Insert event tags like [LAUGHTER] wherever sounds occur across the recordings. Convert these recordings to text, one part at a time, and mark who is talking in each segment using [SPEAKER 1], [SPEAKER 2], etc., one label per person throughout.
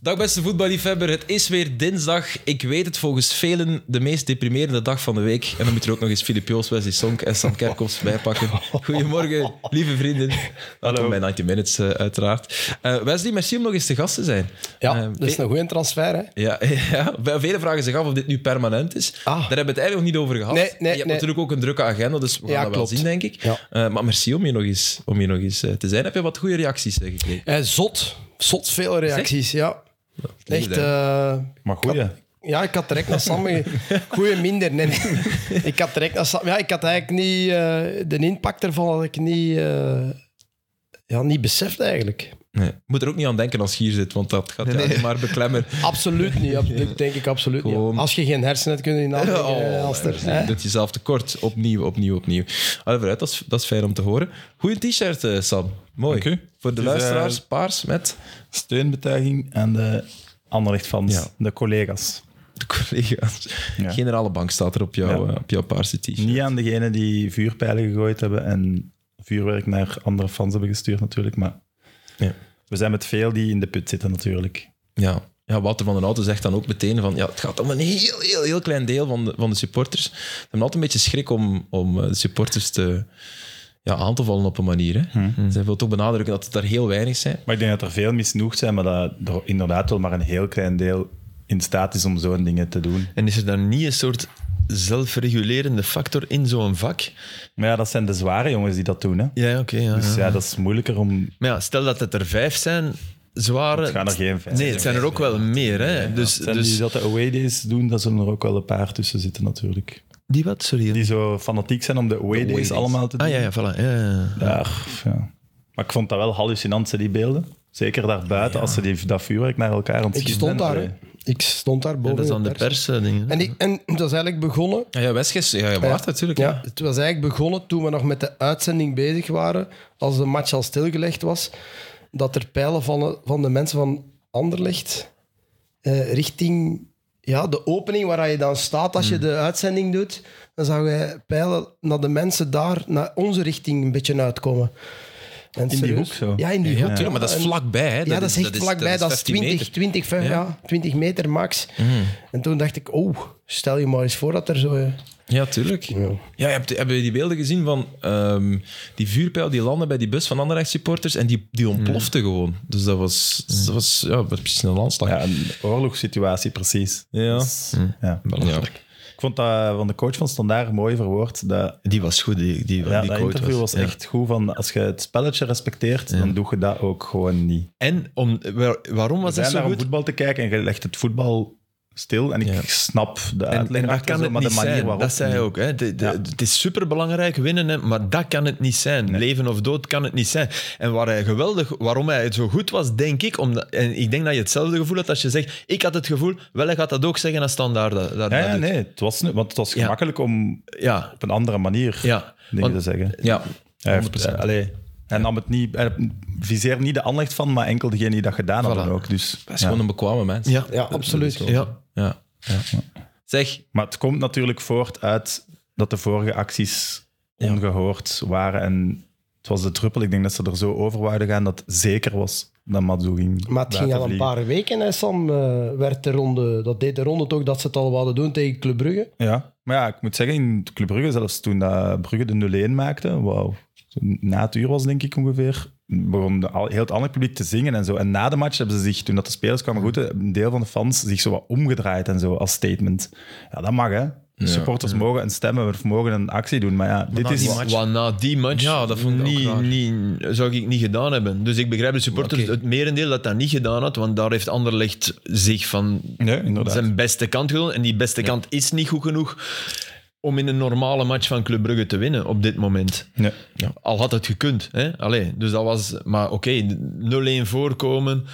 [SPEAKER 1] Dag beste voetballiefhebber, het is weer dinsdag. Ik weet het volgens velen de meest deprimerende dag van de week. En dan moet je er ook nog eens Filip Joos, Wesley Sonk en Sam Kerkhoffs bij pakken. Goedemorgen, lieve vrienden. Welkom bij 90 Minutes, eh, uiteraard. Eh, Wesley, merci om nog eens te gast te zijn.
[SPEAKER 2] Ja,
[SPEAKER 1] Eh,
[SPEAKER 2] dat is een goede transfer, hè?
[SPEAKER 1] Ja, [LAUGHS] ja, Wel, velen vragen zich af of dit nu permanent is.
[SPEAKER 2] Ah.
[SPEAKER 1] Daar hebben we het eigenlijk nog niet over gehad.
[SPEAKER 2] Nee,
[SPEAKER 1] En
[SPEAKER 2] nee,
[SPEAKER 1] je hebt
[SPEAKER 2] nee.
[SPEAKER 1] natuurlijk ook een drukke agenda, dus we gaan
[SPEAKER 2] Ja,
[SPEAKER 1] dat wel
[SPEAKER 2] klopt.
[SPEAKER 1] zien, denk ik.
[SPEAKER 2] Ja.
[SPEAKER 1] Eh, maar merci om hier nog eens, om hier nog eens eh, te zijn. Heb je wat goede reacties eh, gekregen?
[SPEAKER 2] Eh, zot. Zot veel reacties, ja. Echt, eh,
[SPEAKER 3] Maar goed, ja.
[SPEAKER 2] ja, ik had direct naar Sam...
[SPEAKER 4] [LAUGHS]
[SPEAKER 2] ge- Goeie minder, nee, nee. Ik had direct naar Sam... Ja, ik had eigenlijk niet... eh, de impact ervan had ik niet... eh, ja, niet beseft eigenlijk.
[SPEAKER 1] Nee. Moet er ook niet aan denken als je hier zit, want dat gaat jou maar beklemmen.
[SPEAKER 2] Absoluut niet, ab- dat denk ik absoluut
[SPEAKER 1] Gewoon-
[SPEAKER 2] niet. Als je geen hersenen hebt, kun je niet
[SPEAKER 4] [LAUGHS]
[SPEAKER 2] nadenken,
[SPEAKER 4] Oh,
[SPEAKER 1] Oh,
[SPEAKER 2] eh, als er- hè?
[SPEAKER 1] Je doet jezelf tekort. Opnieuw, opnieuw, opnieuw. Allee, vooruit, dat is, dat is fijn om te horen. Goeie t-shirt, eh, Sam. Mooi.
[SPEAKER 3] Dank u.
[SPEAKER 1] Voor de
[SPEAKER 3] Het is,
[SPEAKER 1] luisteraars,
[SPEAKER 3] eh,
[SPEAKER 1] paars met
[SPEAKER 3] Steunbetuiging aan de Anderlecht fans,
[SPEAKER 1] Ja.
[SPEAKER 3] de collega's.
[SPEAKER 1] de collega's.
[SPEAKER 3] Ja.
[SPEAKER 1] Generale bank staat er op, jou,
[SPEAKER 3] Ja.
[SPEAKER 1] eh, op jouw paarse t-shirt.
[SPEAKER 3] Niet aan degene die vuurpijlen gegooid hebben en vuurwerk naar andere fans hebben gestuurd natuurlijk, maar
[SPEAKER 1] Ja.
[SPEAKER 3] we zijn met veel die in de put zitten natuurlijk.
[SPEAKER 1] Ja. ja, Wouter van den Auto zegt dan ook meteen van... Ja, het gaat om een heel, heel, heel klein deel van de, van de supporters. Ze hebben altijd een beetje schrik om, om eh, de supporters te, ja, aan te vallen op een manier. Hè.
[SPEAKER 3] Hmm.
[SPEAKER 1] Ze wil toch benadrukken dat het er heel weinig zijn.
[SPEAKER 3] Maar ik denk dat er veel misnoegd zijn, maar dat er inderdaad wel maar een heel klein deel in staat is om zo'n dingen te doen.
[SPEAKER 4] En is er dan niet een soort zelfregulerende factor in zo'n vak?
[SPEAKER 3] Maar ja, dat zijn de zware jongens die dat doen. Hè?
[SPEAKER 4] Ja, ja, oké. ja,
[SPEAKER 3] Dus
[SPEAKER 4] ja.
[SPEAKER 3] ja, dat is moeilijker om...
[SPEAKER 4] Maar ja, stel dat het er vijf zijn, zware...
[SPEAKER 3] Het gaan er geen vijf
[SPEAKER 4] Nee, het zijn er ook wel meer. Hè. Dus,
[SPEAKER 3] Zijn
[SPEAKER 4] dus...
[SPEAKER 3] die dat de away days doen, dat zullen er ook wel een paar tussen zitten natuurlijk.
[SPEAKER 4] Die wat? Sorry.
[SPEAKER 3] Die zo fanatiek zijn om de away days allemaal te doen.
[SPEAKER 4] Ah ja, ja, voilà. Ja, ja.
[SPEAKER 3] Daar, ja. Maar ik vond dat wel hallucinant, ze die beelden. Zeker daar buiten, als ze die, dat vuurwerk naar elkaar aan het
[SPEAKER 2] Ik
[SPEAKER 3] schieten
[SPEAKER 2] stond
[SPEAKER 3] zijn.
[SPEAKER 2] daar, hè. Ik stond daar boven
[SPEAKER 4] dat is aan de
[SPEAKER 2] pers.
[SPEAKER 4] pers, eh, dingen.
[SPEAKER 2] En, ik, en dat is eigenlijk begonnen
[SPEAKER 1] Ah, Ja, ja Westges, ja, ja, Maarten natuurlijk.
[SPEAKER 2] Ja, het was eigenlijk begonnen toen we nog met de uitzending bezig waren, als de match al stilgelegd was, dat er pijlen van de, van de mensen van Anderlecht eh, richting ja, de opening waar je dan staat
[SPEAKER 1] Hmm.
[SPEAKER 2] als je de uitzending doet, dan zagen wij pijlen naar de mensen daar, naar onze richting een beetje uitkomen. En
[SPEAKER 3] die hoek zo?
[SPEAKER 2] Ja, in die
[SPEAKER 1] Ja,
[SPEAKER 2] hoek.
[SPEAKER 1] tuurlijk, maar dat is
[SPEAKER 2] En-
[SPEAKER 1] vlakbij. Hè.
[SPEAKER 2] ja, dat is echt vlakbij. Dat is
[SPEAKER 1] 15
[SPEAKER 2] 20,
[SPEAKER 1] meter.
[SPEAKER 2] 20,
[SPEAKER 1] Ja.
[SPEAKER 2] vijf-
[SPEAKER 1] Hmm.
[SPEAKER 2] ja, 20 meter max. En toen dacht ik, oh, stel je maar eens voor dat er zo... eh,
[SPEAKER 1] Ja, tuurlijk. Ja. Ja, heb, hebben jullie die beelden gezien van ehm, die vuurpijl die landde bij die bus van Anderlecht supporters en die, die
[SPEAKER 4] Mm.
[SPEAKER 1] ontplofte gewoon. Dus dat was, dat was ja, precies een landslag.
[SPEAKER 3] Ja, een oorlogssituatie, precies.
[SPEAKER 1] Ja.
[SPEAKER 3] Dus,
[SPEAKER 4] Hm.
[SPEAKER 3] ja.
[SPEAKER 1] Ja.
[SPEAKER 3] Ik vond dat van de coach van Standaard mooi verwoord. Dat,
[SPEAKER 4] Die was goed, die, die,
[SPEAKER 3] ja,
[SPEAKER 4] die
[SPEAKER 3] dat
[SPEAKER 4] quote
[SPEAKER 3] interview was
[SPEAKER 4] ja.
[SPEAKER 3] echt goed. Van, als je het spelletje respecteert, dan doe je dat ook gewoon niet.
[SPEAKER 4] En om, waar- waarom
[SPEAKER 3] We
[SPEAKER 4] was dat
[SPEAKER 3] zijn
[SPEAKER 4] zo
[SPEAKER 3] daar om
[SPEAKER 4] goed?
[SPEAKER 3] voetbal te kijken en je legt het voetbal stil. En ik
[SPEAKER 1] Ja.
[SPEAKER 3] snap de
[SPEAKER 4] En,
[SPEAKER 3] uitleg
[SPEAKER 4] en dat
[SPEAKER 3] achter
[SPEAKER 4] kan
[SPEAKER 3] zo,
[SPEAKER 4] het
[SPEAKER 3] maar
[SPEAKER 4] niet
[SPEAKER 3] de manier
[SPEAKER 4] zijn.
[SPEAKER 3] waarop
[SPEAKER 4] dat zei hij
[SPEAKER 3] niet.
[SPEAKER 4] ook. Hè. De- de-
[SPEAKER 3] Ja.
[SPEAKER 4] Het is superbelangrijk winnen, hè, maar dat kan het niet zijn. Leven of dood kan het niet zijn. En waar hij geweldig, waarom hij het zo goed was, denk ik. Omdat, en ik denk dat je hetzelfde gevoel had als je zegt: Ik had het gevoel, wel, hij gaat dat ook zeggen als standaard. Dat, dat-
[SPEAKER 3] Ja,
[SPEAKER 4] dat
[SPEAKER 3] ja,
[SPEAKER 4] doet.
[SPEAKER 3] nee, het was, niet- want het was gemakkelijk om
[SPEAKER 4] ja,
[SPEAKER 3] op een andere manier
[SPEAKER 4] ja.
[SPEAKER 3] dingen
[SPEAKER 4] Want-
[SPEAKER 3] te zeggen.
[SPEAKER 1] Ja.
[SPEAKER 3] Hij, heeft, eh, allee, hij nam het niet, hij viseerde niet de aanleg van, maar enkel degene die dat gedaan hadden ook. Dus,
[SPEAKER 1] Dat is
[SPEAKER 3] ja.
[SPEAKER 1] gewoon een bekwame mens.
[SPEAKER 4] ja,
[SPEAKER 2] Ja, absoluut.
[SPEAKER 4] ja.
[SPEAKER 1] Ja. Zeg,
[SPEAKER 3] Maar het komt natuurlijk voort uit dat de vorige acties ongehoord waren. En het was de druppel. Ik denk dat ze er zo over wouden gaan dat het zeker was dat Matsu ging
[SPEAKER 2] Maar het ging
[SPEAKER 3] laten
[SPEAKER 2] al een
[SPEAKER 3] vliegen.
[SPEAKER 2] paar weken, hè, Sam, eh, werd de ronde. Dat deed de ronde toch dat ze het al wilden doen tegen Club Brugge.
[SPEAKER 3] Ja, maar ja, ik moet zeggen, in Club Brugge zelfs toen dat Brugge de 0-1 maakte, wauw. Na het uur was denk ik ongeveer, begon de- al- heel het andere publiek te zingen en zo. En na de match hebben ze zich, toen dat de spelers kwamen goed, een deel van de fans zich zo wat omgedraaid en zo als statement. Ja, dat mag hè. Supporters mogen een stem hebben of mogen een actie doen, maar ja, dit
[SPEAKER 1] na
[SPEAKER 3] is...
[SPEAKER 1] die match-
[SPEAKER 4] Wat na die match
[SPEAKER 1] Ja, dat vond ik ook
[SPEAKER 4] niet,
[SPEAKER 1] raar.
[SPEAKER 4] niet- zou ik niet gedaan hebben. Dus ik begrijp de supporters,
[SPEAKER 1] Oké.
[SPEAKER 4] het merendeel dat dat niet gedaan had, want daar heeft Anderlecht zich van
[SPEAKER 3] Nee, inderdaad.
[SPEAKER 4] zijn beste kant gedaan. En die beste kant is niet goed genoeg om in een normale match van Club Brugge te winnen op dit moment.
[SPEAKER 3] Nee.
[SPEAKER 4] Al had het gekund. Hè? Allee, dus dat was... Maar oké, 0-1 voorkomen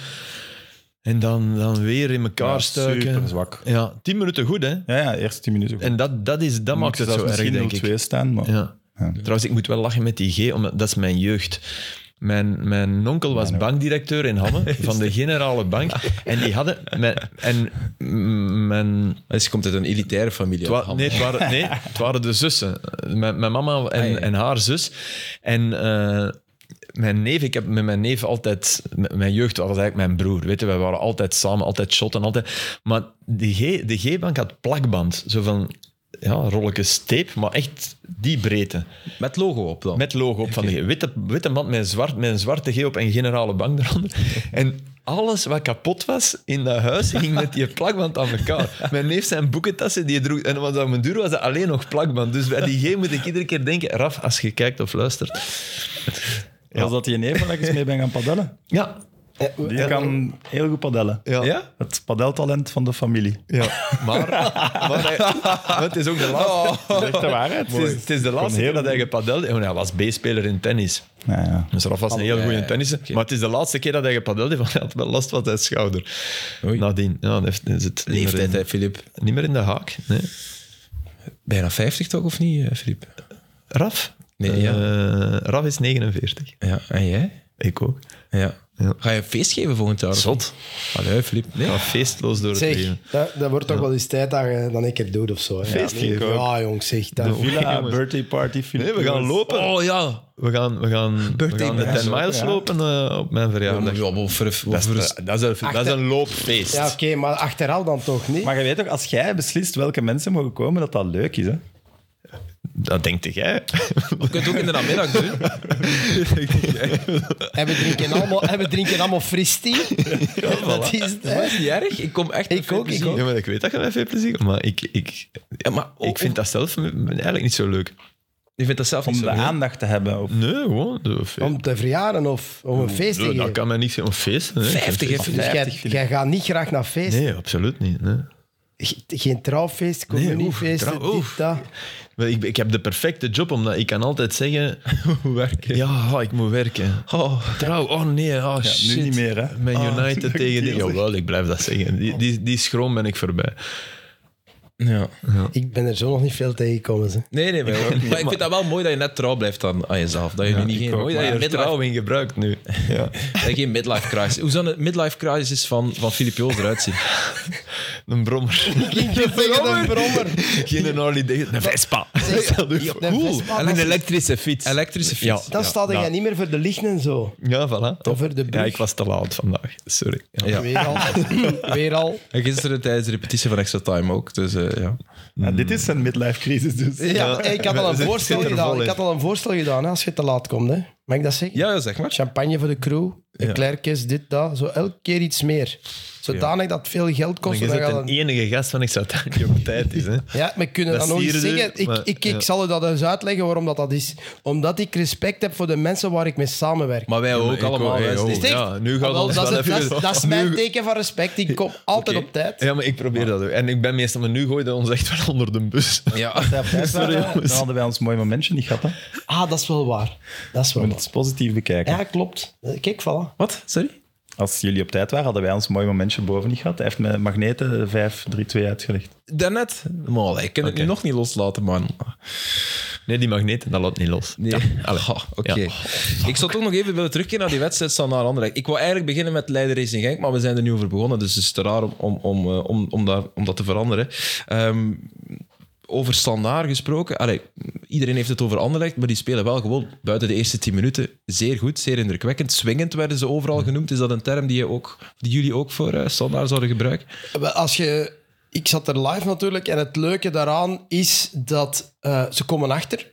[SPEAKER 4] en dan, dan weer in elkaar
[SPEAKER 3] Ja,
[SPEAKER 4] stuiken.
[SPEAKER 3] super zwak.
[SPEAKER 4] Ja, 10 minuten goed, hè.
[SPEAKER 3] Ja, ja, eerst 10 minuten.
[SPEAKER 4] En dat, dat, is, dat maakt het zo erg, denk ik.
[SPEAKER 3] 2 staan, maar...
[SPEAKER 4] Ja. Trouwens, ik moet wel lachen met die G, omdat dat is mijn jeugd. Mijn, mijn onkel was bankdirecteur in [LAUGHS] Hamme, van de generale bank. En die hadden... Mijn, en m- mijn,
[SPEAKER 1] dus je komt uit een elitaire familie.
[SPEAKER 4] het wa-
[SPEAKER 1] Allemaal.
[SPEAKER 4] nee, het waren, nee, het waren de zussen. Mijn, mijn mama en,
[SPEAKER 1] Ah, ja.
[SPEAKER 4] en haar zus. En eh, Mijn neef, ik heb met mijn neef altijd... m- Mijn jeugd was eigenlijk mijn broer. Weet je, wij waren altijd samen, altijd shotten, altijd... Maar de, G, de G-bank had plakband. Zo van, ja, rolletjes tape, maar echt die breedte.
[SPEAKER 1] Met logo op dan.
[SPEAKER 4] Met logo op van de G. Witte, witte band met een, zwart, met een zwarte G op en generale bank eronder. En alles wat kapot was in dat huis ging met die plakband aan elkaar. Mijn neef zijn boekentassen die hij droeg. En was aan mijn duur was dat alleen nog plakband. Dus bij die G moet ik iedere keer denken: Raf, als je kijkt of luistert.
[SPEAKER 3] Als dat je neef waar ik eens mee ben gaan padellen.
[SPEAKER 4] Ja,
[SPEAKER 3] Die kan heel goed padellen.
[SPEAKER 4] ja.
[SPEAKER 1] Ja?
[SPEAKER 3] Het padeltalent van de familie.
[SPEAKER 4] Ja, maar, maar, hij- maar het is ook de laatste.
[SPEAKER 3] Dat is echt de waarheid.
[SPEAKER 4] Het is, het is de laatste
[SPEAKER 3] Oh. heel
[SPEAKER 4] keer dat hij gepadeld heeft. Hij was B-speler in tennis.
[SPEAKER 3] Ja, ja.
[SPEAKER 4] Dus Raf was een heel goede tennisser. Maar het is de laatste keer dat hij gepadeld heeft, want hij had wel last van zijn schouder.
[SPEAKER 1] Oei.
[SPEAKER 4] Nadien. Ja, dan heeft- is het niet meer
[SPEAKER 1] Leeftijd,
[SPEAKER 4] in-
[SPEAKER 1] hè, Filip.
[SPEAKER 4] Niet meer in de haak. Nee.
[SPEAKER 1] Bijna 50 toch, of niet, eh, Filip?
[SPEAKER 4] Raf?
[SPEAKER 1] Nee,
[SPEAKER 4] Eh,
[SPEAKER 1] ja.
[SPEAKER 4] Raf is 49.
[SPEAKER 1] Ja, en jij?
[SPEAKER 4] Ik ook.
[SPEAKER 1] Ja.
[SPEAKER 4] Ja.
[SPEAKER 1] Ga je een feest geven volgend jaar?
[SPEAKER 4] Zot.
[SPEAKER 1] Allee, Filip.
[SPEAKER 4] Ik ga feestloos door het
[SPEAKER 2] Zeg,
[SPEAKER 4] leven.
[SPEAKER 2] dat, dat wordt toch wel eens tijd dat je dan een keer doet of zo. hè?
[SPEAKER 4] Feest
[SPEAKER 2] ja,
[SPEAKER 4] geven ook.
[SPEAKER 2] Ja, jong, zeg. Dat,
[SPEAKER 3] Villa, birthday party, Filip.
[SPEAKER 4] Nee, we gaan lopen.
[SPEAKER 1] Oh ja.
[SPEAKER 4] We gaan, we gaan, we gaan de
[SPEAKER 1] Birthday
[SPEAKER 4] 10 miles
[SPEAKER 3] ja.
[SPEAKER 4] lopen eh, op mijn verjaardag.
[SPEAKER 1] Ja, wat voor- wat
[SPEAKER 4] Dat
[SPEAKER 1] voor-
[SPEAKER 4] is, dat is een, dat is een loopfeest.
[SPEAKER 2] ja, oké, maar achteraf dan toch niet?
[SPEAKER 3] Maar je weet toch, als jij beslist welke mensen mogen komen, dat dat leuk is. Hè?
[SPEAKER 4] Dat denkt jij.
[SPEAKER 1] Je kunt het ook in de namiddag doen.
[SPEAKER 4] [LAUGHS]
[SPEAKER 2] En we drinken allemaal, en we drinken allemaal
[SPEAKER 4] [LAUGHS]
[SPEAKER 2] fristie. Dat is het, hè?
[SPEAKER 1] Dat is niet erg. Ik kom echt met
[SPEAKER 2] Ik
[SPEAKER 1] veel
[SPEAKER 2] ook, ik
[SPEAKER 1] plezier.
[SPEAKER 2] ook.
[SPEAKER 4] Ja, maar ik weet dat je mij veel plezier hebt, maar ik, ik,
[SPEAKER 1] Ja, maar oh,
[SPEAKER 4] ik vind dat zelf eigenlijk niet zo leuk.
[SPEAKER 1] Je vindt dat zelf
[SPEAKER 3] Om
[SPEAKER 1] niet zo
[SPEAKER 3] de
[SPEAKER 1] leuk.
[SPEAKER 3] aandacht te hebben. Of...
[SPEAKER 4] Nee, gewoon. De feest.
[SPEAKER 2] Om te verjaren of om een feest te
[SPEAKER 4] Ja, dat
[SPEAKER 2] geven.
[SPEAKER 4] kan mij niet zeggen. Om feesten. hè.
[SPEAKER 1] 50 hè, Filip.
[SPEAKER 2] Dus jij, jij gaat niet graag naar feest.
[SPEAKER 4] Nee, absoluut niet. Nee.
[SPEAKER 2] Ge- Geen trouwfeest,
[SPEAKER 4] oef,
[SPEAKER 2] communiefeest,
[SPEAKER 4] trouw- oef.
[SPEAKER 2] dit, dat.
[SPEAKER 4] Maar ik, ik heb de perfecte job, omdat ik kan altijd zeggen...
[SPEAKER 1] werken.
[SPEAKER 4] Ja, oh, ik moet werken.
[SPEAKER 1] Oh,
[SPEAKER 4] Trouw, oh nee, oh
[SPEAKER 3] Ja,
[SPEAKER 4] shit.
[SPEAKER 3] nu niet meer, hè?
[SPEAKER 4] Man
[SPEAKER 3] Ah,
[SPEAKER 4] United
[SPEAKER 3] dat
[SPEAKER 4] tegen die...
[SPEAKER 3] deal, zeg.
[SPEAKER 4] Jawel, ik blijf dat zeggen. Die, die, die schroom ben ik voorbij.
[SPEAKER 1] ja.
[SPEAKER 2] Ik ben er zo nog niet veel tegengekomen. Ze.
[SPEAKER 1] Nee, nee, maar, maar ik vind dat wel mooi dat je net trouw blijft aan, aan jezelf. Dat je nu niet geen,
[SPEAKER 4] Mooi
[SPEAKER 1] mooi dat je
[SPEAKER 4] er
[SPEAKER 1] midlife,
[SPEAKER 4] trouw in gebruikt nu. Ja.
[SPEAKER 1] dat je geen midlife crisis... Hoe zou een midlife crisis van, van Filip Joos eruit zien?
[SPEAKER 4] Een brommer.
[SPEAKER 2] een brommer.
[SPEAKER 4] Geen een Harley Davidson. Een Vespa. Stel je voor.
[SPEAKER 2] een Vespa, dat is-
[SPEAKER 4] elektrische fiets.
[SPEAKER 1] Elektrische fiets.
[SPEAKER 4] Ja.
[SPEAKER 2] Ah, Dan staat jij
[SPEAKER 4] nou.
[SPEAKER 2] niet meer voor de lichten en zo.
[SPEAKER 4] Ja, voilà.
[SPEAKER 2] Of voor de brug.
[SPEAKER 4] Ja, ik was te laat vandaag. Sorry.
[SPEAKER 1] Ja.
[SPEAKER 2] [LAUGHS]
[SPEAKER 4] Ja.
[SPEAKER 2] Weer
[SPEAKER 4] [LAUGHS]
[SPEAKER 2] al. Weer al.
[SPEAKER 1] En gisteren tijdens de repetitie van Extra Time ook. Dus eh, ja.
[SPEAKER 3] Ja, dit is een midlife crisis dus.
[SPEAKER 2] Ja, ik had al een
[SPEAKER 4] we zitten
[SPEAKER 2] voorstel
[SPEAKER 4] er vol
[SPEAKER 2] gedaan.
[SPEAKER 4] in.
[SPEAKER 2] Ik had al een voorstel gedaan hè, als je te laat komt. Hè. Mag ik dat zeggen?
[SPEAKER 1] ja, ja, zeg maar.
[SPEAKER 2] Champagne voor de crew, de klerkjes, dit, dat. Zo elke keer iets meer. Zodanig dat het veel geld kost.
[SPEAKER 4] Je
[SPEAKER 2] dan
[SPEAKER 4] bent
[SPEAKER 2] gaat
[SPEAKER 4] de
[SPEAKER 2] het-
[SPEAKER 4] enige gast van ik zou het [LAUGHS] die op tijd is. Hè.
[SPEAKER 2] Ja, maar kunnen
[SPEAKER 4] Dat
[SPEAKER 2] dat nog eens
[SPEAKER 4] sierde,
[SPEAKER 2] zeggen? Ik,
[SPEAKER 4] maar-
[SPEAKER 2] ik, ik
[SPEAKER 4] ja.
[SPEAKER 2] zal u dat eens uitleggen waarom dat, dat is. Omdat ik respect heb voor de mensen waar ik mee samenwerk.
[SPEAKER 1] Maar wij ook
[SPEAKER 4] ik
[SPEAKER 1] allemaal.
[SPEAKER 4] ook,
[SPEAKER 1] hè,
[SPEAKER 4] hey,
[SPEAKER 1] joh.
[SPEAKER 4] oh.
[SPEAKER 2] Is het echt?
[SPEAKER 4] Ja, nu gaat
[SPEAKER 2] Ah, wel,
[SPEAKER 4] alles
[SPEAKER 2] dat, is
[SPEAKER 4] wel
[SPEAKER 2] het-
[SPEAKER 4] even-
[SPEAKER 2] dat, is-
[SPEAKER 4] [LAUGHS]
[SPEAKER 2] dat is mijn teken van respect. Ik kom altijd
[SPEAKER 4] Oké.
[SPEAKER 2] op tijd.
[SPEAKER 4] Ja, maar ik probeer dat ook. En ik ben meestal, maar nu gooide ons echt wel onder de bus.
[SPEAKER 1] Ja.
[SPEAKER 3] Sorry, dan hadden wij ons mooi momentje niet gehad. Hè? We
[SPEAKER 2] Ah, dat is wel waar. Dat is wel waar.
[SPEAKER 3] moeten het positief bekijken.
[SPEAKER 2] Ja, klopt. Kijk, voilà.
[SPEAKER 1] Wat? Sorry?
[SPEAKER 3] Als jullie op tijd waren, hadden wij ons mooi momentje boven niet gehad. Hij heeft met magneten 5-3-2 uitgelegd.
[SPEAKER 1] Daarnet? Maar ik kan het nu
[SPEAKER 4] Oké.
[SPEAKER 1] nog niet loslaten, man.
[SPEAKER 4] [LAUGHS] Nee, die magneten, dat laat niet los.
[SPEAKER 1] Nee. Ah, Oké.
[SPEAKER 4] Ja.
[SPEAKER 1] Ik zou toch nog even willen terugkeren naar die wedstrijd van naar Anderlecht. Ik wou eigenlijk beginnen met Leiden Racing Genk, maar we zijn er nu over begonnen, dus het is te raar om, om, om, eh, om, om, daar, om dat te veranderen. Ehm, over standaard gesproken, allee, iedereen heeft het over Anderlecht, maar die spelen wel gewoon buiten de eerste 10 minuten zeer goed, zeer indrukwekkend. Swingend werden ze overal genoemd. Is dat een term die, je ook, die jullie ook voor eh, standaard zouden gebruiken?
[SPEAKER 2] Wel, Als je, ik zat er live natuurlijk en het leuke daaraan is dat eh, ze komen achter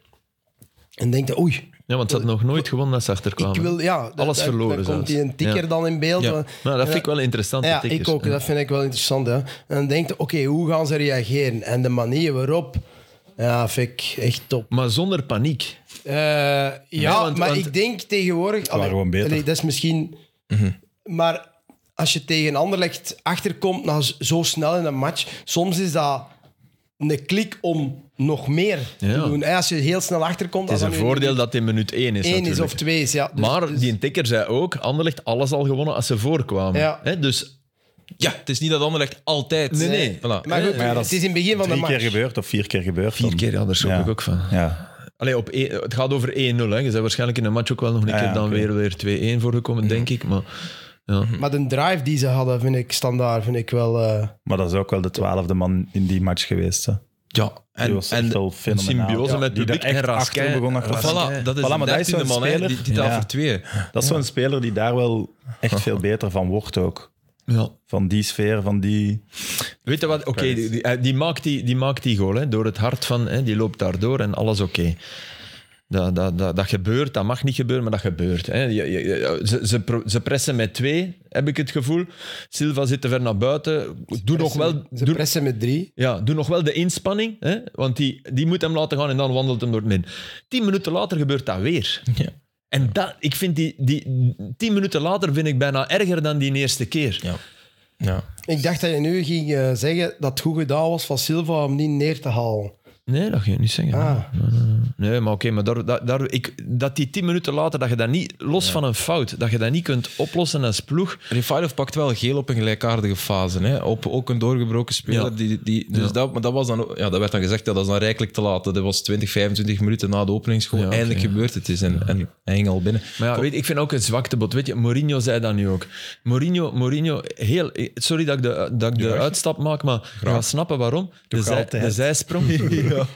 [SPEAKER 2] en denken, oei,
[SPEAKER 4] Ja, want ze had nog nooit gewonnen als ze achterkwamen.
[SPEAKER 2] ik wil... Ja, da-
[SPEAKER 4] Alles
[SPEAKER 2] da-
[SPEAKER 4] verloren
[SPEAKER 2] Dan komt
[SPEAKER 4] zelfs.
[SPEAKER 2] die een tikker
[SPEAKER 4] Ja.
[SPEAKER 2] dan in beeld.
[SPEAKER 1] Ja.
[SPEAKER 2] Maar-
[SPEAKER 4] Nou, dat vind ik wel interessant.
[SPEAKER 2] Ja, ik ook. Dat vind ik wel interessant. Hè. En dan denk je, oké, hoe gaan ze reageren? En de manier waarop, ja, vind ik echt top.
[SPEAKER 4] Maar zonder paniek.
[SPEAKER 2] Eh, ja,
[SPEAKER 4] want-
[SPEAKER 2] maar
[SPEAKER 4] want-
[SPEAKER 2] ik denk tegenwoordig... Allee,
[SPEAKER 3] gewoon beter.
[SPEAKER 2] allee, dat is misschien...
[SPEAKER 4] Mhm.
[SPEAKER 2] Maar als je tegen Anderlecht achterkomt na z- zo snel in een match, soms is dat een klik om nog meer
[SPEAKER 4] Ja.
[SPEAKER 2] te doen. hè. Als je heel snel achterkomt...
[SPEAKER 4] Het is een voordeel dat het in minuut 1 is.
[SPEAKER 2] één is
[SPEAKER 4] natuurlijk.
[SPEAKER 2] of twee is, ja. Dus-
[SPEAKER 4] Maar die tikker zei ook, Anderlecht alles al gewonnen als ze voorkwamen.
[SPEAKER 2] Ja.
[SPEAKER 4] Hè, dus
[SPEAKER 1] Ja, het is niet dat Anderlecht altijd...
[SPEAKER 4] Nee, nee.
[SPEAKER 1] Voilà.
[SPEAKER 2] Maar goed,
[SPEAKER 3] Maar ja, dat
[SPEAKER 2] het is in het begin van de
[SPEAKER 3] Drie
[SPEAKER 2] match.
[SPEAKER 3] keer gebeurd of vier keer gebeurd.
[SPEAKER 4] vier
[SPEAKER 3] dan.
[SPEAKER 4] keer, ja, daar schrok
[SPEAKER 3] Ja.
[SPEAKER 4] ik ook van.
[SPEAKER 3] Ja.
[SPEAKER 4] Allee, op één- het gaat over 1-0. Hè. Je bent waarschijnlijk in een match ook wel nog een
[SPEAKER 3] Ah,
[SPEAKER 4] keer
[SPEAKER 3] ja,
[SPEAKER 4] dan
[SPEAKER 3] oké.
[SPEAKER 4] weer, weer 2-1 voorgekomen, denk ik. Maar ja.
[SPEAKER 2] Maar de drive die ze hadden, vind ik standaard, vind ik wel... eh,
[SPEAKER 3] Maar dat is ook wel de twaalfde man in die match geweest. Hè.
[SPEAKER 1] Ja,
[SPEAKER 3] die
[SPEAKER 1] en,
[SPEAKER 3] was echt
[SPEAKER 1] en
[SPEAKER 3] wel fenomenaal.
[SPEAKER 4] symbiose met
[SPEAKER 3] die
[SPEAKER 4] publiek
[SPEAKER 3] daar echt
[SPEAKER 4] en Raskin.
[SPEAKER 3] achter begon naar
[SPEAKER 4] Raskin.
[SPEAKER 3] Raskin.
[SPEAKER 1] voilà, dat is
[SPEAKER 3] Voilà,
[SPEAKER 1] een
[SPEAKER 3] maar dat is
[SPEAKER 1] dertiende
[SPEAKER 3] zo'n
[SPEAKER 1] man, hè.
[SPEAKER 3] speler.
[SPEAKER 1] die, die taal
[SPEAKER 3] Ja.
[SPEAKER 1] voor twee.
[SPEAKER 3] Dat is zo'n speler die daar wel echt [LAUGHS] veel beter van wordt ook.
[SPEAKER 4] Ja.
[SPEAKER 3] Van die sfeer, van die...
[SPEAKER 4] Weet je wat? Oké, die, die, eh, die maakt die, die maakt die goal hè, door het hart van, hè, die loopt daardoor en alles oké. Dat, dat, dat, dat gebeurt, dat mag niet gebeuren, maar dat gebeurt. Hè. Je- je- je- ze, ze, pro- ze pressen met twee, heb ik het gevoel. Silva zit te ver naar buiten. Doe nog wel,
[SPEAKER 2] Ze
[SPEAKER 4] doe,
[SPEAKER 2] pressen met drie.
[SPEAKER 4] ja, doe nog wel de inspanning, hè, want die, die moet hem laten gaan en dan wandelt hem door het min. Tien minuten later gebeurt dat weer.
[SPEAKER 1] Ja.
[SPEAKER 4] En dat, ik vind die, die tien minuten later vind ik bijna erger dan die eerste keer.
[SPEAKER 1] Ja. Ja.
[SPEAKER 2] Ik dacht dat je nu ging eh, zeggen dat het goed gedaan was van Silva om niet neer te halen.
[SPEAKER 4] Nee, dat ga je niet zeggen.
[SPEAKER 2] Ah.
[SPEAKER 4] Nee, maar oké, maar daar, daar, daar- ik, dat die tien minuten later, dat je dat niet, los van een fout, dat je dat niet kunt oplossen als ploeg.
[SPEAKER 1] Refailov pakt wel geel op een gelijkaardige fase. Hè? Op ook een doorgebroken speler.
[SPEAKER 4] Ja.
[SPEAKER 1] Die, die, dus
[SPEAKER 4] Ja.
[SPEAKER 1] dat, maar dat, was dan, ook- ja, dat werd dan gezegd, ja, dat is dan rijkelijk te laat. Dat was 20, 25 minuten na de openingsgoal.
[SPEAKER 4] Ja, oké,
[SPEAKER 1] eindelijk
[SPEAKER 4] ja.
[SPEAKER 1] gebeurd het is. En, en hij ging al binnen.
[SPEAKER 4] Maar ja, weet, ik vind ook een zwaktebod. Weet je, Mourinho zei dat nu ook. Mourinho, Mourinho heel, sorry dat ik de, dat ik de uitstap maak, maar je gaat snappen waarom. De, zij,
[SPEAKER 3] altijd.
[SPEAKER 4] de zijsprong.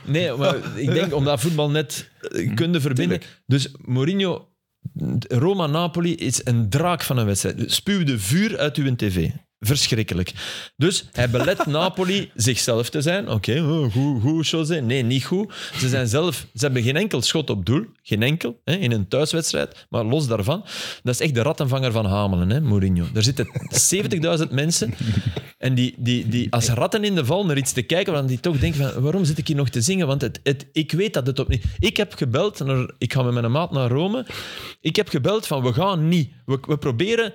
[SPEAKER 4] Nee, maar ik denk omdat voetbal net eh, kunde verbinden. Dus Mourinho, Roma-Napoli is een draak van een wedstrijd. Dus Spuwde vuur uit uw tv. Verschrikkelijk. Dus hij belet Napoli zichzelf te zijn. Oké, oh, goed, goed, José. Nee, niet goed. Ze, zijn zelf, ze hebben geen enkel schot op doel. Geen enkel. Hè, in een thuiswedstrijd. Maar los daarvan. Dat is echt de rattenvanger van Hamelen, hè, Mourinho. Er zitten 70.000 mensen. En die, die, die, als ratten in de val naar iets te kijken, want die toch denken van, waarom zit ik hier nog te zingen? Want het, het, ik weet dat het opnieuw... Ik heb gebeld, naar, ik ga met mijn maat naar Rome. Ik heb gebeld van, we gaan niet. We, we proberen...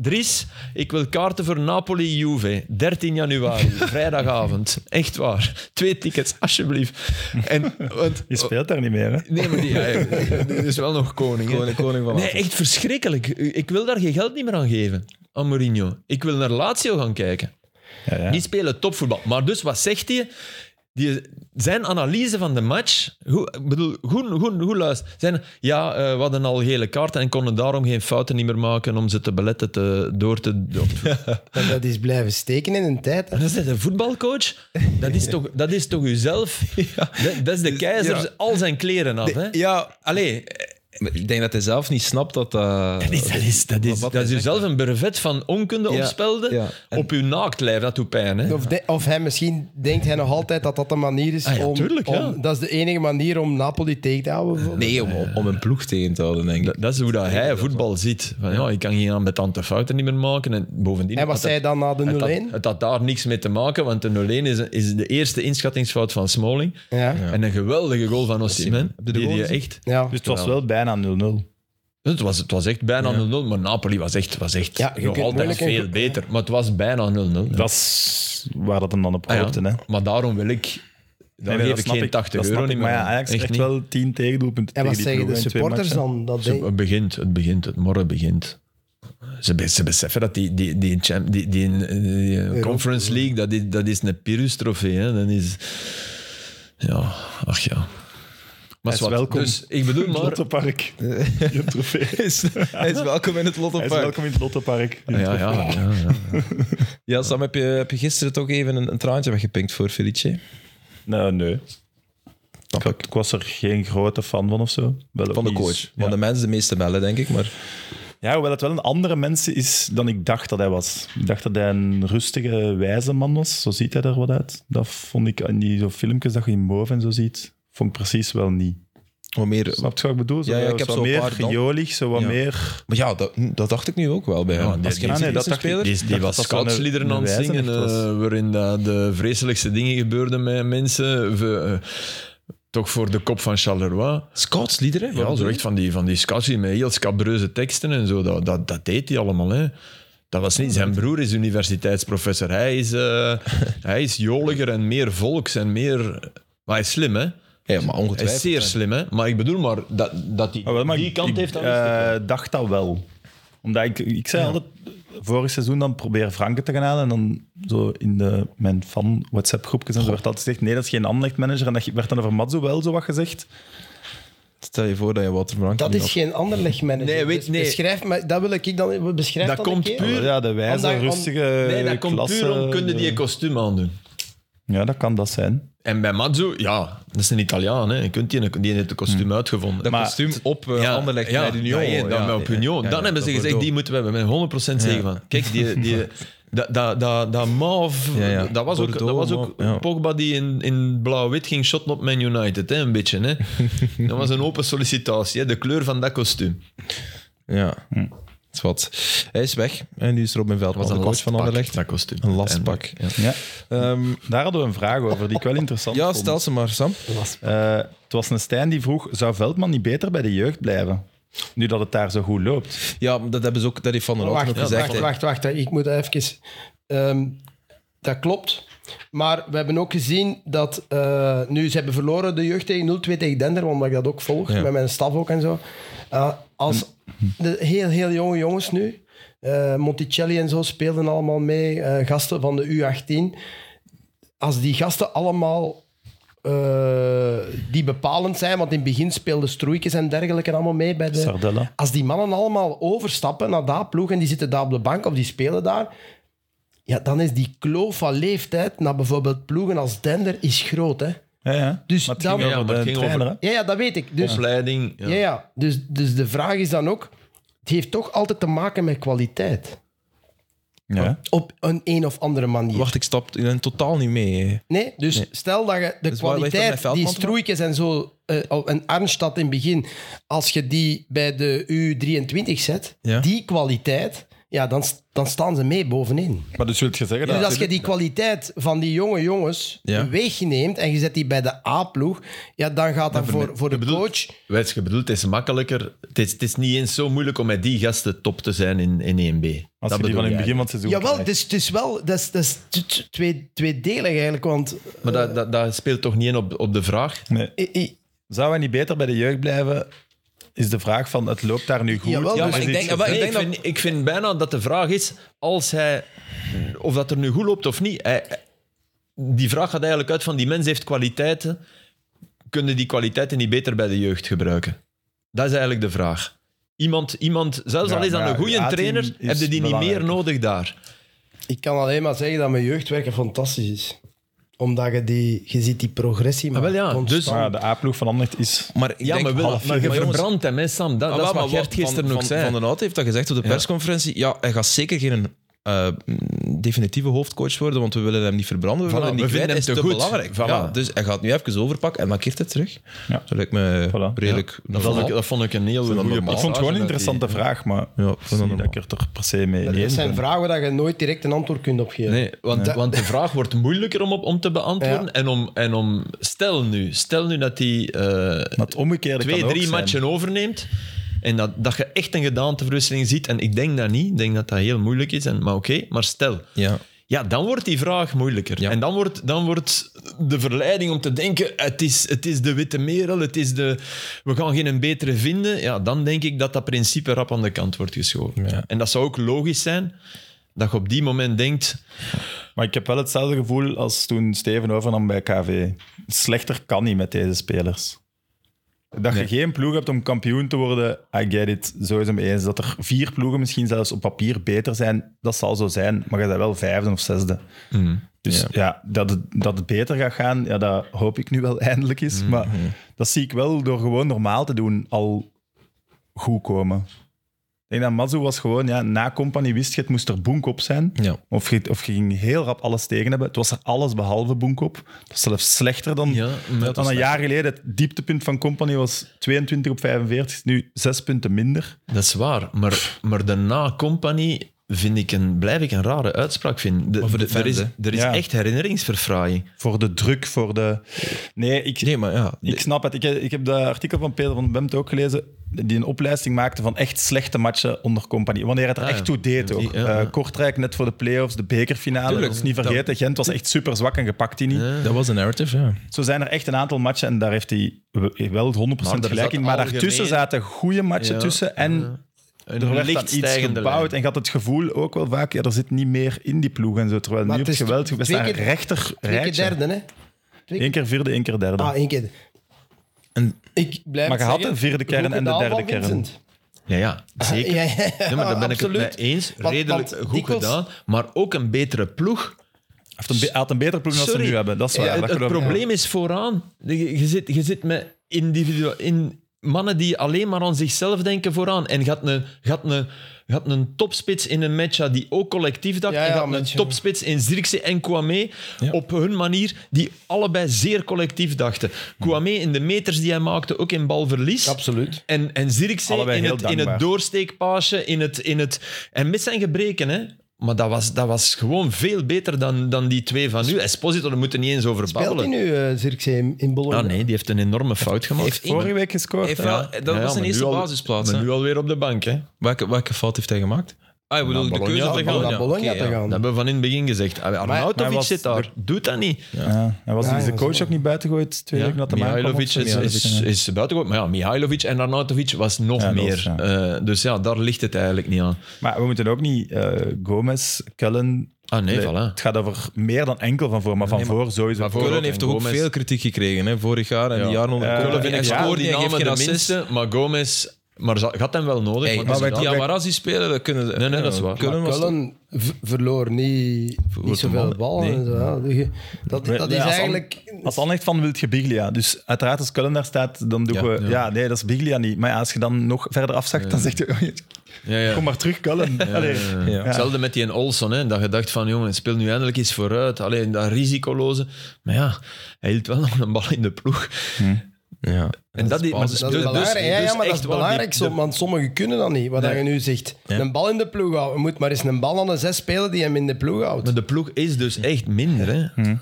[SPEAKER 4] Dries, ik wil kaarten voor Napoli-Juve. 13 januari, [LAUGHS] vrijdagavond. Echt waar. Twee tickets, alsjeblieft. En, want,
[SPEAKER 3] Je speelt daar niet meer, hè?
[SPEAKER 4] nee, maar die, ja, ja, die is wel nog koning. hè.
[SPEAKER 1] Koning, koning van
[SPEAKER 4] Nee, echt verschrikkelijk. Ik wil daar geen geld niet meer aan geven, aan Mourinho. Ik wil naar Lazio gaan kijken.
[SPEAKER 3] Ja, ja.
[SPEAKER 4] Die spelen topvoetbal. Maar dus, wat zegt hij? Die, zijn analyse van de match... Hoe, ik bedoel, goed, goed, goed luisteren. Zijn, ja, eh, we hadden al gele kaarten en konden daarom geen fouten niet meer maken om ze te beletten te, door te...
[SPEAKER 2] En dat is blijven steken in een tijd. hè.
[SPEAKER 4] Dat is net een voetbalcoach? Dat is toch, dat is toch uzelf? Dat, dat is de keizer
[SPEAKER 1] ja.
[SPEAKER 4] al zijn kleren af, hè?
[SPEAKER 1] Ja, allee. eh, Ik denk dat hij zelf niet snapt dat eh, dat...
[SPEAKER 4] Dat is, dat is, dat is,
[SPEAKER 1] Wat
[SPEAKER 4] dat is
[SPEAKER 1] hij
[SPEAKER 4] uzelf een brevet van onkunde
[SPEAKER 1] Ja,
[SPEAKER 4] opspelden
[SPEAKER 1] ja.
[SPEAKER 4] op uw naaktlijf. Dat doet pijn, hè?
[SPEAKER 2] Of, de- of hij misschien denkt hij nog altijd dat dat de manier is
[SPEAKER 4] Ah ja,
[SPEAKER 2] om,
[SPEAKER 4] tuurlijk, ja.
[SPEAKER 2] om- Dat is de enige manier om Napoli tegen te houden. bijvoorbeeld.
[SPEAKER 1] Nee, om, om een ploeg tegen te houden, denk ik.
[SPEAKER 4] Dat, dat is hoe dat hij voetbal ziet. Van, ja, ik kan geen ambetante fouten niet meer maken. En bovendien...
[SPEAKER 2] En wat
[SPEAKER 4] had
[SPEAKER 2] zei hij
[SPEAKER 4] het-
[SPEAKER 2] dan na de 0-1?
[SPEAKER 4] het had, het had daar niks mee te maken, want de 0-1 is, is de eerste inschattingsfout van Smalling.
[SPEAKER 2] Ja.
[SPEAKER 4] En een geweldige goal van Osimhen.
[SPEAKER 1] je de
[SPEAKER 4] Die,
[SPEAKER 1] goal
[SPEAKER 4] die
[SPEAKER 1] gezien?
[SPEAKER 4] echt...
[SPEAKER 2] Ja.
[SPEAKER 3] Dus het was wel bijna 0-0.
[SPEAKER 4] Het was, het was echt bijna 0-0, maar Napoli was echt, was echt
[SPEAKER 2] Ja, je
[SPEAKER 4] nog
[SPEAKER 2] kunt
[SPEAKER 4] altijd
[SPEAKER 2] moeilijk een
[SPEAKER 4] veel
[SPEAKER 2] go-
[SPEAKER 4] beter. Maar het was bijna 0-0.
[SPEAKER 3] Dat is waar dat hem dan op
[SPEAKER 4] Ah ja,
[SPEAKER 3] hoopte, hè?
[SPEAKER 4] Maar daarom wil ik... Dan
[SPEAKER 3] Nee, nee,
[SPEAKER 4] geef
[SPEAKER 3] dat
[SPEAKER 4] ik
[SPEAKER 3] snap
[SPEAKER 4] geen 80
[SPEAKER 3] dat snap
[SPEAKER 4] euro
[SPEAKER 3] ik.
[SPEAKER 4] niet meer.
[SPEAKER 3] Maar ja,
[SPEAKER 4] aan.
[SPEAKER 3] Ajax
[SPEAKER 4] Echt
[SPEAKER 3] echt
[SPEAKER 4] niet.
[SPEAKER 3] wel 10 tegendoelpunten
[SPEAKER 2] En
[SPEAKER 3] tegen
[SPEAKER 2] wat
[SPEAKER 3] die
[SPEAKER 2] zeggen de
[SPEAKER 3] ploegen in twee
[SPEAKER 2] supporters
[SPEAKER 3] [LAUGHS] matchen.
[SPEAKER 2] dan? Dat
[SPEAKER 4] Ze-
[SPEAKER 2] denk-
[SPEAKER 4] Het begint, het begint, het morgen begint. Ze, be- ze beseffen dat die, die, die, champ, die, die, eh, die, eh, Conference League, dat is, dat is een Pyrrhus-trofee. hè. Dat is... Ja, ach ja. Maar
[SPEAKER 3] is
[SPEAKER 4] zwart.
[SPEAKER 3] welkom.
[SPEAKER 4] Dus ik bedoel maar...
[SPEAKER 3] Lottepark. Je trofee.
[SPEAKER 1] [LAUGHS] Hij is, hij is welkom in het
[SPEAKER 3] Hij is
[SPEAKER 1] Lottopark.
[SPEAKER 3] welkom in het Lottepark.
[SPEAKER 4] Ja, Ah ja, ja, ja.
[SPEAKER 1] Ja, Sam, heb je, heb je gisteren toch even een, een traantje weggepinkt voor Felice?
[SPEAKER 3] Nou, nee. Ik, had- ik was er geen grote fan van of zo. Wel ook
[SPEAKER 1] Van de
[SPEAKER 3] niet-
[SPEAKER 1] coach. Van
[SPEAKER 3] Ja.
[SPEAKER 1] de mensen, de meeste bellen, denk ik. Maar
[SPEAKER 3] Ja, hoewel het wel een andere mens is dan ik dacht dat hij was. Ik dacht dat hij een rustige, wijze man was. Zo ziet hij er wat uit. Dat vond ik in die zo filmpjes dat je in boven en zo ziet, vond ik precies wel niet.
[SPEAKER 1] hoe meer...
[SPEAKER 3] Snap je wat ik bedoel? Zo,
[SPEAKER 1] Ja, ja, ik
[SPEAKER 3] zo
[SPEAKER 1] heb
[SPEAKER 3] wat
[SPEAKER 1] zo een
[SPEAKER 3] meer
[SPEAKER 1] paar dan-
[SPEAKER 3] jolig, zo wat
[SPEAKER 1] Ja.
[SPEAKER 3] meer...
[SPEAKER 1] Maar ja, dat, dat dacht ik nu ook wel bij hem.
[SPEAKER 4] Ja,
[SPEAKER 1] Als
[SPEAKER 4] nee,
[SPEAKER 1] je
[SPEAKER 4] nee,
[SPEAKER 1] een
[SPEAKER 3] nee, dat
[SPEAKER 1] eerste
[SPEAKER 3] dacht ik
[SPEAKER 1] speler...
[SPEAKER 4] Die, die
[SPEAKER 3] Dat
[SPEAKER 4] was
[SPEAKER 3] dat wel een-
[SPEAKER 4] scoutsliederen
[SPEAKER 3] een
[SPEAKER 4] aan het
[SPEAKER 3] wijze
[SPEAKER 4] zingen,
[SPEAKER 3] echt was.
[SPEAKER 4] eh, waarin dat de vreselijkste dingen gebeurden met mensen. v- eh, toch voor de kop van Charleroi.
[SPEAKER 1] Scoutsliederen? Wat
[SPEAKER 4] Ja,
[SPEAKER 1] bedoel
[SPEAKER 4] zo
[SPEAKER 1] je?
[SPEAKER 4] echt van die, van die scouts met heel scabreuze teksten en zo. Dat, dat, dat deed hij allemaal, hè. Dat was niet... Zijn broer is universiteitsprofessor. Hij
[SPEAKER 3] [LAUGHS]
[SPEAKER 4] is, eh, hij is joliger en meer volks en meer... Maar hij is slim, hè.
[SPEAKER 1] Ja, maar
[SPEAKER 4] Hij is
[SPEAKER 1] ongetwijfeld.
[SPEAKER 4] zeer slim, hè. Maar ik bedoel maar dat, dat die,
[SPEAKER 3] Ah, wel, maar
[SPEAKER 4] die
[SPEAKER 3] ik-
[SPEAKER 4] kant
[SPEAKER 3] ik,
[SPEAKER 4] heeft... Dat
[SPEAKER 3] eh, dacht dat wel. Omdat ik, ik zei altijd, vorig seizoen dan probeer Franken te gaan halen. En dan zo in de, mijn fan WhatsApp groepjes en zo werd altijd gezegd, nee, dat is geen Anderlecht manager. En dat werd dan over Matzo wel zo wat gezegd.
[SPEAKER 1] Stel je voor dat je Walter Frank
[SPEAKER 2] Dat
[SPEAKER 1] niet
[SPEAKER 2] is
[SPEAKER 1] had.
[SPEAKER 2] geen ander legmanager.
[SPEAKER 4] Nee, weet-
[SPEAKER 2] Dus
[SPEAKER 4] nee.
[SPEAKER 2] Beschrijf, maar dat wil ik dan beschrijf
[SPEAKER 4] Dat
[SPEAKER 2] dan
[SPEAKER 4] komt
[SPEAKER 2] een keer.
[SPEAKER 4] puur-
[SPEAKER 3] Ja, de wijze,
[SPEAKER 2] Omdat- om-
[SPEAKER 3] rustige
[SPEAKER 4] nee, dat komt
[SPEAKER 3] eh, klasse, eh.
[SPEAKER 4] puur om kunnen die
[SPEAKER 3] de-
[SPEAKER 4] een kostuum aandoen.
[SPEAKER 3] Ja, dat kan dat zijn.
[SPEAKER 4] En bij Mazzu, ja, dat is een Italiaan. Hè. Je kunt die, die heeft het kostuum uitgevonden.
[SPEAKER 1] Hmm. Dat
[SPEAKER 3] Maar-
[SPEAKER 1] kostuum op eh,
[SPEAKER 4] ja,
[SPEAKER 1] Anderlecht
[SPEAKER 4] ja,
[SPEAKER 1] bij Union.
[SPEAKER 4] nee, dan
[SPEAKER 1] ja,
[SPEAKER 4] op
[SPEAKER 1] ja,
[SPEAKER 4] Union.
[SPEAKER 1] ja,
[SPEAKER 4] dan
[SPEAKER 1] ja,
[SPEAKER 4] hebben ze
[SPEAKER 1] dat
[SPEAKER 4] gezegd,
[SPEAKER 1] Bordeaux.
[SPEAKER 4] die moeten we hebben. Met 100% zeggen van, kijk,
[SPEAKER 1] [LAUGHS]
[SPEAKER 4] die, die, dat, dat, dat, dat mauve,
[SPEAKER 1] Ja, ja.
[SPEAKER 4] dat was ook, dat
[SPEAKER 1] Bordeaux,
[SPEAKER 4] was ook
[SPEAKER 1] mauve, ja.
[SPEAKER 4] Pogba die in, in blauw-wit ging shotten op Man United, hè, een beetje.
[SPEAKER 1] [LAUGHS]
[SPEAKER 4] Hè. dat was een open sollicitatie, hè, de kleur van dat kostuum.
[SPEAKER 1] Ja, het is wat. Hij is weg en nu is Robin Veldman
[SPEAKER 4] Hm. Dat
[SPEAKER 1] de
[SPEAKER 4] was
[SPEAKER 1] coach
[SPEAKER 4] een
[SPEAKER 1] van
[SPEAKER 4] lastpak,
[SPEAKER 1] Anderlecht.
[SPEAKER 4] dat kostuum.
[SPEAKER 1] Een lastpak. Ja.
[SPEAKER 3] Ja.
[SPEAKER 1] Ehm,
[SPEAKER 3] Daar hadden we een vraag over die ik wel interessant
[SPEAKER 1] ja,
[SPEAKER 3] vond.
[SPEAKER 1] stel ze maar, Sam.
[SPEAKER 3] Eh, het was een Stijn die vroeg, zou Veldman niet beter bij de jeugd blijven? Nu dat het daar zo goed loopt.
[SPEAKER 1] Ja, dat hebben ze ook, dat heeft Van der Houten
[SPEAKER 2] Wacht,
[SPEAKER 1] ook
[SPEAKER 2] wacht,
[SPEAKER 1] gezegd.
[SPEAKER 2] wacht,
[SPEAKER 1] hè.
[SPEAKER 2] wacht, wacht, Ik moet even... Ehm, dat klopt. Maar we hebben ook gezien dat... eh, nu, ze hebben verloren de jeugd tegen 0-2 tegen Dender, omdat ik dat ook volg,
[SPEAKER 1] Ja.
[SPEAKER 2] met mijn staf ook en zo. Eh, als de heel, heel jonge jongens nu, eh, Monticelli en zo, speelden allemaal mee, eh, gasten van de U18. Als die gasten allemaal eh, die bepalend zijn, want in het begin speelden Stroeikens en dergelijke allemaal mee bij de...
[SPEAKER 3] Sardella.
[SPEAKER 2] Als die mannen allemaal overstappen naar dat ploeg en die zitten daar op de bank of die spelen daar, ja, dan is die kloof van leeftijd naar bijvoorbeeld ploegen als Dender is groot. Hè?
[SPEAKER 3] Ja, ja.
[SPEAKER 2] Dus
[SPEAKER 3] maar het
[SPEAKER 2] dan-
[SPEAKER 3] ging
[SPEAKER 4] Ja,
[SPEAKER 3] over
[SPEAKER 4] maar
[SPEAKER 3] de
[SPEAKER 4] het ging over-
[SPEAKER 3] trainer, hè?
[SPEAKER 2] Ja, ja dat weet ik. Dus, ja.
[SPEAKER 4] Opleiding. Ja.
[SPEAKER 2] Ja, Dus, dus de vraag is dan ook, het heeft toch altijd te maken met kwaliteit.
[SPEAKER 3] Ja.
[SPEAKER 2] Op een een of andere manier.
[SPEAKER 1] Wacht, ik stap in totaal niet mee. hè.
[SPEAKER 2] Nee, dus stel dat je de
[SPEAKER 1] Dus waar ligt dat met
[SPEAKER 2] kwaliteit,
[SPEAKER 1] Veldman
[SPEAKER 2] die
[SPEAKER 1] te maken?
[SPEAKER 2] stroeikens en zo, eh, al- en Arnstad in het begin, als je die bij de U23 zet,
[SPEAKER 1] Ja.
[SPEAKER 2] die kwaliteit, ja, dan, s- dan staan ze mee bovenin.
[SPEAKER 3] Maar dus wil je zeggen dat...
[SPEAKER 2] dus als je die kwaliteit van die jonge jongens
[SPEAKER 1] Ja.
[SPEAKER 2] wegneemt en je zet die bij de A-ploeg, ja, dan gaat dat voor, voor de coach...
[SPEAKER 4] Weet je bedoelt, het is makkelijker. Het is, het is niet eens zo moeilijk om met die gasten top te zijn in, in 1B.
[SPEAKER 3] Als
[SPEAKER 4] dat
[SPEAKER 3] je die van in het
[SPEAKER 4] bedoel
[SPEAKER 3] begin
[SPEAKER 4] jij.
[SPEAKER 3] van het seizoen
[SPEAKER 2] Jawel, het
[SPEAKER 3] krijgt.
[SPEAKER 2] is, het is wel dat is, dat is t- t- twee, tweedelig eigenlijk, want...
[SPEAKER 4] Maar dat, dat, dat speelt toch niet in op, op de vraag?
[SPEAKER 3] Nee.
[SPEAKER 2] i- i-
[SPEAKER 3] Zou hij niet beter bij de jeugd blijven? Is de vraag van, het loopt daar nu goed.
[SPEAKER 2] Jawel,
[SPEAKER 3] Er
[SPEAKER 2] dus
[SPEAKER 3] is
[SPEAKER 1] ik
[SPEAKER 3] iets
[SPEAKER 1] denk- maar
[SPEAKER 4] Nee, ik,
[SPEAKER 1] dat-
[SPEAKER 4] vind, ik vind bijna dat de vraag is, als hij, of dat er nu goed loopt of niet, hij- die vraag gaat eigenlijk uit van die mens heeft kwaliteiten, kunnen die kwaliteiten niet beter bij de jeugd gebruiken? Dat is eigenlijk de vraag. Iemand, iemand zelfs
[SPEAKER 3] Ja,
[SPEAKER 4] al is dat
[SPEAKER 3] maar
[SPEAKER 4] een
[SPEAKER 3] ja,
[SPEAKER 4] goede
[SPEAKER 3] A-team
[SPEAKER 4] trainer,
[SPEAKER 3] is
[SPEAKER 4] heb je die niet meer
[SPEAKER 3] belangrijker.
[SPEAKER 4] nodig daar.
[SPEAKER 2] Ik kan alleen maar zeggen dat mijn jeugdwerken fantastisch is. Omdat je, die, je ziet die progressie maar
[SPEAKER 4] wel ja,
[SPEAKER 2] constant.
[SPEAKER 4] dus-
[SPEAKER 3] Maar ja, de A-ploeg van Anderlecht is...
[SPEAKER 1] Maar ik
[SPEAKER 4] Ja,
[SPEAKER 1] denk,
[SPEAKER 4] maar, wel,
[SPEAKER 1] half-
[SPEAKER 4] maar je
[SPEAKER 1] maar jongens,
[SPEAKER 4] verbrandt hem, hè, Sam. Dat,
[SPEAKER 1] Ah,
[SPEAKER 4] dat
[SPEAKER 1] wel,
[SPEAKER 4] is
[SPEAKER 1] maar
[SPEAKER 4] wat Gert
[SPEAKER 1] wat Van-
[SPEAKER 4] gisteren
[SPEAKER 1] van,
[SPEAKER 4] nog zei.
[SPEAKER 1] Van den Houten heeft dat gezegd op de persconferentie. Ja, hij gaat zeker geen eh, definitieve hoofdcoach worden, want we willen hem niet verbranden. We
[SPEAKER 4] Voilà,
[SPEAKER 1] willen hem
[SPEAKER 4] we
[SPEAKER 1] niet
[SPEAKER 4] vinden
[SPEAKER 1] kwijt. Hij is
[SPEAKER 4] hem
[SPEAKER 1] te
[SPEAKER 4] te goed.
[SPEAKER 1] belangrijk.
[SPEAKER 4] Voilà.
[SPEAKER 1] Ja, dus hij gaat nu even overpakken en markeert het terug.
[SPEAKER 3] Ja.
[SPEAKER 1] Dat lijkt me
[SPEAKER 3] Voilà.
[SPEAKER 1] redelijk
[SPEAKER 4] dat, vond
[SPEAKER 1] normaal.
[SPEAKER 4] ik, dat vond ik een heel
[SPEAKER 1] dat
[SPEAKER 4] goede
[SPEAKER 1] normaal?
[SPEAKER 3] Ik vond het gewoon een interessante vraag, maar
[SPEAKER 1] Ja,
[SPEAKER 3] ik zie
[SPEAKER 1] normaal.
[SPEAKER 3] dat ik er toch per se mee
[SPEAKER 2] Dat
[SPEAKER 3] niet eens
[SPEAKER 2] zijn
[SPEAKER 3] ben.
[SPEAKER 2] vragen waar je nooit direct een antwoord kunt op geven.
[SPEAKER 4] Nee, want, want de vraag wordt moeilijker om, op, om te beantwoorden.
[SPEAKER 2] Ja.
[SPEAKER 4] En, om, en om, stel nu, stel nu dat hij eh,
[SPEAKER 3] Maar het omgekeerde
[SPEAKER 4] twee,
[SPEAKER 3] kan ook
[SPEAKER 4] drie
[SPEAKER 3] zijn.
[SPEAKER 4] matchen overneemt. En dat, dat je echt een gedaanteverwisseling ziet. En ik denk dat niet. Ik denk dat dat heel moeilijk is. En, maar oké, maar stel.
[SPEAKER 1] Ja.
[SPEAKER 4] Ja, dan wordt die vraag moeilijker.
[SPEAKER 1] Ja.
[SPEAKER 4] En dan wordt, dan wordt de verleiding om te denken: het is, het is de witte merel, het is de, we gaan geen betere vinden. Ja, dan denk ik dat dat principe rap aan de kant wordt geschoven.
[SPEAKER 1] Ja.
[SPEAKER 4] En dat zou ook logisch zijn dat je op die moment denkt:
[SPEAKER 3] Maar ik heb wel hetzelfde gevoel als toen Steven overnam bij KV. Slechter kan niet met deze spelers. Dat je geen ploeg hebt om kampioen te worden, I get it. Zo is het mee eens. Dat er vier ploegen misschien zelfs op papier beter zijn, dat zal zo zijn. Maar je bent wel vijfde of zesde. Dus ja, dat, het, dat het beter gaat gaan, ja, dat hoop ik nu wel [LAUGHS] eindelijk is. Maar dat zie ik wel door gewoon normaal te doen al goed komen. Ik denk dat Mazzu was gewoon, ja, na Company wist je, het moest er boenk op zijn.
[SPEAKER 1] Ja.
[SPEAKER 3] Of je, of je ging heel rap alles tegen hebben. Het was er alles behalve Boenkop. Dat was zelfs slechter dan,
[SPEAKER 4] Ja, maar het
[SPEAKER 3] dan
[SPEAKER 4] was
[SPEAKER 3] een jaar geleden. Het dieptepunt van Company was 22 op 45, is nu zes punten minder.
[SPEAKER 4] dat is waar, maar, maar de na-compagnie vind ik een, blijf ik een rare uitspraak vinden. De-
[SPEAKER 1] Maar voor de
[SPEAKER 4] er is,
[SPEAKER 1] fans,
[SPEAKER 4] er is
[SPEAKER 3] Ja.
[SPEAKER 4] echt herinneringsverfraaiing.
[SPEAKER 3] Voor de druk, voor de... Nee, ik,
[SPEAKER 1] Nee, maar ja.
[SPEAKER 3] ik snap het. Ik, ik heb dat artikel van Peter van Bemt ook gelezen, die een opleiding maakte van echt slechte matchen onder Company. Wanneer het er
[SPEAKER 4] Ah,
[SPEAKER 3] echt
[SPEAKER 4] ja.
[SPEAKER 3] toe deed ook.
[SPEAKER 4] Ja, ja.
[SPEAKER 3] Eh, Kortrijk net voor de play-offs, de bekerfinale.
[SPEAKER 1] Tuurlijk.
[SPEAKER 3] dat is niet vergeten. Gent was echt super zwak en gepakt die niet.
[SPEAKER 4] Eh.
[SPEAKER 1] Dat was een narrative, ja.
[SPEAKER 3] Zo zijn er echt een aantal matchen en daar heeft hij wel 100%
[SPEAKER 4] Maar
[SPEAKER 3] gelijk
[SPEAKER 4] er zat
[SPEAKER 3] in. Maar
[SPEAKER 4] algemeen-
[SPEAKER 3] daartussen zaten goede matchen
[SPEAKER 4] Ja,
[SPEAKER 3] tussen en er werd dan
[SPEAKER 4] licht
[SPEAKER 3] iets
[SPEAKER 4] stijgende
[SPEAKER 3] gebouwd. En
[SPEAKER 4] lijn.
[SPEAKER 3] gaat het gevoel ook wel vaak, ja, er zit niet meer in die ploeg en zo. Terwijl
[SPEAKER 2] Maar
[SPEAKER 3] nu
[SPEAKER 2] het
[SPEAKER 3] op
[SPEAKER 2] is
[SPEAKER 3] geweld, we
[SPEAKER 2] twee
[SPEAKER 3] staan
[SPEAKER 2] keer-
[SPEAKER 3] rechter
[SPEAKER 2] Twee keer
[SPEAKER 3] rijtje.
[SPEAKER 2] derde, hè?
[SPEAKER 3] Eén keer vierde, één keer derde.
[SPEAKER 2] Ah, één keer.
[SPEAKER 1] En-
[SPEAKER 2] ik blijf
[SPEAKER 3] Maar je had
[SPEAKER 2] zeggen,
[SPEAKER 3] de vierde kern
[SPEAKER 2] grote
[SPEAKER 3] en de
[SPEAKER 2] daal
[SPEAKER 3] derde
[SPEAKER 2] van
[SPEAKER 3] kern.
[SPEAKER 2] Vincent.
[SPEAKER 4] Ja, ja, zeker.
[SPEAKER 2] Ja, ja,
[SPEAKER 4] Ja, maar daar ben ik het
[SPEAKER 2] absoluut.
[SPEAKER 4] mee eens.
[SPEAKER 2] Want-
[SPEAKER 4] Redelijk
[SPEAKER 2] want
[SPEAKER 4] goed
[SPEAKER 2] dikwijls-
[SPEAKER 4] gedaan. Maar ook een betere ploeg
[SPEAKER 3] heeft een, be- hij had een betere ploeg dan ze
[SPEAKER 4] Sorry.
[SPEAKER 3] nu hebben. Dat is waar.
[SPEAKER 4] het
[SPEAKER 3] dat
[SPEAKER 4] het
[SPEAKER 3] geloof ik.
[SPEAKER 4] probleem is vooraan. Je, je zit, je zit met individuen, in mannen die alleen maar aan zichzelf denken vooraan. En gaat een, gaat een, gaat een topspits in een matcha die ook collectief dacht.
[SPEAKER 2] Ja,
[SPEAKER 4] en
[SPEAKER 2] ja,
[SPEAKER 4] gaat een
[SPEAKER 2] matcha.
[SPEAKER 4] topspits in Zirkse en Kwame op hun manier, die allebei zeer collectief dachten. Kwame in de meters die hij maakte, ook in balverlies.
[SPEAKER 2] Absoluut.
[SPEAKER 4] En, en Zirkzee
[SPEAKER 3] Allebei
[SPEAKER 4] in
[SPEAKER 3] heel
[SPEAKER 4] het, in
[SPEAKER 3] dankbaar.
[SPEAKER 4] het doorsteekpaasje, in het, in het... En met zijn gebreken, hè. Maar dat was, dat was gewoon veel beter dan, dan die twee van nu. Esposito, daar moeten we niet eens over
[SPEAKER 2] Speelt hij
[SPEAKER 4] babbelen.
[SPEAKER 2] nu eh Zirkzee in- in Bologna?
[SPEAKER 4] Ah nee, die heeft een enorme fout gemaakt.
[SPEAKER 1] Heeft
[SPEAKER 3] Vorige week gescoord.
[SPEAKER 1] Heeft
[SPEAKER 3] hè?
[SPEAKER 1] wel-
[SPEAKER 4] Ja.
[SPEAKER 1] dat
[SPEAKER 4] Ja,
[SPEAKER 1] was
[SPEAKER 4] maar
[SPEAKER 1] zijn
[SPEAKER 4] nu
[SPEAKER 1] eerste
[SPEAKER 4] al-
[SPEAKER 1] basisplaats.
[SPEAKER 4] maar
[SPEAKER 1] hè.
[SPEAKER 4] nu alweer op de bank, hè.
[SPEAKER 1] Welke, welke fout heeft hij gemaakt? Ah, ik bedoel,
[SPEAKER 4] Naar
[SPEAKER 1] de
[SPEAKER 4] Bologna
[SPEAKER 1] keuze
[SPEAKER 4] te
[SPEAKER 1] te
[SPEAKER 4] gaan,
[SPEAKER 1] gaan.
[SPEAKER 2] Om naar Bologna
[SPEAKER 1] Oké,
[SPEAKER 2] te
[SPEAKER 1] ja.
[SPEAKER 2] gaan.
[SPEAKER 4] Dat hebben we van in het begin gezegd. Ah,
[SPEAKER 3] maar
[SPEAKER 4] Arnautovic
[SPEAKER 3] was-
[SPEAKER 4] zit daar. Doet dat niet.
[SPEAKER 3] Ja. En was
[SPEAKER 2] Ja,
[SPEAKER 3] die
[SPEAKER 2] ja,
[SPEAKER 3] de coach ook niet buiten gegooid twee
[SPEAKER 4] Ja,
[SPEAKER 3] weken na de
[SPEAKER 4] Mihailovic is, is, is buitengewoon. Maar ja, Mihailovic en Arnautovic was nog
[SPEAKER 3] Ja, dat
[SPEAKER 4] meer.
[SPEAKER 3] was, ja.
[SPEAKER 4] Eh, dus ja, daar ligt het eigenlijk niet aan.
[SPEAKER 3] Maar we moeten ook niet eh, Gomez, Cullen...
[SPEAKER 4] Ah nee,
[SPEAKER 3] Nee,
[SPEAKER 4] voilà.
[SPEAKER 3] Het gaat over meer dan enkel van voor, maar van voor sowieso.
[SPEAKER 4] Maar voor-
[SPEAKER 3] Cullen-
[SPEAKER 1] Cullen heeft toch ook
[SPEAKER 4] Gomez.
[SPEAKER 1] veel kritiek gekregen hè, vorig jaar en
[SPEAKER 4] Ja.
[SPEAKER 1] die jaar onder
[SPEAKER 3] Ja.
[SPEAKER 1] Cullen. Hij
[SPEAKER 3] Cullen vind ik-
[SPEAKER 1] scoort
[SPEAKER 4] die
[SPEAKER 1] niet, hij geeft
[SPEAKER 4] namen
[SPEAKER 1] geen
[SPEAKER 4] de
[SPEAKER 1] assist.
[SPEAKER 4] minste, maar Gomez... Maar ze- gaat hem wel nodig.
[SPEAKER 1] Hey,
[SPEAKER 4] want
[SPEAKER 1] als
[SPEAKER 4] dat
[SPEAKER 1] we
[SPEAKER 4] is
[SPEAKER 1] die
[SPEAKER 4] inderdaad-
[SPEAKER 1] Amarazzi spelen, dan kunnen ze...
[SPEAKER 4] Nee, nee, dat is waar.
[SPEAKER 1] Cullen was toch-
[SPEAKER 2] Cullen v- verloor niet, niet zoveel
[SPEAKER 1] man.
[SPEAKER 2] ballen.
[SPEAKER 1] Nee.
[SPEAKER 2] en zo, ja. Die- Dat, dat
[SPEAKER 3] Ja,
[SPEAKER 2] is
[SPEAKER 3] als
[SPEAKER 2] eigenlijk...
[SPEAKER 3] An- Als Anlecht van wilt je Biglia. Dus uiteraard als Cullen daar staat, dan doen
[SPEAKER 1] Ja,
[SPEAKER 3] we... Ja. nee, dat is Biglia niet. Maar ja, als je dan nog verder afzakt, dan zegt je... "Oh,
[SPEAKER 4] Ja, ja.
[SPEAKER 3] Kom maar terug, Cullen. Allee.
[SPEAKER 1] Ja.
[SPEAKER 4] Hetzelfde met die in Olson, hè, dat je dacht van, jongen, speel nu eindelijk eens vooruit. Alleen dat risicoloze. Maar ja, hij hield wel [LAUGHS] nog een bal in de ploeg.
[SPEAKER 1] Ja.
[SPEAKER 4] En dat, is maar dus-
[SPEAKER 2] Dat is belangrijk, ja, ja, maar dat is belangrijk, zo, want sommigen kunnen dat niet, wat je nu zegt. Een bal in de ploeg houden, moet maar eens een bal aan een zes spelen die hem in de ploeg houdt.
[SPEAKER 4] maar de ploeg is dus echt minder. Hè.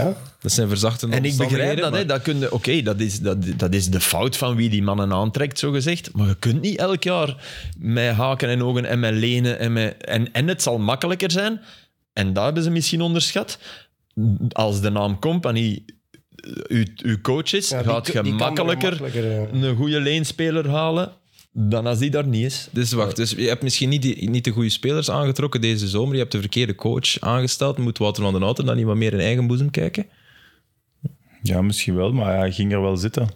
[SPEAKER 2] Ja.
[SPEAKER 1] Dat zijn verzachtende
[SPEAKER 4] En ik begrijp
[SPEAKER 1] omstandigheden,
[SPEAKER 4] dat.
[SPEAKER 1] maar-
[SPEAKER 4] hè, dat kun je- Oké, dat, is, dat, dat is de fout van wie die mannen aantrekt, zogezegd. Maar je kunt niet elk jaar met haken en ogen en met lenen. En, met, en, en het zal makkelijker zijn. En daar hebben ze misschien onderschat. Als de naam Company eh, uw, uw coach is,
[SPEAKER 2] Ja, die
[SPEAKER 4] gaat
[SPEAKER 2] kun-
[SPEAKER 4] je
[SPEAKER 2] die kan er eh,
[SPEAKER 4] makkelijker,
[SPEAKER 2] makkelijker,
[SPEAKER 4] een goede leenspeler halen dan als die daar niet is.
[SPEAKER 1] Dus wacht, dus je hebt misschien niet, die- niet de goede spelers aangetrokken deze zomer. Je hebt de verkeerde coach aangesteld. Moet Wouter van den Houten dan niet wat meer in eigen boezem kijken?
[SPEAKER 3] Ja, misschien wel, maar hij ging er wel zitten.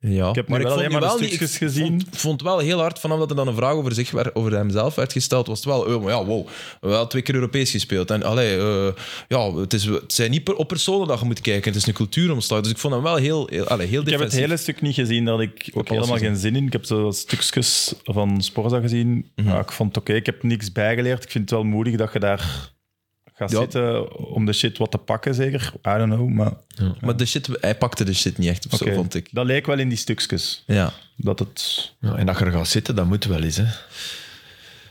[SPEAKER 1] Ja,
[SPEAKER 3] Ik heb nu
[SPEAKER 1] maar
[SPEAKER 3] wel
[SPEAKER 1] ik
[SPEAKER 3] alleen
[SPEAKER 1] vond
[SPEAKER 3] maar
[SPEAKER 1] nu
[SPEAKER 3] de
[SPEAKER 1] wel niet-
[SPEAKER 3] stukjes
[SPEAKER 1] ik
[SPEAKER 3] gezien.
[SPEAKER 1] Vond, vond wel heel hard vanaf dat er dan een vraag over, zich, werd- over hemzelf werd gesteld. Was het wel, eh, maar ja, wow, wel twee keer Europees gespeeld. En allee, eh, ja, het, is, het zijn niet per, op personen dat je moet kijken. Het is een cultuuromslag. Dus ik vond hem wel heel, heel, allee, heel
[SPEAKER 3] Ik heb het
[SPEAKER 1] defensief.
[SPEAKER 3] hele stuk niet gezien, dat ik ook helemaal
[SPEAKER 1] alles
[SPEAKER 3] geen zin in. Ik heb zo stukjes van Sporza gezien.
[SPEAKER 1] Mhm.
[SPEAKER 3] Ja, ik vond het oké, ik heb niks bijgeleerd. Ik vind het wel moedig dat je daar gaat
[SPEAKER 1] Ja.
[SPEAKER 3] zitten om de shit wat te pakken, zeker. I don't know, maar...
[SPEAKER 1] Maar de shit, hij pakte de shit niet echt, of
[SPEAKER 3] oké.
[SPEAKER 1] zo vond ik.
[SPEAKER 3] Dat leek wel in die stukjes.
[SPEAKER 1] Ja,
[SPEAKER 3] Dat het...
[SPEAKER 4] Ja, en dat je er gaat zitten, dat moet wel eens. Hè.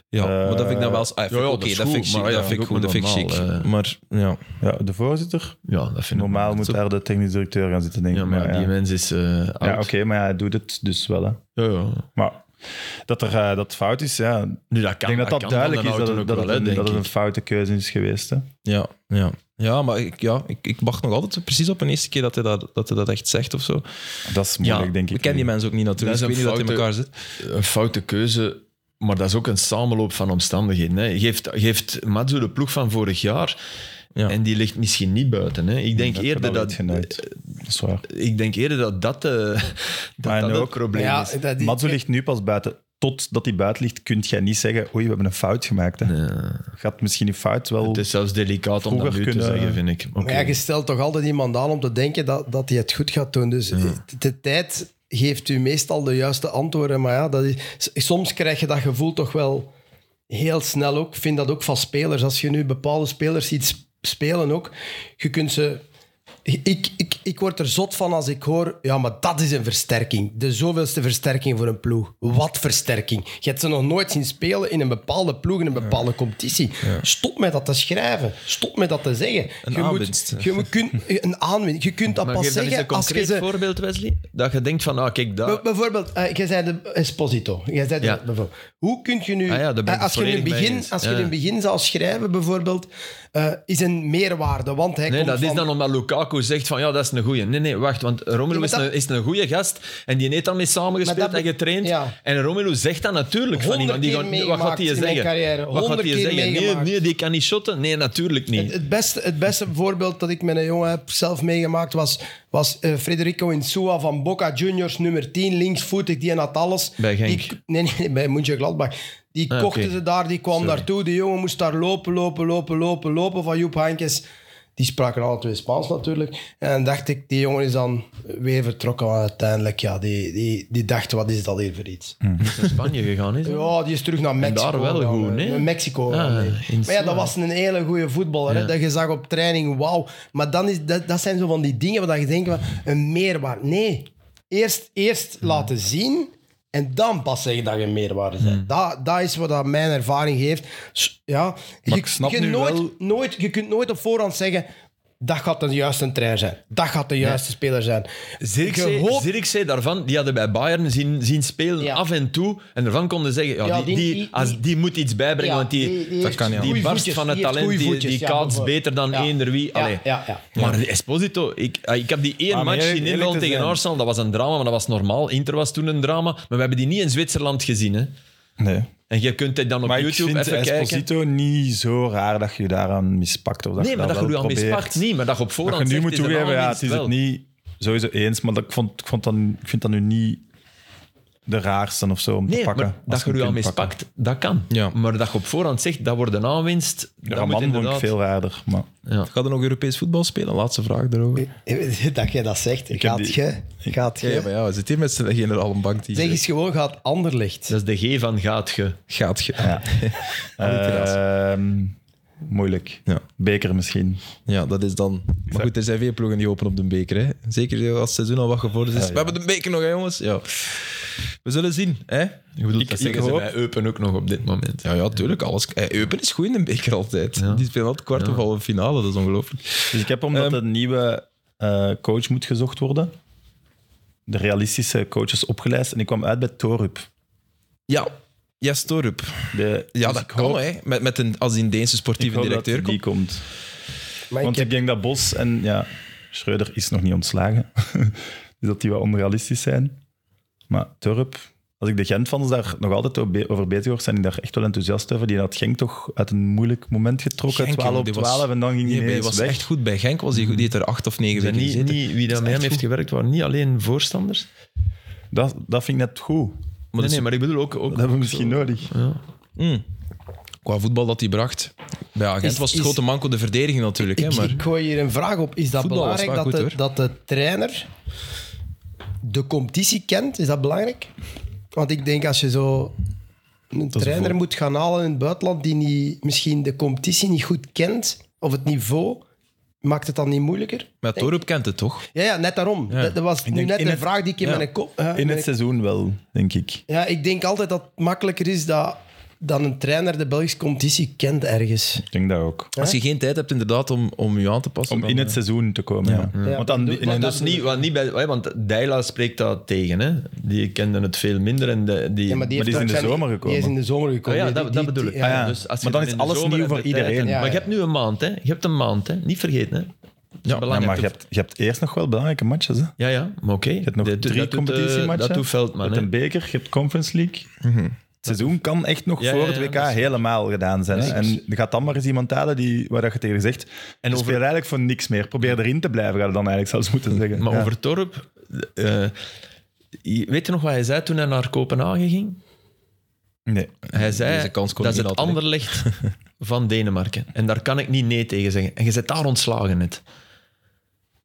[SPEAKER 1] ja maar dat vind ik dan wel... Ah,
[SPEAKER 4] ja,
[SPEAKER 1] Oké,
[SPEAKER 4] dat is
[SPEAKER 1] dat vind
[SPEAKER 4] goed,
[SPEAKER 1] ik chic,
[SPEAKER 4] maar ja,
[SPEAKER 1] dat vind ik
[SPEAKER 4] ook
[SPEAKER 1] goed, dat vind ik
[SPEAKER 4] normaal,
[SPEAKER 1] chic.
[SPEAKER 4] eh.
[SPEAKER 1] Maar ja...
[SPEAKER 3] Ja, de voorzitter.
[SPEAKER 4] Ja, dat vind ik
[SPEAKER 3] Normaal moet daar de technisch directeur gaan zitten, denk ik.
[SPEAKER 4] Ja, maar
[SPEAKER 3] ja.
[SPEAKER 4] die mens is eh
[SPEAKER 3] Ja,
[SPEAKER 4] oud.
[SPEAKER 3] oké, maar ja, hij doet het dus wel. Hè.
[SPEAKER 4] Ja, ja.
[SPEAKER 3] Maar dat er eh, dat fout is, ja.
[SPEAKER 4] Nu, dat kan,
[SPEAKER 3] ik denk dat dat,
[SPEAKER 4] kan
[SPEAKER 3] duidelijk
[SPEAKER 4] van
[SPEAKER 3] is
[SPEAKER 4] de
[SPEAKER 3] dat, het-
[SPEAKER 4] auto ook
[SPEAKER 3] dat,
[SPEAKER 4] wel,
[SPEAKER 3] het,
[SPEAKER 4] hè,
[SPEAKER 3] een-
[SPEAKER 4] denk
[SPEAKER 3] dat het
[SPEAKER 4] ik.
[SPEAKER 3] een foute keuze is geweest. Hè.
[SPEAKER 1] Ja, ja. ja maar ik, ja, ik, ik wacht nog altijd precies op een eerste keer dat hij dat, dat, hij dat echt zegt of zo.
[SPEAKER 3] Dat is moeilijk,
[SPEAKER 4] Ja,
[SPEAKER 3] denk ik.
[SPEAKER 1] Ik ken die mensen ook niet natuurlijk. dus
[SPEAKER 4] Dat
[SPEAKER 1] Ik
[SPEAKER 4] is
[SPEAKER 1] weet niet
[SPEAKER 4] een
[SPEAKER 1] dat het in elkaar
[SPEAKER 4] foute-
[SPEAKER 1] zit.
[SPEAKER 4] een foute keuze, maar dat is ook een samenloop van omstandigheden. Hè. Geeft, geeft Matsu de ploeg van vorig jaar
[SPEAKER 1] Ja.
[SPEAKER 4] en die ligt misschien niet buiten. Hè. Ik, denk eerder
[SPEAKER 3] dat...
[SPEAKER 4] dat,
[SPEAKER 3] weet
[SPEAKER 4] eh,
[SPEAKER 3] je nooit. Dat is waar.
[SPEAKER 4] ik denk eerder dat dat, eh, [LAUGHS]
[SPEAKER 3] Maar
[SPEAKER 4] dat, dat
[SPEAKER 3] ook-
[SPEAKER 4] het probleem
[SPEAKER 2] Ja,
[SPEAKER 4] is.
[SPEAKER 2] dat, die-
[SPEAKER 3] Matsu ligt nu pas buiten. Totdat hij buiten ligt, kun jij niet zeggen... Oei, we hebben een fout gemaakt. Hè. Gaat misschien die fout wel...
[SPEAKER 4] Het is zelfs delicaat om dat
[SPEAKER 3] Vroeger
[SPEAKER 4] nu te
[SPEAKER 3] kunnen-
[SPEAKER 4] zeggen, vind ik. Oké.
[SPEAKER 2] Maar ja, je stelt toch altijd iemand aan om te denken dat, dat hij het goed gaat doen. Dus
[SPEAKER 4] Hmm.
[SPEAKER 2] de, de tijd geeft u meestal de juiste antwoorden. Maar ja, dat is, s- soms krijg je dat gevoel toch wel heel snel ook. Ik vind dat ook van spelers. Als je nu bepaalde spelers ziet sp- spelen ook, je kunt ze... Ik, ik, ik word er zot van als ik hoor, ja, maar dat is een versterking. De zoveelste versterking voor een ploeg. Wat versterking. Je hebt ze nog nooit zien spelen in een bepaalde ploeg, in een bepaalde competitie. Stop met dat te schrijven. Stop met dat te zeggen.
[SPEAKER 1] Een
[SPEAKER 2] je
[SPEAKER 1] aanwinst.
[SPEAKER 2] Moet, je moet kun, een aanwinst. Je kunt dat
[SPEAKER 4] Maar
[SPEAKER 2] pas
[SPEAKER 4] geef daar eens een
[SPEAKER 2] zeggen als je
[SPEAKER 4] concreet
[SPEAKER 2] ze...
[SPEAKER 4] voorbeeld, Wesley. Dat je denkt van, ah, kijk, daar...
[SPEAKER 2] B- Bijvoorbeeld, eh, jij zei de Esposito. Jij zei de-
[SPEAKER 4] Ja.
[SPEAKER 2] bijvoorbeeld. Hoe kun je nu,
[SPEAKER 4] Ah ja, daar ben ik
[SPEAKER 2] eh, als, je in
[SPEAKER 4] volledig
[SPEAKER 2] het
[SPEAKER 4] mee
[SPEAKER 2] begin,
[SPEAKER 4] eens.
[SPEAKER 2] als
[SPEAKER 4] Ja.
[SPEAKER 2] je in het begin zou schrijven, bijvoorbeeld, eh, is een meerwaarde. Want hij
[SPEAKER 4] Nee,
[SPEAKER 2] komt
[SPEAKER 4] dat is
[SPEAKER 2] van-
[SPEAKER 4] dan omdat Lukaku Lukaku zegt van ja, dat is een goeie. Nee, nee, wacht, want Romelu
[SPEAKER 2] maar
[SPEAKER 4] is,
[SPEAKER 2] dat-
[SPEAKER 4] een, is een goeie gast en die heeft daarmee samengespeeld
[SPEAKER 2] Maar dat
[SPEAKER 4] en
[SPEAKER 2] be-
[SPEAKER 4] getraind.
[SPEAKER 2] ja.
[SPEAKER 4] En Romelu zegt dat natuurlijk van iemand. Die
[SPEAKER 2] Honderd
[SPEAKER 4] gaat-
[SPEAKER 2] keer
[SPEAKER 4] wat gaat hij
[SPEAKER 2] meegemaakt in mijn
[SPEAKER 4] zeggen?
[SPEAKER 2] carrière.
[SPEAKER 4] Wat gaat
[SPEAKER 2] Honderd
[SPEAKER 4] hij
[SPEAKER 2] keer
[SPEAKER 4] zeggen? Nee,
[SPEAKER 2] meegemaakt.
[SPEAKER 4] nee, die kan niet shotten. Nee, natuurlijk niet.
[SPEAKER 2] Het, het beste, het beste voorbeeld dat ik met een jongen heb zelf meegemaakt was, was eh, Federico Insua van Boca Juniors, nummer 10, linksvoetig. Die had alles.
[SPEAKER 4] Bij Genk.
[SPEAKER 2] Die, nee, nee, nee, bij Mönchengladbach. Die
[SPEAKER 4] Ah,
[SPEAKER 2] kochten
[SPEAKER 4] oké.
[SPEAKER 2] ze daar, die kwam daartoe. Die jongen moest daar lopen, lopen, lopen, lopen, lopen van Joep Hankes. Die spraken alle twee Spaans natuurlijk. En dacht ik, die jongen is dan weer vertrokken. Maar uiteindelijk, ja, die, die, die dacht, wat is dat hier voor iets?
[SPEAKER 4] naar Spanje gegaan is. hè?
[SPEAKER 2] Ja, die is terug naar Mexico.
[SPEAKER 4] daar wel
[SPEAKER 2] gaan,
[SPEAKER 4] goed,
[SPEAKER 2] eh,
[SPEAKER 4] nee?
[SPEAKER 2] Mexico.
[SPEAKER 4] Ah,
[SPEAKER 2] gaan, nee.
[SPEAKER 4] insane.
[SPEAKER 2] Maar ja, dat was een hele goede voetballer. Hè? Dat je zag op training, wauw. Maar dan is, dat, dat zijn zo van die dingen waar je denkt, van, een meerwaarde. Nee, eerst, eerst
[SPEAKER 3] Hmm.
[SPEAKER 2] laten zien en dan pas zeggen dat je een meerwaarde bent.
[SPEAKER 3] Hmm.
[SPEAKER 2] Dat, dat is wat dat mijn ervaring heeft. S- Ja, je,
[SPEAKER 3] ik snap
[SPEAKER 2] je
[SPEAKER 3] nu
[SPEAKER 2] nooit,
[SPEAKER 3] wel-
[SPEAKER 2] nooit, je kunt nooit op voorhand zeggen... Dat gaat de juiste trainer zijn. Dat gaat de juiste speler zijn.
[SPEAKER 4] Zirkzee,
[SPEAKER 2] Je hoopt-
[SPEAKER 4] Zirkzee daarvan, die hadden bij Bayern zien, zien spelen
[SPEAKER 2] Ja.
[SPEAKER 4] af en toe. En daarvan konden zeggen, ja,
[SPEAKER 2] Ja,
[SPEAKER 4] die,
[SPEAKER 2] die-
[SPEAKER 4] die,
[SPEAKER 2] die-
[SPEAKER 4] als, die moet iets bijbrengen,
[SPEAKER 2] Ja,
[SPEAKER 4] want die,
[SPEAKER 2] die- die
[SPEAKER 4] dat
[SPEAKER 2] heeft
[SPEAKER 4] kan niet
[SPEAKER 2] goeie
[SPEAKER 4] anders. die barst
[SPEAKER 2] voetjes,
[SPEAKER 4] van het
[SPEAKER 2] die heeft
[SPEAKER 4] talent,
[SPEAKER 2] goeie
[SPEAKER 4] die,
[SPEAKER 2] voetjes, ja,
[SPEAKER 4] die kaats
[SPEAKER 2] bijvoorbeeld.
[SPEAKER 4] beter dan
[SPEAKER 2] Ja,
[SPEAKER 4] eender wie.
[SPEAKER 2] ja,
[SPEAKER 4] Allee.
[SPEAKER 2] ja, ja.
[SPEAKER 4] Maar Esposito, ik, ah, ik heb die één
[SPEAKER 3] Maar om
[SPEAKER 4] match
[SPEAKER 3] eerlijk-
[SPEAKER 4] in
[SPEAKER 3] eerlijk
[SPEAKER 4] Nederland
[SPEAKER 3] te
[SPEAKER 4] tegen
[SPEAKER 3] zijn-
[SPEAKER 4] Arsenal, dat was een drama, maar dat was normaal. Inter was toen een drama, maar we hebben die niet in Zwitserland gezien. Hè.
[SPEAKER 3] Nee.
[SPEAKER 4] En je kunt het dan op
[SPEAKER 3] Maar
[SPEAKER 4] YouTube
[SPEAKER 3] ik vind
[SPEAKER 4] even kijken.
[SPEAKER 3] Esposito niet zo raar dat je je daaraan mispakt. Of dat
[SPEAKER 4] Nee,
[SPEAKER 3] je
[SPEAKER 4] maar dat je
[SPEAKER 3] wel
[SPEAKER 4] nu aan
[SPEAKER 3] probeert.
[SPEAKER 4] mispakt niet, maar dat je op
[SPEAKER 3] Dat
[SPEAKER 4] voorhand
[SPEAKER 3] je nu
[SPEAKER 4] zegt,
[SPEAKER 3] moet
[SPEAKER 4] is een
[SPEAKER 3] toegeven, ja,
[SPEAKER 4] aanwinst
[SPEAKER 3] het is
[SPEAKER 4] wel.
[SPEAKER 3] het niet sowieso eens. Maar dat, ik, vond, ik, vond dat, ik vind dat nu niet de raarste of zo om te
[SPEAKER 4] Nee,
[SPEAKER 3] pakken.
[SPEAKER 4] maar
[SPEAKER 3] als
[SPEAKER 4] dat je
[SPEAKER 3] hem
[SPEAKER 4] er
[SPEAKER 3] kunt
[SPEAKER 4] aan
[SPEAKER 3] pakken.
[SPEAKER 4] mispakt, dat kan.
[SPEAKER 1] Ja.
[SPEAKER 4] Maar dat je op voorhand zegt, dat wordt een aanwinst.
[SPEAKER 3] De
[SPEAKER 4] dat moet
[SPEAKER 3] Raman vond ik
[SPEAKER 4] inderdaad-
[SPEAKER 3] veel raarder. Maar
[SPEAKER 1] Gaat er nog Europees voetbal spelen? Laatste vraag daarover.
[SPEAKER 2] [LAUGHS] Dat jij dat zegt.
[SPEAKER 3] heb
[SPEAKER 2] gaat
[SPEAKER 3] die-
[SPEAKER 2] je... Gaat
[SPEAKER 1] Ja,
[SPEAKER 2] je...
[SPEAKER 1] maar ja, we zitten hier met zijn generale bank die
[SPEAKER 2] Zeg eens gewoon, gaat Anderlecht.
[SPEAKER 4] Dat is de G van gaat ge.
[SPEAKER 1] gaat. ge-
[SPEAKER 3] ehm, moeilijk.
[SPEAKER 1] Ja.
[SPEAKER 3] Beker misschien.
[SPEAKER 1] Ja, dat is dan. Maar goed, er zijn veel ploegen die open op de beker. Hè. Zeker als het seizoen al wat gevorderd is. We hebben de beker nog, hè, jongens. Ja. We zullen zien. Hè?
[SPEAKER 4] Ik bedoel, dat
[SPEAKER 3] ik
[SPEAKER 4] zeggen ze
[SPEAKER 3] hoop-
[SPEAKER 4] bij Eupen ook nog op dit moment.
[SPEAKER 1] Ja, ja, tuurlijk. Alles. Eh, Eupen is goed in de beker altijd. Die spelen altijd kwart of halve finale. Dat is ongelooflijk.
[SPEAKER 3] Dus ik heb omdat
[SPEAKER 1] Ehm,
[SPEAKER 3] een nieuwe eh, coach moet gezocht worden, de realistische coaches opgelijst. En ik kwam uit bij Torup.
[SPEAKER 1] Ja, ja Storup.
[SPEAKER 3] De,
[SPEAKER 1] Ja,
[SPEAKER 3] dus
[SPEAKER 1] dat
[SPEAKER 3] ik
[SPEAKER 1] kan,
[SPEAKER 3] hoop-
[SPEAKER 1] hè. Met, met een, als die een Deense
[SPEAKER 3] ik
[SPEAKER 1] sportieve
[SPEAKER 3] hoop dat
[SPEAKER 1] directeur
[SPEAKER 3] die
[SPEAKER 1] komt.
[SPEAKER 3] komt.
[SPEAKER 2] Maar ik
[SPEAKER 3] Want ik,
[SPEAKER 2] heb-
[SPEAKER 3] denk dat Bos en ja, Schreuder is nog niet ontslagen. [LAUGHS] dus dat die wel onrealistisch zijn. Maar Turp, als ik de Gent-fans daar nog altijd o- be- over bezig hoor, zijn die daar echt wel enthousiast over. Die had Genk toch uit een moeilijk moment getrokken.
[SPEAKER 1] Genk,
[SPEAKER 3] 12 op
[SPEAKER 1] jongen, die was-
[SPEAKER 3] 12 en dan ging die
[SPEAKER 1] Nee, maar die
[SPEAKER 3] ineens
[SPEAKER 1] was
[SPEAKER 3] weg.
[SPEAKER 1] echt goed bij Genk. Was die, goed. die heeft er acht of negen
[SPEAKER 4] Zijn
[SPEAKER 1] weken
[SPEAKER 4] niet,
[SPEAKER 1] gezeten.
[SPEAKER 4] niet, wie dat met hem heeft gewerkt waren niet alleen voorstanders. Nee,
[SPEAKER 3] Dat, dat vind ik net goed.
[SPEAKER 1] Maar
[SPEAKER 4] nee,
[SPEAKER 1] dat is-
[SPEAKER 4] maar ik bedoel ook... ook
[SPEAKER 3] Dat hebben we misschien nodig.
[SPEAKER 1] Qua voetbal dat hij bracht. Ja, Gent
[SPEAKER 2] Is-
[SPEAKER 1] was het
[SPEAKER 2] is-
[SPEAKER 1] grote manco de verdediging natuurlijk.
[SPEAKER 2] ik,
[SPEAKER 1] hè, maar...
[SPEAKER 2] ik gooi hier een vraag op. Is dat
[SPEAKER 1] Voetbal was
[SPEAKER 2] belangrijk
[SPEAKER 1] wel
[SPEAKER 2] dat,
[SPEAKER 1] goed,
[SPEAKER 2] de,
[SPEAKER 1] hoor.
[SPEAKER 2] dat de trainer de competitie kent? Is dat belangrijk? Want ik denk als je zo een trainer moet gaan halen in het buitenland die niet, misschien de competitie niet goed kent, of het niveau, maakt het dan niet moeilijker?
[SPEAKER 1] Maar Torup kent het toch?
[SPEAKER 2] Ja, ja net daarom. Dat, dat was nu
[SPEAKER 3] denk
[SPEAKER 2] net
[SPEAKER 3] in
[SPEAKER 2] de
[SPEAKER 3] het-
[SPEAKER 2] vraag die ik in mijn kop... ja,
[SPEAKER 3] In
[SPEAKER 2] mijn
[SPEAKER 3] het seizoen wel, denk ik.
[SPEAKER 2] Ja, ik denk altijd dat het makkelijker is dat, dat een trainer de Belgische competitie kent ergens.
[SPEAKER 3] Ik denk dat ook.
[SPEAKER 1] Als je geen tijd hebt inderdaad om, om je aan te passen.
[SPEAKER 3] Om
[SPEAKER 1] dan,
[SPEAKER 3] in
[SPEAKER 1] eh,
[SPEAKER 3] het seizoen te komen. Ja. Want dan, in,
[SPEAKER 4] En
[SPEAKER 3] in-
[SPEAKER 4] dat is niet, want, niet bij, hè, want Deila spreekt dat tegen. Hè? Die kenden het veel minder. En de, die,
[SPEAKER 3] die
[SPEAKER 2] heeft
[SPEAKER 3] is in
[SPEAKER 2] ook
[SPEAKER 3] de
[SPEAKER 2] zijn-
[SPEAKER 3] zomer gekomen.
[SPEAKER 2] Die is in de zomer
[SPEAKER 4] Ah
[SPEAKER 2] gekomen.
[SPEAKER 4] ja,
[SPEAKER 2] Die- die-
[SPEAKER 4] dat, dat
[SPEAKER 2] die- eh,
[SPEAKER 4] bedoel ik.
[SPEAKER 2] ja.
[SPEAKER 3] Ah ja.
[SPEAKER 4] als je
[SPEAKER 3] Maar dan is
[SPEAKER 4] in de
[SPEAKER 3] alles
[SPEAKER 4] zomer
[SPEAKER 3] nieuw
[SPEAKER 4] hebt
[SPEAKER 3] voor
[SPEAKER 4] de tijd
[SPEAKER 3] iedereen.
[SPEAKER 4] en-
[SPEAKER 2] Ja,
[SPEAKER 4] Maar je
[SPEAKER 2] ja.
[SPEAKER 4] hebt nu een maand. Hè? Je hebt een maand. Hè? Niet vergeten. Hè?
[SPEAKER 1] Ja,
[SPEAKER 3] dus- ja,
[SPEAKER 4] belangrijk.
[SPEAKER 3] maar je hebt, je hebt eerst nog wel belangrijke matches. Hè?
[SPEAKER 4] Ja, ja, maar oké.
[SPEAKER 3] Je hebt nog
[SPEAKER 4] Dit-
[SPEAKER 3] drie
[SPEAKER 4] dat doet, eh,
[SPEAKER 3] competitiematchen.
[SPEAKER 4] Dat doet Veldman.
[SPEAKER 3] Met
[SPEAKER 4] hè.
[SPEAKER 3] een beker, je hebt Conference League.
[SPEAKER 2] Mhm.
[SPEAKER 3] Het seizoen kan echt nog
[SPEAKER 4] Ja,
[SPEAKER 3] voor
[SPEAKER 4] ja,
[SPEAKER 3] het
[SPEAKER 4] ja, dus-
[SPEAKER 3] WK
[SPEAKER 4] dat is-
[SPEAKER 3] helemaal gedaan zijn. hè. En er gaat dan maar eens iemand halen die, waar dat je tegen zegt... En
[SPEAKER 4] dus- over-
[SPEAKER 3] over... eigenlijk voor niks meer. Probeer erin te blijven, gaat het dan eigenlijk zelfs moeten zeggen.
[SPEAKER 4] Maar
[SPEAKER 3] Ja.
[SPEAKER 4] over Torp... eh, je- weet je nog wat hij zei toen hij naar Kopenhagen ging?
[SPEAKER 3] Nee.
[SPEAKER 4] Hij zei,
[SPEAKER 1] Deze kans kon
[SPEAKER 4] dat is
[SPEAKER 1] niet
[SPEAKER 4] het
[SPEAKER 1] laten
[SPEAKER 4] anderlicht van Denemarken. En daar kan ik niet nee tegen zeggen. En je zit daar ontslagen net.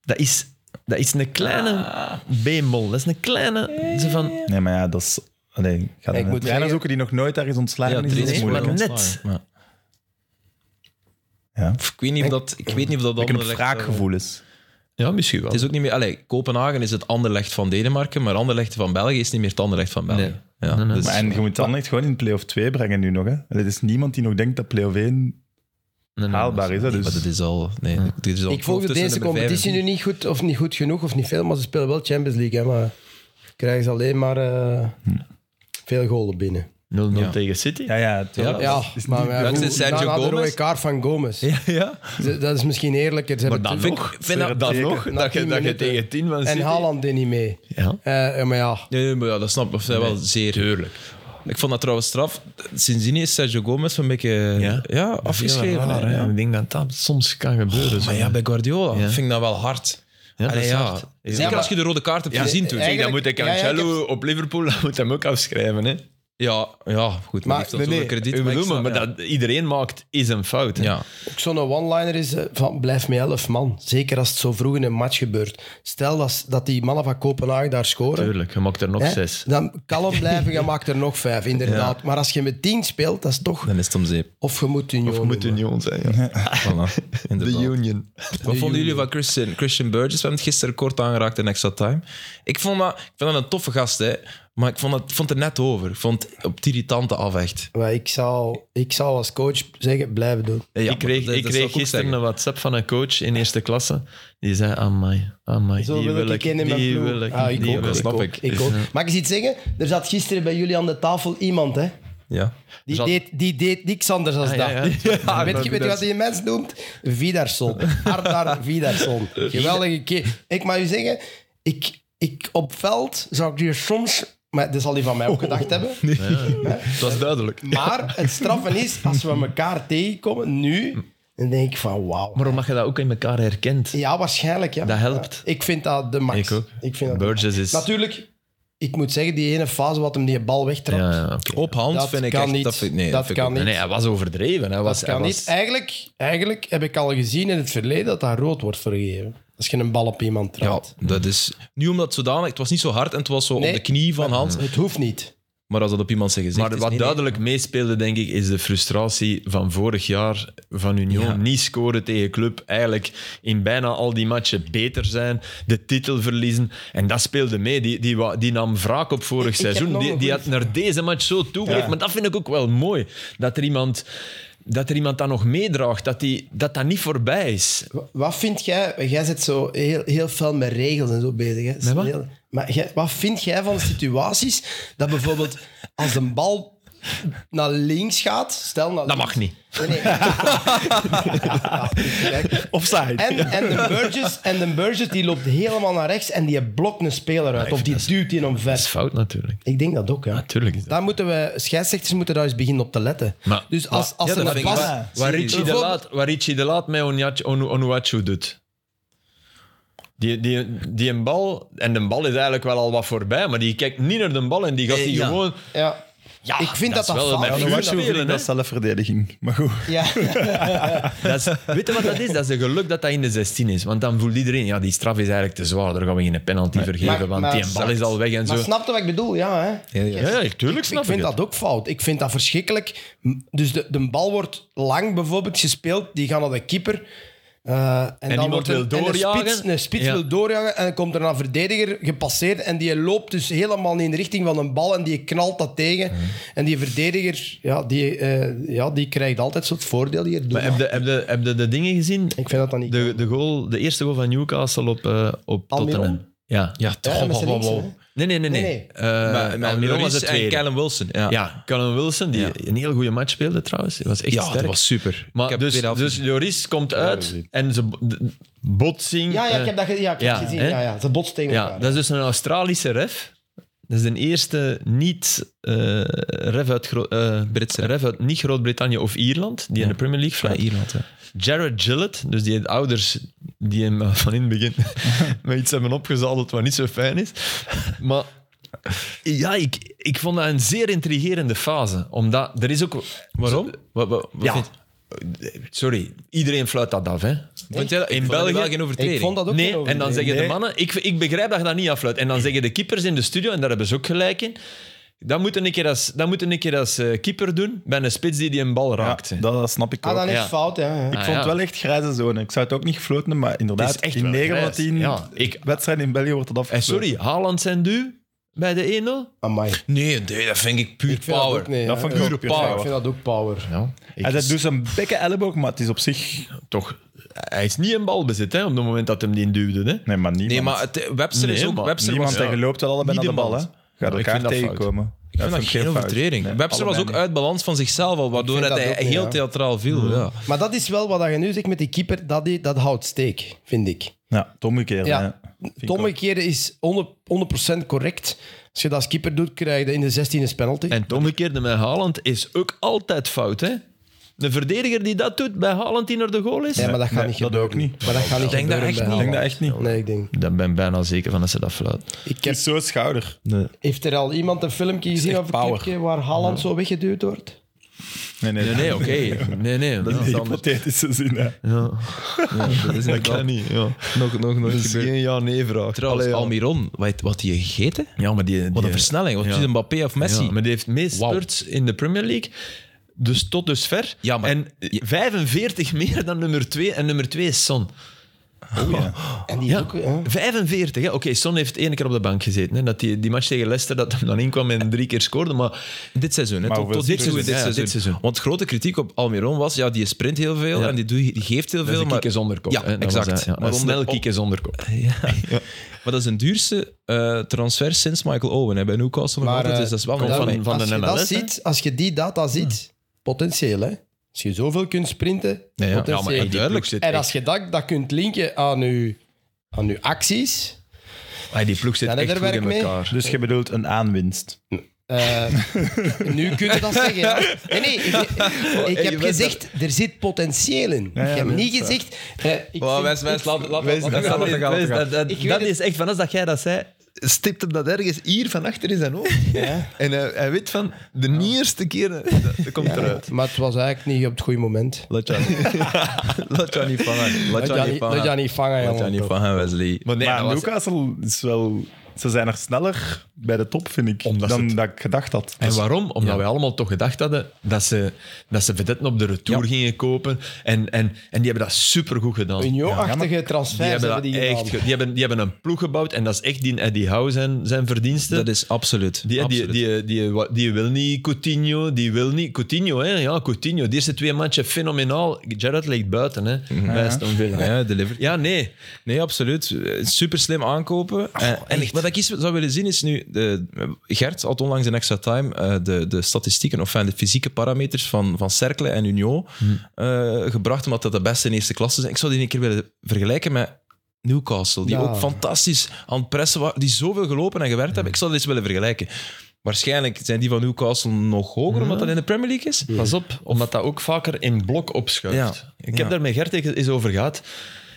[SPEAKER 4] Dat is, dat is een kleine bemol. Dat is een kleine... Ze van,
[SPEAKER 3] nee, maar ja, dat is... Nee, ga dan
[SPEAKER 2] Ik
[SPEAKER 3] een
[SPEAKER 2] moet
[SPEAKER 3] trainer
[SPEAKER 2] zeggen-
[SPEAKER 3] zoeken die nog nooit daar is ontslagen.
[SPEAKER 1] Ja,
[SPEAKER 3] is, dat
[SPEAKER 1] trainers
[SPEAKER 3] is
[SPEAKER 4] maar
[SPEAKER 3] moeilijk.
[SPEAKER 1] worden
[SPEAKER 4] net.
[SPEAKER 1] ontslagen. Maar-
[SPEAKER 3] Ja.
[SPEAKER 1] Ik weet niet of dat, ik weet niet of dat
[SPEAKER 3] Dat een
[SPEAKER 1] Anderlecht, eh,
[SPEAKER 3] wraakgevoel is.
[SPEAKER 4] ja, misschien wel.
[SPEAKER 1] Het is ook niet meer... Allee, Kopenhagen is het Anderlecht van Denemarken, maar Anderlecht van België is niet meer het Anderlecht van België.
[SPEAKER 4] Nee.
[SPEAKER 1] Ja,
[SPEAKER 4] Nee, nee.
[SPEAKER 1] dus-
[SPEAKER 3] Maar en je moet dan echt gewoon in play-off 2 brengen nu nog. Hè. Er is niemand die nog denkt dat play-off 1
[SPEAKER 4] Nee, nee,
[SPEAKER 3] haalbaar is. Hè.
[SPEAKER 1] maar
[SPEAKER 3] Dus
[SPEAKER 1] dat is al... Nee, dit is al
[SPEAKER 2] Ik volgde
[SPEAKER 1] tussen nummer vijf
[SPEAKER 2] deze
[SPEAKER 1] en
[SPEAKER 2] competitie nu
[SPEAKER 1] tien.
[SPEAKER 2] niet goed, of niet goed genoeg, of niet veel, maar ze spelen wel Champions League. Hè, maar krijgen ze alleen maar eh, veel golen binnen.
[SPEAKER 4] 0-0
[SPEAKER 1] Ja.
[SPEAKER 4] tegen City.
[SPEAKER 3] Ja, ja, het-
[SPEAKER 1] Ja.
[SPEAKER 2] Ja,
[SPEAKER 3] het is
[SPEAKER 2] maar
[SPEAKER 3] niet-
[SPEAKER 2] ja,
[SPEAKER 1] Dankzij
[SPEAKER 2] goed,
[SPEAKER 1] Sergio
[SPEAKER 2] na, na de
[SPEAKER 1] Gomez.
[SPEAKER 2] rode kaart van Gomez.
[SPEAKER 3] ja, ja.
[SPEAKER 2] Z- Dat is misschien eerlijker. Ze
[SPEAKER 4] Maar
[SPEAKER 2] hebben
[SPEAKER 4] dan
[SPEAKER 2] te-
[SPEAKER 4] nog,
[SPEAKER 1] vind dat-
[SPEAKER 4] dan
[SPEAKER 3] Zeker.
[SPEAKER 4] nog
[SPEAKER 2] Na
[SPEAKER 4] dat, je,
[SPEAKER 2] tien
[SPEAKER 4] dat je
[SPEAKER 2] minuten.
[SPEAKER 4] tegen 10 van City...
[SPEAKER 2] En Haaland deed niet mee.
[SPEAKER 4] Ja.
[SPEAKER 2] Eh, eh, maar ja,
[SPEAKER 1] Nee, nee, maar ja, dat snap ik. Dat wel zeer... Tuurlijk. Ik vond dat trouwens straf. Sindsdien is Sergio Gomez een beetje ja?
[SPEAKER 4] Ja?
[SPEAKER 1] afgeschreven.
[SPEAKER 4] Ja,
[SPEAKER 1] hè.
[SPEAKER 4] raar, hè. Ik denk dat dat soms kan gebeuren. zo.
[SPEAKER 1] Oh, Maar ja, bij Guardiola
[SPEAKER 4] Ja.
[SPEAKER 1] vind ik dat wel hard.
[SPEAKER 4] Ja, dat
[SPEAKER 1] Allee,
[SPEAKER 4] is
[SPEAKER 1] ja.
[SPEAKER 4] hard.
[SPEAKER 1] Zeker
[SPEAKER 2] Ja, maar-
[SPEAKER 1] als je de rode kaart hebt gezien toen.
[SPEAKER 2] Eigenlijk-
[SPEAKER 4] Zeg, dan moet ik
[SPEAKER 2] ja, ja, ik
[SPEAKER 4] Cancelo op Liverpool [LAUGHS] dat moet hem ook afschrijven. Hè?
[SPEAKER 1] Ja, ja goed. Maar,
[SPEAKER 2] Maar-
[SPEAKER 1] heeft dat nee, krediet.
[SPEAKER 4] ik
[SPEAKER 1] maar ik
[SPEAKER 4] bedoel, maar,
[SPEAKER 1] snap- ja.
[SPEAKER 4] dat iedereen maakt is een fout. hè.
[SPEAKER 1] Ja.
[SPEAKER 2] ook zo'n one-liner is eh, van blijf met elf man. Zeker als het zo vroeg in een match gebeurt. Stel dat, dat die mannen van Kopenhagen daar scoren.
[SPEAKER 4] Tuurlijk, je maakt er nog
[SPEAKER 2] hè,
[SPEAKER 4] zes.
[SPEAKER 2] Dan kalm blijven, je maakt er nog
[SPEAKER 4] [LAUGHS]
[SPEAKER 2] vijf, inderdaad. Maar als je met tien speelt, dat is toch...
[SPEAKER 1] Dan is het om zeep.
[SPEAKER 2] Of je moet Union
[SPEAKER 4] Of je moet
[SPEAKER 2] noemen.
[SPEAKER 4] Union zijn. Ja.
[SPEAKER 1] Voilà,
[SPEAKER 4] De
[SPEAKER 1] inderdaad.
[SPEAKER 4] Union.
[SPEAKER 1] Wat vonden jullie van Christian, Christian Burgess? We hebben het gisteren kort aangeraakt in Extra Time. Ik vond dat, ik vind dat een toffe gast, hè. maar ik vond, dat, ik vond het er net over. Ik vond het op het irritante af, echt.
[SPEAKER 2] Maar ik zou, ik zou als coach zeggen, blijven doen.
[SPEAKER 1] Ja,
[SPEAKER 4] ik kreeg,
[SPEAKER 1] maar dat- dat zou
[SPEAKER 4] ik kreeg
[SPEAKER 1] ook
[SPEAKER 4] gisteren
[SPEAKER 1] zeggen.
[SPEAKER 4] een WhatsApp van een coach in eerste klasse. Die zei: Amai, amai.
[SPEAKER 2] Zo
[SPEAKER 4] die
[SPEAKER 2] wil ik in mijn
[SPEAKER 4] die
[SPEAKER 2] ploeg.
[SPEAKER 4] wil ik,
[SPEAKER 2] Ah, ik
[SPEAKER 4] die
[SPEAKER 2] ook,
[SPEAKER 4] wil
[SPEAKER 1] dat
[SPEAKER 4] ik.
[SPEAKER 1] snap
[SPEAKER 2] ook,
[SPEAKER 1] ik.
[SPEAKER 2] ook. Mag ik eens iets zeggen? Er zat gisteren bij jullie aan de tafel iemand, hè?
[SPEAKER 1] Ja.
[SPEAKER 2] Die,
[SPEAKER 4] Zat-
[SPEAKER 2] deed, die deed niks anders dan
[SPEAKER 4] Ah,
[SPEAKER 2] dat.
[SPEAKER 4] ja, ja.
[SPEAKER 2] [LAUGHS]
[SPEAKER 4] Ja,
[SPEAKER 2] weet je weet je wat die mens noemt? Vidarsson.
[SPEAKER 4] [LAUGHS]
[SPEAKER 2] Ardar Vidarsson. Geweldige keer. Ik mag u zeggen, ik, ik op veld zou ik die soms... Maar dat zal hij van mij ook gedacht
[SPEAKER 4] Oh,
[SPEAKER 2] hebben.
[SPEAKER 4] Dat is duidelijk.
[SPEAKER 2] Maar het straffen is, als we elkaar tegenkomen nu, dan denk ik van wauw.
[SPEAKER 4] Maar omdat je dat ook in elkaar herkent.
[SPEAKER 2] Ja, waarschijnlijk. Ja.
[SPEAKER 4] Dat helpt.
[SPEAKER 2] Ik vind dat de max.
[SPEAKER 4] Ik ook.
[SPEAKER 2] vind dat de
[SPEAKER 4] Burgess
[SPEAKER 2] max.
[SPEAKER 4] is-
[SPEAKER 2] Natuurlijk, ik moet zeggen, die ene fase wat hem die bal wegtrapt,
[SPEAKER 4] Ja, ja, oké.
[SPEAKER 1] Op hand
[SPEAKER 2] dat
[SPEAKER 1] vind ik
[SPEAKER 2] kan
[SPEAKER 1] echt...
[SPEAKER 2] niet.
[SPEAKER 1] Dat, vind, nee,
[SPEAKER 2] dat,
[SPEAKER 1] vind ik
[SPEAKER 2] kan
[SPEAKER 1] ook-
[SPEAKER 2] niet.
[SPEAKER 4] Nee, nee, hij was overdreven. Hij was,
[SPEAKER 2] dat kan
[SPEAKER 4] hij was-
[SPEAKER 2] niet. Eigenlijk, eigenlijk heb ik al gezien in het verleden dat dat rood wordt vergeven. Als je een bal op iemand
[SPEAKER 1] Ja,
[SPEAKER 2] trapt.
[SPEAKER 1] dat is... Nu omdat het zodanig... Het was niet zo hard en het was zo
[SPEAKER 2] Nee,
[SPEAKER 1] op de knie van Hans.
[SPEAKER 2] Het hoeft niet.
[SPEAKER 1] Maar als dat op iemand zijn gezicht
[SPEAKER 4] Maar
[SPEAKER 1] is,
[SPEAKER 4] wat
[SPEAKER 1] nee, nee.
[SPEAKER 4] duidelijk meespeelde, denk ik, is de frustratie van vorig jaar van Union.
[SPEAKER 1] Ja.
[SPEAKER 4] Niet scoren tegen club, eigenlijk in bijna al die matchen beter zijn, de titel verliezen. En dat speelde mee. Die, die, wa- die nam wraak op vorig
[SPEAKER 2] ik heb
[SPEAKER 4] seizoen.
[SPEAKER 2] nog
[SPEAKER 4] Die,
[SPEAKER 2] een
[SPEAKER 4] die had
[SPEAKER 2] goeie
[SPEAKER 4] naar deze match zo toegelegd. Maar dat vind ik ook wel mooi. Dat er iemand... Dat er iemand dat nog meedraagt, dat, die, dat dat niet voorbij is.
[SPEAKER 2] Wa- Wat vind jij... Jij zit zo heel, heel fel met regels en zo bezig. Hè. Dat is
[SPEAKER 4] Met wat?
[SPEAKER 2] heel- maar jij- wat vind jij van situaties dat bijvoorbeeld als een bal naar links gaat... Stel naar
[SPEAKER 4] Dat mag niet.
[SPEAKER 2] Nee, nee. [LAUGHS] Ja, kijk.
[SPEAKER 4] Offside.
[SPEAKER 2] En, en, de Burgess, en de Burgess die loopt helemaal naar rechts en die blokt een speler uit. Of die duwt die
[SPEAKER 4] Dat is
[SPEAKER 2] omver.
[SPEAKER 4] fout natuurlijk.
[SPEAKER 2] Ik denk dat ook, ja.
[SPEAKER 4] Natuurlijk is dat.
[SPEAKER 2] Daar moeten we, scheidsrechters moeten daar eens beginnen op te letten.
[SPEAKER 4] Maar-
[SPEAKER 2] dus als, als
[SPEAKER 1] Ja, dat
[SPEAKER 2] er een
[SPEAKER 1] vind ik
[SPEAKER 2] pas...
[SPEAKER 1] wel.
[SPEAKER 3] Ja.
[SPEAKER 4] Waar Richie, de
[SPEAKER 2] Bijvoorbeeld-
[SPEAKER 4] Laat, waar Richie de Laat met Onyachi- Onu- Onuachu doet. Die, die, die een bal, en de bal is eigenlijk wel al wat voorbij, maar die kijkt niet naar de bal en die gaat
[SPEAKER 1] Eh,
[SPEAKER 4] die
[SPEAKER 1] ja.
[SPEAKER 4] gewoon.
[SPEAKER 2] Ja. ik vind dat
[SPEAKER 4] dat
[SPEAKER 2] dat,
[SPEAKER 4] is
[SPEAKER 2] fout
[SPEAKER 4] wel mijn
[SPEAKER 2] is.
[SPEAKER 3] Ja,
[SPEAKER 4] vuur
[SPEAKER 3] Nuwachu vind
[SPEAKER 4] spelen,
[SPEAKER 3] ik
[SPEAKER 4] hè?
[SPEAKER 3] dat is zelfverdediging. Maar goed.
[SPEAKER 2] Ja.
[SPEAKER 4] Dat is, [LAUGHS] weet je wat dat is? Dat is een geluk dat dat in de 16 is. Want dan voelt iedereen, ja, die straf is eigenlijk te zwaar, daar gaan we geen penalty vergeven,
[SPEAKER 2] Maar-
[SPEAKER 4] want
[SPEAKER 2] maar-
[SPEAKER 4] die bal is al weg en
[SPEAKER 2] Maar
[SPEAKER 4] zo.
[SPEAKER 2] snap je wat ik bedoel? Ja, hè?
[SPEAKER 1] Ja, ja.
[SPEAKER 4] Ja, ja, tuurlijk snap
[SPEAKER 2] Ik
[SPEAKER 4] ik,
[SPEAKER 2] vind
[SPEAKER 4] het.
[SPEAKER 2] dat ook fout. Ik vind dat verschrikkelijk. M- Dus de, de bal wordt lang bijvoorbeeld gespeeld. Die gaan naar de keeper. Eh, en, dan
[SPEAKER 4] iemand
[SPEAKER 2] wordt
[SPEAKER 4] wil
[SPEAKER 2] een, en
[SPEAKER 4] doorjagen.
[SPEAKER 2] Een spits, een spits
[SPEAKER 4] Ja.
[SPEAKER 2] wil doorjagen en dan komt er een verdediger gepasseerd. En die loopt dus helemaal in de richting van een bal. En die knalt dat tegen. En die verdediger, ja, die, eh, ja, die krijgt altijd zo'n voordeel hier. Doe
[SPEAKER 4] Maar heb
[SPEAKER 2] maar.
[SPEAKER 4] je, heb, je, heb je de dingen gezien?
[SPEAKER 2] Ik vind dat dan niet.
[SPEAKER 4] De, de, goal, de eerste goal van Newcastle op, eh, op
[SPEAKER 2] Almiron?
[SPEAKER 4] Tottenham. Ja.
[SPEAKER 1] Ja, toch.
[SPEAKER 2] Ja, met zijn
[SPEAKER 1] wow,
[SPEAKER 2] linkse,
[SPEAKER 1] wow,
[SPEAKER 2] hè?
[SPEAKER 1] wow.
[SPEAKER 4] Nee, nee, nee. nee.
[SPEAKER 2] Nee, nee.
[SPEAKER 4] Eh,
[SPEAKER 1] Maar- maar
[SPEAKER 4] Almiron was
[SPEAKER 1] Lloris
[SPEAKER 4] de
[SPEAKER 1] en
[SPEAKER 4] tweede.
[SPEAKER 1] Callum Wilson. Ja, ja,
[SPEAKER 4] Ja, Callum Wilson, die
[SPEAKER 1] Ja.
[SPEAKER 4] een heel goede match speelde trouwens. Die was echt sterk.
[SPEAKER 1] dat was super. ik
[SPEAKER 4] Maar
[SPEAKER 1] heb
[SPEAKER 4] dus,
[SPEAKER 1] tweede helft
[SPEAKER 4] dus Joris komt uit en ze bo- de- botsing.
[SPEAKER 2] Ja, ja,
[SPEAKER 4] eh,
[SPEAKER 2] ik heb dat ge- ja, ik heb
[SPEAKER 4] ja,
[SPEAKER 2] gezien.
[SPEAKER 4] hè?
[SPEAKER 2] Ja, ja. Ze botst tegen
[SPEAKER 4] ja,
[SPEAKER 2] elkaar.
[SPEAKER 4] dat is dus een Australische ref. Dat is de eerste niet, eh, ref uit, Gro- eh,
[SPEAKER 1] Britse ref.
[SPEAKER 4] ref uit niet Groot-Brittannië of Ierland, die in de Premier League
[SPEAKER 1] Van
[SPEAKER 4] fluit.
[SPEAKER 1] Ierland, hè.
[SPEAKER 4] Jared Gillett, dus die ouders die hem eh, van in het
[SPEAKER 1] [LAUGHS]
[SPEAKER 4] begin met iets hebben opgezadeld wat niet zo fijn is. Maar ja, ik, ik vond dat een zeer intrigerende fase. Omdat er is ook...
[SPEAKER 1] Waarom? Wat, wat, wat
[SPEAKER 4] Ja,
[SPEAKER 1] vind-
[SPEAKER 4] sorry, iedereen fluit dat af. Hè.
[SPEAKER 1] Vond jij dat-
[SPEAKER 4] In
[SPEAKER 1] ik vond dat
[SPEAKER 4] België-
[SPEAKER 1] wel geen overtreding.
[SPEAKER 2] Ik vond dat ook geen
[SPEAKER 4] Nee, en
[SPEAKER 2] overtreding.
[SPEAKER 4] dan zeggen de
[SPEAKER 3] Nee.
[SPEAKER 4] mannen, ik, ik begrijp dat je dat niet afluit. En dan zeggen de keepers in de studio, en daar hebben ze ook gelijk in, dat moet een keer als, dat moet een keer als eh, keeper doen bij een spits die die een bal
[SPEAKER 3] Ja,
[SPEAKER 4] raakt. hè.
[SPEAKER 3] dat, dat snap ik
[SPEAKER 2] Ah,
[SPEAKER 3] ook.
[SPEAKER 2] dan is
[SPEAKER 4] Ja.
[SPEAKER 2] het fout, ja, ja.
[SPEAKER 3] Ik
[SPEAKER 4] Ah,
[SPEAKER 3] vond
[SPEAKER 4] ja.
[SPEAKER 3] het wel echt grijze zone. Ik zou het ook niet gefloten hebben, maar inderdaad,
[SPEAKER 4] Het is echt
[SPEAKER 3] in
[SPEAKER 4] wel
[SPEAKER 3] 9 van
[SPEAKER 4] grijs.
[SPEAKER 3] 10
[SPEAKER 4] Ja, ik-
[SPEAKER 3] wedstrijden in België wordt het
[SPEAKER 4] Eh,
[SPEAKER 3] afgefloten.
[SPEAKER 4] sorry, Haaland zijn duw bij de 1-0?
[SPEAKER 2] Amai.
[SPEAKER 1] Nee, nee, dat vind ik puur
[SPEAKER 2] Ik vind
[SPEAKER 1] power.
[SPEAKER 2] Dat, ook, nee,
[SPEAKER 3] Dat
[SPEAKER 2] ja.
[SPEAKER 3] vond ik ook puur
[SPEAKER 2] Ja,
[SPEAKER 3] power.
[SPEAKER 2] Ik vind dat ook power.
[SPEAKER 4] Ja, ik-
[SPEAKER 3] Hij zet dus een bekke elleboog, maar het is op zich...
[SPEAKER 4] toch, hij is niet in balbezit hè, op het moment dat hem die duwde. Hè.
[SPEAKER 3] Nee, maar niemand.
[SPEAKER 1] Nee, maar het, Webster is
[SPEAKER 4] Nee,
[SPEAKER 1] ook...
[SPEAKER 4] maar
[SPEAKER 1] Webster was,
[SPEAKER 3] niemand, hij loopt wel allebei
[SPEAKER 4] Niet
[SPEAKER 3] naar de
[SPEAKER 4] de
[SPEAKER 3] bal, hè.
[SPEAKER 4] band.
[SPEAKER 3] Gaat
[SPEAKER 4] ik
[SPEAKER 3] elkaar
[SPEAKER 4] vind dat fout.
[SPEAKER 3] tegenkomen.
[SPEAKER 1] Ik vind dat geen overtreding. Webster was ook uit balans van zichzelf al, waardoor
[SPEAKER 2] vind
[SPEAKER 1] dat
[SPEAKER 2] dat
[SPEAKER 1] hij
[SPEAKER 2] ook,
[SPEAKER 1] heel
[SPEAKER 2] ja.
[SPEAKER 1] theatraal viel. Ja.
[SPEAKER 2] Maar dat is wel wat je nu zegt met die keeper, dat, die, dat houdt steek, vind ik.
[SPEAKER 3] Ja, het omgekeerde.
[SPEAKER 2] Ja,
[SPEAKER 3] Ja. Vind ik
[SPEAKER 2] Het omgekeerde is 100%, 100% correct. Als je dat als keeper doet, krijg je in de 16 een penalty.
[SPEAKER 4] En het omgekeerde met Haaland is ook altijd fout, hè? De verdediger die dat doet bij Haaland die naar de goal is?
[SPEAKER 2] nee, maar dat gaat
[SPEAKER 3] Nee,
[SPEAKER 2] niet
[SPEAKER 3] dat
[SPEAKER 2] gebeuren.
[SPEAKER 3] ook niet.
[SPEAKER 2] Maar dat gaat niet
[SPEAKER 1] denk dat
[SPEAKER 2] gebeuren
[SPEAKER 1] echt
[SPEAKER 2] bij
[SPEAKER 1] niet.
[SPEAKER 3] Ik
[SPEAKER 2] Haaland.
[SPEAKER 3] denk dat echt niet.
[SPEAKER 2] Nee, ik denk...
[SPEAKER 4] Daar ben ik bijna zeker van dat ze dat fluit.
[SPEAKER 2] Ik
[SPEAKER 3] Het
[SPEAKER 2] heb,
[SPEAKER 3] is zo'n schouder.
[SPEAKER 2] heeft er al iemand een filmpje gezien
[SPEAKER 1] echt
[SPEAKER 2] over
[SPEAKER 1] power.
[SPEAKER 2] Kipke waar Haaland zo weggeduwd wordt?
[SPEAKER 3] Nee, nee,
[SPEAKER 4] Nee, nee, oké. Nee, nee.
[SPEAKER 3] Dat is een
[SPEAKER 4] anders.
[SPEAKER 3] hypothetische zin. hè.
[SPEAKER 4] Ja.
[SPEAKER 1] Dat is
[SPEAKER 4] Dat kan niet, ja. Dus
[SPEAKER 1] nog, nog, nog
[SPEAKER 4] Dat is geen ja-nee-vraag.
[SPEAKER 1] Trouwens,
[SPEAKER 4] Allee, ja.
[SPEAKER 1] Almiron, wat wat hij gegeten?
[SPEAKER 4] Ja, maar die... die
[SPEAKER 1] Wat een versnelling. Wat
[SPEAKER 4] ja.
[SPEAKER 1] is een Mbappé of Messi?
[SPEAKER 4] Ja, maar die heeft meest
[SPEAKER 1] Wauw.
[SPEAKER 4] spurts in de Premier League. Dus tot dusver.
[SPEAKER 1] Ja, maar-
[SPEAKER 4] En 45 meer dan nummer 2. En nummer 2 is Son.
[SPEAKER 2] En die is
[SPEAKER 4] Ja,
[SPEAKER 2] ook... hè?
[SPEAKER 4] 45. hè. Oké, Son heeft één keer op de bank gezeten. Hè. Dat die, die match tegen Leicester, dat hem dan inkwam en drie keer scoorde. Maar
[SPEAKER 1] Dit seizoen, hè?
[SPEAKER 3] Maar
[SPEAKER 1] Tot,
[SPEAKER 3] hoeveel
[SPEAKER 1] tot dit,
[SPEAKER 4] seizoen?
[SPEAKER 1] seizoen, dit,
[SPEAKER 4] Ja,
[SPEAKER 1] seizoen.
[SPEAKER 4] dit seizoen.
[SPEAKER 1] Want grote kritiek op Almiron was, ja, die sprint heel veel
[SPEAKER 4] Ja.
[SPEAKER 1] en die, doe- die geeft heel
[SPEAKER 4] dat is
[SPEAKER 1] veel.
[SPEAKER 4] een
[SPEAKER 1] maar,
[SPEAKER 4] kikker zonder kop.
[SPEAKER 1] Ja,
[SPEAKER 4] hè. Dat
[SPEAKER 1] exact.
[SPEAKER 4] was hij, ja.
[SPEAKER 1] Maar
[SPEAKER 4] Een snel
[SPEAKER 1] onder-
[SPEAKER 4] kikker zonder kop.
[SPEAKER 1] Ja. maar dat is een duurste eh, transfer sinds Michael Owen hè, bij Newcastle. nog
[SPEAKER 2] Maar,
[SPEAKER 1] altijd,
[SPEAKER 2] eh,
[SPEAKER 1] dus dat is wel
[SPEAKER 4] komt
[SPEAKER 1] nog
[SPEAKER 4] van-
[SPEAKER 1] mee.
[SPEAKER 4] van
[SPEAKER 2] als
[SPEAKER 4] de
[SPEAKER 2] je
[SPEAKER 4] MLS,
[SPEAKER 2] dat
[SPEAKER 4] hè?
[SPEAKER 2] ziet, als je die data ziet, potentieel hè. Als je zoveel kunt sprinten,
[SPEAKER 1] Ja, ja.
[SPEAKER 2] potentieel.
[SPEAKER 4] Ja, maar die ploeg zit
[SPEAKER 2] en
[SPEAKER 4] echt-
[SPEAKER 2] als je dat, dat kunt linken aan je, aan je acties,
[SPEAKER 4] Ah, die ploeg zit
[SPEAKER 2] Dan heb
[SPEAKER 4] echt
[SPEAKER 2] je
[SPEAKER 4] goed
[SPEAKER 2] er
[SPEAKER 4] in
[SPEAKER 2] werk mee.
[SPEAKER 4] elkaar.
[SPEAKER 3] Dus je bedoelt een aanwinst.
[SPEAKER 2] Eh, nu kun je dat zeggen. hè. Nee, nee, ik, ik
[SPEAKER 4] je
[SPEAKER 2] heb
[SPEAKER 4] bent
[SPEAKER 2] gezegd, er zit potentieel in.
[SPEAKER 3] ja,
[SPEAKER 2] ik heb
[SPEAKER 3] dat
[SPEAKER 2] niet
[SPEAKER 3] is
[SPEAKER 2] gezegd... eh, ik vind- ik-
[SPEAKER 1] Wes,
[SPEAKER 4] Dat,
[SPEAKER 1] Wes, laat het gaan, laat het gaan.
[SPEAKER 4] dat, dat,
[SPEAKER 2] Ik weet
[SPEAKER 4] dat
[SPEAKER 2] het.
[SPEAKER 4] is echt van als dat jij dat zei. Stipt hem dat ergens hier van achter in zijn oog. En hij, hij weet van de eerste keer. Dat, dat komt eruit.
[SPEAKER 2] Maar het was eigenlijk niet op het goede moment.
[SPEAKER 1] Laat jou niet- Laat jou niet vangen. Laat
[SPEAKER 2] Dat
[SPEAKER 1] jou niet
[SPEAKER 2] je, dat je
[SPEAKER 1] vangen.
[SPEAKER 2] niet vangen,
[SPEAKER 1] Laat jou
[SPEAKER 2] jongen.
[SPEAKER 1] niet vangen, Wesley.
[SPEAKER 4] Maar nee,
[SPEAKER 3] maar
[SPEAKER 4] dat was-
[SPEAKER 3] Newcastle is wel... Ze zijn er sneller bij de top, vind ik,
[SPEAKER 4] Omdat ze
[SPEAKER 3] dan
[SPEAKER 4] het-
[SPEAKER 3] dat ik gedacht had.
[SPEAKER 4] En waarom? Omdat wij allemaal toch gedacht hadden dat ze, dat ze vedetten op de retour gingen kopen. En, en, en die hebben dat supergoed gedaan.
[SPEAKER 2] Union-achtige transfers
[SPEAKER 4] Die hebben,
[SPEAKER 2] hebben,
[SPEAKER 4] dat
[SPEAKER 2] die
[SPEAKER 4] echt
[SPEAKER 2] gedaan.
[SPEAKER 4] ge- die, hebben, die hebben een ploeg gebouwd en dat is echt die Eddie Howe zijn, zijn verdienste.
[SPEAKER 1] Dat is absoluut.
[SPEAKER 4] Die, die,
[SPEAKER 1] absoluut.
[SPEAKER 4] die, die, wa- die wil niet Coutinho, die wil niet... Coutinho, hè? Ja, Coutinho. De eerste twee matchen, fenomenaal. Gerrard ligt buiten, hè? Bij Aston Villa. Ja.
[SPEAKER 1] Mhm. ja, delivered.
[SPEAKER 4] nee.
[SPEAKER 1] Nee, absoluut. Super slim aankopen. Eh, en ik- wat ik eens zou willen zien is nu. De, Gert had onlangs in extra time eh, de, de statistieken, of enfin, de fysieke parameters van, van Cercle en Union
[SPEAKER 3] Hm.
[SPEAKER 1] eh, gebracht, omdat dat de beste in eerste klasse zijn. Ik zou die een keer willen vergelijken met Newcastle, die
[SPEAKER 2] Ja.
[SPEAKER 1] ook fantastisch aan het pressen waren, die zoveel gelopen en gewerkt hebben. Ik zou dat eens willen vergelijken. Waarschijnlijk zijn die van Newcastle nog hoger, omdat dat in de Premier League is.
[SPEAKER 4] Pas op, omdat dat ook vaker in blok opschuift.
[SPEAKER 1] Ja.
[SPEAKER 4] Ik heb
[SPEAKER 1] Ja.
[SPEAKER 4] daar met Gert eens over gehad.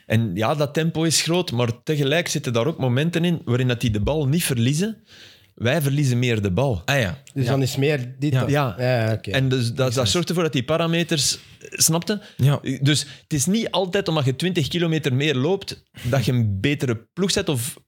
[SPEAKER 4] En ja, dat tempo is groot, maar tegelijk zitten daar ook momenten in waarin dat die de bal niet verliezen. Wij verliezen meer de bal.
[SPEAKER 1] Ah ja.
[SPEAKER 2] Dus dan is meer dit
[SPEAKER 1] Ja.
[SPEAKER 2] dan.
[SPEAKER 4] Ja.
[SPEAKER 2] oké.
[SPEAKER 4] En dus dat, dat zorgt ervoor dat die parameters, snapte?
[SPEAKER 1] Ja.
[SPEAKER 4] Dus het is niet altijd omdat je 20 kilometer meer loopt dat je een betere ploeg zet. Of,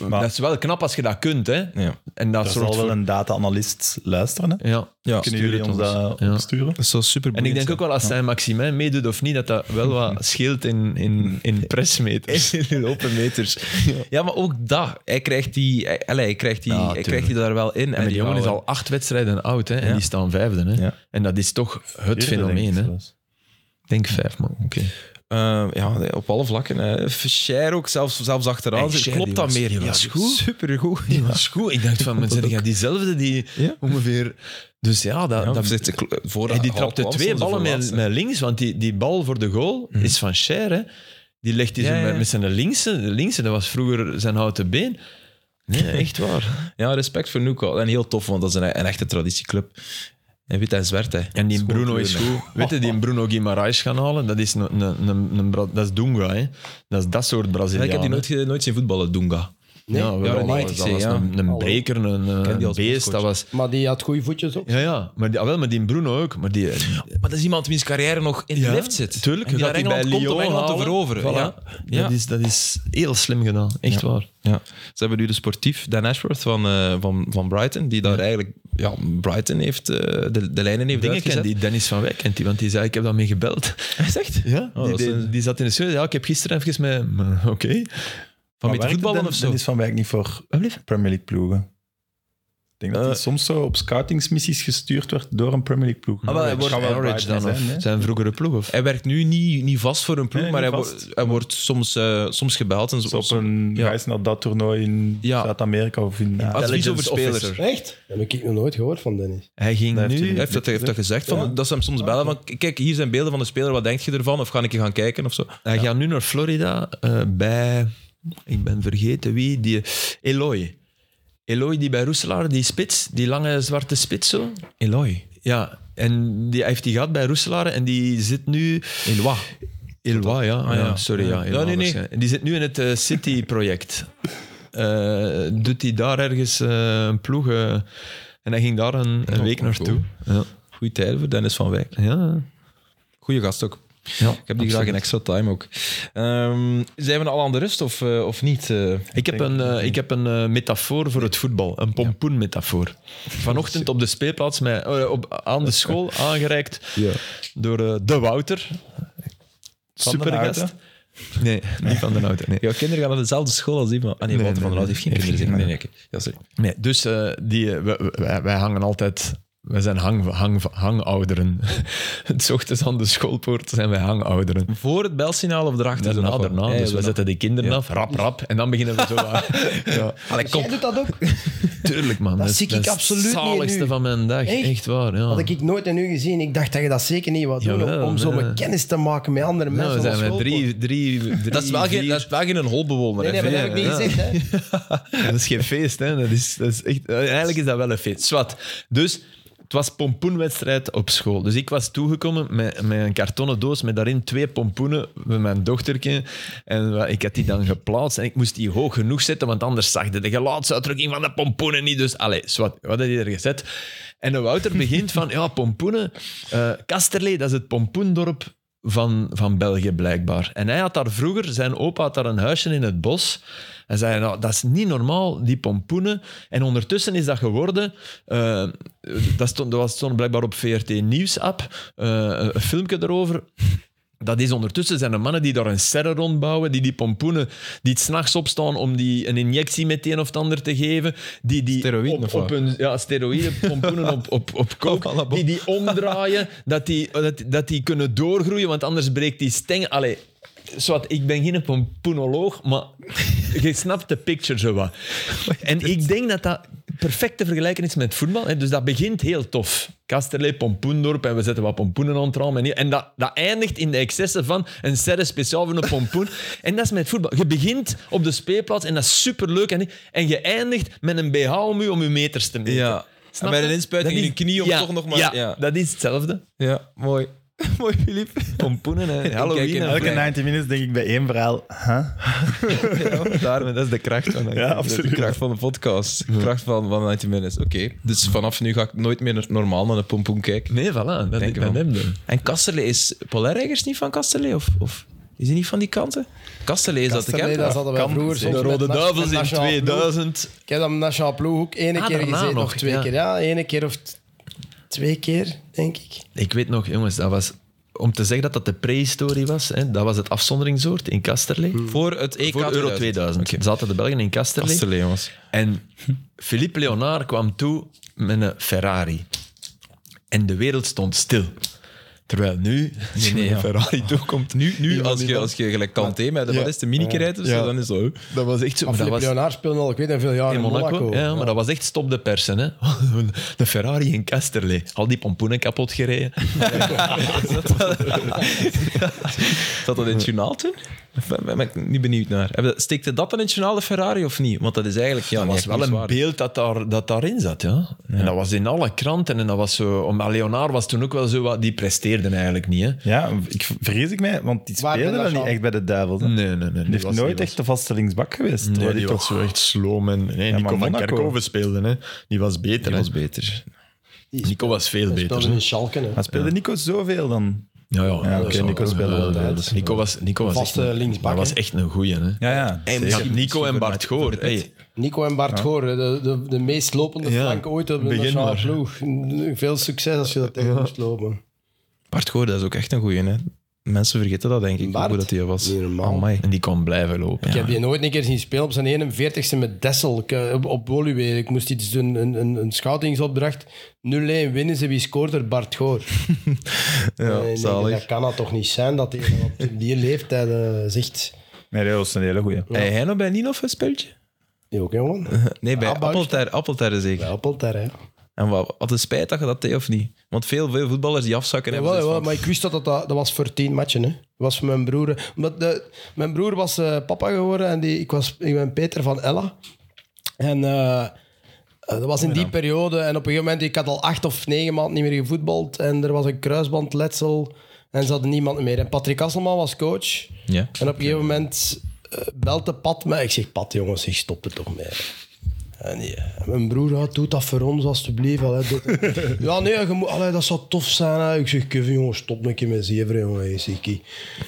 [SPEAKER 4] eh,
[SPEAKER 3] Maar-
[SPEAKER 4] dat is wel knap als je dat kunt. Hè?
[SPEAKER 1] ja.
[SPEAKER 4] En dat
[SPEAKER 3] Er zal
[SPEAKER 4] zorgt
[SPEAKER 3] wel
[SPEAKER 4] voor-
[SPEAKER 3] een data-analyst luisteren. Hè?
[SPEAKER 4] Ja.
[SPEAKER 1] ja.
[SPEAKER 3] Kunnen
[SPEAKER 4] stuur
[SPEAKER 3] jullie
[SPEAKER 4] het
[SPEAKER 3] ons
[SPEAKER 4] ons.
[SPEAKER 3] dat
[SPEAKER 4] Ja.
[SPEAKER 3] opsturen?
[SPEAKER 1] Dat zou super
[SPEAKER 4] En ik denk ook wel als hij Maximin meedoet of niet, dat dat wel [LAUGHS] wat scheelt in, in, in pressmeters.
[SPEAKER 1] in open meters. Ja, maar ook dat. Hij krijgt die, hij, allee, hij krijgt die,
[SPEAKER 4] Ja,
[SPEAKER 1] hij
[SPEAKER 4] tuurlijk.
[SPEAKER 1] krijgt die daar wel in.
[SPEAKER 4] En die jongen is
[SPEAKER 1] houden-
[SPEAKER 4] al acht wedstrijden oud hè? en
[SPEAKER 1] Ja.
[SPEAKER 4] die staan vijfde. Hè?
[SPEAKER 1] Ja.
[SPEAKER 4] En dat is toch het
[SPEAKER 3] Eerder, denk
[SPEAKER 4] fenomeen.
[SPEAKER 3] ik
[SPEAKER 4] Hè? Ik
[SPEAKER 3] zelfs.
[SPEAKER 4] denk vijf, man. Oké.
[SPEAKER 1] Eh, ja, nee, op alle vlakken. hè. Cher ook, zelfs, zelfs achteraan.
[SPEAKER 4] Hey,
[SPEAKER 1] zit.
[SPEAKER 4] Cher,
[SPEAKER 1] Klopt
[SPEAKER 4] die
[SPEAKER 1] dat
[SPEAKER 4] was-
[SPEAKER 1] meer?
[SPEAKER 4] die
[SPEAKER 1] Ja,
[SPEAKER 4] was goed.
[SPEAKER 1] Supergoed.
[SPEAKER 4] Die was goed. Ik dacht van, mensen, zijn jij diezelfde die
[SPEAKER 1] Ja.
[SPEAKER 4] ongeveer... Dus ja, dat...
[SPEAKER 1] Ja,
[SPEAKER 4] dat
[SPEAKER 1] zit de kl- voor
[SPEAKER 4] Hey, die
[SPEAKER 1] Hall
[SPEAKER 4] trapte
[SPEAKER 1] Clausen,
[SPEAKER 4] twee
[SPEAKER 1] onze
[SPEAKER 4] ballen met,
[SPEAKER 1] voorlaatste.
[SPEAKER 4] met links, want die, die bal voor de goal is van Cher. Hè. Die legt hij zo
[SPEAKER 1] Ja, ja,
[SPEAKER 4] met-
[SPEAKER 1] ja.
[SPEAKER 4] met zijn linkse, de linkse, dat was vroeger zijn houten been. Nee, [LAUGHS] echt waar.
[SPEAKER 1] Ja, respect voor Newcastle. En heel tof, want dat is een, een echte traditieclub. En wit en zwart, hè.
[SPEAKER 4] En die
[SPEAKER 1] Schoon
[SPEAKER 4] Bruno is
[SPEAKER 1] kleuren, hè.
[SPEAKER 4] goed. Weet je, [LAUGHS] die Bruno Guimaraes gaan halen, dat is, een, een, een, een Bra- dat is Dunga. Hè. Dat is dat soort
[SPEAKER 1] Ja,
[SPEAKER 4] Braziliaan.
[SPEAKER 1] ik heb die nooit, ge- nooit zien voetballen, Dunga.
[SPEAKER 4] Nee? Ja, wel,
[SPEAKER 1] jaren
[SPEAKER 4] dat was,
[SPEAKER 1] 90,
[SPEAKER 4] dat was
[SPEAKER 1] ja.
[SPEAKER 4] een, een
[SPEAKER 2] Hallo.
[SPEAKER 4] breker, een,
[SPEAKER 1] ken die
[SPEAKER 4] een
[SPEAKER 1] als
[SPEAKER 4] beest.
[SPEAKER 1] bondscoach.
[SPEAKER 4] Dat was,
[SPEAKER 2] maar die had goede voetjes op.
[SPEAKER 4] ja, ja. Maar, die, ah, wel, maar die Bruno ook. Maar die,
[SPEAKER 1] Maar dat is iemand wiens carrière nog in de
[SPEAKER 4] Ja,
[SPEAKER 1] lift zit.
[SPEAKER 4] Tuurlijk,
[SPEAKER 1] en die
[SPEAKER 4] gaat
[SPEAKER 1] naar
[SPEAKER 4] hij
[SPEAKER 1] Engeland
[SPEAKER 4] bij
[SPEAKER 1] komt
[SPEAKER 4] Lyon
[SPEAKER 1] om Engeland te
[SPEAKER 4] halen.
[SPEAKER 1] veroveren.
[SPEAKER 4] Voilà.
[SPEAKER 1] Ja. Ja.
[SPEAKER 4] Dat, is, dat is heel slim gedaan, echt waar.
[SPEAKER 1] Ja. Ze hebben nu de sportief Dan Ashworth van, eh, van, van Brighton, die daar eigenlijk ja, Brighton heeft, eh, de, de lijnen heeft
[SPEAKER 4] Dingen
[SPEAKER 1] uitgezet.
[SPEAKER 4] kent die Dennis van Wijk, kent die, want die zei, ik heb daarmee gebeld.
[SPEAKER 1] Zegt?
[SPEAKER 4] Ja,
[SPEAKER 1] Oh,
[SPEAKER 4] die,
[SPEAKER 1] dat is
[SPEAKER 4] die,
[SPEAKER 1] een-
[SPEAKER 4] die zat in de studio. Ja, ik heb gisteren even met... maar Oké.
[SPEAKER 1] Van
[SPEAKER 3] Maar
[SPEAKER 1] met
[SPEAKER 3] werkt
[SPEAKER 1] voetballen
[SPEAKER 3] Den-
[SPEAKER 1] of zo?
[SPEAKER 3] Dennis van Wijk niet voor
[SPEAKER 4] Wat bleef?
[SPEAKER 3] Premier League ploegen. denk
[SPEAKER 4] Eh.
[SPEAKER 3] dat hij soms zo op scoutingsmissies gestuurd werd door een Premier League
[SPEAKER 4] Ah,
[SPEAKER 3] ploeg.
[SPEAKER 1] maar hij
[SPEAKER 3] Dat
[SPEAKER 1] wordt
[SPEAKER 3] kan wel
[SPEAKER 4] Norwich
[SPEAKER 3] Brighton
[SPEAKER 4] dan, of
[SPEAKER 3] zijn, hè?
[SPEAKER 4] zijn vroegere ploeg, of?
[SPEAKER 1] Hij werkt nu niet, niet vast voor een ploeg,
[SPEAKER 3] Nee,
[SPEAKER 1] maar hij,
[SPEAKER 3] niet
[SPEAKER 1] wo-
[SPEAKER 3] vast.
[SPEAKER 1] hij wordt soms, eh, soms gebeld. En zo,
[SPEAKER 3] Dus op een
[SPEAKER 1] ja.
[SPEAKER 3] reis naar dat toernooi in
[SPEAKER 1] Ja.
[SPEAKER 3] Zuid-Amerika of in... Ja.
[SPEAKER 1] Advies over
[SPEAKER 4] Intelligence
[SPEAKER 1] spelers.
[SPEAKER 4] officer.
[SPEAKER 2] Echt? Dat heb ik nog nooit gehoord van Dennis.
[SPEAKER 4] Hij ging
[SPEAKER 3] Dat heeft
[SPEAKER 4] nu...
[SPEAKER 1] Hij heeft dat, heeft dat gezegd, van, dat ze hem soms bellen van kijk, hier zijn beelden van de speler, wat denk je ervan? Of ga ik je gaan kijken of zo?
[SPEAKER 4] Hij gaat nu naar Florida eh, bij, ik ben vergeten wie, die Eloy. Eloy die bij Roeselaar, die spits, die lange zwarte spits zo.
[SPEAKER 1] Eloy.
[SPEAKER 4] Ja, en die hij heeft die gehad bij Roeselaar en die zit nu...
[SPEAKER 1] Eloy.
[SPEAKER 4] Eloy, ja.
[SPEAKER 1] ja.
[SPEAKER 4] ja, Sorry,
[SPEAKER 1] Ja,
[SPEAKER 4] ja. Eloy
[SPEAKER 1] nee, nee.
[SPEAKER 4] waarschijnlijk. Die zit nu in het eh, City-project. Eh, doet hij daar ergens eh, een ploeg... eh, en hij ging daar een, een week
[SPEAKER 1] Oh, cool,
[SPEAKER 4] naartoe. Ja.
[SPEAKER 1] Goeie tijden voor Dennis van Wijk.
[SPEAKER 4] ja.
[SPEAKER 1] Goeie gast ook.
[SPEAKER 4] ja.
[SPEAKER 1] Ik heb die graag in extra time ook. Ehm, zijn we al aan de rust of, eh, of niet? eh?
[SPEAKER 4] Ik heb, een, eh, ik heb een eh, metafoor voor het voetbal, een pompoenmetafoor. Vanochtend op de speelplaats mij, eh, op, aan de school
[SPEAKER 1] [LAUGHS]
[SPEAKER 4] aangereikt door eh, de Wouter.
[SPEAKER 3] Van den
[SPEAKER 4] Supergast.
[SPEAKER 3] Houten?
[SPEAKER 4] Nee, niet van de Wouter. Nee.
[SPEAKER 1] Jouw kinderen gaan naar dezelfde school als die van... Ah nee,
[SPEAKER 4] Nee,
[SPEAKER 1] Walter
[SPEAKER 4] nee,
[SPEAKER 1] van der Hout heeft geen
[SPEAKER 4] nee.
[SPEAKER 1] kinderen. zeg. Nee, nee, oké. Ja, sorry.
[SPEAKER 4] nee dus eh, die, eh, wij, wij- wij hangen altijd. Wij zijn hang, hang, hangouderen. [LAUGHS] Het 's ochtends aan de schoolpoort zijn wij hangouderen.
[SPEAKER 1] Voor het belsignaal of erachter?
[SPEAKER 4] Daarna, daarna.
[SPEAKER 1] Ja,
[SPEAKER 4] Dus
[SPEAKER 1] daarna.
[SPEAKER 4] we zetten die kinderen af, rap, rap. En dan beginnen we zo
[SPEAKER 1] [LAUGHS]
[SPEAKER 4] aan. Ja.
[SPEAKER 1] Allee, kom.
[SPEAKER 2] Jij doet dat ook?
[SPEAKER 4] Tuurlijk, man.
[SPEAKER 2] Dat zie ik
[SPEAKER 4] is
[SPEAKER 2] absoluut niet
[SPEAKER 4] Het zaligste
[SPEAKER 2] nu.
[SPEAKER 4] van mijn dag.
[SPEAKER 2] Echt?
[SPEAKER 4] Echt, waar, ja.
[SPEAKER 2] Had ik nooit aan u gezien. Ik dacht dat je dat zeker niet wou doen.
[SPEAKER 4] Jawel,
[SPEAKER 2] om zo
[SPEAKER 4] nee.
[SPEAKER 2] met kennis te maken met andere
[SPEAKER 4] Nou,
[SPEAKER 2] mensen.
[SPEAKER 4] we
[SPEAKER 2] op
[SPEAKER 4] zijn met
[SPEAKER 2] school.
[SPEAKER 4] drie, drie, drie-
[SPEAKER 1] Dat is wel geen,
[SPEAKER 4] vier-
[SPEAKER 1] dat is wel geen holbewoner.
[SPEAKER 2] Nee, nee, maar dat heb ik niet
[SPEAKER 4] Ja.
[SPEAKER 2] gezegd. Hè.
[SPEAKER 4] [LAUGHS] dat is geen feest, hè. Dat is, dat is echt, eigenlijk is dat wel een feest. Zwat. Dus het was pompoenwedstrijd op school. Dus ik was toegekomen met, met een kartonnen doos met daarin twee pompoenen met mijn dochtertje. En wa- ik had die dan geplaatst en ik moest die hoog genoeg zetten, want anders zag je de gelaatsuitdrukking van de pompoenen niet. Dus allee, zwat, wat had je er gezet? En de Wouter begint van, ja, pompoenen. eh Kasterlee, dat is het pompoendorp van, van België blijkbaar. En hij had daar vroeger, zijn opa had daar een huisje in het bos. Hij zei, nou, dat is niet normaal, die pompoenen. En ondertussen is dat geworden, eh, dat, stond, dat was- stond blijkbaar op VRT Nieuws-app, eh, een filmpje erover. Dat is ondertussen zijn er mannen die daar een serre rondbouwen, die die pompoenen, die het s'nachts opstaan om die een injectie met een of het ander te geven, die die
[SPEAKER 1] Steroïden
[SPEAKER 4] op,
[SPEAKER 1] of
[SPEAKER 4] op
[SPEAKER 1] wat?
[SPEAKER 4] een ja, steroïden, pompoenen op, op,
[SPEAKER 1] [LAUGHS]
[SPEAKER 4] op kook,
[SPEAKER 1] Op allebei.
[SPEAKER 4] die die omdraaien, [LAUGHS] dat die, dat, dat die kunnen doorgroeien, want anders breekt die steng. Allee, zwart, ik ben geen pompoenoloog, maar je snapt de picture zo wat. En ik denk dat dat perfect te vergelijken is met voetbal. Hè. Dus dat begint heel tof. Kasterlee, pompoendorp, en we zetten wat pompoenen aan het raam. En, hier- en dat, dat eindigt in de excessen van een serre speciaal voor een pompoen. [LAUGHS] En dat is met voetbal. Je begint op de speelplaats en dat is superleuk. En, en je eindigt met een BH om je, om je meters te meten.
[SPEAKER 1] Ja.
[SPEAKER 4] Snap
[SPEAKER 1] Met
[SPEAKER 4] je?
[SPEAKER 1] een inspuiting
[SPEAKER 4] Dat
[SPEAKER 1] in je
[SPEAKER 4] is-
[SPEAKER 1] knie om toch nog maar-
[SPEAKER 4] Ja,
[SPEAKER 1] ja.
[SPEAKER 4] dat is hetzelfde.
[SPEAKER 1] Ja, mooi. [LAUGHS] mooi, Filip.
[SPEAKER 4] Pompoenen en
[SPEAKER 1] Kijk,
[SPEAKER 4] Halloween.
[SPEAKER 1] en
[SPEAKER 4] en
[SPEAKER 3] Elke 90 minutes denk ik bij één verhaal. Huh?
[SPEAKER 4] Daarom, dat is de kracht van
[SPEAKER 3] Ja,
[SPEAKER 1] Dat is de
[SPEAKER 3] absoluut.
[SPEAKER 1] kracht van de podcast. De kracht van, van 90 Minutes. Oké, dus vanaf nu ga ik nooit meer naar- normaal naar een pompoen kijken.
[SPEAKER 4] Nee, voilà. Dat
[SPEAKER 1] Denk
[SPEAKER 4] ik ben
[SPEAKER 1] ervan.
[SPEAKER 4] hem dan.
[SPEAKER 1] En Kasterlee is... Polarijgers niet van Kasterlee? Of, of is hij niet van die kanten? Kasterlee is dat de
[SPEAKER 2] Kasterlee,
[SPEAKER 1] camper.
[SPEAKER 2] dat hadden wij vroeger soms
[SPEAKER 4] De
[SPEAKER 2] met
[SPEAKER 4] Rode
[SPEAKER 2] na- met
[SPEAKER 4] Duivels in
[SPEAKER 2] nationale ploeg.
[SPEAKER 4] 2000.
[SPEAKER 2] Ik heb dat met nationale ploeg ook één
[SPEAKER 4] Ah,
[SPEAKER 2] keer
[SPEAKER 4] daarna
[SPEAKER 2] gezeten.
[SPEAKER 4] nog,
[SPEAKER 2] Of twee
[SPEAKER 4] ja.
[SPEAKER 2] keer. Ja, één keer of t- twee keer, denk ik.
[SPEAKER 4] Ik weet nog, jongens, dat was... Om te zeggen dat dat de prehistorie was, hè, dat was het afzonderingssoort in Kasterlee.
[SPEAKER 1] Voor het E EK
[SPEAKER 4] Voor Euro 2000 zaten de Belgen in Kasterlee.
[SPEAKER 1] Kasterlee, jongens.
[SPEAKER 4] En Philippe Leonard kwam toe met een Ferrari. En de wereld stond stil. Terwijl [LAUGHS] nu, als je
[SPEAKER 1] nee,
[SPEAKER 4] met
[SPEAKER 1] ja.
[SPEAKER 4] een Ferrari toekomt... Nu,
[SPEAKER 1] Nu, als je, als je gelijk kan thee met de wat is de miniker rijdt of zo,
[SPEAKER 4] Ja.
[SPEAKER 1] dan is zo.
[SPEAKER 4] Dat was echt zo... maar
[SPEAKER 2] Maar
[SPEAKER 4] dat
[SPEAKER 2] Philippe
[SPEAKER 4] was,
[SPEAKER 2] Leonard speelde al, ik weet niet veel jaar in Monaco.
[SPEAKER 4] Ja, maar dat was echt stop de persen. Hè. [LAUGHS] De Ferrari in Kasterlee. Al die pompoenen kapot gereden.
[SPEAKER 1] Zat dat in het journaal toen? Of eh, Ben ben ik niet benieuwd naar. Hebben dat- Steekte dat dan in het journaal de Ferrari of niet? Want dat is eigenlijk... Ja,
[SPEAKER 4] Dat was wel een beeld dat, daar, dat daarin zat. Ja. En dat was in alle kranten. En dat was zo... Om, maar Leonard was toen ook wel zo wat... Die presteerde eigenlijk niet. Hè.
[SPEAKER 3] Ja, ik, vrees ik mij, want die
[SPEAKER 2] Waar
[SPEAKER 3] speelde
[SPEAKER 2] ben dat
[SPEAKER 3] wel niet
[SPEAKER 2] van?
[SPEAKER 3] echt bij de Duivels. hè.
[SPEAKER 4] Nee, nee, nee. Die
[SPEAKER 3] Die heeft
[SPEAKER 4] was-
[SPEAKER 3] nooit
[SPEAKER 4] die was-
[SPEAKER 3] echt de vaste linksbak geweest.
[SPEAKER 4] Nee,
[SPEAKER 3] terwijl
[SPEAKER 4] die,
[SPEAKER 3] toch
[SPEAKER 4] was zo echt sloom. En, nee, Nico van
[SPEAKER 3] Monaco.
[SPEAKER 4] Kerkhoven speelde. Hè. Die was beter. hè.
[SPEAKER 1] was beter.
[SPEAKER 4] Nico was veel
[SPEAKER 2] Dat
[SPEAKER 4] beter.
[SPEAKER 2] was
[SPEAKER 4] hè.
[SPEAKER 2] in Schalken. hè.
[SPEAKER 3] Maar speelde Nico zoveel dan?
[SPEAKER 4] Ja, ja.
[SPEAKER 3] Ja,
[SPEAKER 4] dat
[SPEAKER 3] oké,
[SPEAKER 4] zou-
[SPEAKER 3] Nico speelde
[SPEAKER 4] ja,
[SPEAKER 3] wel
[SPEAKER 4] ja,
[SPEAKER 3] tijd.
[SPEAKER 4] dat is- Nico was, Nico was, echt,
[SPEAKER 2] Vaste
[SPEAKER 4] een-
[SPEAKER 2] linksbak,
[SPEAKER 4] dat was
[SPEAKER 2] hè.
[SPEAKER 4] echt een goeie. Hè.
[SPEAKER 3] Ja, ja.
[SPEAKER 4] Hey,
[SPEAKER 3] zeker.
[SPEAKER 4] je hebt Nico en Bart Goor. Hey,
[SPEAKER 2] Nico en Bart Goor, hè, de, de, de meest lopende
[SPEAKER 4] Ja,
[SPEAKER 2] flank ooit op de
[SPEAKER 4] begin
[SPEAKER 2] nationale
[SPEAKER 4] maar.
[SPEAKER 2] ploeg. Veel succes als je dat tegen moest lopen.
[SPEAKER 1] Bart Goor, dat is ook echt een goeie, hè? Mensen vergeten dat, denk ik,
[SPEAKER 2] Bart?
[SPEAKER 1] hoe dat hij was.
[SPEAKER 2] Niet normaal.
[SPEAKER 1] Amai.
[SPEAKER 4] En die kon blijven lopen.
[SPEAKER 2] Ik
[SPEAKER 4] Ja.
[SPEAKER 2] heb die nooit een keer zien spelen op zijn 41ste met Dessel Ik, eh, op, op Woluwe. Ik moest iets doen, een, een, een scoutingsopdracht. 0-1 winnen ze, wie scoort er? Bart Goor.
[SPEAKER 1] Ja,
[SPEAKER 2] Nee, nee,
[SPEAKER 1] zalig.
[SPEAKER 2] dat kan dat toch niet zijn dat hij op die leeftijd eh, zegt...
[SPEAKER 3] Nee, dat was een hele [LAUGHS] goeie.
[SPEAKER 1] Heb jij nog bij Ninov een speeltje?
[SPEAKER 2] Die ook, jongen.
[SPEAKER 1] [LAUGHS] Nee, bij
[SPEAKER 2] Ah, buiten.
[SPEAKER 1] Appelter, Appelter zeker.
[SPEAKER 2] Bij Appelter, hè.
[SPEAKER 1] En wat, wat een spijt dat je dat deed of niet? Want veel, veel voetballers die afzakken
[SPEAKER 2] Jawel,
[SPEAKER 1] hebben. dus
[SPEAKER 2] jawel,
[SPEAKER 1] zoiets
[SPEAKER 2] maar ik wist dat dat, dat was voor tien matchen. Hè. Dat was voor mijn broer. Omdat de, mijn broer was eh, papa geworden en die, ik, was, ik ben Peter van Ella. En eh, eh, dat was in die periode. En op een gegeven moment, ik had al acht of negen maanden niet meer gevoetbald. En er was een kruisbandletsel en ze hadden niemand meer. En Patrick Asselman was coach.
[SPEAKER 1] van- Ja.
[SPEAKER 2] En op een gegeven moment eh, belt de pad me. Ik zeg, Pat, jongens, ik stop er toch mee. En die- en mijn broer, ja, doe dat voor ons alstublieft. Allee, doe- ja, nee, je moet, allee, dat zou tof zijn. Hè. Ik zeg, Kevin, jongen, stop een keer met zeven, jongen. Ik zeg, ik,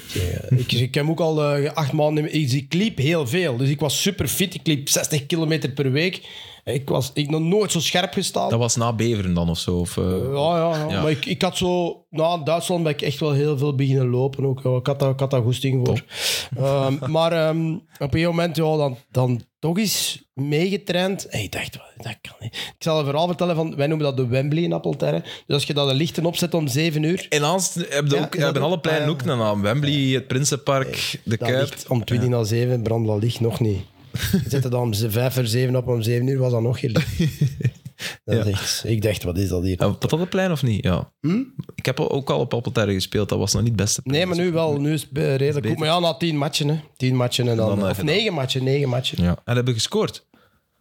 [SPEAKER 2] zeg, eh, ik, zeg, ik heb ook al eh, acht maanden... niet meer- Ik, ik liep heel veel, dus ik was super fit. Ik liep 60 kilometer per week. Ik was ik nog nooit zo scherp gestaan.
[SPEAKER 1] Dat was na Beveren dan of zo? Of, eh,
[SPEAKER 2] Ja, ja, ja.
[SPEAKER 1] Ja.
[SPEAKER 2] maar ik, ik had zo... Na Duitsland ben ik echt wel heel veel beginnen lopen ook. Ja, Ik had daar, ik had daar goesting voor. Ehm, maar ehm, op een gegeven moment, ja, dan, dan toch eens meegetraind. En ik dacht, "Wat, dat kan niet. Ik zal een verhaal vertellen van... Wij noemen dat de Wembley in Appelterre. Dus als je dat de lichten opzet om 7 uur...
[SPEAKER 1] In Aalst hebben
[SPEAKER 2] Ja,
[SPEAKER 1] ook,
[SPEAKER 2] is dat
[SPEAKER 1] hebben
[SPEAKER 2] ook?
[SPEAKER 1] alle pleinen
[SPEAKER 2] Ah, ja.
[SPEAKER 1] ook een naam. Wembley, het Prinsenpark, de
[SPEAKER 2] Dat
[SPEAKER 1] Kuip.
[SPEAKER 2] licht om 20 na 7 brandt dat licht nog niet. Je zet het dan om 5 voor 7 op, om 7 uur was dat nog geen licht. Dat is echt- ik dacht, wat is dat hier?
[SPEAKER 1] Eh, Wat dat het plein of niet? Ja. Ik heb ook al op Appelterre gespeeld, dat was nog niet het beste.
[SPEAKER 2] Nee, maar nu wel. Nu is het eh, redelijk goed. Maar ja, na tien matchen. Hè. Tien matchen en dan...
[SPEAKER 1] Dan, eh,
[SPEAKER 2] of
[SPEAKER 1] gedaan.
[SPEAKER 2] negen matchen, negen matchen.
[SPEAKER 1] Ja. En hebben gescoord.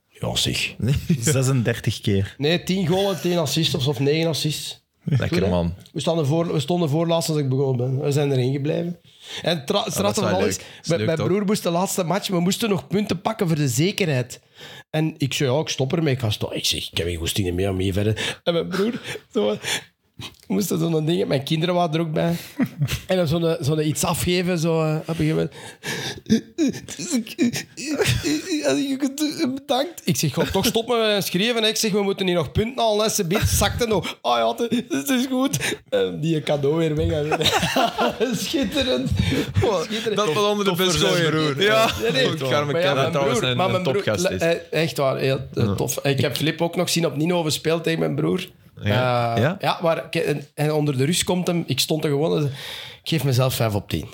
[SPEAKER 2] Ja, zeg.
[SPEAKER 3] 36 keer.
[SPEAKER 2] Nee, tien goals, tien assists of negen assists.
[SPEAKER 1] Lekker man.
[SPEAKER 2] We, stonden voor, we stonden voorlaatst als ik begonnen ben. We zijn erin gebleven. En tra- het strafste
[SPEAKER 1] wel
[SPEAKER 2] van
[SPEAKER 1] leuk.
[SPEAKER 2] alles,
[SPEAKER 1] Dat Ah, is
[SPEAKER 2] mijn,
[SPEAKER 1] leuk,
[SPEAKER 2] mijn
[SPEAKER 1] toch?
[SPEAKER 2] broer moest de laatste match, we moesten nog punten pakken voor de zekerheid. En ik zei, ja, ik stop ermee. Ik, ga stoppen. ik zeg, ik heb geen goesting meer om hier verder. En mijn broer, zo, we moesten zo'n ding, mijn kinderen waren er ook bij. En dan zo'n eh, zo'n iets afgeven, zo eh, op een gegeven moment. Als ik het doe, Bedankt. Ik zeg, god, toch stop met schrijven. hè. Ik zeg, we moeten hier nog punten halen. hè. Ze biedt zakte nog. Ah ja, het is- het is goed. En die cadeau weer weg. en weer. [LAUGHS] Schitterend. Schitterend.
[SPEAKER 1] Dat was onder de bus gooien. Ja, [LAUGHS]
[SPEAKER 2] Nee, nee.
[SPEAKER 1] ik ga
[SPEAKER 2] Maar
[SPEAKER 1] mijn
[SPEAKER 2] ja,
[SPEAKER 1] kennen
[SPEAKER 2] mijn
[SPEAKER 1] trouwens
[SPEAKER 2] broer-
[SPEAKER 1] een,
[SPEAKER 2] maar
[SPEAKER 1] een
[SPEAKER 2] mijn broer-
[SPEAKER 1] topgast is.
[SPEAKER 2] eh, Echt waar, heel eh, tof. Ik heb Flip ook nog zien op Nino overspeel tegen mijn broer. Ja,
[SPEAKER 1] Ja?
[SPEAKER 2] ja maar ik- en, en onder de rust komt hem, ik stond er gewoon, en- ik geef mezelf 5 op 10.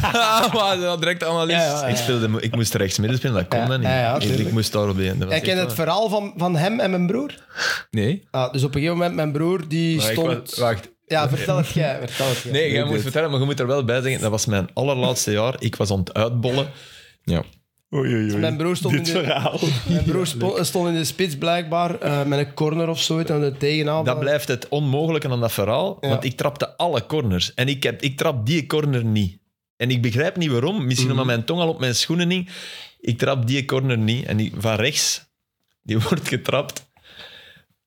[SPEAKER 1] Ah, maar dat direct analist.
[SPEAKER 2] Ja, ja, ja.
[SPEAKER 4] Ik, speelde, ik moest rechts midden spelen, dat kon
[SPEAKER 2] Ja,
[SPEAKER 4] dan niet.
[SPEAKER 2] ja, ja,
[SPEAKER 4] Ik- ik,
[SPEAKER 2] tuurlijk.
[SPEAKER 4] moest daar op de ene.
[SPEAKER 2] Jij kent het verhaal van, van hem en mijn broer?
[SPEAKER 1] Nee.
[SPEAKER 2] Ah, dus op een gegeven moment, mijn broer die stond...
[SPEAKER 4] Wacht.
[SPEAKER 2] Ja, vertel het jij, vertel het jij.
[SPEAKER 4] Nee, jij moet vertellen, maar je moet er wel bij zeggen. Dat was mijn allerlaatste jaar. Ik was aan het uitbollen.
[SPEAKER 1] Ja.
[SPEAKER 3] Oei, oei, oei.
[SPEAKER 2] Mijn broer stond
[SPEAKER 3] Dit
[SPEAKER 2] in de- [LAUGHS]
[SPEAKER 3] verhaal.
[SPEAKER 2] Mijn broer spo- stond in de spits blijkbaar, eh, met een corner of zo, en de tegenaan.
[SPEAKER 4] Dat blijft het onmogelijke aan dat verhaal. Want ik trapte alle corners. En ik, heb, ik trap die corner niet. En ik begrijp niet waarom. Misschien
[SPEAKER 2] Mhm.
[SPEAKER 4] omdat mijn tong al op mijn schoenen hing. Ik trap die corner niet. En die, van rechts, die [LAUGHS] wordt getrapt.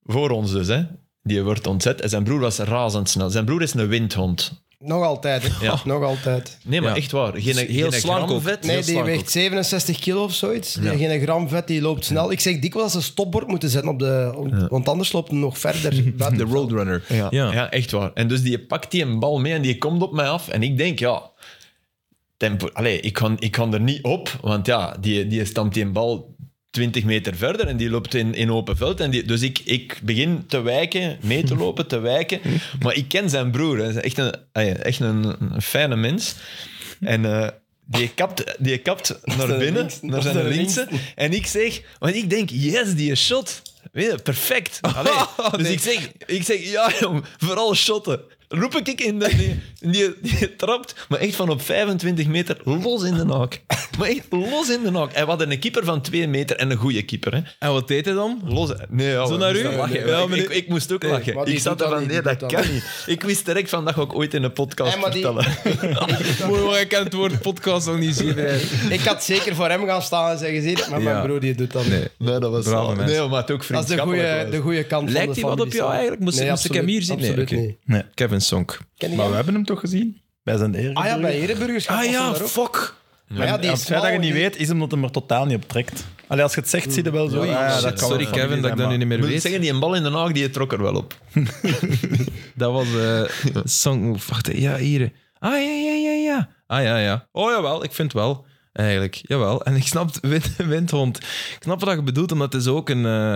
[SPEAKER 4] Voor ons dus, hè. Die wordt ontzet. En zijn broer was razendsnel. Zijn broer is een windhond.
[SPEAKER 2] Nog altijd, hè.
[SPEAKER 4] Ja.
[SPEAKER 2] Nog altijd.
[SPEAKER 4] Nee, maar
[SPEAKER 1] Ja.
[SPEAKER 4] echt waar. Geen,
[SPEAKER 1] Heel
[SPEAKER 4] geen
[SPEAKER 1] slank
[SPEAKER 4] gram
[SPEAKER 1] ook.
[SPEAKER 4] vet.
[SPEAKER 2] Nee,
[SPEAKER 1] Heel
[SPEAKER 2] die
[SPEAKER 1] slank ook.
[SPEAKER 2] weegt 67 kilo of zoiets. Die heeft Geen gram vet, die loopt snel. Ik zeg dikwijls dat ze een stopbord moeten zetten, op de, op- want anders loopt hij nog verder. buiten.
[SPEAKER 1] [LAUGHS] De Roadrunner. Ja.
[SPEAKER 4] Ja. echt waar. En dus die pakt die een bal mee en die komt op mij af. En ik denk, ja, tempo. Allee, ik kan, ik kan er niet op, want ja, die, die stampt die een bal 20 meter verder en die loopt in, in open veld. En die, dus ik, ik begin te wijken, mee te lopen, te wijken. Maar ik ken zijn broer. Hij is echt een, allee, echt een, een fijne mens. En eh, die, kapt, die kapt naar
[SPEAKER 2] de
[SPEAKER 4] binnen,
[SPEAKER 2] linkste.
[SPEAKER 4] naar
[SPEAKER 2] Dat
[SPEAKER 4] zijn
[SPEAKER 2] is de
[SPEAKER 4] linkse. En ik zeg, want ik denk, yes, die is shot. Weet je, [LAUGHS] perfect. Allee. Dus ik, zeg, ik zeg, ja jong, vooral shotten. Roep ik in de, die, die, die trapt, maar echt van op 25 meter los in de naak. Maar echt los in de naak. En we hadden een keeper van 2 meter en een goede keeper. Hè.
[SPEAKER 1] En wat deed hij dan?
[SPEAKER 4] Los, nee, ja,
[SPEAKER 1] Zo
[SPEAKER 4] we
[SPEAKER 1] naar
[SPEAKER 4] moesten
[SPEAKER 1] u?
[SPEAKER 4] lachen.
[SPEAKER 1] Nee, nee,
[SPEAKER 4] Ja, ik,
[SPEAKER 1] nee.
[SPEAKER 4] ik, ik moest ook lachen.
[SPEAKER 2] maar die
[SPEAKER 4] ik zat
[SPEAKER 2] doet
[SPEAKER 4] er
[SPEAKER 2] dat
[SPEAKER 4] van,
[SPEAKER 2] niet,
[SPEAKER 4] nee,
[SPEAKER 2] die
[SPEAKER 4] dat
[SPEAKER 2] doet
[SPEAKER 4] kan
[SPEAKER 2] dat
[SPEAKER 4] niet. Ik wist direct van, dat ga ik ooit in een podcast
[SPEAKER 2] Nee, maar die-
[SPEAKER 4] vertellen.
[SPEAKER 1] Mooi, ik kan het woord podcast nog niet zien.
[SPEAKER 2] [LAUGHS] Ik had zeker voor hem gaan staan en zeggen, zie je, maar
[SPEAKER 1] Ja.
[SPEAKER 2] mijn broer die doet dat niet.
[SPEAKER 1] Nee.
[SPEAKER 4] Nee, dat was
[SPEAKER 1] Brave
[SPEAKER 4] al-
[SPEAKER 1] mens.
[SPEAKER 4] Nee, maar het ook
[SPEAKER 2] Dat is de
[SPEAKER 4] vriendschappelijk.
[SPEAKER 2] goede,
[SPEAKER 4] was.
[SPEAKER 2] de goede kant van
[SPEAKER 1] Lijkt
[SPEAKER 2] de
[SPEAKER 1] hij wat op
[SPEAKER 2] familie
[SPEAKER 1] jou
[SPEAKER 2] Song.
[SPEAKER 1] eigenlijk? Moest,
[SPEAKER 2] Nee,
[SPEAKER 1] moest ik hem
[SPEAKER 2] absoluut-
[SPEAKER 1] hier zien? Nee,
[SPEAKER 2] absoluut
[SPEAKER 1] oké.
[SPEAKER 2] niet.
[SPEAKER 3] Nee.
[SPEAKER 1] Kevin Sonk.
[SPEAKER 2] Ken je
[SPEAKER 3] Maar we
[SPEAKER 2] hem?
[SPEAKER 3] hebben hem toch gezien? Bij zijn eer.
[SPEAKER 2] Ah ja, bij Herenburgers.
[SPEAKER 1] Ah ja,
[SPEAKER 2] daar ook.
[SPEAKER 1] fuck.
[SPEAKER 2] Maar ja, die
[SPEAKER 3] het
[SPEAKER 2] is
[SPEAKER 3] feit dat je
[SPEAKER 2] smal,
[SPEAKER 3] niet
[SPEAKER 2] die-
[SPEAKER 3] weet, is omdat hem er totaal niet op trekt. Allee, als je het zegt, zie je wel zo.
[SPEAKER 1] Oei,
[SPEAKER 3] ah, ja,
[SPEAKER 1] shit.
[SPEAKER 3] dat kan
[SPEAKER 1] Sorry
[SPEAKER 3] wel
[SPEAKER 1] Kevin dat ik dat nu
[SPEAKER 3] familie
[SPEAKER 1] niet
[SPEAKER 3] zijn,
[SPEAKER 1] meer
[SPEAKER 4] Moet ik
[SPEAKER 1] weet.
[SPEAKER 4] zeggen, die een bal in de naag, die trok er wel op.
[SPEAKER 1] Dat was eh Song Wacht, ja, hier.
[SPEAKER 4] Ah, oh, ja, ja, ja, ja. Ah, ja, ja. Oh, jawel, ik vind wel. Eigenlijk, jawel. En ik snap het, [LAUGHS] wind, windhond. Ik snap wat je bedoelt, omdat het is ook een, eh,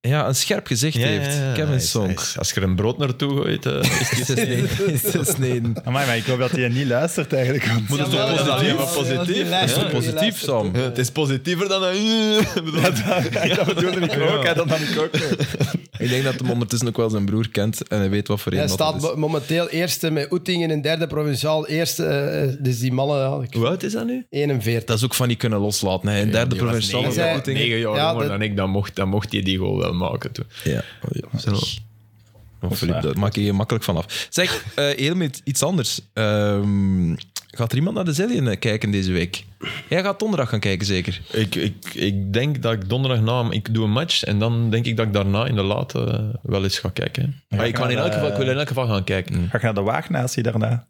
[SPEAKER 4] ja, een scherp gezicht heeft. Kevin
[SPEAKER 1] Hij is-
[SPEAKER 4] Song.
[SPEAKER 1] hij is-
[SPEAKER 4] Als je er een brood naartoe gooit, eh, is het gesneden. [LAUGHS] Is het gesneden.
[SPEAKER 3] Amai, maar ik hoop dat hij niet luistert eigenlijk. want-
[SPEAKER 4] Maar dat is toch
[SPEAKER 5] Ja, wel,
[SPEAKER 4] positief?
[SPEAKER 5] ja, maar positief.
[SPEAKER 4] Ja, dat is toch
[SPEAKER 5] Ja,
[SPEAKER 4] positief, [LAUGHS] Sam?
[SPEAKER 5] ja.
[SPEAKER 4] Het is positiever dan... [LAUGHS] Ik bedoel,
[SPEAKER 3] dat bedoelde ik ook. hè, Dat nam ik ook. mee.
[SPEAKER 1] Ik denk dat hem ondertussen ook wel zijn broer kent en hij weet wat voor een
[SPEAKER 2] Hij
[SPEAKER 1] dat
[SPEAKER 2] staat
[SPEAKER 1] het
[SPEAKER 2] mo- momenteel eerste met Oettingen en derde provinciaal. Eerste, eh, eh, dus die mannen, ja, ik-
[SPEAKER 4] Hoe oud is dat nu?
[SPEAKER 2] 41.
[SPEAKER 1] Dat is ook van die kunnen loslaten. Hè. Een derde
[SPEAKER 4] Die was
[SPEAKER 1] provinciale
[SPEAKER 4] negen
[SPEAKER 2] Zij-
[SPEAKER 4] jaar-
[SPEAKER 1] ontmoeting.
[SPEAKER 4] Negen jaar
[SPEAKER 2] Ja,
[SPEAKER 4] jonger
[SPEAKER 2] dat-
[SPEAKER 4] dan ik, dan mocht, dan mocht hij die goal wel maken. Toen.
[SPEAKER 1] Ja. Zeg. Oh, Filip,
[SPEAKER 3] waar.
[SPEAKER 1] dat maak je je makkelijk vanaf. Zeg, eh helemaal iets anders. Ehm, gaat er iemand naar de Zillion eh, kijken deze week? Jij gaat donderdag gaan kijken, zeker?
[SPEAKER 4] Ik, ik, ik denk dat ik donderdag na... Ik doe een match en dan denk ik dat ik daarna in de late eh, wel eens ga eh, Mm. kijken. maar ik, kan in elk geval, ik wil in elk geval gaan kijken.
[SPEAKER 3] Ga ik naar de waagnatie daarna?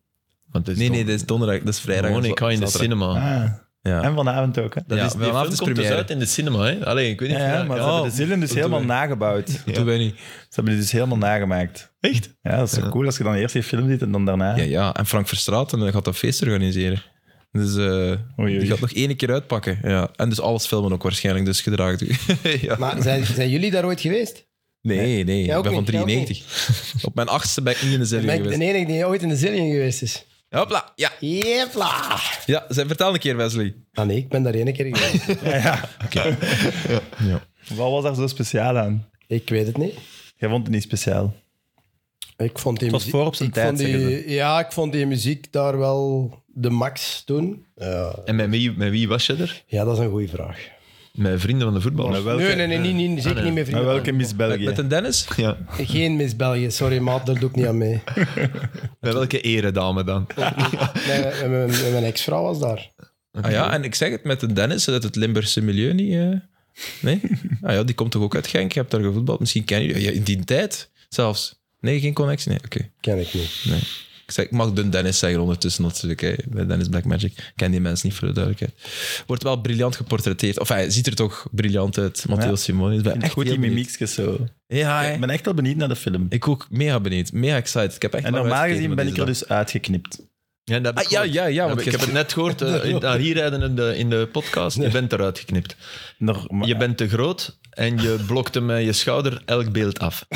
[SPEAKER 4] Want het is
[SPEAKER 1] Nee, nee,
[SPEAKER 4] donder-
[SPEAKER 1] dat is donderdag. Dat is vrijdag.
[SPEAKER 4] Gewoon, ik ga in de
[SPEAKER 1] Zaterdag.
[SPEAKER 4] cinema.
[SPEAKER 3] Ah.
[SPEAKER 1] Ja.
[SPEAKER 3] En vanavond ook. Hè?
[SPEAKER 1] Dat
[SPEAKER 4] ja,
[SPEAKER 1] is, die
[SPEAKER 4] mijn
[SPEAKER 1] film
[SPEAKER 4] film
[SPEAKER 1] komt
[SPEAKER 4] komt dus
[SPEAKER 1] première.
[SPEAKER 4] uit in de cinema. Hè? Allee, ik weet niet
[SPEAKER 3] Ja,
[SPEAKER 4] of je
[SPEAKER 3] ja,
[SPEAKER 4] dat-
[SPEAKER 3] maar ze
[SPEAKER 4] Oh,
[SPEAKER 3] hebben de zillen dus helemaal [LAUGHS] nagebouwd.
[SPEAKER 1] Dat doen wij niet.
[SPEAKER 3] Ze hebben die dus helemaal nagemaakt.
[SPEAKER 4] Echt?
[SPEAKER 3] Ja, dat is zo cool als je dan eerst die film ziet en dan daarna.
[SPEAKER 1] Ja, ja. En Frank Verstraeten eh, gaat dat feest organiseren. Dus eh
[SPEAKER 3] Oei, oei.
[SPEAKER 1] die gaat nog één keer uitpakken. Ja. En dus alles filmen ook waarschijnlijk, dus gedraagt u. [LAUGHS] ja.
[SPEAKER 2] Maar zijn, zijn jullie daar ooit geweest?
[SPEAKER 1] Nee, nee.
[SPEAKER 2] Jij
[SPEAKER 1] Ik
[SPEAKER 2] ook
[SPEAKER 1] ben van
[SPEAKER 2] niet, jij ook
[SPEAKER 1] 93. Op mijn achtste ben ik niet in de
[SPEAKER 2] Ben
[SPEAKER 1] Zillion
[SPEAKER 2] ik
[SPEAKER 1] geweest.
[SPEAKER 2] de enige die ooit in de Zillion geweest is?
[SPEAKER 1] Hopla, ja.
[SPEAKER 2] Jepla!
[SPEAKER 1] ja. zeg, Vertel een keer, Wesley.
[SPEAKER 2] Ah nee, ik ben daar één keer geweest. [LAUGHS]
[SPEAKER 3] Wat was daar zo speciaal aan?
[SPEAKER 2] ik weet het niet.
[SPEAKER 3] Jij vond het niet speciaal.
[SPEAKER 2] Ik vond die
[SPEAKER 3] Het was
[SPEAKER 2] muziek-
[SPEAKER 3] voor op zijn
[SPEAKER 2] ik vond
[SPEAKER 3] tijd,
[SPEAKER 2] die-
[SPEAKER 3] zeggen
[SPEAKER 2] Ja, ik vond die muziek daar wel de max toen. Ja,
[SPEAKER 4] En met wie, met wie was je er?
[SPEAKER 2] ja dat is een goede vraag.
[SPEAKER 4] Met vrienden van de voetbal.
[SPEAKER 3] Met welke,
[SPEAKER 2] Nee, nee, nee, niet, niet, zeker niet meer
[SPEAKER 3] met
[SPEAKER 2] vrienden.
[SPEAKER 3] welke Miss
[SPEAKER 1] Met,
[SPEAKER 3] België?
[SPEAKER 1] met een Dennis?
[SPEAKER 4] Ja.
[SPEAKER 2] [LAUGHS] Geen Miss België, sorry maat, daar doe ik niet aan
[SPEAKER 3] [LAUGHS]
[SPEAKER 2] mee.
[SPEAKER 4] Met welke eredame dan?
[SPEAKER 2] Nee, mijn, mijn- mijn- mijn ex-vrouw was daar.
[SPEAKER 1] Ah ja, en ik zeg het met een Dennis, dat het Limburgse milieu niet... eh,
[SPEAKER 3] [LAUGHS]
[SPEAKER 1] Nee? Ah ja, die komt toch ook uit Genk? Je hebt daar gevoetbald. Misschien ken je... Ja, in die tijd zelfs. Nee, geen connectie? Nee, oké.
[SPEAKER 2] Ken ik niet.
[SPEAKER 1] Ik, zeg, ik mag de Dennis zeggen ondertussen natuurlijk. Hè. Bij Dennis Blackmagic. Ik ken die mensen niet voor de duidelijkheid. Wordt wel briljant geportretteerd. Of hij ziet er toch briljant uit. Matteo
[SPEAKER 3] Ja.
[SPEAKER 1] Simoni. Ik
[SPEAKER 3] Ik
[SPEAKER 1] ben
[SPEAKER 3] vind
[SPEAKER 1] echt
[SPEAKER 3] het goed die
[SPEAKER 1] heel
[SPEAKER 3] mimiekjes zo.
[SPEAKER 1] benieuwd. Ja, hè.
[SPEAKER 3] Ik ben echt wel benieuwd naar de film.
[SPEAKER 1] ik ook mega benieuwd. Mega excited. Ik heb echt
[SPEAKER 3] En
[SPEAKER 1] lang
[SPEAKER 3] normaal
[SPEAKER 1] uitgekeken
[SPEAKER 3] gezien
[SPEAKER 1] naar
[SPEAKER 3] ben ik
[SPEAKER 1] deze
[SPEAKER 3] er dus uitgeknipt.
[SPEAKER 4] Ja, dat heb ik
[SPEAKER 1] Ah, ja,
[SPEAKER 4] gehoord.
[SPEAKER 1] ja, ja, want
[SPEAKER 4] ik
[SPEAKER 1] je-
[SPEAKER 4] heb het net [LAUGHS] gehoord eh, in, aan hier rijden in de, in de podcast. Je bent eruit geknipt.
[SPEAKER 3] Norma-
[SPEAKER 4] Je bent te groot en je blokte met je schouder elk beeld [LAUGHS] af.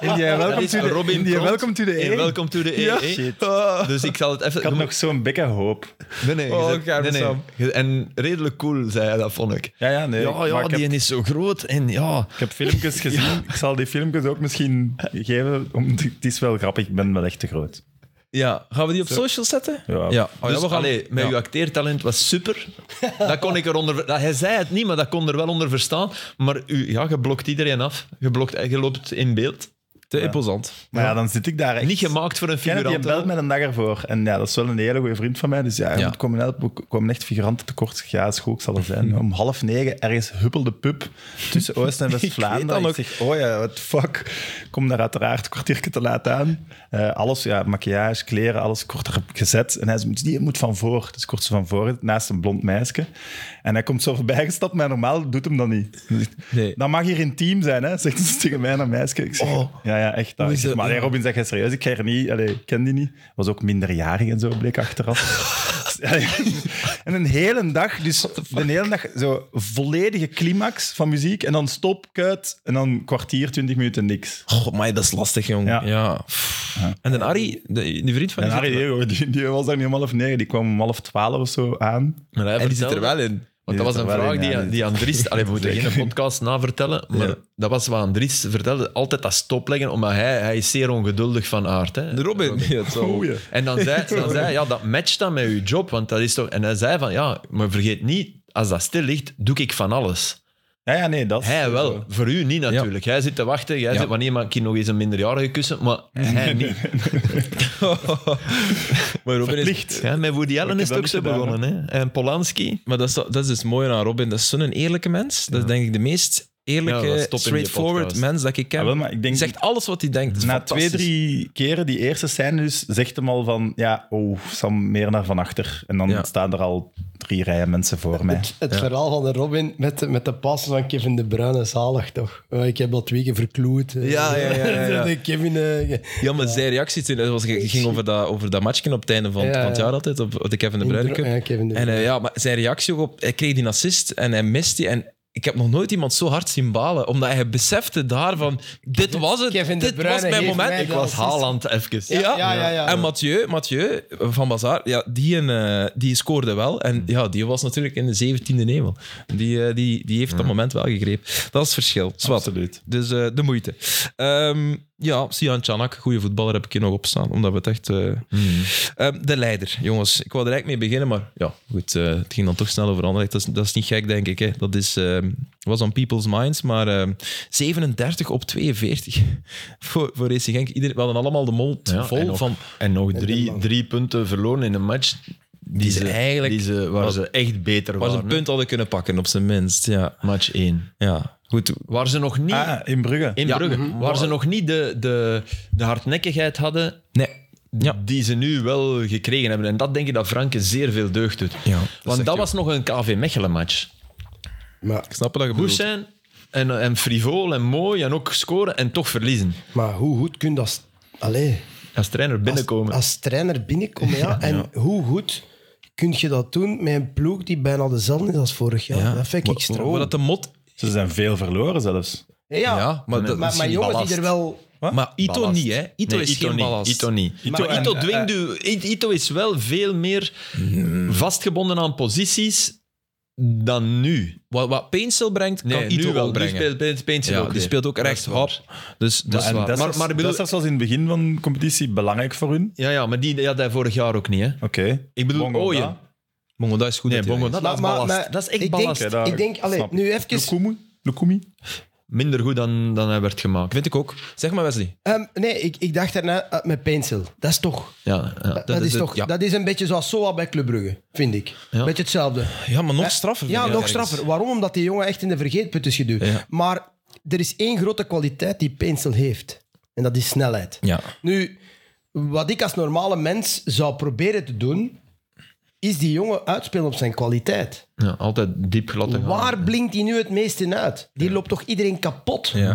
[SPEAKER 3] India, welkom to the-
[SPEAKER 4] Robin
[SPEAKER 3] India,
[SPEAKER 4] Brandt.
[SPEAKER 3] welkom to the
[SPEAKER 4] Hey,
[SPEAKER 3] A.
[SPEAKER 4] welkom to the
[SPEAKER 3] Ja.
[SPEAKER 1] eh,
[SPEAKER 4] AA.
[SPEAKER 3] Shit.
[SPEAKER 4] Dus ik zal het even...
[SPEAKER 3] Ik had nog zo'n bekkenhoop.
[SPEAKER 4] Nee, nee. je
[SPEAKER 1] Oh,
[SPEAKER 4] zet-
[SPEAKER 1] Garmin
[SPEAKER 4] nee, nee.
[SPEAKER 1] Sam.
[SPEAKER 4] Je- En redelijk cool, zei hij, dat vond ik.
[SPEAKER 3] Ja, ja, nee.
[SPEAKER 4] ja,
[SPEAKER 3] maar
[SPEAKER 4] ja
[SPEAKER 3] ik,
[SPEAKER 4] die
[SPEAKER 3] heb,
[SPEAKER 4] is zo groot en ja...
[SPEAKER 3] ik heb
[SPEAKER 1] [LAUGHS]
[SPEAKER 3] filmpjes gezien. Ik zal die filmpjes ook misschien geven. Om, het is wel grappig. Ik ben wel echt te groot.
[SPEAKER 1] Ja, gaan we die op social zetten?
[SPEAKER 3] Ja.
[SPEAKER 1] ja. Oh,
[SPEAKER 4] Dus,
[SPEAKER 1] ja, we gaan...
[SPEAKER 4] allee, met
[SPEAKER 1] ja.
[SPEAKER 4] uw acteertalent was super. Dat kon ik eronder... Dat, hij zei het niet, maar dat kon er wel onder verstaan. Maar u, ja, je blokt iedereen af. Je, blokt, je loopt in beeld.
[SPEAKER 1] Te imposant.
[SPEAKER 3] Maar ja, dan zit ik daar echt.
[SPEAKER 4] Niet gemaakt voor een
[SPEAKER 3] Ik ken het, die
[SPEAKER 4] figurant.
[SPEAKER 3] belt mij een dag ervoor. En ja, dat is wel een hele goede vriend van mij. Dus ja,
[SPEAKER 1] Ja.
[SPEAKER 3] er komen, helpen, er komen echt figuranten tekort. Ik zeg, Ja, is goed, ik zal er
[SPEAKER 1] [LAUGHS]
[SPEAKER 3] zijn. Om half negen, ergens huppelde pub tussen Oost- en West-Vlaanderen.
[SPEAKER 1] Ik weet
[SPEAKER 3] ik,
[SPEAKER 1] dat
[SPEAKER 3] zeg, oh ja, what the fuck. Ik kom daar uiteraard een kwartiertje te laat aan. Eh, alles, ja, maquillage, kleren, alles kort erop gezet. En hij zegt, die moet van voor. Dus kort ze van voor, naast een blond meisje. En hij komt zo voorbij gestapt, maar normaal doet hem dat niet. Dan zegt,
[SPEAKER 1] Nee. Oh.
[SPEAKER 3] Dat mag hier intiem zijn, hè? zegt ze tegen mij, dat meisje. Ik zeg, ja, ja, echt. dat.
[SPEAKER 1] Hoe is
[SPEAKER 3] Ik Ah, zeg,
[SPEAKER 1] dat-
[SPEAKER 3] maar nee, Robin, zeg je serieus? Ik ga er niet, allee, ik ken die niet. Was ook minderjarig en zo, bleek achteraf. Allee, [LAUGHS] en een hele dag, dus een hele dag, zo volledige climax van muziek. En dan stop, kuit. En dan een kwartier, twintig minuten niks.
[SPEAKER 1] God, maar dat is lastig, jong. Ja.
[SPEAKER 3] Ja.
[SPEAKER 1] Pff. En de Arie, de, die vriend van
[SPEAKER 3] En
[SPEAKER 1] je
[SPEAKER 3] Harry, Diego, die, die was daar niet om half negen. Die kwam om half twaalf of zo aan.
[SPEAKER 4] Maar hij
[SPEAKER 1] En die zit
[SPEAKER 4] vertelde-
[SPEAKER 1] er wel in.
[SPEAKER 4] Want
[SPEAKER 3] Die
[SPEAKER 4] dat was
[SPEAKER 3] zit
[SPEAKER 4] een
[SPEAKER 3] er wel
[SPEAKER 4] vraag
[SPEAKER 3] in,
[SPEAKER 4] die,
[SPEAKER 3] ja,
[SPEAKER 4] aan-
[SPEAKER 3] die
[SPEAKER 4] die aan Dries... [LAUGHS] Allee, we moeten geen podcast navertellen, maar
[SPEAKER 1] Ja.
[SPEAKER 4] dat was wat aan Dries vertelde. Altijd dat stopleggen, omdat hij, hij is zeer ongeduldig van aard. Hè.
[SPEAKER 1] De Robin. Ja, het zou-
[SPEAKER 3] Goeie.
[SPEAKER 4] En dan
[SPEAKER 3] [LAUGHS]
[SPEAKER 4] zei, dan zei hij, ja, dat matcht dan met je job. Want dat is toch... En hij zei van, ja, maar vergeet niet, als dat stil ligt, doe ik van alles.
[SPEAKER 3] Ja, ja, nee, dat is-
[SPEAKER 4] Hij wel, voor u niet natuurlijk. Hij zit te wachten, jij
[SPEAKER 1] Ja.
[SPEAKER 4] zit, wanneer mag ik hier nog eens een minderjarige kussen? [LAUGHS] Maar hij niet.
[SPEAKER 1] maar Robin is...
[SPEAKER 3] Verplicht.
[SPEAKER 4] Ja, met Woody Allen
[SPEAKER 3] heb
[SPEAKER 4] is het
[SPEAKER 3] dat
[SPEAKER 4] ook zo
[SPEAKER 3] niet gedaan,
[SPEAKER 4] begonnen. Hè. En Polanski.
[SPEAKER 1] Maar dat is, dat is dus mooi aan Robin. Dat is zo'n eerlijke mens. Dat is denk ik de meest eerlijke,
[SPEAKER 4] Ja, dat is top in die
[SPEAKER 1] straightforward
[SPEAKER 4] podcast.
[SPEAKER 1] mens dat ik ken.
[SPEAKER 3] Ah, wel, maar ik denk-
[SPEAKER 1] die zegt alles wat hij denkt. Dat is
[SPEAKER 3] Na
[SPEAKER 1] fantastisch.
[SPEAKER 3] twee, drie keren, die eerste scène dus, zegt hem al van... Ja, oh, Sam, meer naar van achter. En dan
[SPEAKER 1] Ja.
[SPEAKER 3] staan er al drie rijen mensen voor mij.
[SPEAKER 2] Het, het verhaal van de Robin met, de- met de passen van Kevin De Bruyne is zalig, toch? Eh, Ik heb al twee keer verkloed. eh.
[SPEAKER 1] Ja, ja, ja,
[SPEAKER 2] [LAUGHS]
[SPEAKER 1] ja, ja.
[SPEAKER 2] De Kevin... eh, ge-
[SPEAKER 1] Ja, maar zijn reactie toen- dat was, ging over dat, over dat matchje op het einde van,
[SPEAKER 2] Ja,
[SPEAKER 1] van het
[SPEAKER 2] ja.
[SPEAKER 1] jaar altijd, op, op de Kevin De Bruyne Cup.
[SPEAKER 2] Ja, Kevin De
[SPEAKER 1] En
[SPEAKER 2] Bruyne.
[SPEAKER 1] eh, ja, maar zijn reactie ook op... Hij kreeg die assist en hij mist die. En ik heb nog nooit iemand zo hard zien balen. Omdat hij besefte daarvan, dit was het.
[SPEAKER 2] Kevin De
[SPEAKER 1] dit
[SPEAKER 2] Bruyne
[SPEAKER 1] was mijn
[SPEAKER 2] heeft
[SPEAKER 1] moment.
[SPEAKER 2] mij
[SPEAKER 4] Ik was Haaland even.
[SPEAKER 1] Ja,
[SPEAKER 2] ja, ja, ja.
[SPEAKER 1] en Mathieu, Mathieu van Bazaar, ja, die, een, eh, die scoorde wel.
[SPEAKER 2] Hmm.
[SPEAKER 1] En ja, die was natuurlijk in de 17e hemel. Die, eh, die, die
[SPEAKER 2] Hmm.
[SPEAKER 1] heeft dat moment wel gegrepen. Dat is het verschil. Zwat.
[SPEAKER 3] Absoluut.
[SPEAKER 1] Dus eh, de moeite. Ehm, ja, Sian Chanak, goede voetballer, heb ik hier nog op staan. Omdat we het echt. eh,
[SPEAKER 4] Mm.
[SPEAKER 1] ehm, de leider, jongens. Ik wou er eigenlijk mee beginnen, maar ja, goed. eh, het ging dan toch snel over Anderlecht. Dat is, dat is niet gek, denk ik. Hè. Dat is, ehm, was on people's minds. Maar ehm, 37 op 42 [LAUGHS] voor, voor AC Genk. Iedereen, we hadden allemaal de mond
[SPEAKER 4] Ja, en
[SPEAKER 1] vol
[SPEAKER 4] nog-
[SPEAKER 1] van.
[SPEAKER 4] En nog drie, drie punten verloren in een match die
[SPEAKER 1] ze eigenlijk-
[SPEAKER 4] die ze, waar ze echt beter
[SPEAKER 1] Waar ze
[SPEAKER 4] waren.
[SPEAKER 1] een
[SPEAKER 4] hè.
[SPEAKER 1] punt hadden kunnen pakken, op zijn minst. Ja,
[SPEAKER 4] Match 1.
[SPEAKER 1] ja. goed.
[SPEAKER 4] Waar ze nog niet,
[SPEAKER 3] Ah, in Brugge.
[SPEAKER 4] in
[SPEAKER 1] ja.
[SPEAKER 4] Brugge, waar ze nog niet de, de, de hardnekkigheid hadden
[SPEAKER 1] Nee. Ja.
[SPEAKER 4] die ze nu wel gekregen hebben. En dat denk ik dat Franke zeer veel deugd doet.
[SPEAKER 1] Ja, dat is
[SPEAKER 4] Want
[SPEAKER 1] echt
[SPEAKER 4] dat was nog een KV Mechelen-match.
[SPEAKER 2] Maar,
[SPEAKER 1] Ik snap wat je
[SPEAKER 4] Goed
[SPEAKER 1] bedoelt.
[SPEAKER 4] zijn en, en frivol en mooi en ook scoren en toch verliezen.
[SPEAKER 2] maar hoe goed kun je dat... s- Allee,
[SPEAKER 4] Als trainer binnenkomen.
[SPEAKER 2] Als, als trainer binnenkomen, ja. En hoe goed kun je dat doen met een ploeg die bijna dezelfde is als vorig jaar?
[SPEAKER 1] Ja.
[SPEAKER 2] Dat vind ik
[SPEAKER 1] Maar- maar
[SPEAKER 2] stroom.
[SPEAKER 1] dat de mot.
[SPEAKER 3] Ze zijn veel verloren zelfs.
[SPEAKER 2] Ja,
[SPEAKER 1] Ja, maar
[SPEAKER 2] maar,
[SPEAKER 1] dat-
[SPEAKER 2] maar,
[SPEAKER 1] misschien
[SPEAKER 2] jongens
[SPEAKER 1] ballast.
[SPEAKER 2] die er wel...
[SPEAKER 1] Maar Ito
[SPEAKER 4] Ballast.
[SPEAKER 1] niet, hè? Ito
[SPEAKER 4] Nee,
[SPEAKER 1] is geen
[SPEAKER 4] niet.
[SPEAKER 1] ballast.
[SPEAKER 4] Ito niet.
[SPEAKER 3] Ito
[SPEAKER 4] maar
[SPEAKER 3] en-
[SPEAKER 4] Ito, dwingt u, I- Ito is wel veel meer vastgebonden aan posities dan nu.
[SPEAKER 1] Wat, wat Painsel brengt,
[SPEAKER 4] Nee,
[SPEAKER 1] kan
[SPEAKER 4] nu
[SPEAKER 1] Ito wel
[SPEAKER 4] Nu
[SPEAKER 1] brengen.
[SPEAKER 4] speelt Pe- Peentje
[SPEAKER 1] ja,
[SPEAKER 4] ook
[SPEAKER 1] die
[SPEAKER 4] weer.
[SPEAKER 1] speelt ook
[SPEAKER 4] Dat is
[SPEAKER 1] rechts
[SPEAKER 4] waar.
[SPEAKER 1] hop. Dus dat is
[SPEAKER 3] en
[SPEAKER 1] waar.
[SPEAKER 3] dat
[SPEAKER 1] Maar-
[SPEAKER 3] was-
[SPEAKER 4] maar ik bedoel-
[SPEAKER 3] dat was in het begin van de competitie belangrijk voor hun.
[SPEAKER 4] Ja, ja, maar die, die had hij vorig jaar ook niet. Hè.
[SPEAKER 3] Oké.
[SPEAKER 4] Ik bedoel, oh
[SPEAKER 3] Bongo,
[SPEAKER 4] Ooyen.
[SPEAKER 3] da.
[SPEAKER 1] Bongo, dat is goed.
[SPEAKER 4] Nee,
[SPEAKER 1] dat hij
[SPEAKER 4] Bongo,
[SPEAKER 1] weg
[SPEAKER 2] Maar-
[SPEAKER 4] dat, is
[SPEAKER 2] maar-
[SPEAKER 4] ballast.
[SPEAKER 2] maar
[SPEAKER 4] dat is
[SPEAKER 2] ik
[SPEAKER 4] echt
[SPEAKER 2] denk-
[SPEAKER 4] ballast.
[SPEAKER 3] Oké, daar
[SPEAKER 2] ik denk, allee,
[SPEAKER 3] snap ik.
[SPEAKER 2] nu even- Eh,
[SPEAKER 3] Lukumi? Lukumi?
[SPEAKER 4] Minder goed dan, dan hij werd
[SPEAKER 1] is.
[SPEAKER 4] gemaakt.
[SPEAKER 1] Vind ik ook. Zeg maar, Wesley.
[SPEAKER 2] Ehm, nee, ik, ik dacht daarna eh, met Pencil. Dat is toch...
[SPEAKER 4] Ja, ja.
[SPEAKER 2] Dat, dat
[SPEAKER 1] is
[SPEAKER 2] is,
[SPEAKER 1] het,
[SPEAKER 2] toch,
[SPEAKER 1] ja.
[SPEAKER 2] dat is een beetje zoals Soa bij Club Brugge, vind ik.
[SPEAKER 4] Ja.
[SPEAKER 2] Beetje hetzelfde.
[SPEAKER 1] Eh, Ja, maar nog straffer.
[SPEAKER 2] Ja,
[SPEAKER 1] vind ik
[SPEAKER 2] nog
[SPEAKER 1] ergens.
[SPEAKER 2] straffer. Waarom? Omdat die jongen echt in de vergeetput is geduwd.
[SPEAKER 1] Ja.
[SPEAKER 2] Maar er is één grote kwaliteit die Pencil heeft. En dat is snelheid.
[SPEAKER 1] Ja.
[SPEAKER 2] Nu, wat ik als normale mens zou proberen te doen, is die jongen uitspelen op zijn kwaliteit.
[SPEAKER 4] ja, altijd diep glad. en
[SPEAKER 2] Waar
[SPEAKER 4] gaan.
[SPEAKER 2] blinkt hij nu het meeste uit? Die loopt toch iedereen kapot?
[SPEAKER 1] Ja.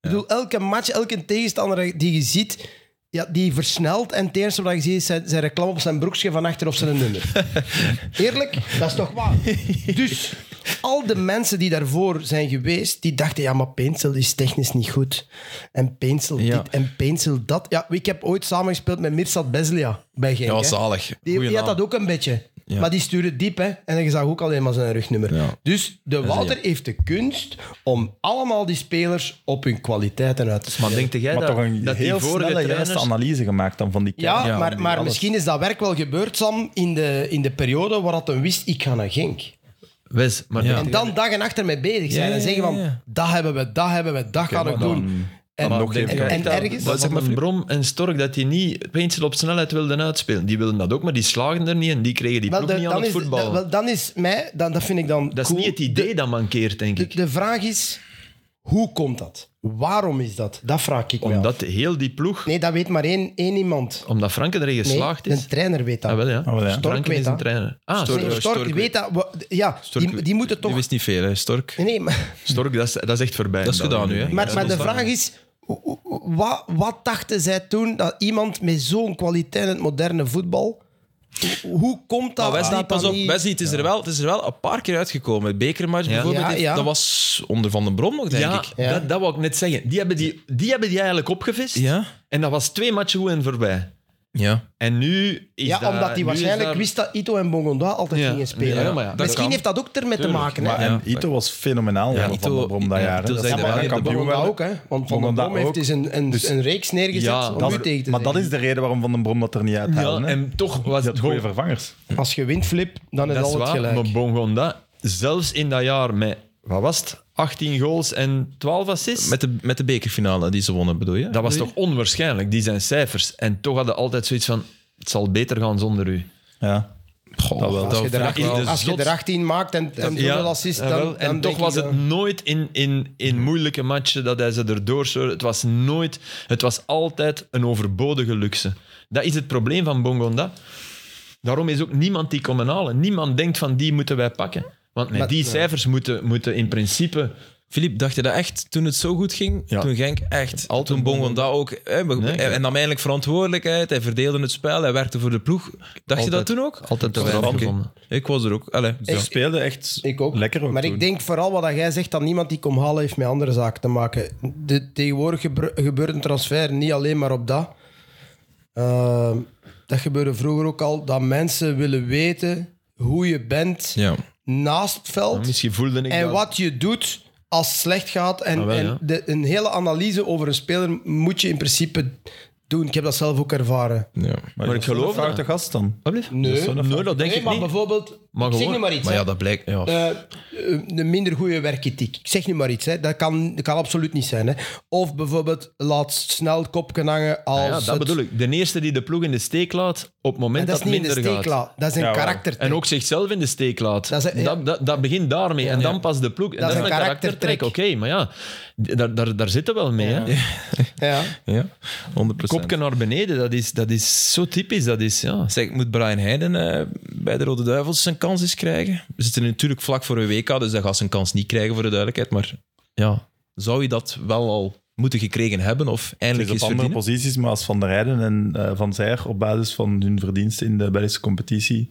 [SPEAKER 2] Ik bedoel, elke match, elke tegenstander die je ziet, ja, die versnelt. En het eerste wat je ziet is zijn, zijn reclame op zijn broekje van achter op
[SPEAKER 1] [LAUGHS]
[SPEAKER 2] zijn nummer. Eerlijk? Dat is toch waar? Dus al de mensen die daarvoor zijn geweest, die dachten, ja, maar Pencil is technisch niet goed. En Pencil
[SPEAKER 1] Ja.
[SPEAKER 2] dit en Pencil dat. Ja, ik heb ooit samengespeeld met Mirsad Beslia bij Genk.
[SPEAKER 1] Ja,
[SPEAKER 2] hè.
[SPEAKER 1] zalig.
[SPEAKER 2] Die,
[SPEAKER 1] Goeie
[SPEAKER 2] die had
[SPEAKER 1] naam.
[SPEAKER 2] dat ook een beetje.
[SPEAKER 1] Ja.
[SPEAKER 2] Maar die stuurde diep, hè. En je zag ook alleen maar zijn rugnummer.
[SPEAKER 1] Ja.
[SPEAKER 2] Dus de Wouter heeft de kunst om allemaal die spelers op hun kwaliteiten uit te spelen.
[SPEAKER 4] Maar denk jij
[SPEAKER 3] Maar
[SPEAKER 4] dat,
[SPEAKER 3] toch een
[SPEAKER 4] dat die
[SPEAKER 3] heel
[SPEAKER 4] vorige
[SPEAKER 3] snelle juiste
[SPEAKER 4] trainers...
[SPEAKER 3] analyse gemaakt dan van die
[SPEAKER 2] Ja,
[SPEAKER 3] kern.
[SPEAKER 2] maar,
[SPEAKER 3] Die
[SPEAKER 2] maar
[SPEAKER 3] alles-
[SPEAKER 2] misschien is dat werk wel gebeurd, Sam, in de, in de periode waar dat een wist, ik ga naar Genk.
[SPEAKER 4] Wes, maar
[SPEAKER 1] Ja.
[SPEAKER 4] denk-
[SPEAKER 2] En dan dag en achter mee bezig zijn
[SPEAKER 1] Ja,
[SPEAKER 2] en
[SPEAKER 1] ja,
[SPEAKER 2] zeggen van,
[SPEAKER 1] ja, ja.
[SPEAKER 2] dat hebben we, dat hebben we, dat gaan we
[SPEAKER 3] maar dan-
[SPEAKER 2] doen. En,
[SPEAKER 3] dan nog
[SPEAKER 2] en,
[SPEAKER 3] even-
[SPEAKER 2] en
[SPEAKER 4] dat-
[SPEAKER 2] ergens...
[SPEAKER 4] Dat zeg
[SPEAKER 1] maar,
[SPEAKER 4] maar
[SPEAKER 1] Flip.
[SPEAKER 4] Brom en Stork dat die niet Peensel op snelheid wilden uitspelen. Die wilden dat ook, maar die slagen er niet en die kregen die
[SPEAKER 2] wel,
[SPEAKER 4] ploeg
[SPEAKER 2] de-
[SPEAKER 4] niet aan
[SPEAKER 2] dan,
[SPEAKER 4] het
[SPEAKER 2] is,
[SPEAKER 4] voetballen.
[SPEAKER 2] wel, dan is mij... Dan, dat vind ik dan
[SPEAKER 4] dat is
[SPEAKER 2] cool.
[SPEAKER 4] niet het idee dat mankeert, denk
[SPEAKER 2] De,
[SPEAKER 4] ik.
[SPEAKER 2] de vraag is, hoe komt dat? Waarom is dat? Dat vraag ik me af.
[SPEAKER 4] Omdat heel die ploeg,
[SPEAKER 2] Nee, dat weet maar één, één iemand.
[SPEAKER 4] omdat Franke erin
[SPEAKER 2] Nee,
[SPEAKER 4] geslaagd is.
[SPEAKER 2] een trainer weet dat.
[SPEAKER 4] Ah, wel ja.
[SPEAKER 3] Ah, wel, ja.
[SPEAKER 2] Stork
[SPEAKER 4] Franke
[SPEAKER 2] weet
[SPEAKER 4] is een
[SPEAKER 2] dat.
[SPEAKER 4] trainer. Ah,
[SPEAKER 1] Stork-
[SPEAKER 4] Stork,
[SPEAKER 2] Nee, Stork,
[SPEAKER 1] Stork
[SPEAKER 2] weet dat. Wa- Ja,
[SPEAKER 1] Stork-
[SPEAKER 2] die, die moeten toch...
[SPEAKER 1] Die wist niet veel, hè, Stork.
[SPEAKER 2] Nee, nee, maar...
[SPEAKER 4] Stork, dat, is, dat is echt voorbij.
[SPEAKER 1] Dat is gedaan nu, hè.
[SPEAKER 4] denk ik.
[SPEAKER 2] Maar, maar de vraag is, hoe- hoe- hoe- wat, wat dachten zij toen dat iemand met zo'n kwaliteit in het moderne voetbal... Hoe- Hoe komt dat?
[SPEAKER 4] Ah,
[SPEAKER 1] Maar Wesley,
[SPEAKER 2] dat
[SPEAKER 1] pas
[SPEAKER 2] dan
[SPEAKER 1] op.
[SPEAKER 2] niet-
[SPEAKER 1] Wesley, het is, er wel, het is er wel een paar keer uitgekomen. Het bekermatch
[SPEAKER 4] Ja.
[SPEAKER 1] bijvoorbeeld,
[SPEAKER 2] Ja,
[SPEAKER 1] heeft-
[SPEAKER 2] ja.
[SPEAKER 1] dat was onder Van den Brom nog, denk
[SPEAKER 4] Ja,
[SPEAKER 1] ik.
[SPEAKER 2] Ja.
[SPEAKER 4] Dat, dat wou ik net zeggen. Die hebben die, die, hebben die eigenlijk opgevist.
[SPEAKER 1] Ja.
[SPEAKER 4] En dat was twee matchen goed en voorbij.
[SPEAKER 1] Ja.
[SPEAKER 4] En nu is
[SPEAKER 2] Ja,
[SPEAKER 4] dat...
[SPEAKER 2] omdat hij
[SPEAKER 4] nu is
[SPEAKER 2] waarschijnlijk
[SPEAKER 4] daar-
[SPEAKER 2] wist dat Ito en Bongonda altijd
[SPEAKER 4] Ja.
[SPEAKER 2] gingen spelen.
[SPEAKER 4] Ja, maar ja, dat
[SPEAKER 2] Misschien
[SPEAKER 1] kan.
[SPEAKER 2] heeft dat ook ermee te maken.
[SPEAKER 3] Maar,
[SPEAKER 2] hè?
[SPEAKER 1] Ja.
[SPEAKER 3] en Ito was fenomenaal ja,
[SPEAKER 1] Ito-
[SPEAKER 3] van de Brom dat
[SPEAKER 1] ja,
[SPEAKER 3] jaar.
[SPEAKER 1] Ito
[SPEAKER 3] hè. Dat
[SPEAKER 1] zei
[SPEAKER 3] is
[SPEAKER 1] dat
[SPEAKER 3] bijna
[SPEAKER 1] wel, ja,
[SPEAKER 3] kampioen
[SPEAKER 2] Bongonda
[SPEAKER 3] werden.
[SPEAKER 2] ook, hè? Want Van den
[SPEAKER 3] Bongonda
[SPEAKER 2] Brom heeft
[SPEAKER 3] ook.
[SPEAKER 2] dus een, een,
[SPEAKER 3] Dus-
[SPEAKER 2] een reeks neergezet
[SPEAKER 4] Ja,
[SPEAKER 2] om
[SPEAKER 3] Dat-
[SPEAKER 2] u tegen te
[SPEAKER 3] maar dat
[SPEAKER 2] zeggen.
[SPEAKER 3] is de reden waarom Van den Brom dat er niet uit
[SPEAKER 4] Ja, en toch was
[SPEAKER 3] Die
[SPEAKER 4] het
[SPEAKER 3] had
[SPEAKER 4] gewoon...
[SPEAKER 3] goede vervangers.
[SPEAKER 2] Als je wint, Flip, dan is
[SPEAKER 4] Dat is
[SPEAKER 2] al het
[SPEAKER 4] waar,
[SPEAKER 2] gelijk.
[SPEAKER 4] maar Bongonda, zelfs in dat jaar met, wat was het, 18 goals en 12 assists?
[SPEAKER 1] Met de, met de bekerfinale die ze wonnen, bedoel je?
[SPEAKER 4] dat was
[SPEAKER 1] Bedoel
[SPEAKER 4] toch onwaarschijnlijk, die zijn cijfers. En toch hadden altijd zoiets van, het zal beter gaan zonder u.
[SPEAKER 3] Ja. dat wel.
[SPEAKER 2] Als je, er
[SPEAKER 4] vraag je
[SPEAKER 2] 18,
[SPEAKER 4] de
[SPEAKER 2] als je
[SPEAKER 4] zot-
[SPEAKER 2] er 18 maakt en, en
[SPEAKER 4] Ja,
[SPEAKER 2] zoveel assist, dan,
[SPEAKER 4] jawel.
[SPEAKER 2] dan
[SPEAKER 4] en toch
[SPEAKER 2] denk
[SPEAKER 4] was
[SPEAKER 2] ik,
[SPEAKER 4] het
[SPEAKER 2] eh,
[SPEAKER 4] nooit in, in, in moeilijke matchen dat hij ze erdoor sleurde. Het was nooit... Het was altijd een overbodige luxe. Dat is het probleem van Bongonda. Daarom is ook niemand die komen halen. Niemand denkt van, die moeten wij pakken. Want met
[SPEAKER 2] Maar-
[SPEAKER 4] die cijfers moeten, moeten in principe...
[SPEAKER 1] Filip, dacht je dat echt toen het zo goed ging?
[SPEAKER 3] Ja.
[SPEAKER 1] Toen Genk echt.
[SPEAKER 4] Altijd
[SPEAKER 1] toen Bongonda ook. Hè, we-
[SPEAKER 4] Nee,
[SPEAKER 1] en
[SPEAKER 4] ja.
[SPEAKER 1] nam eindelijk verantwoordelijkheid. Hij verdeelde het spel. Hij werkte voor de ploeg. Dacht je dat
[SPEAKER 4] Altijd-
[SPEAKER 1] toen ook?
[SPEAKER 4] Altijd te
[SPEAKER 1] Oké.
[SPEAKER 4] weinig gevonden.
[SPEAKER 1] Ik was er ook. Allee,
[SPEAKER 3] Ze speelden echt
[SPEAKER 2] Ik ook.
[SPEAKER 3] lekker ook
[SPEAKER 2] maar
[SPEAKER 3] toen.
[SPEAKER 2] ik denk vooral wat dat jij zegt dat niemand die kom halen heeft met andere zaken te maken. De, tegenwoordig gebe- gebeurt een transfer niet alleen maar op dat. Ehm, dat gebeurde vroeger ook al. Dat mensen willen weten hoe je bent
[SPEAKER 1] Ja.
[SPEAKER 2] naast het veld.
[SPEAKER 4] Misschien voelde ik
[SPEAKER 2] en
[SPEAKER 4] dat.
[SPEAKER 2] wat je doet als het slecht gaat. En,
[SPEAKER 4] Ah, wel,
[SPEAKER 2] en
[SPEAKER 4] ja.
[SPEAKER 2] de, een hele analyse over een speler moet je in principe doen. Ik heb dat zelf ook ervaren.
[SPEAKER 1] Ja.
[SPEAKER 4] Maar ik geloof
[SPEAKER 3] dat.
[SPEAKER 4] dat.
[SPEAKER 3] de gast dan.
[SPEAKER 4] Wat blieft?
[SPEAKER 2] Nee.
[SPEAKER 4] nee, dat denk
[SPEAKER 2] Nee,
[SPEAKER 4] ik
[SPEAKER 2] maar
[SPEAKER 4] niet.
[SPEAKER 2] bijvoorbeeld,
[SPEAKER 4] Maar
[SPEAKER 2] ik zeg
[SPEAKER 4] gewoon-
[SPEAKER 2] nu maar iets.
[SPEAKER 1] Maar
[SPEAKER 2] hè.
[SPEAKER 1] ja, dat blijkt. Ja.
[SPEAKER 2] Eh, eh, een minder goede werkethiek. Ik zeg nu maar iets, hè. Dat, kan, dat kan absoluut niet zijn. Hè. Of bijvoorbeeld, laat snel het kopje hangen Eh, als...
[SPEAKER 4] Ah ja, dat
[SPEAKER 2] het-
[SPEAKER 4] bedoel ik. De eerste die de ploeg in de steek laat, op het
[SPEAKER 2] En
[SPEAKER 4] moment
[SPEAKER 2] dat
[SPEAKER 4] dat,
[SPEAKER 2] is
[SPEAKER 4] het
[SPEAKER 2] niet in de
[SPEAKER 4] minder
[SPEAKER 2] steek
[SPEAKER 4] gaat.
[SPEAKER 2] laat. Dat is een
[SPEAKER 3] Ja, wel.
[SPEAKER 2] karakter.
[SPEAKER 4] En ook zichzelf in de steek laat.
[SPEAKER 2] Dat
[SPEAKER 4] Dat,
[SPEAKER 2] is- ja.
[SPEAKER 4] dat, dat, begint daarmee. En dan pas de ploeg. En dat, is een karaktertrek. Oké, maar ja, d- daar, daar, daar zitten wel mee. Hè.
[SPEAKER 2] Ja.
[SPEAKER 1] ja, 100%.
[SPEAKER 4] Kopje naar beneden, dat is, dat is zo typisch. Dat is, ja.
[SPEAKER 1] Zeg, moet Brian Heiden eh, bij de Rode Duivels zijn kans eens krijgen? We zitten natuurlijk vlak voor een WK, dus hij gaat zijn kans niet krijgen voor de duidelijkheid. Maar ja, zou je dat wel al moeten gekregen hebben of
[SPEAKER 3] Het
[SPEAKER 1] eindelijk
[SPEAKER 3] is op
[SPEAKER 1] eens
[SPEAKER 3] andere
[SPEAKER 1] verdienen?
[SPEAKER 3] posities, maar als Van der Rijden en eh, Van Zijer op basis van hun verdiensten in de Belgische competitie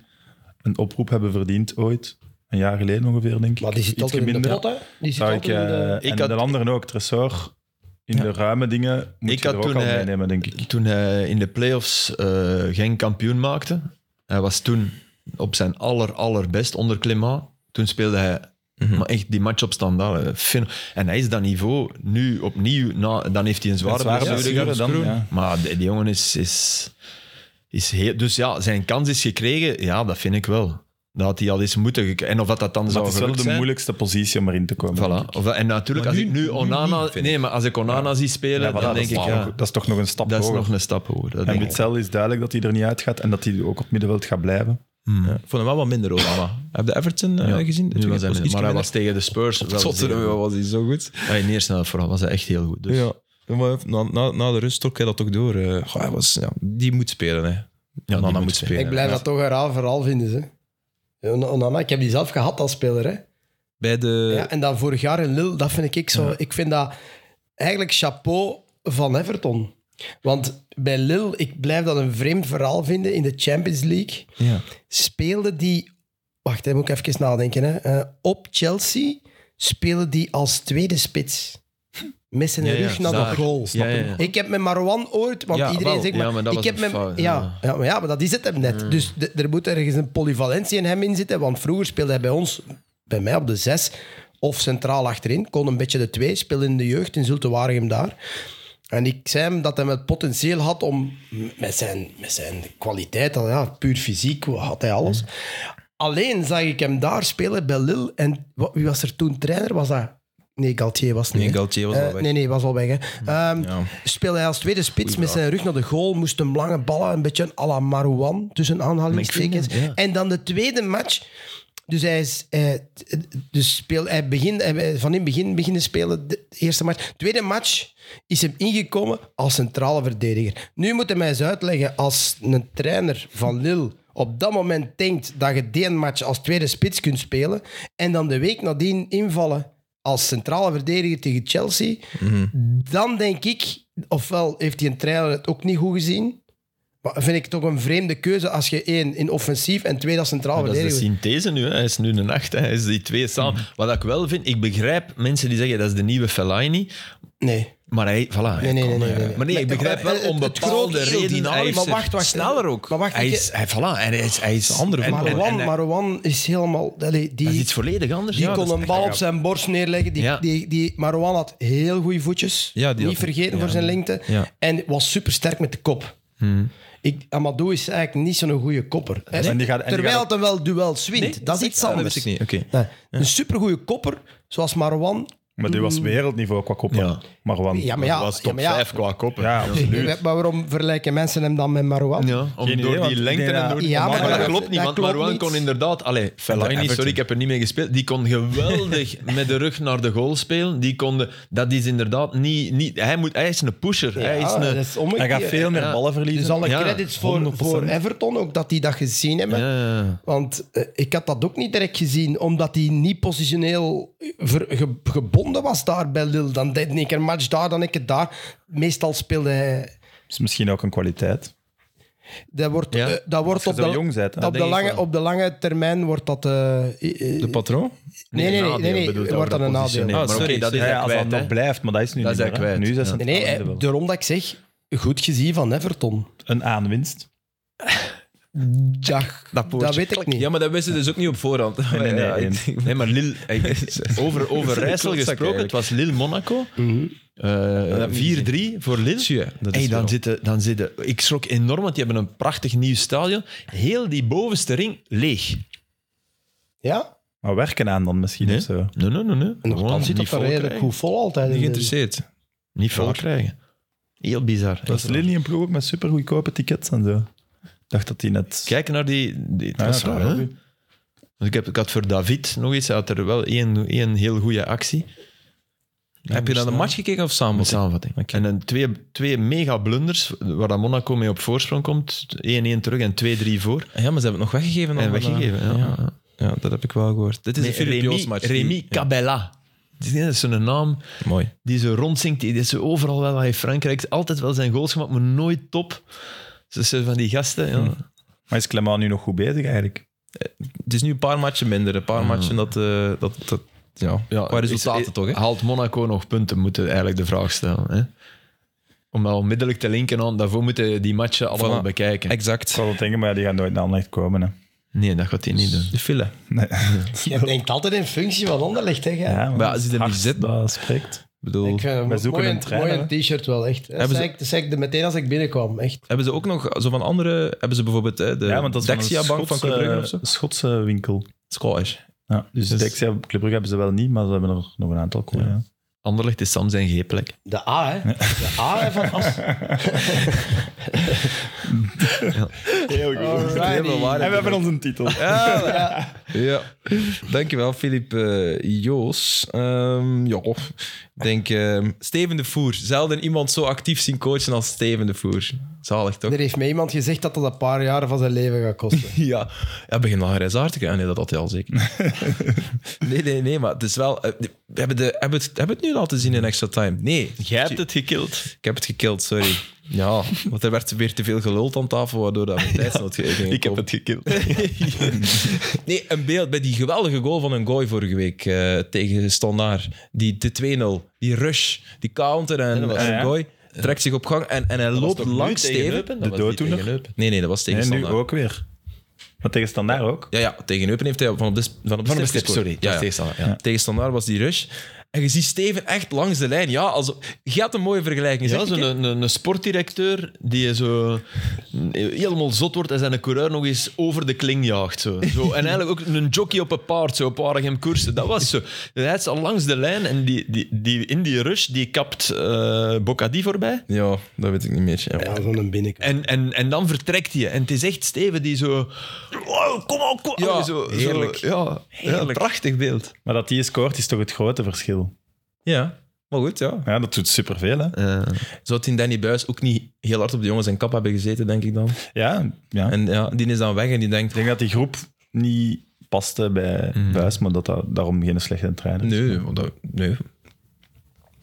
[SPEAKER 3] een oproep hebben verdiend ooit, een jaar geleden ongeveer, denk ik.
[SPEAKER 2] Maar die zit
[SPEAKER 3] Iets
[SPEAKER 2] altijd in de
[SPEAKER 3] minder.
[SPEAKER 2] pot, hè. Die zit
[SPEAKER 3] Zou ik,
[SPEAKER 2] altijd in de...
[SPEAKER 3] eh,
[SPEAKER 4] Ik
[SPEAKER 3] en
[SPEAKER 4] had-
[SPEAKER 3] de anderen ook, Tressor. In de ruime dingen moet
[SPEAKER 4] Ik
[SPEAKER 3] je
[SPEAKER 4] had
[SPEAKER 3] er ook
[SPEAKER 4] toen,
[SPEAKER 3] al
[SPEAKER 4] eh,
[SPEAKER 3] meenemen, denk ik.
[SPEAKER 4] Toen hij in de playoffs eh geen kampioen maakte, hij was toen op zijn aller, allerbest onder Clément. Toen speelde hij
[SPEAKER 3] Mhm.
[SPEAKER 4] maar echt die match op standaard. hè. Fen- En hij is dat niveau nu opnieuw, na, dan heeft hij een zware,
[SPEAKER 3] Een zware
[SPEAKER 4] blessure
[SPEAKER 3] blessure
[SPEAKER 4] gehad.
[SPEAKER 3] dan, ja.
[SPEAKER 4] Maar die, die jongen is... is, is heel, dus ja, zijn kans is gekregen, ja, dat vind ik wel. Dat had hij al eens moeten... gek- En of dat, dat dan
[SPEAKER 3] Maar
[SPEAKER 4] zou
[SPEAKER 3] het is wel
[SPEAKER 4] gelukt
[SPEAKER 3] de
[SPEAKER 4] zijn...
[SPEAKER 3] moeilijkste positie om erin te komen.
[SPEAKER 4] Voilà. Of, en natuurlijk,
[SPEAKER 1] Maar
[SPEAKER 4] als
[SPEAKER 1] nu-
[SPEAKER 4] ik nu
[SPEAKER 1] nu
[SPEAKER 4] Onana...
[SPEAKER 1] niet, vind
[SPEAKER 4] nee, maar als ik Onana zie spelen,
[SPEAKER 3] Ja, voilà,
[SPEAKER 4] dan
[SPEAKER 3] dat,
[SPEAKER 4] denk
[SPEAKER 3] is
[SPEAKER 4] ik...
[SPEAKER 3] toch
[SPEAKER 4] Ja,
[SPEAKER 3] nog- dat is toch nog een stap
[SPEAKER 4] dat is
[SPEAKER 3] hoger.
[SPEAKER 4] nog een stap hoger. Dat
[SPEAKER 3] En
[SPEAKER 4] denk ik.
[SPEAKER 3] Witzel is duidelijk dat hij er niet uitgaat en dat hij ook op het middenveld gaat blijven.
[SPEAKER 2] Mm.
[SPEAKER 1] Ik vond hem wel wat minder, Obama. Heb je Everton eh,
[SPEAKER 4] Ja,
[SPEAKER 1] gezien?
[SPEAKER 4] nu was hij
[SPEAKER 1] iets
[SPEAKER 4] minder. maar hij
[SPEAKER 1] minder.
[SPEAKER 4] was tegen de Spurs wel
[SPEAKER 1] Tottenham
[SPEAKER 4] zeer goed.
[SPEAKER 1] was hij zo goed.
[SPEAKER 4] Ja, in de eerste helft vooral was hij echt heel goed. Dus.
[SPEAKER 1] Ja. Maar na, na, na de rust trok hij dat ook door. eh. Goh, hij was, ja, die moet spelen, hè. Onana
[SPEAKER 4] die
[SPEAKER 1] moet,
[SPEAKER 4] moet
[SPEAKER 1] spelen.
[SPEAKER 2] Ik blijf dat toch een raar verhaal vinden, ze. On- Onana, ik heb die zelf gehad als speler, hè.
[SPEAKER 1] Bij de...
[SPEAKER 2] Ja, en dan vorig jaar in Lille, dat vind ik zo... Ik vind dat eigenlijk chapeau van Everton. Want bij Lille, ik blijf dat een vreemd verhaal vinden in de Champions League.
[SPEAKER 1] Ja.
[SPEAKER 2] Speelde die... Wacht, hè, moet ik even nadenken. Hè. Eh, op Chelsea speelde die als tweede spits. Met zijn
[SPEAKER 4] Ja, ja,
[SPEAKER 2] rug naar
[SPEAKER 4] daar.
[SPEAKER 2] de goal.
[SPEAKER 4] Ja, ja, ja.
[SPEAKER 2] Ik heb met Marwan ooit, want
[SPEAKER 1] Ja,
[SPEAKER 2] iedereen
[SPEAKER 1] wel.
[SPEAKER 2] zegt...
[SPEAKER 4] Ja, maar dat
[SPEAKER 2] ik
[SPEAKER 4] was
[SPEAKER 2] heb
[SPEAKER 4] een
[SPEAKER 2] met,
[SPEAKER 4] fout,
[SPEAKER 2] Ja,
[SPEAKER 4] ja.
[SPEAKER 2] ja, maar ja, maar dat is het hem
[SPEAKER 1] Hmm.
[SPEAKER 2] net. Dus de- er moet ergens een polyvalentie in hem in zitten. Want vroeger speelde hij bij ons, bij mij op de zes, of centraal achterin. Kon een beetje de twee, speelde in de jeugd in Zulte Waregem daar. En ik zei hem dat hij het potentieel had om met zijn, met zijn kwaliteit, al ja, puur fysiek, had hij
[SPEAKER 1] Hmm.
[SPEAKER 2] alles. Alleen zag ik hem daar spelen bij Lille. En wa- wie was er toen trainer? Was dat... Nee, Galtier was het niet.
[SPEAKER 1] Nee,
[SPEAKER 2] hè?
[SPEAKER 1] Galtier was
[SPEAKER 2] Eh,
[SPEAKER 1] al weg.
[SPEAKER 2] Nee, nee, was al weg. Hè. Ehm,
[SPEAKER 1] Ja.
[SPEAKER 2] Speelde hij als tweede spits met zijn rug naar de goal, moest hem lange ballen, een beetje een à la Marouan, tussen aanhalingstekens.
[SPEAKER 4] Maar ik vind dat,
[SPEAKER 2] En dan de tweede match. Dus hij, is, eh, t- dus speel, hij, begint hij be- van in het begin beginnen spelen, de eerste match. Tweede match is hem ingekomen als centrale verdediger. Nu moet hij mij eens uitleggen, als een trainer van Lille op dat moment denkt dat je die match als tweede spits kunt spelen en dan de week nadien invallen als centrale verdediger tegen Chelsea,
[SPEAKER 4] Mhm.
[SPEAKER 2] dan denk ik, ofwel heeft die een trainer het ook niet goed gezien, maar vind ik toch een vreemde keuze als je één in offensief en twee als centraal
[SPEAKER 4] Dat is de
[SPEAKER 2] verdediger.
[SPEAKER 4] synthese nu. Hè. Hij is nu een acht. Hè. Hij is die twee
[SPEAKER 2] Mm.
[SPEAKER 4] samen. Wat ik wel vind, ik begrijp mensen die zeggen dat is de nieuwe Fellaini.
[SPEAKER 2] Nee.
[SPEAKER 4] Maar hij, voilà. hij
[SPEAKER 2] Nee, nee,
[SPEAKER 4] kon,
[SPEAKER 2] nee, nee,
[SPEAKER 4] eh,
[SPEAKER 2] nee, nee.
[SPEAKER 4] Maar nee, ik
[SPEAKER 2] Maar-
[SPEAKER 4] begrijp
[SPEAKER 2] het-
[SPEAKER 4] wel
[SPEAKER 2] het-
[SPEAKER 4] om
[SPEAKER 2] het
[SPEAKER 4] bepaalde
[SPEAKER 2] grote heel
[SPEAKER 4] redenen. Hij
[SPEAKER 2] dynamisch,
[SPEAKER 4] is
[SPEAKER 2] maar
[SPEAKER 4] er-
[SPEAKER 2] wacht, wacht.
[SPEAKER 1] Sneller ook.
[SPEAKER 2] Maar wacht,
[SPEAKER 4] Hij
[SPEAKER 2] ik-
[SPEAKER 4] is, hij, voilà, en hij is, hij is
[SPEAKER 1] een andere
[SPEAKER 4] en-
[SPEAKER 1] voetbal.
[SPEAKER 4] en- en-
[SPEAKER 2] Marwan,
[SPEAKER 4] en-
[SPEAKER 2] Marwan is helemaal... allee, die
[SPEAKER 4] Dat is iets volledig anders.
[SPEAKER 2] die
[SPEAKER 4] Ja, dat
[SPEAKER 2] kon
[SPEAKER 4] is
[SPEAKER 2] een
[SPEAKER 4] echt
[SPEAKER 2] bal op
[SPEAKER 4] gaaf.
[SPEAKER 2] zijn borst neerleggen. Die,
[SPEAKER 4] Ja.
[SPEAKER 2] die, die, Marwan had heel goede voetjes.
[SPEAKER 1] Ja, die
[SPEAKER 2] Niet
[SPEAKER 1] had-
[SPEAKER 2] vergeten voor zijn lengte.
[SPEAKER 1] Ja.
[SPEAKER 2] En was supersterk met de kop.
[SPEAKER 4] Mhm.
[SPEAKER 2] Ik, Amadou is eigenlijk niet zo'n goede kopper. Hè?
[SPEAKER 3] En die gaat- en die
[SPEAKER 2] Terwijl
[SPEAKER 3] gaat
[SPEAKER 2] het hem wel duels wint. dat is iets
[SPEAKER 1] Ah,
[SPEAKER 2] anders.
[SPEAKER 1] Dat wist ik niet. Oké.
[SPEAKER 2] Nee. Een supergoeie kopper, zoals Marwan,
[SPEAKER 3] Maar die was wereldniveau qua koppen.
[SPEAKER 4] Ja.
[SPEAKER 3] Maar gewoon,
[SPEAKER 2] Mm. Ja, maar ja,
[SPEAKER 4] dat was top
[SPEAKER 2] ja, maar ja.
[SPEAKER 4] 5 qua koppen.
[SPEAKER 3] Ja, absoluut.
[SPEAKER 2] Maar waarom vergelijken mensen hem dan met Marouane?
[SPEAKER 4] Ja, om
[SPEAKER 3] Geen idee,
[SPEAKER 4] door
[SPEAKER 3] want
[SPEAKER 4] die
[SPEAKER 3] ik
[SPEAKER 4] lengte
[SPEAKER 3] denk
[SPEAKER 4] en
[SPEAKER 3] dat-
[SPEAKER 4] door
[SPEAKER 2] Ja,
[SPEAKER 4] maar,
[SPEAKER 2] maar dat-
[SPEAKER 4] dat klopt niet,
[SPEAKER 2] dat
[SPEAKER 4] want
[SPEAKER 2] klopt
[SPEAKER 4] Marouane
[SPEAKER 2] niet.
[SPEAKER 4] kon inderdaad... Allee, Fellaini,
[SPEAKER 3] Everton.
[SPEAKER 4] sorry, ik heb er niet mee gespeeld. Die kon
[SPEAKER 2] [LAUGHS]
[SPEAKER 4] geweldig met de rug naar de goal spelen. Die kon de- dat is inderdaad niet... niet hij, moet, hij is een pusher. hij is
[SPEAKER 2] dat
[SPEAKER 4] een,
[SPEAKER 2] is omgekeerd.
[SPEAKER 3] Hij gaat veel meer ballen verliezen.
[SPEAKER 2] Dus alle
[SPEAKER 4] Ja,
[SPEAKER 2] credits voor,
[SPEAKER 3] 100%.
[SPEAKER 2] voor Everton, ook dat die dat gezien hebben.
[SPEAKER 4] Ja.
[SPEAKER 2] Want eh, ik had dat ook niet direct gezien, omdat hij niet positioneel ver- ge- gebonden was daar bij Lille. Dan deed ik een match daar, dan ik het daar. Meestal speelde hij...
[SPEAKER 3] is misschien ook een kwaliteit.
[SPEAKER 2] Dat wordt,
[SPEAKER 4] Ja.
[SPEAKER 2] eh, dat wordt
[SPEAKER 3] je
[SPEAKER 2] op,
[SPEAKER 3] zo
[SPEAKER 2] de,
[SPEAKER 3] jong bent, hè.
[SPEAKER 2] op,
[SPEAKER 4] Dat
[SPEAKER 2] de
[SPEAKER 4] denk ik
[SPEAKER 2] lange,
[SPEAKER 4] wel.
[SPEAKER 2] op de lange termijn wordt dat... eh, eh, eh,
[SPEAKER 1] De patroon?
[SPEAKER 2] nee, nee, nee,
[SPEAKER 4] nadeel
[SPEAKER 2] nee, nee,
[SPEAKER 4] bedoelt
[SPEAKER 2] wordt
[SPEAKER 4] hij, over
[SPEAKER 2] dat een
[SPEAKER 4] dat
[SPEAKER 2] nadeel.
[SPEAKER 4] positioneel.
[SPEAKER 1] Ah,
[SPEAKER 4] Maar oké,
[SPEAKER 1] sorry,
[SPEAKER 4] dat is
[SPEAKER 1] sorry.
[SPEAKER 3] Ja,
[SPEAKER 4] hij
[SPEAKER 3] als dat
[SPEAKER 4] kwijt, hè.
[SPEAKER 3] nog blijft, maar dat is nu
[SPEAKER 4] Dat
[SPEAKER 3] niet
[SPEAKER 4] is
[SPEAKER 3] meer,
[SPEAKER 4] hij
[SPEAKER 3] hè.
[SPEAKER 4] kwijt.
[SPEAKER 3] Nu is dat
[SPEAKER 4] Ja.
[SPEAKER 3] een,
[SPEAKER 2] Nee, eh,
[SPEAKER 3] aanwinst.
[SPEAKER 2] daarom dat ik zeg, goed gezien van Everton.
[SPEAKER 3] een aanwinst.
[SPEAKER 2] Dat, dat,
[SPEAKER 4] poortje.
[SPEAKER 2] weet ik niet.
[SPEAKER 1] Ja, maar dat wisten ze dus ook niet op voorhand.
[SPEAKER 3] nee,
[SPEAKER 1] [LAUGHS] Ja,
[SPEAKER 3] nee.
[SPEAKER 1] ik-
[SPEAKER 4] Nee, maar
[SPEAKER 2] [LAUGHS]
[SPEAKER 4] Lille... eh, Over, over Rijssel
[SPEAKER 1] klootzak
[SPEAKER 4] gesproken,
[SPEAKER 1] eigenlijk.
[SPEAKER 4] het was Lille-Monaco.
[SPEAKER 2] Mhm.
[SPEAKER 4] Eh, 4-3 voor Lille.
[SPEAKER 1] Tjie, dat is
[SPEAKER 4] Hey, dan
[SPEAKER 1] wel-
[SPEAKER 4] zitten, dan zitten, ik schrok enorm, want die hebben een prachtig nieuw stadion. Heel die bovenste ring leeg.
[SPEAKER 2] Ja?
[SPEAKER 3] Maar werken aan dan misschien
[SPEAKER 4] Nee.
[SPEAKER 3] of zo.
[SPEAKER 4] Nee, nee, nee. nee.
[SPEAKER 2] En
[SPEAKER 4] Gewoon
[SPEAKER 2] dan zit
[SPEAKER 4] niet
[SPEAKER 2] dat er
[SPEAKER 4] vol
[SPEAKER 2] redelijk
[SPEAKER 4] krijgen.
[SPEAKER 2] goed vol altijd.
[SPEAKER 1] Niet
[SPEAKER 2] in de-
[SPEAKER 1] geïnteresseerd.
[SPEAKER 4] Niet vol krijgen. Heel bizar.
[SPEAKER 3] Dat is
[SPEAKER 4] Echt waar.
[SPEAKER 3] Lily een ploeg ook met super goedkope tickets en zo. Ik dacht dat die net...
[SPEAKER 4] Kijk naar die... die het
[SPEAKER 3] Ja,
[SPEAKER 4] was
[SPEAKER 3] ja,
[SPEAKER 4] raar,
[SPEAKER 3] dat
[SPEAKER 4] hè?
[SPEAKER 3] wel.
[SPEAKER 4] Want ik, heb, ik had voor David nog iets. Hij had er wel één, één heel goede actie.
[SPEAKER 1] Heb je naar de match gekeken of samen?
[SPEAKER 4] Met samenvatting. En dan twee, twee mega blunders, waar dan Monaco mee op voorsprong komt. 1-1 terug en 2-3 voor.
[SPEAKER 1] Ja, maar ze hebben het nog weggegeven.
[SPEAKER 4] En
[SPEAKER 1] dan vandaag.
[SPEAKER 4] weggegeven, ja.
[SPEAKER 1] ja. Ja, dat heb ik wel gehoord. Dit is een Filip Joos match. die-
[SPEAKER 4] Remy
[SPEAKER 1] Ja,
[SPEAKER 4] Cabella. Het is- Dat is zo'n naam
[SPEAKER 1] Mooi.
[SPEAKER 4] die zo rondzinkt. Die is zo overal wel. Hij heeft Frankrijk altijd wel zijn goals gemaakt, maar nooit top. Dus eh, van die gasten. Ja.
[SPEAKER 1] Hm.
[SPEAKER 3] Maar is Clement nu nog goed bezig eigenlijk?
[SPEAKER 1] Het is nu een paar matchen minder. Een paar matchen dat, eh, dat, dat... Ja, qua resultaten
[SPEAKER 4] is- ah,
[SPEAKER 1] toch, hè?
[SPEAKER 4] Haalt Monaco nog punten, moeten we eigenlijk de vraag stellen. Hè? Om dat onmiddellijk te linken aan, daarvoor moeten we die matchen allemaal
[SPEAKER 1] Voilà.
[SPEAKER 4] bekijken.
[SPEAKER 3] Ik
[SPEAKER 1] Exact.
[SPEAKER 3] zal het denken, maar die gaan nooit naar Anderlecht komen. Hè.
[SPEAKER 4] Nee, dat gaat hij niet doen.
[SPEAKER 1] De file.
[SPEAKER 2] Je [LAUGHS] denkt altijd in functie van onderlicht, hè? jij?
[SPEAKER 3] maar
[SPEAKER 1] Maar als die er niet
[SPEAKER 3] hart
[SPEAKER 1] zit-
[SPEAKER 3] Dat spreekt.
[SPEAKER 1] Ik bedoel...
[SPEAKER 2] Ik vind hem
[SPEAKER 3] Wij
[SPEAKER 2] mooi,
[SPEAKER 3] zoeken
[SPEAKER 2] mooi
[SPEAKER 3] een
[SPEAKER 2] een
[SPEAKER 3] trainer,
[SPEAKER 2] mooi een t-shirt wel, echt. Dat
[SPEAKER 1] Hebben
[SPEAKER 2] zei,
[SPEAKER 1] ze-
[SPEAKER 2] ik, dat zei ik de- meteen als ik binnenkwam, echt.
[SPEAKER 1] Hebben ze ook nog zo van andere... Hebben ze bijvoorbeeld hè, de
[SPEAKER 3] Ja, want dat is van een
[SPEAKER 1] Dexia-bank van Club Brugge of
[SPEAKER 3] Schotse,
[SPEAKER 1] zo?
[SPEAKER 3] Schotse winkel.
[SPEAKER 1] Scottish.
[SPEAKER 3] Ja, dus de Dexia Club Brugge hebben ze wel niet, maar ze hebben er nog een aantal. Cool, ja.
[SPEAKER 4] Anderlecht is Sam zijn G-plek.
[SPEAKER 2] De A, hè? De A hè,
[SPEAKER 1] [LAUGHS]
[SPEAKER 2] van As.
[SPEAKER 3] Heel
[SPEAKER 2] Alrighty.
[SPEAKER 3] En we hebben onze titel.
[SPEAKER 1] Ja, dankjewel Filip eh, Joos. Ehm, ja, ik denk ehm, Steven de Voer. Zelden iemand zo actief zien coachen als Steven de Voer. Zalig toch?
[SPEAKER 2] Er heeft mij iemand gezegd dat dat een paar jaren van zijn leven gaat kosten.
[SPEAKER 1] [LAUGHS] Ja, hij begint al grijsaard te krijgen. Ah, Nee, dat had hij al
[SPEAKER 4] [LAUGHS]
[SPEAKER 1] zeker. nee, nee, nee, maar het is wel... eh, we hebben, de, hebben, het, hebben het nu laten zien in extra time? Nee,
[SPEAKER 4] Jij hebt het gekild.
[SPEAKER 1] ik heb het gekild, sorry. Ja, [LAUGHS] want er werd weer te veel geluld aan tafel, waardoor dat mijn tijdsnood ging
[SPEAKER 4] Ik heb
[SPEAKER 1] komen.
[SPEAKER 4] het gekild.
[SPEAKER 1] Nee, een beeld bij die geweldige goal van een gooi vorige week eh, tegen Standaard. Die de 2-0, die rush, die counter en,
[SPEAKER 4] dat was-
[SPEAKER 1] en
[SPEAKER 3] Ja.
[SPEAKER 1] gooi trekt zich op gang en, en hij loopt langs Steven.
[SPEAKER 3] De dooddoener.
[SPEAKER 1] Nee, nee, dat was tegen
[SPEAKER 3] En nu
[SPEAKER 1] Standaard.
[SPEAKER 3] ook weer. Maar tegen Standaard ook.
[SPEAKER 1] Ja, ja, tegen Eupen heeft hij van op de, van op de,
[SPEAKER 4] Van de
[SPEAKER 1] stip
[SPEAKER 4] stip,
[SPEAKER 1] gescoord.
[SPEAKER 4] sorry.
[SPEAKER 1] Ja, ja.
[SPEAKER 4] Ja, Tegen Standaard, ja.
[SPEAKER 1] Tegen Standaard was die rush. En je ziet Steven echt langs de lijn. Ja, als, je had een mooie vergelijking.
[SPEAKER 4] Ja,
[SPEAKER 1] zeg ik,
[SPEAKER 4] zo'n
[SPEAKER 1] hè?
[SPEAKER 4] een, een sportdirecteur die zo eh, helemaal zot wordt en zijn coureur nog eens over de kling jaagt. Zo. Zo. En eigenlijk ook een jockey op een paard, zo, op Arnhem koersen. Dat was zo. Hij is al langs de lijn en die, die, die, in die rush die kapt eh Bocadi voorbij.
[SPEAKER 1] ja, dat weet ik niet meer. Ja.
[SPEAKER 2] Ja, zo'n binnenkant.
[SPEAKER 4] En, en, en dan vertrekt hij. En het is echt Steven die zo... "Oh, kom op, kom op."
[SPEAKER 1] Ja,
[SPEAKER 4] zo, zo-
[SPEAKER 1] heerlijk.
[SPEAKER 4] ja, ja, prachtig beeld.
[SPEAKER 3] Maar dat die scoort is toch het grote verschil.
[SPEAKER 1] ja, maar goed, ja.
[SPEAKER 3] Ja, dat doet superveel, hè.
[SPEAKER 4] Eh,
[SPEAKER 1] Zou het in Danny Buis ook niet heel hard op de jongens en kap hebben gezeten, denk ik dan?
[SPEAKER 3] Ja, ja.
[SPEAKER 1] En ja, die is dan weg en die denkt...
[SPEAKER 3] Ik denk dat die groep niet paste bij
[SPEAKER 4] Mm.
[SPEAKER 3] Buis, maar dat dat daarom geen slechte trainer is.
[SPEAKER 1] Nee, want dat, nee.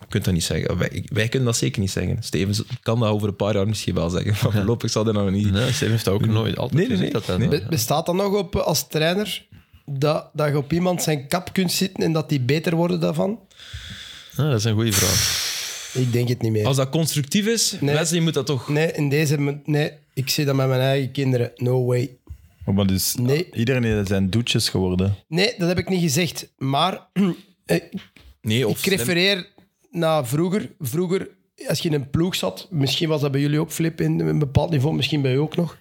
[SPEAKER 1] Je kunt dat niet zeggen. Wij, wij kunnen dat zeker niet zeggen. Stevens kan dat over een paar jaar misschien wel zeggen. Maar voorlopig zal dat nog niet.
[SPEAKER 4] nee, Steven heeft dat ook nooit altijd
[SPEAKER 1] Nee, nee,
[SPEAKER 4] gezegd,
[SPEAKER 1] nee.
[SPEAKER 4] dat hij-
[SPEAKER 1] Nee.
[SPEAKER 2] Be- Bestaat dat nog op eh, als trainer? Dat, dat je op iemand zijn kap kunt zitten en dat die beter worden daarvan?
[SPEAKER 4] Ja, Ah, dat is een goede vraag.
[SPEAKER 2] Ik denk het niet meer.
[SPEAKER 1] Als dat constructief is,
[SPEAKER 2] Nee.
[SPEAKER 1] Wesley moet dat toch...
[SPEAKER 2] Nee, in deze... mo- Nee, ik zie dat met mijn eigen kinderen. No way.
[SPEAKER 3] Maar dus
[SPEAKER 2] Nee.
[SPEAKER 3] iedereen is zijn doetjes geworden.
[SPEAKER 2] Nee, dat heb ik niet gezegd. Maar [CLEARS THROAT] eh,
[SPEAKER 1] Nee, of
[SPEAKER 2] Ik refereer naar vroeger. Vroeger, als je in een ploeg zat, misschien was dat bij jullie ook flip in een bepaald niveau, misschien bij u ook nog.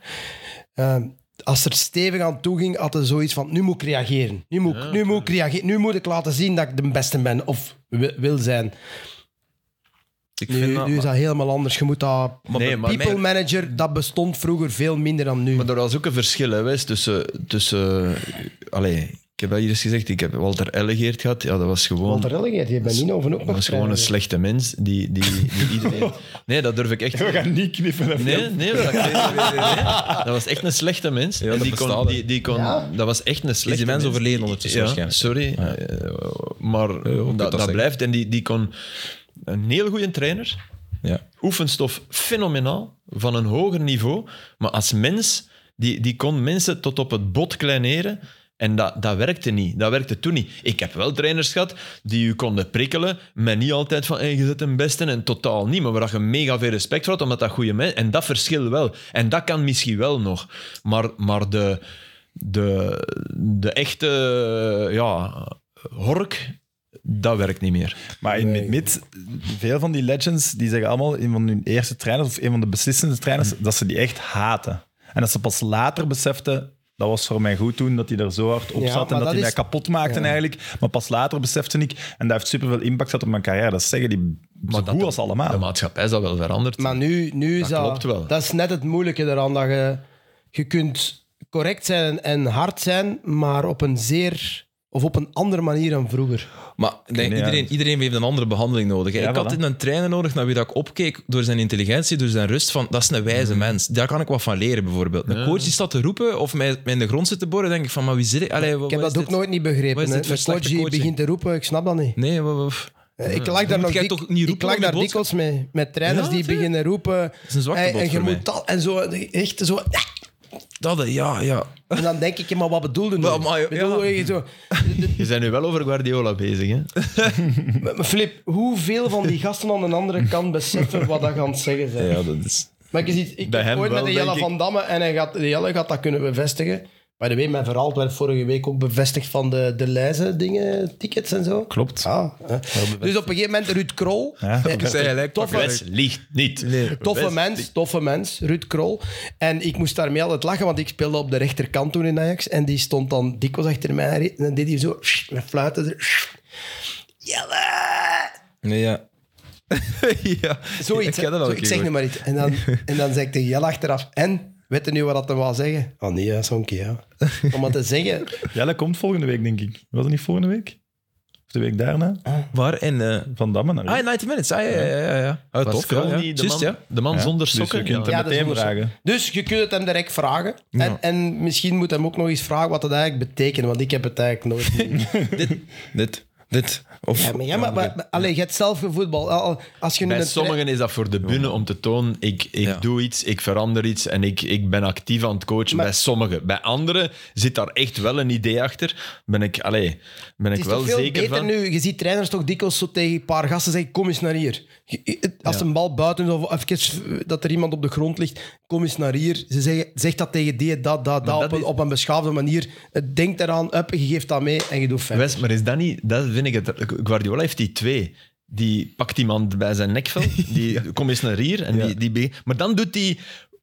[SPEAKER 2] Ehm, als er stevig aan toe ging, had hij zoiets van: nu moet ik reageren. Nu moet, ik- nu moet ik reageren. Nu moet ik laten zien dat ik de beste ben of wi- wil zijn.
[SPEAKER 1] Ik
[SPEAKER 2] Nu,
[SPEAKER 1] vind dat-
[SPEAKER 2] nu is dat helemaal anders. Je moet dat.
[SPEAKER 4] Nee, maar
[SPEAKER 2] people
[SPEAKER 4] mij-
[SPEAKER 2] manager, dat bestond vroeger veel minder dan nu.
[SPEAKER 4] Maar er was ook een verschil hè, Wes, tussen... tussen allee, ik heb dat hier eens gezegd. Ik heb Walter Ellegeert gehad. Ja, dat was gewoon...
[SPEAKER 2] Want Rellingeert, je bent niet over ook
[SPEAKER 4] dat
[SPEAKER 2] nog
[SPEAKER 4] was gewoon een
[SPEAKER 2] trainer.
[SPEAKER 4] slechte mens die, die,
[SPEAKER 3] [LAUGHS]
[SPEAKER 4] die iedereen... Nee, dat durf ik echt
[SPEAKER 3] We gaan niet knippen. hè,
[SPEAKER 4] Nee,
[SPEAKER 3] Phil.
[SPEAKER 4] nee,
[SPEAKER 3] [LAUGHS]
[SPEAKER 4] dat, nee, dat was echt een slechte mens. En
[SPEAKER 1] dat
[SPEAKER 4] die
[SPEAKER 1] bestaat,
[SPEAKER 4] kon,
[SPEAKER 1] hè.
[SPEAKER 4] die, die kon,
[SPEAKER 2] Ja.
[SPEAKER 4] Dat was echt een slechte
[SPEAKER 1] mens overleden ondertussen
[SPEAKER 4] ja,
[SPEAKER 1] waarschijnlijk?
[SPEAKER 4] Sorry, eh, maar dat, dat,
[SPEAKER 1] zeggen.
[SPEAKER 4] blijft. En die, die kon een heel goede
[SPEAKER 1] [LAUGHS]
[SPEAKER 4] trainer,
[SPEAKER 1] Ja.
[SPEAKER 4] oefenstof fenomenaal, van een hoger niveau. Maar als mens, die, die kon mensen tot op het bot kleineren. En dat, dat werkte niet. Dat werkte toen niet. Ik heb wel trainers gehad die u konden prikkelen, maar niet altijd van, hey, je zit een beste en totaal niet. Maar waar je mega veel respect voor had, omdat dat goede mensen... En dat verschil wel. En dat kan misschien wel nog. Maar, maar de, de, de echte ja, hork, dat werkt niet meer.
[SPEAKER 3] Maar in het mid, veel van die legends, die zeggen allemaal, een van hun eerste trainers of een van de beslissende trainers, dat ze die echt haten. En dat ze pas later beseften, dat was voor mij goed toen, dat hij er zo hard op
[SPEAKER 2] Ja,
[SPEAKER 3] zat en
[SPEAKER 2] maar
[SPEAKER 3] dat,
[SPEAKER 2] dat
[SPEAKER 3] hij mij
[SPEAKER 2] is-
[SPEAKER 3] kapot maakte eigenlijk. Maar pas later besefte ik, en dat heeft superveel impact gehad op mijn carrière. Dat zeggen die zo
[SPEAKER 4] dat
[SPEAKER 3] goed
[SPEAKER 4] de-
[SPEAKER 3] als allemaal.
[SPEAKER 4] De maatschappij is dat wel veranderd.
[SPEAKER 2] Maar nu, nu is
[SPEAKER 4] Dat
[SPEAKER 2] dat,
[SPEAKER 4] klopt wel.
[SPEAKER 2] dat is net het moeilijke eraan. Dat je, je kunt correct zijn en hard zijn, maar op een zeer of op een andere manier dan vroeger.
[SPEAKER 1] Maar ik denk,
[SPEAKER 3] Nee, ja.
[SPEAKER 1] iedereen, iedereen heeft een andere behandeling nodig. hè.
[SPEAKER 3] Ja,
[SPEAKER 1] ik
[SPEAKER 3] voilà.
[SPEAKER 1] had in een trainer nodig naar wie dat ik opkeek door zijn intelligentie, door zijn rust. Van, dat is een wijze
[SPEAKER 2] Mm.
[SPEAKER 1] mens. Daar kan ik wat van leren, bijvoorbeeld. Een coach die staat te roepen of mij, mij in de grond zit te boren, denk ik van, maar wie zit ik? Allee, wat-
[SPEAKER 2] Ik heb
[SPEAKER 1] wat
[SPEAKER 2] dat
[SPEAKER 1] is
[SPEAKER 2] ook
[SPEAKER 1] dit?
[SPEAKER 2] nooit niet
[SPEAKER 1] wat
[SPEAKER 2] begrepen.
[SPEAKER 1] is
[SPEAKER 2] hè.
[SPEAKER 1] dit voor
[SPEAKER 2] Een coach
[SPEAKER 1] slechte
[SPEAKER 2] die
[SPEAKER 1] coaching?
[SPEAKER 2] begint te roepen, ik snap dat niet.
[SPEAKER 1] Nee, wat- wat-
[SPEAKER 2] Eh, Ik lag daar
[SPEAKER 1] moet
[SPEAKER 2] nog
[SPEAKER 1] jij
[SPEAKER 2] dik-
[SPEAKER 1] toch niet
[SPEAKER 2] ik
[SPEAKER 1] roepen
[SPEAKER 2] lag
[SPEAKER 1] op die
[SPEAKER 2] daar
[SPEAKER 1] boodschap?
[SPEAKER 2] dikwijls mee. Met trainers
[SPEAKER 1] Ja,
[SPEAKER 2] die
[SPEAKER 1] tuurlijk.
[SPEAKER 2] beginnen roepen.
[SPEAKER 1] is een zwakte
[SPEAKER 2] "Hey,
[SPEAKER 1] bot
[SPEAKER 2] En je
[SPEAKER 1] voor mij."
[SPEAKER 2] moet dat. En zo, echt zo.
[SPEAKER 1] dat, eh, ja, ja.
[SPEAKER 2] En dan denk ik, ja, maar wat bedoelde
[SPEAKER 1] Wel,
[SPEAKER 2] je?
[SPEAKER 1] maar ja.
[SPEAKER 2] Bedoel je zo?
[SPEAKER 4] Je bent nu wel over Guardiola bezig, [LAUGHS] hè?
[SPEAKER 2] Maar Flip, hoeveel van die gasten aan de andere kant beseffen wat dat gaan zeggen zijn?
[SPEAKER 1] ja, dat is...
[SPEAKER 2] Maar je ziet, ik
[SPEAKER 4] Bij
[SPEAKER 2] heb
[SPEAKER 4] hem
[SPEAKER 2] ooit
[SPEAKER 4] wel,
[SPEAKER 2] met de Jelle
[SPEAKER 4] denk ik.
[SPEAKER 2] van Damme en hij gaat, de Jelle gaat dat kunnen bevestigen. Bij de way, mijn verhaal werd vorige week ook bevestigd van de, de lijzen, dingen, tickets en zo.
[SPEAKER 3] Klopt.
[SPEAKER 2] Ah, hè. dus op een gegeven moment Ruud Krol.
[SPEAKER 3] Ja.
[SPEAKER 2] eh,
[SPEAKER 1] Ik zei gelijk,
[SPEAKER 2] toffe,
[SPEAKER 4] Wes liegt niet.
[SPEAKER 2] toffe
[SPEAKER 4] Wes-
[SPEAKER 2] mens, toffe mens, Ruud Krol. En ik moest daarmee altijd lachen, want ik speelde op de rechterkant toen in Ajax. En die stond dan dikwijls achter mij en dan deed hij zo, met fluiten. zo, Jelle!
[SPEAKER 1] Nee, ja. ja.
[SPEAKER 2] Zoiets.
[SPEAKER 1] Ik
[SPEAKER 2] hè.
[SPEAKER 1] ken dat wel
[SPEAKER 2] Zo,
[SPEAKER 1] een
[SPEAKER 2] ik
[SPEAKER 1] keer
[SPEAKER 2] zeg nu
[SPEAKER 1] gehoord.
[SPEAKER 2] maar iets. En
[SPEAKER 1] [LAUGHS]
[SPEAKER 2] dan, en dan zeg ik tegen Jelle achteraf. En? Weet je nu wat dat hem wou zeggen? Ah nee, ja, zo'n keer. Ja.
[SPEAKER 1] [LAUGHS]
[SPEAKER 2] Om maar te zeggen.
[SPEAKER 3] Jelle komt volgende week, denk ik. Was het niet volgende week? Of de week daarna?
[SPEAKER 1] Waar in... eh,
[SPEAKER 3] Van Damme naar
[SPEAKER 1] Ah, 90 Minutes. Ah, ja, ja, ja. ja. Ah,
[SPEAKER 4] Was
[SPEAKER 1] tof, ja.
[SPEAKER 4] Krol
[SPEAKER 1] ja.
[SPEAKER 4] niet de man,
[SPEAKER 1] Juist, ja.
[SPEAKER 4] de man
[SPEAKER 3] Ja,
[SPEAKER 4] zonder
[SPEAKER 3] dus
[SPEAKER 4] sokken.
[SPEAKER 3] je kunt hem
[SPEAKER 4] Ja.
[SPEAKER 2] Ja, dat is
[SPEAKER 3] meteen
[SPEAKER 2] goed zo.
[SPEAKER 3] vragen.
[SPEAKER 2] Dus je kunt het hem direct vragen. En, en misschien moet hem ook nog eens vragen wat dat eigenlijk betekent. Want ik heb het eigenlijk
[SPEAKER 1] [LAUGHS]
[SPEAKER 2] nooit. gezien.
[SPEAKER 1] Dit, dit, dit. Of,
[SPEAKER 2] ja, maar, ja, maar, maar- maar- allee, je hebt zelf gevoetbal. Al- al- Als je nu
[SPEAKER 4] Bij
[SPEAKER 2] een tra-
[SPEAKER 4] sommigen is dat voor de bühne om te tonen, ik, ik
[SPEAKER 1] Ja.
[SPEAKER 4] doe iets, ik verander iets en ik, ik ben actief aan het coachen.
[SPEAKER 2] Maar-
[SPEAKER 4] Bij sommigen. Bij anderen zit daar echt wel een idee achter. Ben ik, allee, ben ik
[SPEAKER 2] Het is
[SPEAKER 4] wel
[SPEAKER 2] toch veel
[SPEAKER 4] zeker
[SPEAKER 2] beter
[SPEAKER 4] van.
[SPEAKER 2] nu. Je ziet trainers toch dikwijls zo tegen een paar gasten zeggen: Kom eens naar hier. Je- het- Als een bal buiten is of even dat er iemand op de grond ligt, kom eens naar hier. Ze zeggen: Zeg dat tegen die, dat, dat, dat.
[SPEAKER 4] dat
[SPEAKER 2] Op een,
[SPEAKER 4] is-
[SPEAKER 2] op een beschaafde manier. Denk eraan, up, je geeft dat mee en je doet verder.
[SPEAKER 4] Wes, maar is dat niet... Dat vind ik het... Guardiola heeft die twee. Die pakt iemand bij zijn [LAUGHS] nekvel. Die kom eens naar hier. En die, die be- maar dan doet hij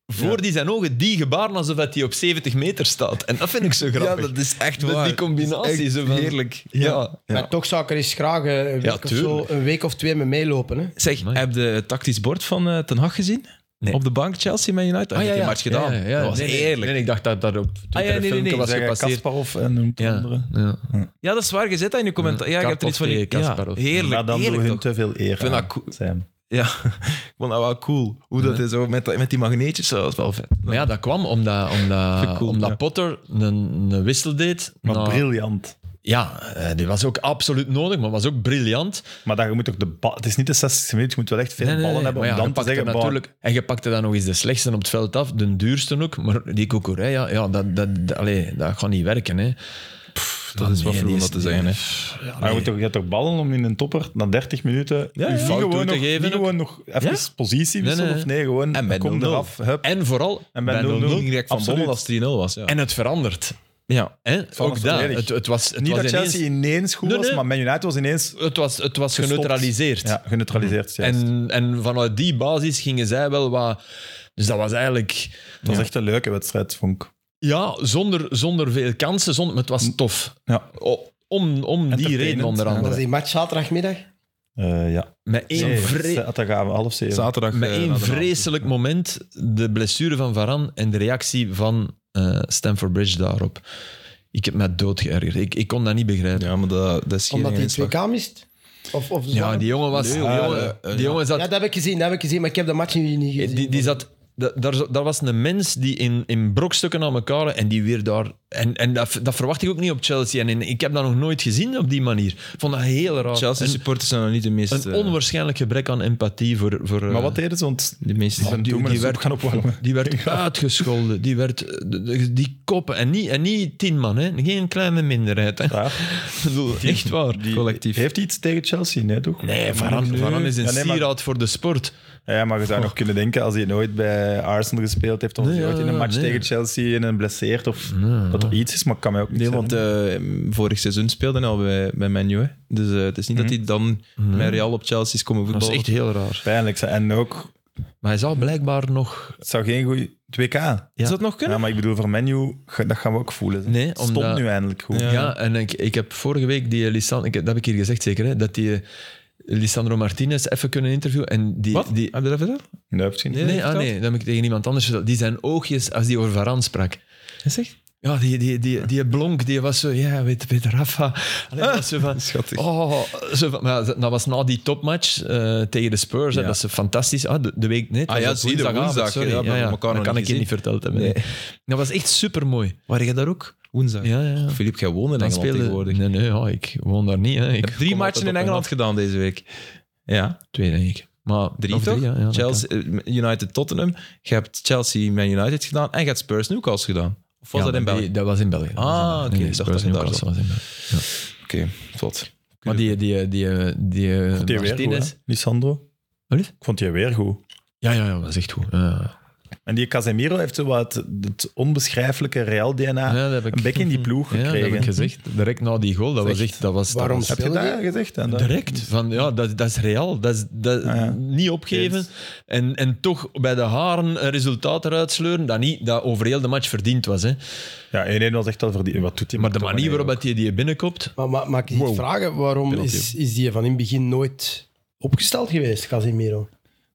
[SPEAKER 4] voor die zijn ogen die gebaren alsof dat hij op 70 meter staat. En dat vind ik zo
[SPEAKER 1] ja,
[SPEAKER 4] grappig.
[SPEAKER 1] dat is echt
[SPEAKER 4] Dat
[SPEAKER 1] waar.
[SPEAKER 4] die combinatie
[SPEAKER 1] Dat is echt
[SPEAKER 4] zo van-
[SPEAKER 1] Heerlijk.
[SPEAKER 4] Ja. Ah,
[SPEAKER 2] Maar toch zou ik er eens graag eh, een week,
[SPEAKER 4] Ja,
[SPEAKER 2] of, zo,
[SPEAKER 4] tuurlijk.
[SPEAKER 2] een week of twee mee meelopen. Hè.
[SPEAKER 1] Zeg,
[SPEAKER 4] Amai.
[SPEAKER 1] heb je het tactisch bord van eh, Ten Hag gezien?
[SPEAKER 4] Nee.
[SPEAKER 1] Op de bank Chelsea met United? Ah, ja, ja. match gedaan. dat was
[SPEAKER 4] nee, nee,
[SPEAKER 1] heerlijk.
[SPEAKER 4] nee, ik dacht dat daar op Twitter
[SPEAKER 1] Ah, ja, nee, nee,
[SPEAKER 4] een filmpje
[SPEAKER 1] nee.
[SPEAKER 4] was
[SPEAKER 3] Zeggen
[SPEAKER 4] gepasseerd.
[SPEAKER 3] Kasparov en noemt de
[SPEAKER 4] Ja.
[SPEAKER 3] andere.
[SPEAKER 4] Ja.
[SPEAKER 1] Ja, dat is waar. Je zit dat in je commentaar. Ja, ik heb er iets van...
[SPEAKER 4] Karpov tegen
[SPEAKER 1] Ja,
[SPEAKER 4] Kasparov.
[SPEAKER 1] heerlijk.
[SPEAKER 3] Maar dan doen
[SPEAKER 1] heerlijk
[SPEAKER 3] we hun
[SPEAKER 1] toch?
[SPEAKER 3] te veel eer
[SPEAKER 1] vind dat
[SPEAKER 3] aan,
[SPEAKER 1] cool.
[SPEAKER 3] Sam.
[SPEAKER 1] Ja, [LAUGHS] ik vond dat wel cool. Hoe dat is, zo met, dat- met die magneetjes, dat was wel vet.
[SPEAKER 4] Maar ja, dat kwam omdat, omdat,
[SPEAKER 1] Cool,
[SPEAKER 4] omdat
[SPEAKER 1] ja.
[SPEAKER 4] Potter een, een wissel deed.
[SPEAKER 3] Maar
[SPEAKER 4] Nou,
[SPEAKER 3] briljant.
[SPEAKER 4] ja, eh, die was ook absoluut nodig, maar was ook briljant.
[SPEAKER 3] Maar daar moet ook de bal... Het is niet de 60 minuten, je moet wel echt veel
[SPEAKER 4] Nee, nee,
[SPEAKER 3] ballen
[SPEAKER 4] nee,
[SPEAKER 3] hebben
[SPEAKER 4] maar
[SPEAKER 3] om
[SPEAKER 4] ja,
[SPEAKER 3] dan
[SPEAKER 4] je
[SPEAKER 3] te
[SPEAKER 4] pakte
[SPEAKER 3] zeggen... bah,
[SPEAKER 4] natuurlijk, En je pakte dan nog eens de slechtste op het veld af, de duurste ook. Maar die Cucurella, ja, dat, dat, dat, allee, dat gaat niet werken. Hè.
[SPEAKER 1] Dat is wat
[SPEAKER 4] nee,
[SPEAKER 1] vroeg om
[SPEAKER 4] die
[SPEAKER 1] dat
[SPEAKER 4] is-
[SPEAKER 1] te zeggen. Hè.
[SPEAKER 3] Maar je, moet toch, je hebt toch ballen om in een topper na 30 minuten
[SPEAKER 1] ja.
[SPEAKER 3] je
[SPEAKER 4] Fout toe
[SPEAKER 3] gewoon,
[SPEAKER 4] te
[SPEAKER 3] nog,
[SPEAKER 4] geven
[SPEAKER 3] niet
[SPEAKER 4] ook.
[SPEAKER 3] gewoon nog even positie wisselen
[SPEAKER 4] nee.
[SPEAKER 3] of nee, gewoon
[SPEAKER 1] En bij
[SPEAKER 3] kom
[SPEAKER 1] 0-0.
[SPEAKER 3] eraf, hup.
[SPEAKER 4] En vooral
[SPEAKER 3] En bij
[SPEAKER 4] bij 0-0.
[SPEAKER 3] 0-0.
[SPEAKER 1] Ging direct van
[SPEAKER 3] Absoluut.
[SPEAKER 1] Bommel als 3-0 was. Ja.
[SPEAKER 4] En het verandert.
[SPEAKER 1] ja.
[SPEAKER 4] Hè? Ook
[SPEAKER 3] het
[SPEAKER 4] dat.
[SPEAKER 3] volledig.
[SPEAKER 4] Het, het was, het
[SPEAKER 3] Niet
[SPEAKER 4] was
[SPEAKER 3] dat
[SPEAKER 4] ineens-
[SPEAKER 3] Chelsea ineens goed
[SPEAKER 4] Nee,
[SPEAKER 3] was,
[SPEAKER 4] nee.
[SPEAKER 3] maar Man United was ineens
[SPEAKER 4] het was, het was
[SPEAKER 3] gestopt.
[SPEAKER 4] geneutraliseerd.
[SPEAKER 3] Ja, geneutraliseerd, juist.
[SPEAKER 4] En, en vanuit die basis gingen zij wel wat. Dus dat was eigenlijk.
[SPEAKER 3] Het was echt een leuke wedstrijd, vond ik.
[SPEAKER 4] Ja, zonder, zonder veel kansen. Zonder, maar het was tof.
[SPEAKER 3] Ja.
[SPEAKER 4] O- om, om die
[SPEAKER 3] Entertainend,
[SPEAKER 4] reden onder
[SPEAKER 3] ja.
[SPEAKER 2] Was
[SPEAKER 4] andere.
[SPEAKER 2] die match zaterdagmiddag?
[SPEAKER 3] Eh, ja.
[SPEAKER 4] Met één, vre-
[SPEAKER 3] Dat gaan we half zeven.
[SPEAKER 1] Zaterdag.
[SPEAKER 4] met
[SPEAKER 1] eh,
[SPEAKER 4] één
[SPEAKER 1] na de
[SPEAKER 4] vreselijk moment de blessure van Varan en de reactie van eh Stamford Bridge daarop. Ik heb me dood geërgerd. Ik, ik kon dat niet
[SPEAKER 1] avond.
[SPEAKER 4] begrijpen.
[SPEAKER 1] Ja, maar dat, dat is geen
[SPEAKER 2] Omdat hij
[SPEAKER 1] inslag.
[SPEAKER 2] 2K mist? Of, of
[SPEAKER 4] Ja,
[SPEAKER 2] zware-
[SPEAKER 4] die jongen was...
[SPEAKER 1] Nee,
[SPEAKER 4] die
[SPEAKER 1] ja,
[SPEAKER 4] jongen,
[SPEAKER 1] ja, ja.
[SPEAKER 4] die jongen zat...
[SPEAKER 2] Ja, dat heb ik gezien, dat heb ik gezien, maar ik heb de match nu niet gezien.
[SPEAKER 4] Eh, die, die zat... da- Daar, zo- daar was een mens die in, in brokstukken aan elkaar en die weer daar. En, en dat, dat verwacht ik ook niet op Chelsea. En in- ik heb dat nog nooit gezien op die manier. Ik vond dat heel raar.
[SPEAKER 1] Chelsea
[SPEAKER 4] een,
[SPEAKER 1] supporters zijn nog niet de meest...
[SPEAKER 4] een
[SPEAKER 1] eh,
[SPEAKER 4] onwaarschijnlijk gebrek aan empathie voor. voor eh,
[SPEAKER 3] Maar wat deden ze? Want
[SPEAKER 1] de meest...
[SPEAKER 3] ik ben
[SPEAKER 4] die-
[SPEAKER 3] toen
[SPEAKER 4] die
[SPEAKER 3] die
[SPEAKER 4] werd-
[SPEAKER 3] werd gaan opwarmen.
[SPEAKER 4] Die werd uitgescholden. Die werd... eh, de- de- Die koppen. En niet, en niet tien man, hè. Geen kleine minderheid, hè.
[SPEAKER 3] Ja.
[SPEAKER 4] Ik bedoel, echt waar.
[SPEAKER 3] Die-
[SPEAKER 1] Collectief.
[SPEAKER 3] Heeft hij iets tegen Chelsea? Nee, toch?
[SPEAKER 4] Nee, Varan, Varan is een
[SPEAKER 3] Ja, nee, maar-
[SPEAKER 4] sieraad voor de sport.
[SPEAKER 3] Ja, maar je zou nog kunnen denken, als hij nooit bij Arsenal gespeeld heeft, of
[SPEAKER 4] Nee,
[SPEAKER 3] hij ooit in
[SPEAKER 4] ja,
[SPEAKER 3] een match
[SPEAKER 4] nee.
[SPEAKER 3] tegen Chelsea en een blesseert, of dat er iets is, maar ik kan mij ook niet
[SPEAKER 1] Nee,
[SPEAKER 3] want
[SPEAKER 1] want eh, vorig seizoen speelde hij al bij, bij Menu. Hè. Dus eh, het is niet dat hij dan met Real op Chelsea is komen
[SPEAKER 4] Mhm. Dat is
[SPEAKER 1] voetballen.
[SPEAKER 4] echt heel raar.
[SPEAKER 3] Pijnlijk. zijn. En ook,
[SPEAKER 4] Maar hij zou blijkbaar nog...
[SPEAKER 3] het zou geen goede 2K. Ja.
[SPEAKER 1] Is dat nog kunnen?
[SPEAKER 3] maar ik bedoel, voor Menu, ge- dat gaan we ook voelen.
[SPEAKER 4] Nee,
[SPEAKER 3] het
[SPEAKER 4] omdat-
[SPEAKER 3] stond nu eindelijk goed.
[SPEAKER 4] Ja, en ik, ik heb vorige week die Lisandro... Dat heb ik hier gezegd zeker, hè. Dat die eh, Lisandro Martinez even kunnen interviewen. En die...
[SPEAKER 1] Wat?
[SPEAKER 4] Die,
[SPEAKER 1] Heb je dat verteld?
[SPEAKER 3] Nee, heeft geen-
[SPEAKER 1] Nee.
[SPEAKER 4] nee,
[SPEAKER 1] dat
[SPEAKER 4] ah,
[SPEAKER 1] verteld?
[SPEAKER 4] nee, dat heb ik tegen iemand anders verteld. Die zijn oogjes, als die over Varan sprak...
[SPEAKER 1] Is echt?
[SPEAKER 4] Ja, die, die, die, die blonk, die was zo, ja, weet, weet Rafa. Allee, dat was zo van,
[SPEAKER 1] Schattig.
[SPEAKER 4] Oh, zo van, maar dat was na die topmatch eh, tegen de Spurs. en
[SPEAKER 1] Ja.
[SPEAKER 4] Dat is fantastisch. Ah, de, de week net.
[SPEAKER 1] Ah ja, zie je, woensdag,
[SPEAKER 4] Sorry,
[SPEAKER 1] ja,
[SPEAKER 4] ja,
[SPEAKER 1] we hebben
[SPEAKER 4] ja,
[SPEAKER 1] elkaar nog niet
[SPEAKER 4] dat kan ik je
[SPEAKER 1] gezien.
[SPEAKER 4] niet verteld hebben. nee. Dat was echt super mooi.
[SPEAKER 1] Waar jij daar ook? Woensdag.
[SPEAKER 4] Ja, ja.
[SPEAKER 1] Filip, jij woont in
[SPEAKER 4] Dan
[SPEAKER 1] Engeland
[SPEAKER 4] speelde.
[SPEAKER 1] tegenwoordig.
[SPEAKER 4] Nee, nee, ja, ik woon daar niet. Hè. Ik
[SPEAKER 1] Ik heb drie
[SPEAKER 4] kom
[SPEAKER 1] matchen
[SPEAKER 4] altijd
[SPEAKER 1] in
[SPEAKER 4] op
[SPEAKER 1] Engeland
[SPEAKER 4] en
[SPEAKER 1] gedaan deze week. Ja,
[SPEAKER 4] af. Twee, denk ik. Maar
[SPEAKER 1] drie
[SPEAKER 4] of
[SPEAKER 1] toch?
[SPEAKER 4] ja, ja, dat
[SPEAKER 1] Chelsea, eh, United Tottenham. Je hebt Chelsea Man United gedaan en je hebt Spurs Newcastle gedaan. Of
[SPEAKER 4] kan.
[SPEAKER 1] was dat
[SPEAKER 4] Ja,
[SPEAKER 1] in
[SPEAKER 4] maar
[SPEAKER 1] België?
[SPEAKER 4] die- Dat was in België. dat was in
[SPEAKER 1] Ah,
[SPEAKER 4] België.
[SPEAKER 1] oké,
[SPEAKER 4] Nee,
[SPEAKER 1] ik
[SPEAKER 4] nee,
[SPEAKER 1] dacht
[SPEAKER 4] Spurs
[SPEAKER 1] dat je daar
[SPEAKER 4] Newcastle was in België.
[SPEAKER 1] Oké, tot.
[SPEAKER 4] Maar die, die, die, die,
[SPEAKER 3] Ik vond
[SPEAKER 4] die
[SPEAKER 3] die weer
[SPEAKER 4] Martinez...
[SPEAKER 3] goed, hè, Lissandro.
[SPEAKER 4] Wat is?
[SPEAKER 3] Ik vond die weer goed.
[SPEAKER 4] Ja, ja, ja, dat is echt goed. Ja, ja.
[SPEAKER 3] En die Casemiro heeft zo wat het, het onbeschrijfelijke Real-DNA
[SPEAKER 4] Ja, dat heb ik-
[SPEAKER 3] een beetje in die ploeg
[SPEAKER 4] Ja,
[SPEAKER 3] gekregen.
[SPEAKER 4] dat heb ik gezegd. Direct na die goal, dat was echt... Dat was,
[SPEAKER 2] Waarom
[SPEAKER 4] dat
[SPEAKER 3] Heb je dat gezegd? dan?
[SPEAKER 4] was- Direct. Van, ja, dat, dat is real. Dat is, dat,
[SPEAKER 3] ja.
[SPEAKER 4] Niet opgeven en, en toch bij de haren een resultaat eruit sleuren dat, niet, dat over heel de match verdiend was. Hè.
[SPEAKER 3] Ja, 1-1 was echt al verdiend. Wat doet hij
[SPEAKER 4] Maar de
[SPEAKER 3] met
[SPEAKER 4] manier
[SPEAKER 3] manier
[SPEAKER 4] waarop dat hij die binnenkopt...
[SPEAKER 2] Maar, maar mag ik iets vragen? Waarom is, is die van in het begin nooit opgesteld geweest, Casimiro?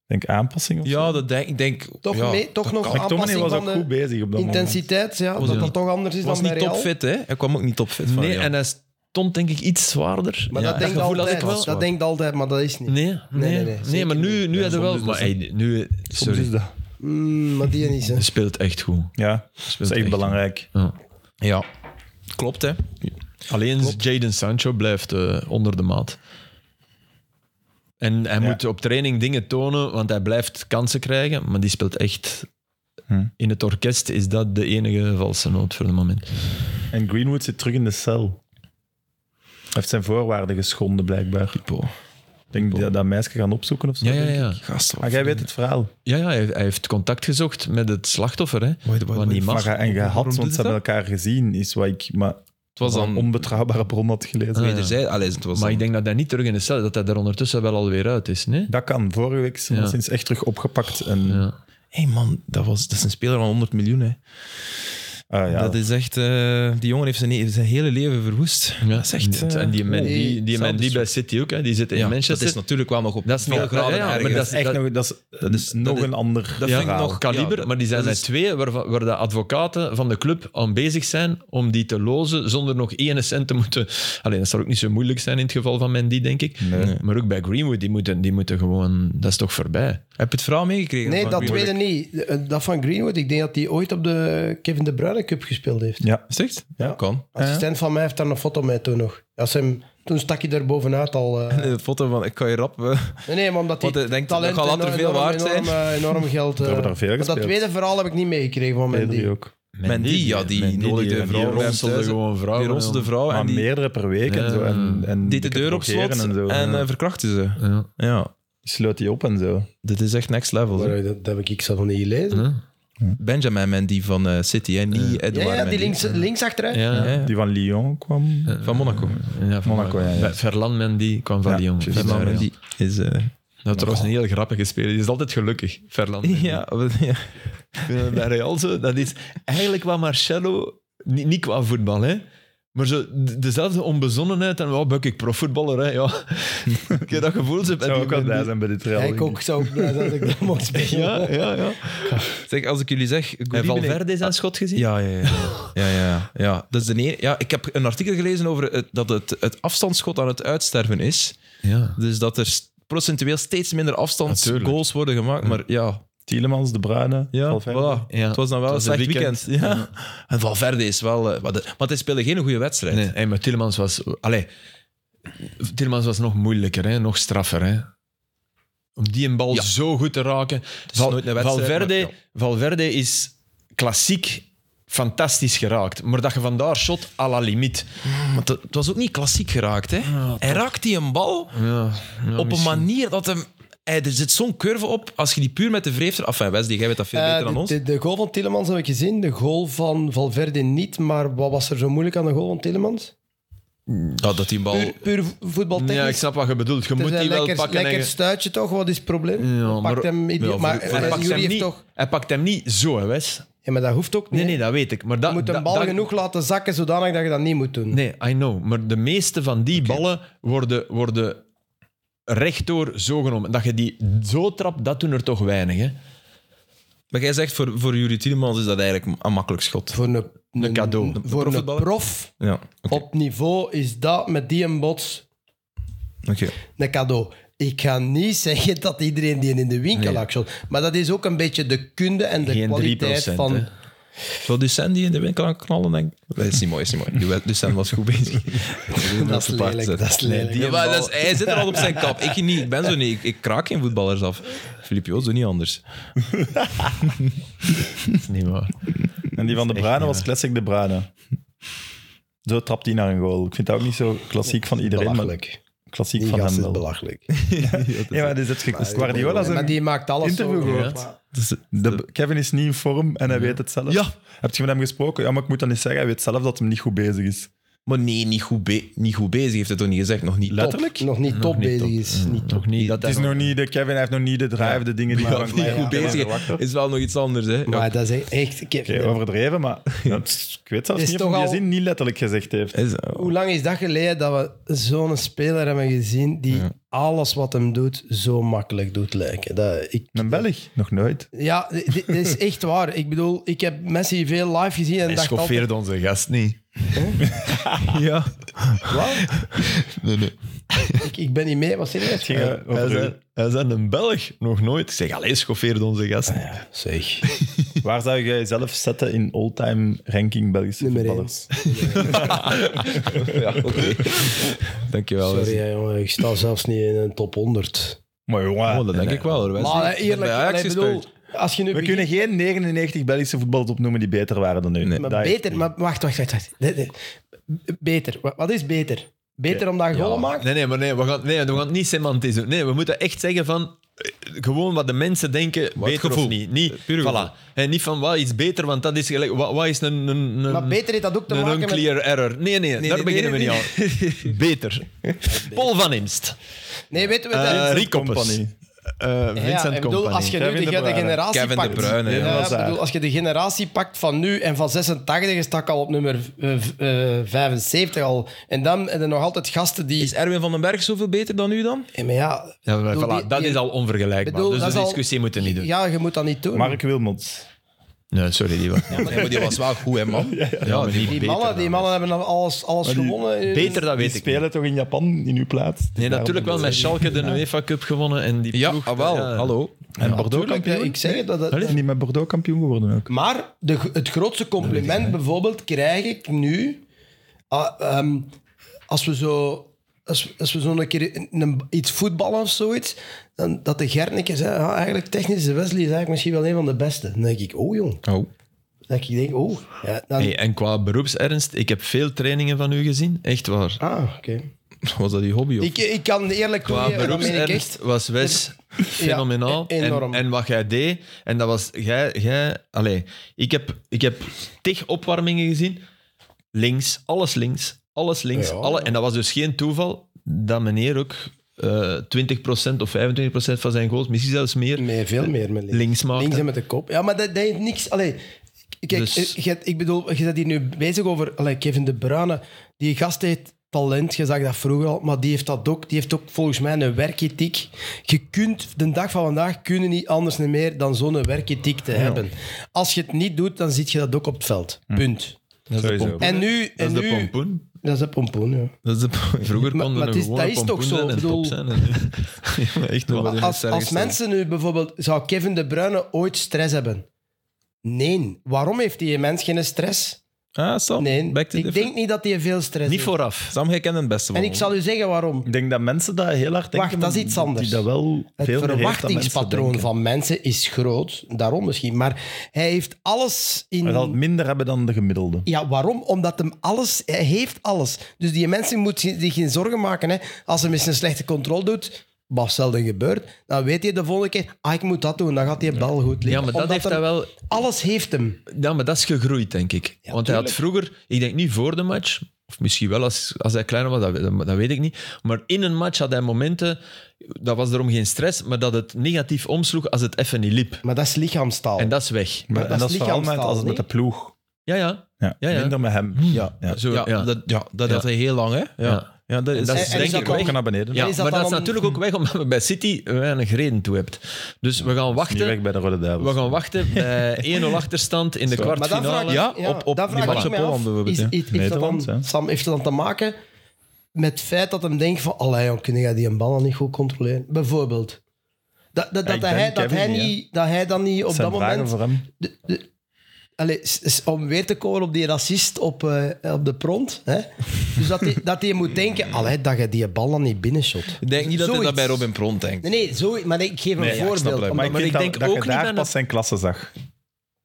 [SPEAKER 3] Ik denk aanpassing of zo.
[SPEAKER 1] Ja, dat denk ik. Denk,
[SPEAKER 2] Toch,
[SPEAKER 1] ja,
[SPEAKER 2] nee, toch nog
[SPEAKER 3] McTominay
[SPEAKER 2] aanpassing
[SPEAKER 3] was
[SPEAKER 2] van
[SPEAKER 3] ook
[SPEAKER 2] de
[SPEAKER 3] goed bezig op dat moment.
[SPEAKER 2] intensiteit, ja, dat
[SPEAKER 4] ja.
[SPEAKER 2] dat toch anders is
[SPEAKER 1] was
[SPEAKER 2] dan bij
[SPEAKER 1] niet
[SPEAKER 2] Real.
[SPEAKER 1] topfit, hè? Hij kwam ook niet topfit van.
[SPEAKER 4] Nee,
[SPEAKER 1] Real.
[SPEAKER 4] en hij stond denk ik iets zwaarder.
[SPEAKER 2] Maar
[SPEAKER 4] Ja,
[SPEAKER 2] dat denkt
[SPEAKER 4] gevoel had
[SPEAKER 2] altijd,
[SPEAKER 4] ik wel.
[SPEAKER 2] dat denkt altijd, maar dat is niet.
[SPEAKER 4] Nee, nee, nee,
[SPEAKER 2] nee, nee, zeker
[SPEAKER 4] maar nu,
[SPEAKER 2] niet.
[SPEAKER 4] nu
[SPEAKER 3] Ja,
[SPEAKER 4] had hij wel...
[SPEAKER 3] soms is
[SPEAKER 4] Maar
[SPEAKER 3] dat
[SPEAKER 4] hey, nu...
[SPEAKER 3] Soms
[SPEAKER 4] Sorry,
[SPEAKER 3] is dat.
[SPEAKER 2] Mm, maar die is, hè.
[SPEAKER 4] hij speelt echt goed.
[SPEAKER 3] Ja, dat is echt,
[SPEAKER 4] echt.
[SPEAKER 3] belangrijk.
[SPEAKER 4] Ja.
[SPEAKER 1] Ja, klopt, hè?
[SPEAKER 4] Alleen Jaden Sancho blijft eh, onder de maat. En hij moet op training dingen tonen, want hij blijft kansen krijgen, maar die speelt echt.
[SPEAKER 1] Hm.
[SPEAKER 4] In het orkest is dat de enige valse noot voor het moment.
[SPEAKER 3] En Greenwood zit terug in de cel. Hij heeft zijn voorwaarden geschonden, blijkbaar. Ik denk dat dat meisje gaan opzoeken of zo.
[SPEAKER 4] Ja, ja,
[SPEAKER 3] denk ik.
[SPEAKER 4] ja.
[SPEAKER 1] Gast, wat
[SPEAKER 3] Maar jij weet het verhaal.
[SPEAKER 4] ja, ja hij, hij heeft contact gezocht met het slachtoffer, hè,
[SPEAKER 1] Wait, wait,
[SPEAKER 4] wat niet
[SPEAKER 1] wait.
[SPEAKER 4] mag.
[SPEAKER 3] Maar hij- en
[SPEAKER 1] doet
[SPEAKER 3] gehad, want
[SPEAKER 1] het
[SPEAKER 3] ze hebben
[SPEAKER 1] dat?
[SPEAKER 3] elkaar gezien, is wat ik maar
[SPEAKER 1] Het was
[SPEAKER 3] een
[SPEAKER 1] dan.
[SPEAKER 3] onbetrouwbare bron had gelezen.
[SPEAKER 4] Ah, ja.
[SPEAKER 1] Wederzijds. Allee, het was
[SPEAKER 4] Maar ik
[SPEAKER 1] dan-
[SPEAKER 4] denk dat hij niet terug in de cel dat hij er ondertussen wel alweer uit is. Nee?
[SPEAKER 3] Dat kan. Vorige week zijn
[SPEAKER 4] Ja.
[SPEAKER 3] we sinds echt terug opgepakt. En, ja.
[SPEAKER 4] Ja.
[SPEAKER 1] Hé hey man, dat, was, dat is een speler van 100 miljoen. Hè.
[SPEAKER 3] Ah, ja.
[SPEAKER 1] Dat is echt. eh, die jongen heeft zijn, he- zijn hele leven verwoest.
[SPEAKER 4] Ja,
[SPEAKER 1] is echt, eh,
[SPEAKER 4] en die man,
[SPEAKER 1] oh.
[SPEAKER 4] die, die, man die bij City ook, hè, die zit in
[SPEAKER 1] Ja,
[SPEAKER 4] Manchester.
[SPEAKER 1] dat is natuurlijk wel nog op
[SPEAKER 4] Dat is
[SPEAKER 1] veel
[SPEAKER 4] nog-
[SPEAKER 1] graden
[SPEAKER 4] ja, ja, maar
[SPEAKER 1] erger.
[SPEAKER 4] dat
[SPEAKER 3] Dat is echt
[SPEAKER 4] dat-
[SPEAKER 3] nog, dat is, dat is nog
[SPEAKER 1] dat is-
[SPEAKER 3] een ander
[SPEAKER 1] dat vind ik
[SPEAKER 3] verhaal.
[SPEAKER 1] nog-
[SPEAKER 4] kaliber,
[SPEAKER 1] Ja, dat-
[SPEAKER 4] maar die zijn
[SPEAKER 1] dat
[SPEAKER 4] er
[SPEAKER 1] is-
[SPEAKER 4] twee waar, waar de advocaten van de club aan bezig zijn om die te lozen zonder nog ene cent te moeten... Alleen dat zou ook niet zo moeilijk zijn in het geval van Mendy, denk ik.
[SPEAKER 3] Nee.
[SPEAKER 4] Maar ook bij Greenwood, die moeten, die moeten gewoon... Dat is toch voorbij?
[SPEAKER 1] Heb je het verhaal meegekregen?
[SPEAKER 2] Nee,
[SPEAKER 1] van
[SPEAKER 2] dat
[SPEAKER 1] Greenwood?
[SPEAKER 2] tweede niet. Eh, Dat van Greenwood, ik denk dat hij ooit op de Kevin De Bruyne Cup gespeeld heeft.
[SPEAKER 3] Ja.
[SPEAKER 1] Is het echt?
[SPEAKER 3] Ja.
[SPEAKER 1] Kan.
[SPEAKER 2] Assistent van mij heeft daar een foto mee toen nog. Als hem, toen stak hij er bovenuit al. eh.
[SPEAKER 1] De foto van ik kan je rap. eh,
[SPEAKER 2] Nee, nee, maar omdat
[SPEAKER 1] Want
[SPEAKER 2] hij
[SPEAKER 1] hij denkt, dat gaat later veel waard zijn.
[SPEAKER 2] Enorm, eh,
[SPEAKER 4] [LAUGHS]
[SPEAKER 2] enorm geld. eh.
[SPEAKER 3] hebben daar veel
[SPEAKER 2] Maar dat
[SPEAKER 3] gespeeld.
[SPEAKER 2] tweede verhaal heb ik niet meegekregen van Mendy.
[SPEAKER 3] Pedri ook.
[SPEAKER 1] Mendy, ja, die nodigde
[SPEAKER 4] die
[SPEAKER 1] vrouwen bij hem
[SPEAKER 4] ronselde
[SPEAKER 1] thuis, hè.
[SPEAKER 4] gewoon vrouwen.
[SPEAKER 1] die ronselde vrouw
[SPEAKER 3] Maar
[SPEAKER 1] Oh, en die
[SPEAKER 3] meerdere per week en zo. En, en
[SPEAKER 1] deed de deur op slot
[SPEAKER 3] drogeren
[SPEAKER 1] en,
[SPEAKER 3] En, zo. Ja.
[SPEAKER 1] eh, verkrachtte ze.
[SPEAKER 4] Ja.
[SPEAKER 1] Ja,
[SPEAKER 3] Sloot die op en zo.
[SPEAKER 1] dit is echt next level. hè.
[SPEAKER 2] Maar dat, dat heb ik zelf niet gelezen.
[SPEAKER 1] Benjamin Mendy van eh, City, hè? niet Edouard
[SPEAKER 2] Ja, ja, die
[SPEAKER 1] Mendy.
[SPEAKER 2] links, links achteruit.
[SPEAKER 4] Ja, ja.
[SPEAKER 1] Ja, ja.
[SPEAKER 3] Die van Lyon kwam.
[SPEAKER 1] Van Monaco.
[SPEAKER 4] Ja, van
[SPEAKER 3] Monaco, ja, ja.
[SPEAKER 4] Bij Verlan Mendy kwam van
[SPEAKER 3] Ja,
[SPEAKER 4] Lyon.
[SPEAKER 3] juist.
[SPEAKER 4] Die
[SPEAKER 1] Die
[SPEAKER 4] van
[SPEAKER 1] man
[SPEAKER 4] Real.
[SPEAKER 1] Mendy is eh,
[SPEAKER 4] Dat is trouwens een heel grappige speler. Die is altijd gelukkig, Ferland.
[SPEAKER 1] [LAUGHS] Ja, wat- ja.
[SPEAKER 4] Ja, Bij Real zo, dat is eigenlijk wat Marcelo, niet, niet qua voetbal, hè. Maar zo de- dezelfde onbezonnenheid en oh, ben ik profvoetballer, hè. Ja. [LAUGHS] Ik heb dat gevoel. Ze,
[SPEAKER 3] zou ook wel blij zijn bij dit Real.
[SPEAKER 2] ik ook [LAUGHS] zou blij zijn dat ik dat mocht spelen.
[SPEAKER 4] Ja, ja, ja.
[SPEAKER 1] Zeg, als ik jullie zeg...
[SPEAKER 4] En
[SPEAKER 1] Gouliby-
[SPEAKER 4] Valverde zijn schot gezien?
[SPEAKER 1] Ja, ja, ja. [LAUGHS] ja, ja, ja. Dat is de ene- ja ik heb een artikel gelezen over het, dat het, het afstandsschot aan het uitsterven is.
[SPEAKER 4] ja.
[SPEAKER 1] Dus dat er st- procentueel steeds minder
[SPEAKER 4] Natuurlijk.
[SPEAKER 1] afstandsgoals worden gemaakt. Maar ja,
[SPEAKER 3] Tielemans, De Bruyne,
[SPEAKER 1] ja,
[SPEAKER 3] Valverde.
[SPEAKER 1] voilà.
[SPEAKER 4] Ja.
[SPEAKER 1] het was dan wel
[SPEAKER 4] Het
[SPEAKER 1] een
[SPEAKER 4] was
[SPEAKER 1] slecht
[SPEAKER 4] een
[SPEAKER 1] weekend. Ja. En Valverde is wel... eh, wat de- maar hij speelde geen goede wedstrijd.
[SPEAKER 4] Nee, hey, maar Tillemans was... Allee, Tillemans was nog moeilijker, hè? nog straffer. Hè? Om die een bal
[SPEAKER 1] Ja.
[SPEAKER 4] zo goed te raken. Val-
[SPEAKER 1] nooit een wedstrijd,
[SPEAKER 4] Valverde,
[SPEAKER 1] maar ja.
[SPEAKER 4] Valverde is klassiek fantastisch geraakt. Maar dat je vandaar shot à la limiet.
[SPEAKER 1] Want het het was ook niet klassiek geraakt. Hè. hij raakt die een bal op een manier dat hem... Hij, er zit zo'n curve op, als je die puur met de vreef... Enfin, Wes, die jij weet dat veel beter
[SPEAKER 2] Eh,
[SPEAKER 1] dan
[SPEAKER 2] de-
[SPEAKER 1] ons.
[SPEAKER 2] De, de goal van Tillemans heb ik gezien, de goal van Valverde niet. Maar wat was er zo moeilijk aan de goal van Tillemans?
[SPEAKER 1] Ja, dat die bal...
[SPEAKER 2] Puur, puur voetbaltechnisch.
[SPEAKER 4] Oh. Ja, ik snap wat je bedoelt. Je
[SPEAKER 2] Het is
[SPEAKER 4] moet
[SPEAKER 2] een
[SPEAKER 4] die wel
[SPEAKER 2] lekker,
[SPEAKER 4] pakken.
[SPEAKER 2] lekker
[SPEAKER 4] en je-
[SPEAKER 2] stuitje toch, wat is het probleem?
[SPEAKER 4] Ja,
[SPEAKER 2] Hij pakt
[SPEAKER 4] maar-
[SPEAKER 2] hem idioot,
[SPEAKER 1] Ja,
[SPEAKER 2] maar
[SPEAKER 1] voor-
[SPEAKER 4] hij,
[SPEAKER 2] eh,
[SPEAKER 4] pakt hem
[SPEAKER 2] Jury heeft
[SPEAKER 4] niet,
[SPEAKER 2] toch...
[SPEAKER 4] hij pakt hem niet zo, hè, Wes.
[SPEAKER 2] Ja, maar dat hoeft ook niet.
[SPEAKER 4] Nee,
[SPEAKER 2] hè.
[SPEAKER 4] nee, dat weet ik. Maar dat,
[SPEAKER 2] Je moet een
[SPEAKER 4] dat-
[SPEAKER 2] bal
[SPEAKER 4] dat-
[SPEAKER 2] genoeg laten zakken zodanig dat je dat niet moet doen.
[SPEAKER 4] Nee, I know. Maar de meeste van die ballen worden, worden rechtdoor zo genomen. Dat je die zo trapt, dat doen er toch weinig. Hè?
[SPEAKER 1] Maar jij zegt, voor, voor Jurie Tielemans is dat eigenlijk een makkelijk schot.
[SPEAKER 2] Voor een, een-
[SPEAKER 4] cadeau.
[SPEAKER 2] een- voor een
[SPEAKER 1] profvoetballer?
[SPEAKER 2] prof
[SPEAKER 1] Ja, oké.
[SPEAKER 2] op niveau is dat met die een bots
[SPEAKER 1] Oké.
[SPEAKER 2] een cadeau. Ik ga niet [LAUGHS] zeggen dat iedereen die in de winkel
[SPEAKER 4] Nee.
[SPEAKER 2] actiont. Maar dat is ook een beetje de kunde en de
[SPEAKER 4] Geen
[SPEAKER 2] kwaliteit
[SPEAKER 4] 3%,
[SPEAKER 2] van...
[SPEAKER 4] hè.
[SPEAKER 1] Wil Ducent die in de winkel aan knallen, denk ik? Dat is niet mooi, is niet mooi. Du- Ducent was goed bezig.
[SPEAKER 2] [LAUGHS] Dat is lelijk, dat is lelijk.
[SPEAKER 1] Ja, maar dat is- hij zit er al op zijn kap. Ik niet, ik ben zo niet. Ik, ik kraak geen voetballers af. Filip Joos doet niet anders.
[SPEAKER 4] Dat is niet
[SPEAKER 2] [LAUGHS]
[SPEAKER 4] waar.
[SPEAKER 3] En die van De Bruyne was classic De Bruyne. Zo trapt hij naar een goal. Ik vind dat ook niet zo klassiek van iedereen, maar
[SPEAKER 2] belachelijk.
[SPEAKER 3] klassiek
[SPEAKER 2] Die
[SPEAKER 3] van
[SPEAKER 2] gast
[SPEAKER 3] hem
[SPEAKER 2] is
[SPEAKER 3] wel.
[SPEAKER 2] belachelijk.
[SPEAKER 3] Ja, maar dus het ge- Guardiola
[SPEAKER 2] Maar
[SPEAKER 3] zijn...
[SPEAKER 2] die maakt alles
[SPEAKER 3] interview
[SPEAKER 2] zo.
[SPEAKER 3] gehoord.
[SPEAKER 2] Ja.
[SPEAKER 3] De, Kevin is niet in vorm en hij weet het zelf.
[SPEAKER 1] Ja.
[SPEAKER 3] Heb je met hem gesproken? Ja, maar ik moet dan niet zeggen, hij weet zelf dat hij niet goed bezig is.
[SPEAKER 1] Maar nee, niet goed, be- niet goed bezig heeft het toch niet gezegd? Nog niet top.
[SPEAKER 3] Letterlijk?
[SPEAKER 2] Nog niet top
[SPEAKER 4] niet
[SPEAKER 2] bezig
[SPEAKER 4] top.
[SPEAKER 2] is. Niet
[SPEAKER 4] Nog niet. Dat
[SPEAKER 3] Het is nog niet de Kevin, hij heeft nog niet de drive, de dingen die
[SPEAKER 1] Ja,
[SPEAKER 3] van
[SPEAKER 1] of niet
[SPEAKER 3] Klein-
[SPEAKER 1] goed
[SPEAKER 3] Kevin
[SPEAKER 1] bezig
[SPEAKER 3] verwacht.
[SPEAKER 1] is wel nog iets anders. Hè. Ja.
[SPEAKER 2] Maar dat is echt... ik heb-
[SPEAKER 3] Oké, eh, overdreven, maar ja, het is- ik weet zelfs
[SPEAKER 2] Is
[SPEAKER 3] niet of
[SPEAKER 2] toch
[SPEAKER 3] hij die
[SPEAKER 2] al-
[SPEAKER 3] zin niet letterlijk gezegd heeft.
[SPEAKER 1] Is- oh,
[SPEAKER 2] Hoe lang is dat geleden dat we zo'n speler hebben gezien die alles wat hem doet zo makkelijk doet lijken? Dat, ik,
[SPEAKER 3] Een Belg? Nog nooit.
[SPEAKER 2] ja, dit, dit is echt waar. Ik bedoel, ik heb Messi veel live gezien en
[SPEAKER 4] Hij
[SPEAKER 2] dacht altijd...
[SPEAKER 4] schoffeerde onze gast niet. [LAUGHS]
[SPEAKER 1] Ja.
[SPEAKER 2] Wat?
[SPEAKER 4] Nee, nee.
[SPEAKER 2] Ik, ik ben niet mee, wat
[SPEAKER 3] Het
[SPEAKER 2] serieus?
[SPEAKER 3] ging eh, over
[SPEAKER 4] Hij,
[SPEAKER 3] u.
[SPEAKER 4] zei, hij zei een Belg, nog nooit. Ik zeg, alleen schoffeerde onze gast. niet.
[SPEAKER 2] Zeg.
[SPEAKER 3] Waar zou jij jezelf zetten in all-time ranking Belgische
[SPEAKER 2] Nummer
[SPEAKER 3] voetballers?
[SPEAKER 1] ja, oké. Dankjewel. Wes.
[SPEAKER 2] Sorry, hè, jongen. Ik sta zelfs niet in een top 100.
[SPEAKER 3] Maar jongen,
[SPEAKER 1] Oh, dat denk ik wel hoor. Wes.
[SPEAKER 2] Maar
[SPEAKER 1] Ik
[SPEAKER 2] eh,
[SPEAKER 1] ben
[SPEAKER 2] eerlijk,
[SPEAKER 1] bij Ajax
[SPEAKER 2] ik bedoel,
[SPEAKER 1] gespeeld.
[SPEAKER 2] als je nu
[SPEAKER 3] we
[SPEAKER 2] begint-
[SPEAKER 3] kunnen geen 99 Belgische voetballers opnoemen die beter waren dan u.
[SPEAKER 1] Nee.
[SPEAKER 2] Maar
[SPEAKER 3] Dat-
[SPEAKER 2] beter, maar wacht, wacht, wacht. wacht. Nee, nee. B- Beter. Wa- Wat is beter? Beter omdat je
[SPEAKER 4] Ja.
[SPEAKER 2] goal maakt?
[SPEAKER 4] Nee, nee, maar nee, we gaan, nee, we gaan het niet semantiseren. Nee, we moeten echt zeggen van... eh, Gewoon wat de mensen denken, beter
[SPEAKER 1] gevoel.
[SPEAKER 4] of niet. Niet,
[SPEAKER 1] Puur gevoel.
[SPEAKER 4] voilà. en niet van, wat is beter, want dat is gelijk... Wat, wat is een... een, een
[SPEAKER 2] Maar beter heeft dat ook te
[SPEAKER 4] een
[SPEAKER 2] maken met...
[SPEAKER 4] unclear error. Nee, nee, daar
[SPEAKER 1] nee,
[SPEAKER 4] beginnen
[SPEAKER 1] nee,
[SPEAKER 4] we niet aan. [LAUGHS] Beter. Paul van Imst.
[SPEAKER 2] Nee, weten we dat?
[SPEAKER 4] Eh,
[SPEAKER 3] Vincent
[SPEAKER 4] Rick Koppes.
[SPEAKER 3] Company.
[SPEAKER 4] Eh,
[SPEAKER 2] Ja,
[SPEAKER 4] Vincent
[SPEAKER 2] ik bedoel,
[SPEAKER 4] Company.
[SPEAKER 2] als je
[SPEAKER 3] Kevin
[SPEAKER 2] nu de,
[SPEAKER 3] De
[SPEAKER 2] ge- de
[SPEAKER 3] Bruyne.
[SPEAKER 2] generatie
[SPEAKER 1] Kevin De
[SPEAKER 2] pakt...
[SPEAKER 1] Bruyne,
[SPEAKER 2] Ja,
[SPEAKER 1] ja.
[SPEAKER 2] ja,
[SPEAKER 3] Dat is
[SPEAKER 2] ik bedoel,
[SPEAKER 3] waar.
[SPEAKER 2] als je de generatie pakt van nu en van 86, is dat al op nummer eh, v- eh, 75 al. En dan hebben er nog altijd gasten die...
[SPEAKER 1] Is Erwin van den Berg zoveel beter dan u dan?
[SPEAKER 2] Ja, maar ja,
[SPEAKER 4] Ja, maar
[SPEAKER 2] bedoel,
[SPEAKER 4] voilà,
[SPEAKER 2] die-
[SPEAKER 4] dat
[SPEAKER 2] die-
[SPEAKER 4] is al onvergelijkbaar.
[SPEAKER 2] bedoel,
[SPEAKER 4] dus
[SPEAKER 2] dat
[SPEAKER 4] de
[SPEAKER 2] is al-
[SPEAKER 4] discussie moeten we niet doen.
[SPEAKER 2] Ja, je moet dat niet doen.
[SPEAKER 3] Mark Wilmots.
[SPEAKER 4] Nee, sorry, die was... Ja,
[SPEAKER 1] Nee, maar die was wel goed, hè, man. Ja,
[SPEAKER 4] maar die
[SPEAKER 2] die,
[SPEAKER 4] beter
[SPEAKER 2] mannen,
[SPEAKER 4] dan
[SPEAKER 2] die mannen hebben al alles, alles
[SPEAKER 3] die-
[SPEAKER 2] gewonnen. eh,
[SPEAKER 4] Beter,
[SPEAKER 3] Die
[SPEAKER 4] dat weet ik niet.
[SPEAKER 3] spelen toch in Japan, in uw plaats? Dus
[SPEAKER 4] [LAUGHS] Nee,
[SPEAKER 3] daarom
[SPEAKER 4] natuurlijk wel.
[SPEAKER 3] dat
[SPEAKER 4] Met
[SPEAKER 3] ze-
[SPEAKER 4] Schalke de UEFA Cup gewonnen en die
[SPEAKER 1] Ja,
[SPEAKER 4] ploeg...
[SPEAKER 1] ah, wel.
[SPEAKER 4] ja.
[SPEAKER 1] Hallo.
[SPEAKER 3] En Bordeaux
[SPEAKER 2] tuurlijk, ja,
[SPEAKER 3] kampioen?
[SPEAKER 2] ik zeg het, dat- dat-
[SPEAKER 3] Allee, Is niet met Bordeaux kampioen geworden ook?
[SPEAKER 2] Maar de, gro- het grootste compliment bijvoorbeeld krijg ik nu ah, ehm, als we zo als, als we zo een keer een, een- iets voetballen of zoiets, dan, dat de Gernicke zei, ah, eigenlijk technisch is Wesley is eigenlijk misschien wel een van de beste. Dan denk ik, oh jong.
[SPEAKER 1] Oh.
[SPEAKER 2] Dan denk ik, denk, oh. Ja, dan,
[SPEAKER 4] Hey, en qua beroepsernst, ik heb veel trainingen van u gezien. Echt waar.
[SPEAKER 2] Ah, oké.
[SPEAKER 1] Was dat die hobby? Of?
[SPEAKER 2] Ik, ik kan eerlijk
[SPEAKER 4] Qua
[SPEAKER 2] toegeven, dat meen ik
[SPEAKER 4] beroepsernst
[SPEAKER 2] echt.
[SPEAKER 4] was Wes fenomenaal.
[SPEAKER 2] e- enorm.
[SPEAKER 4] En, en wat jij deed, en dat was jij. jij allee, ik, heb, ik heb tig opwarmingen gezien. Links, alles links, alles links.
[SPEAKER 2] Ja.
[SPEAKER 4] alle, en dat was dus geen toeval dat meneer ook eh 20% of 25% van zijn goals, misschien zelfs meer,
[SPEAKER 2] Nee, veel meer met links.
[SPEAKER 4] Eh, links maakt.
[SPEAKER 2] Links en met de kop. Ja, maar dat, dat heeft niks... Allee, kijk,
[SPEAKER 4] Dus-
[SPEAKER 2] eh, je- ik bedoel, je bent hier nu bezig over allee, Kevin De Bruyne. Die gast heeft talent, je zag dat vroeger al, maar die heeft dat ook. Die heeft ook volgens mij een werkethiek. Je kunt, de dag van vandaag, kunnen niet anders niet meer dan zo'n werkethiek te hebben. Als je het niet doet, dan zit je dat ook op het veld.
[SPEAKER 4] Hm.
[SPEAKER 2] Punt.
[SPEAKER 4] Dat is de
[SPEAKER 3] Sowieso.
[SPEAKER 4] pompoen.
[SPEAKER 2] En nu...
[SPEAKER 4] Dat
[SPEAKER 2] en
[SPEAKER 4] is de
[SPEAKER 2] nu,
[SPEAKER 4] pompoen.
[SPEAKER 2] Dat is de pompoen, ja.
[SPEAKER 1] Dat is de
[SPEAKER 2] [LAUGHS]
[SPEAKER 4] Vroeger
[SPEAKER 2] Maar-
[SPEAKER 4] konden
[SPEAKER 2] maar het
[SPEAKER 4] we
[SPEAKER 2] is-
[SPEAKER 4] gewoon
[SPEAKER 2] dat is toch
[SPEAKER 4] pompoen
[SPEAKER 2] zo,
[SPEAKER 4] zijn
[SPEAKER 2] ik
[SPEAKER 4] en
[SPEAKER 2] bedoel-
[SPEAKER 4] top zijn. [LAUGHS] En, Ja, echt wel.
[SPEAKER 1] Maar-
[SPEAKER 2] Als,
[SPEAKER 1] ergens
[SPEAKER 2] als
[SPEAKER 1] zijn.
[SPEAKER 2] mensen nu bijvoorbeeld... Zou Kevin De Bruyne ooit stress hebben? Nee. Waarom heeft die mens geen stress?
[SPEAKER 1] Ah, Sam.
[SPEAKER 2] Nee,
[SPEAKER 1] back to
[SPEAKER 2] ik
[SPEAKER 1] different.
[SPEAKER 2] denk niet dat hij veel stress
[SPEAKER 4] Niet
[SPEAKER 2] heeft.
[SPEAKER 4] vooraf.
[SPEAKER 1] Sam, jij kent het beste van
[SPEAKER 2] En ik zal u zeggen waarom.
[SPEAKER 3] Ik denk dat mensen dat heel hard denken.
[SPEAKER 2] dat is
[SPEAKER 3] maar
[SPEAKER 2] iets anders.
[SPEAKER 3] Die dat wel
[SPEAKER 2] Het
[SPEAKER 3] veel meer heeft dan mensen
[SPEAKER 2] verwachtingspatroon
[SPEAKER 3] denken.
[SPEAKER 2] van mensen is groot, daarom misschien. Maar hij heeft alles
[SPEAKER 3] Maar dat
[SPEAKER 2] in...
[SPEAKER 3] minder hebben dan de gemiddelde.
[SPEAKER 2] Ja, waarom? Omdat hem alles... Hij heeft alles. Dus die mensen moeten zich geen zorgen maken. Hè. Als hij misschien een slechte controle doet, wat zelden gebeurt, dan weet hij de volgende keer, ah, ik moet dat doen, dan gaat die bal goed liggen.
[SPEAKER 4] Ja, maar dat
[SPEAKER 2] Omdat
[SPEAKER 4] heeft hij
[SPEAKER 2] hem-
[SPEAKER 4] wel
[SPEAKER 2] Alles heeft hem.
[SPEAKER 4] Ja, maar dat is gegroeid, denk ik. Want hij had vroeger, ik denk niet voor de match, of misschien wel als, als hij kleiner was, dat, dat, dat weet ik niet. Maar in een match had hij momenten, dat was daarom geen stress, maar dat het negatief omsloeg als het even niet liep.
[SPEAKER 2] Maar dat is lichaamstaal.
[SPEAKER 4] En dat is weg.
[SPEAKER 3] Maar,
[SPEAKER 2] dat
[SPEAKER 3] en
[SPEAKER 2] is
[SPEAKER 3] dat is vooral met,
[SPEAKER 2] lichaamstaal,
[SPEAKER 3] als het met de ploeg.
[SPEAKER 4] Ja, ja.
[SPEAKER 3] Ja,
[SPEAKER 4] Ja, ja.
[SPEAKER 3] Minder met hem.
[SPEAKER 1] Ja.
[SPEAKER 3] Ja.
[SPEAKER 4] Zo,
[SPEAKER 1] Ja,
[SPEAKER 4] ja,
[SPEAKER 1] Dat, ja, dat
[SPEAKER 4] Ja.
[SPEAKER 1] had hij heel lang, hè? Ja,
[SPEAKER 4] Ja.
[SPEAKER 1] ja dat is,
[SPEAKER 4] dat is
[SPEAKER 1] en-
[SPEAKER 4] denk
[SPEAKER 2] dat
[SPEAKER 4] ik
[SPEAKER 2] dan-
[SPEAKER 4] ook
[SPEAKER 3] dus Ook naar beneden.
[SPEAKER 4] Ja,
[SPEAKER 2] is dat
[SPEAKER 4] maar dat
[SPEAKER 2] dan
[SPEAKER 4] is
[SPEAKER 2] een-
[SPEAKER 4] natuurlijk ook weg, omdat we bij City weinig reden toe hebben. Dus we gaan
[SPEAKER 3] Niet
[SPEAKER 4] wachten.
[SPEAKER 3] weg bij de Rode Duivels.
[SPEAKER 4] We gaan wachten bij [LAUGHS] 1-0 achterstand in de
[SPEAKER 2] Maar dan vraag
[SPEAKER 4] kwartfinale.
[SPEAKER 2] ik-
[SPEAKER 1] Ja, op- op
[SPEAKER 2] dan
[SPEAKER 1] die
[SPEAKER 2] vraag
[SPEAKER 1] match
[SPEAKER 2] ik
[SPEAKER 1] op
[SPEAKER 2] mij af,
[SPEAKER 1] Holland bijvoorbeeld,
[SPEAKER 2] is-
[SPEAKER 1] ja.
[SPEAKER 2] is- heeft
[SPEAKER 3] Nederland,
[SPEAKER 2] dat dan,
[SPEAKER 3] hè.
[SPEAKER 2] Sam, heeft dat dan te maken met het feit dat hem denkt van allee, jong, kun je die een bal dan niet goed controleren? Bijvoorbeeld. Dat, dat,
[SPEAKER 3] Ja,
[SPEAKER 2] dat,
[SPEAKER 3] ik
[SPEAKER 2] hij,
[SPEAKER 3] denk
[SPEAKER 2] dat,
[SPEAKER 3] Kevin
[SPEAKER 2] hij
[SPEAKER 3] niet, hè.
[SPEAKER 2] niet, dat hij dan niet op
[SPEAKER 3] Het zijn
[SPEAKER 2] dat
[SPEAKER 3] vragen
[SPEAKER 2] moment...
[SPEAKER 3] voor hem.
[SPEAKER 2] de- de- allee, s- s- om weer te komen op die racist op, eh, op de pront. Hè? Dus dat hij dat die moet denken allee, dat je die bal dan niet binnenshot.
[SPEAKER 1] Ik denk niet dat hij dat
[SPEAKER 2] Zoiets.
[SPEAKER 1] bij Robin Pront denkt.
[SPEAKER 2] Nee, nee, zo, maar ik geef een
[SPEAKER 1] Nee, ja, ik snap
[SPEAKER 2] voorbeeld.
[SPEAKER 1] het,
[SPEAKER 2] omdat-
[SPEAKER 3] Maar
[SPEAKER 4] Maar
[SPEAKER 3] ik, vind
[SPEAKER 4] ik
[SPEAKER 3] dat-
[SPEAKER 4] denk
[SPEAKER 3] dat,
[SPEAKER 4] ook
[SPEAKER 3] je
[SPEAKER 4] niet
[SPEAKER 3] daar
[SPEAKER 4] bij
[SPEAKER 3] pas
[SPEAKER 4] een-
[SPEAKER 3] zijn klasse zag.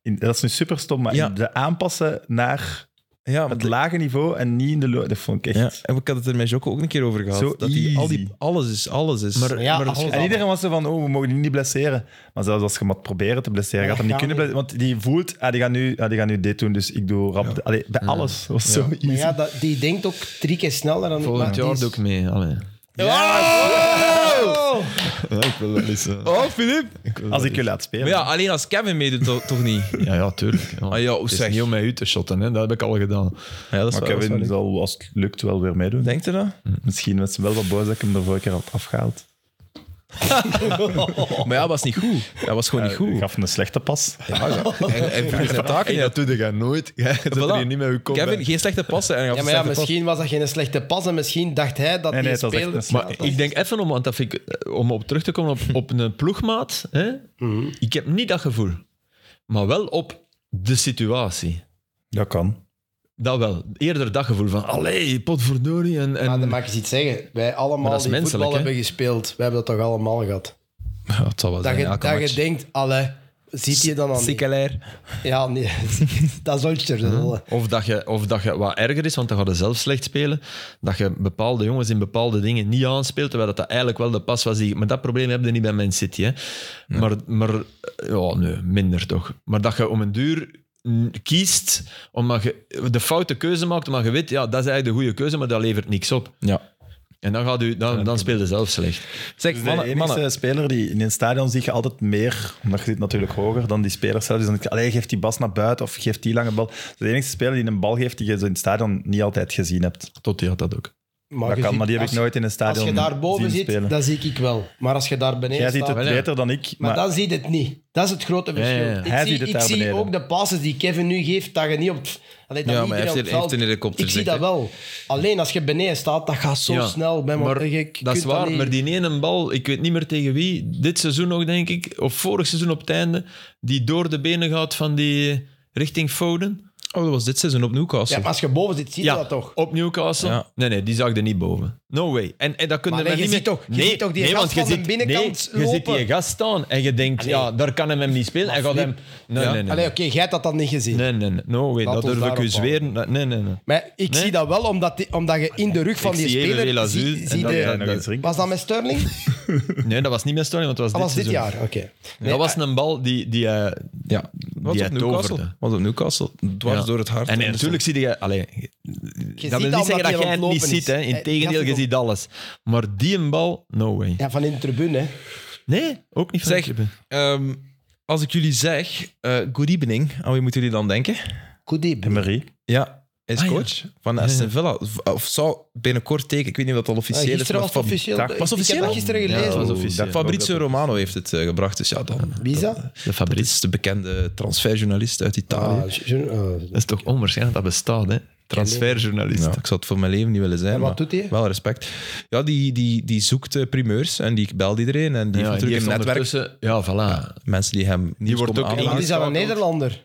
[SPEAKER 3] In- dat is nu super stom, maar
[SPEAKER 1] Ja.
[SPEAKER 3] in de aanpassen naar
[SPEAKER 1] Ja,
[SPEAKER 3] het
[SPEAKER 1] want-
[SPEAKER 3] lage niveau en niet in de... lo- Dat vond ik
[SPEAKER 1] ja,
[SPEAKER 3] echt...
[SPEAKER 1] en ik had het er met Jocko ook een keer over gehad.
[SPEAKER 3] Zo
[SPEAKER 1] dat die, al die,
[SPEAKER 3] easy.
[SPEAKER 1] alles is, alles is.
[SPEAKER 4] Maar-
[SPEAKER 2] ja,
[SPEAKER 1] dat is-
[SPEAKER 2] als-
[SPEAKER 3] En iedereen was zo van, oh, we mogen die niet blesseren. Maar zelfs als je hem had proberen te blesseren, gaat hem niet
[SPEAKER 2] Ja,
[SPEAKER 3] kunnen
[SPEAKER 2] nee.
[SPEAKER 3] blesseren. Want die voelt, ah, die, gaat nu, ah, die gaat nu dit doen, dus ik doe rap... Allee, bij alles Dat was zo easy.
[SPEAKER 2] Maar ja, dat, die denkt ook drie keer sneller dan... maar
[SPEAKER 4] Volgend
[SPEAKER 2] die
[SPEAKER 4] jaar
[SPEAKER 2] is-
[SPEAKER 4] doe ik mee. Allee. ik wil dat niet zo.
[SPEAKER 1] Oh, Filip!
[SPEAKER 3] Als ik je laat spelen.
[SPEAKER 1] Maar ja, alleen als Kevin meedoet, to- toch niet?
[SPEAKER 4] Ja, ja, tuurlijk. Ja.
[SPEAKER 1] Ah, ja,
[SPEAKER 4] het is
[SPEAKER 1] zeg.
[SPEAKER 4] niet om mij u te shotten, hè. dat heb ik al
[SPEAKER 1] Ja,
[SPEAKER 4] gedaan.
[SPEAKER 1] dat is
[SPEAKER 3] maar
[SPEAKER 1] wel- dat is wel
[SPEAKER 3] Kevin
[SPEAKER 1] leuk.
[SPEAKER 3] zal, als het lukt, wel weer meedoen.
[SPEAKER 1] Denkt u dat?
[SPEAKER 3] Misschien was hij wel wat boos dat ik hem de vorige keer had afgehaald.
[SPEAKER 1] Maar ja, dat was niet goed. Dat was gewoon niet
[SPEAKER 3] Ik
[SPEAKER 1] goed.
[SPEAKER 3] Eh, gaf hem een slechte pas.
[SPEAKER 1] En, en vroeg zijn taken niet.
[SPEAKER 4] doe je nooit. Je zit
[SPEAKER 1] Voilà.
[SPEAKER 4] bij.
[SPEAKER 1] Kevin, geen slechte passen. En hij gaf
[SPEAKER 2] Ja, maar
[SPEAKER 1] een slechte
[SPEAKER 2] ja,
[SPEAKER 1] pas.
[SPEAKER 2] misschien was dat geen slechte pas en misschien dacht hij dat
[SPEAKER 3] Nee, nee,
[SPEAKER 2] die
[SPEAKER 3] het was echt
[SPEAKER 2] speler...
[SPEAKER 3] een slechte
[SPEAKER 4] Maar ik denk even om, want dat vind ik, eh, om op terug te komen op, op een ploegmaat. Hè? Ik heb niet dat gevoel. Maar wel op de situatie.
[SPEAKER 3] Dat kan.
[SPEAKER 4] Dat wel. Eerder dat gevoel van, allee, potverdorie. En, en...
[SPEAKER 2] Maar dan mag ik eens iets zeggen. Wij allemaal
[SPEAKER 4] dat is
[SPEAKER 2] die
[SPEAKER 4] menselijk,
[SPEAKER 2] voetbal
[SPEAKER 4] hè?
[SPEAKER 2] hebben gespeeld, we hebben dat toch allemaal gehad.
[SPEAKER 1] Ja, het zal wel
[SPEAKER 2] Dat
[SPEAKER 1] zijn.
[SPEAKER 2] je,
[SPEAKER 1] elke
[SPEAKER 2] dat je
[SPEAKER 1] match.
[SPEAKER 2] denkt, alle ziet je dan al niet?
[SPEAKER 1] Sikkelaar.
[SPEAKER 2] Ja, nee, [LAUGHS] dat is ontjer.
[SPEAKER 4] Of dat, je, of dat je wat erger is, want dan ga je zelf slecht spelen. Dat je bepaalde jongens in bepaalde dingen niet aanspeelt. Terwijl dat, dat eigenlijk wel de pas was die. Maar dat probleem heb je niet bij Man City. Hè. Maar, maar eh, ja, nee, minder toch. Maar dat je om een duur mm, kiest, omdat je de foute keuze maakt, maar je weet, ja, dat is eigenlijk de goede keuze, maar dat levert niks op.
[SPEAKER 1] Ja.
[SPEAKER 4] En dan, gaat u, dan, dan speel je zelf slecht.
[SPEAKER 1] Zeg,
[SPEAKER 3] Dus de
[SPEAKER 1] mannen,
[SPEAKER 3] enige
[SPEAKER 1] mannen,
[SPEAKER 3] speler die in een stadion zie je altijd meer, omdat je zit natuurlijk hoger dan die speler zelf. Dus dan denk je, allee, geeft die bas naar buiten of geeft die lange bal. Dus de enige speler die een bal geeft die je zo in het stadion niet altijd gezien hebt.
[SPEAKER 4] Totti had dat ook.
[SPEAKER 3] dat kan, maar die heb ik nooit in een
[SPEAKER 2] Als
[SPEAKER 3] stadion
[SPEAKER 2] je daarboven
[SPEAKER 3] zien
[SPEAKER 2] zit,
[SPEAKER 3] spelen.
[SPEAKER 2] dat zie ik wel. Maar als je daar beneden
[SPEAKER 3] Jij ziet
[SPEAKER 2] staat...
[SPEAKER 3] het
[SPEAKER 4] wel, ja.
[SPEAKER 3] beter dan ik,
[SPEAKER 2] Maar,
[SPEAKER 3] maar,
[SPEAKER 2] dan ziet het niet. Dat is het grote verschil.
[SPEAKER 4] ja, ja.
[SPEAKER 2] Ik,
[SPEAKER 3] Hij
[SPEAKER 2] zie,
[SPEAKER 3] ziet het
[SPEAKER 2] ik
[SPEAKER 3] daar
[SPEAKER 2] zie
[SPEAKER 3] beneden.
[SPEAKER 2] ook de passes die Kevin nu geeft, dat je niet op... Allee, dat
[SPEAKER 1] Ja,
[SPEAKER 2] niet
[SPEAKER 1] maar hij
[SPEAKER 2] iedereen
[SPEAKER 1] heeft hier- heeft
[SPEAKER 2] op het veld-
[SPEAKER 1] een helikopter,
[SPEAKER 2] Ik zie
[SPEAKER 1] zegt
[SPEAKER 2] dat
[SPEAKER 1] hij.
[SPEAKER 2] wel. Alleen als je beneden staat, dat gaat zo
[SPEAKER 4] Ja,
[SPEAKER 2] snel. Bij
[SPEAKER 4] maar
[SPEAKER 2] elkaar. Je kunt
[SPEAKER 4] dat is waar,
[SPEAKER 2] niet-
[SPEAKER 4] maar die ene bal, ik weet niet meer tegen wie, dit seizoen nog denk ik, of vorig seizoen op het einde, die door de benen gaat van die eh, richting Foden.
[SPEAKER 1] oh, dat was dit seizoen op
[SPEAKER 2] Ja,
[SPEAKER 1] Newcastle.
[SPEAKER 2] maar als je boven zit, zie je dat toch?
[SPEAKER 4] op Newcastle.
[SPEAKER 1] Ja.
[SPEAKER 4] Nee, nee, die zag er niet boven. No way. En, en dat kunnen
[SPEAKER 2] Maar nee,
[SPEAKER 4] we
[SPEAKER 2] je
[SPEAKER 4] niet
[SPEAKER 2] ziet
[SPEAKER 4] meer-
[SPEAKER 2] toch- je ziet toch die gast
[SPEAKER 4] want je
[SPEAKER 2] van de
[SPEAKER 4] ziet-
[SPEAKER 2] binnenkant
[SPEAKER 4] nee, Je ziet
[SPEAKER 2] lopen.
[SPEAKER 4] die gast staan en je denkt, ja, daar kan hem hem niet spelen. En gaat hem... Nee, nee, nee.
[SPEAKER 2] Allee, oké, jij hebt dat dan niet gezien.
[SPEAKER 4] Nee, nee, nee. No way,
[SPEAKER 2] Laat
[SPEAKER 4] dat
[SPEAKER 2] ons
[SPEAKER 4] durf ik
[SPEAKER 2] daarop
[SPEAKER 4] u zweren. Nee, nee, nee.
[SPEAKER 2] Maar ik
[SPEAKER 4] Nee?
[SPEAKER 2] zie dat wel, omdat, die- omdat je in de rug van
[SPEAKER 4] Ik
[SPEAKER 2] die
[SPEAKER 4] zie even Real
[SPEAKER 2] speler...
[SPEAKER 4] Azul
[SPEAKER 2] zie-
[SPEAKER 4] en
[SPEAKER 2] zie
[SPEAKER 4] dan-
[SPEAKER 2] de-
[SPEAKER 4] dan-
[SPEAKER 3] en nog eens drinken.
[SPEAKER 2] Was dat met
[SPEAKER 4] [LAUGHS]
[SPEAKER 2] Sterling?
[SPEAKER 4] Nee, dat was niet meer Sterling, want dat was
[SPEAKER 2] Dat was dit
[SPEAKER 4] seizoen.
[SPEAKER 2] jaar, oké. Nee, ah,
[SPEAKER 4] dat was een bal die, die eh,
[SPEAKER 1] Ja, was
[SPEAKER 4] Die
[SPEAKER 1] op
[SPEAKER 4] het
[SPEAKER 1] Newcastle.
[SPEAKER 4] toverde.
[SPEAKER 1] Was op Newcastle. Dwars
[SPEAKER 4] Ja.
[SPEAKER 1] door het hart.
[SPEAKER 4] En, natuurlijk zie je... Allee, dat
[SPEAKER 2] ziet
[SPEAKER 4] wil
[SPEAKER 2] al
[SPEAKER 4] niet zeggen
[SPEAKER 2] dat
[SPEAKER 4] dat,
[SPEAKER 2] hij
[SPEAKER 4] jij het
[SPEAKER 2] aan het
[SPEAKER 4] niet
[SPEAKER 2] lopen
[SPEAKER 4] ziet. Hè.
[SPEAKER 2] is. Hij-
[SPEAKER 4] Integendeel,
[SPEAKER 2] gaat
[SPEAKER 4] je
[SPEAKER 2] het
[SPEAKER 4] ziet alles. Maar die een bal, no way.
[SPEAKER 2] Ja, van in de tribune. Hè.
[SPEAKER 4] Nee, ook niet van
[SPEAKER 1] Zeg,
[SPEAKER 4] de tribune.
[SPEAKER 1] Ehm, als ik jullie zeg, eh good evening, aan wie moeten jullie dan denken?
[SPEAKER 2] Goed diep.
[SPEAKER 3] En Marie.
[SPEAKER 1] Ja, hij is
[SPEAKER 4] Ah, ja.
[SPEAKER 1] coach van Aston Villa. V- Of zou binnenkort tekenen, ik weet niet of dat al
[SPEAKER 2] Ah,
[SPEAKER 1] officieel is.
[SPEAKER 2] gisteren
[SPEAKER 1] maar
[SPEAKER 2] was het
[SPEAKER 1] van-
[SPEAKER 2] officieel.
[SPEAKER 3] dag.
[SPEAKER 2] Ik-
[SPEAKER 1] Was
[SPEAKER 2] Ik
[SPEAKER 1] officieel?
[SPEAKER 2] heb dat gisteren
[SPEAKER 4] Ja,
[SPEAKER 2] gelezen.
[SPEAKER 4] dat was officieel.
[SPEAKER 1] Fabrizio Romano heeft het eh, gebracht, dus ja, dan.
[SPEAKER 2] Wie is dat?
[SPEAKER 4] De
[SPEAKER 1] Dat
[SPEAKER 4] Fabrizio.
[SPEAKER 1] is de bekende transferjournalist uit Italië.
[SPEAKER 2] Ah, je- je- eh,
[SPEAKER 4] Dat is toch onwaarschijnlijk dat bestaat, hè? Transferjournalist.
[SPEAKER 1] Ja, ik zou het voor mijn leven niet willen zijn.
[SPEAKER 2] En wat
[SPEAKER 1] maar
[SPEAKER 2] doet hij?
[SPEAKER 1] Wel respect. Ja, die, die, die zoekt eh, primeurs en die belt iedereen. En die
[SPEAKER 4] Ja,
[SPEAKER 1] heeft
[SPEAKER 4] die
[SPEAKER 1] natuurlijk
[SPEAKER 4] heeft
[SPEAKER 1] een netwerk.
[SPEAKER 4] ondertussen- Ja, voilà.
[SPEAKER 1] Mensen die hem niet
[SPEAKER 4] wordt
[SPEAKER 1] komen
[SPEAKER 4] ook
[SPEAKER 1] aanraken.
[SPEAKER 2] wat is dat een Nederlander?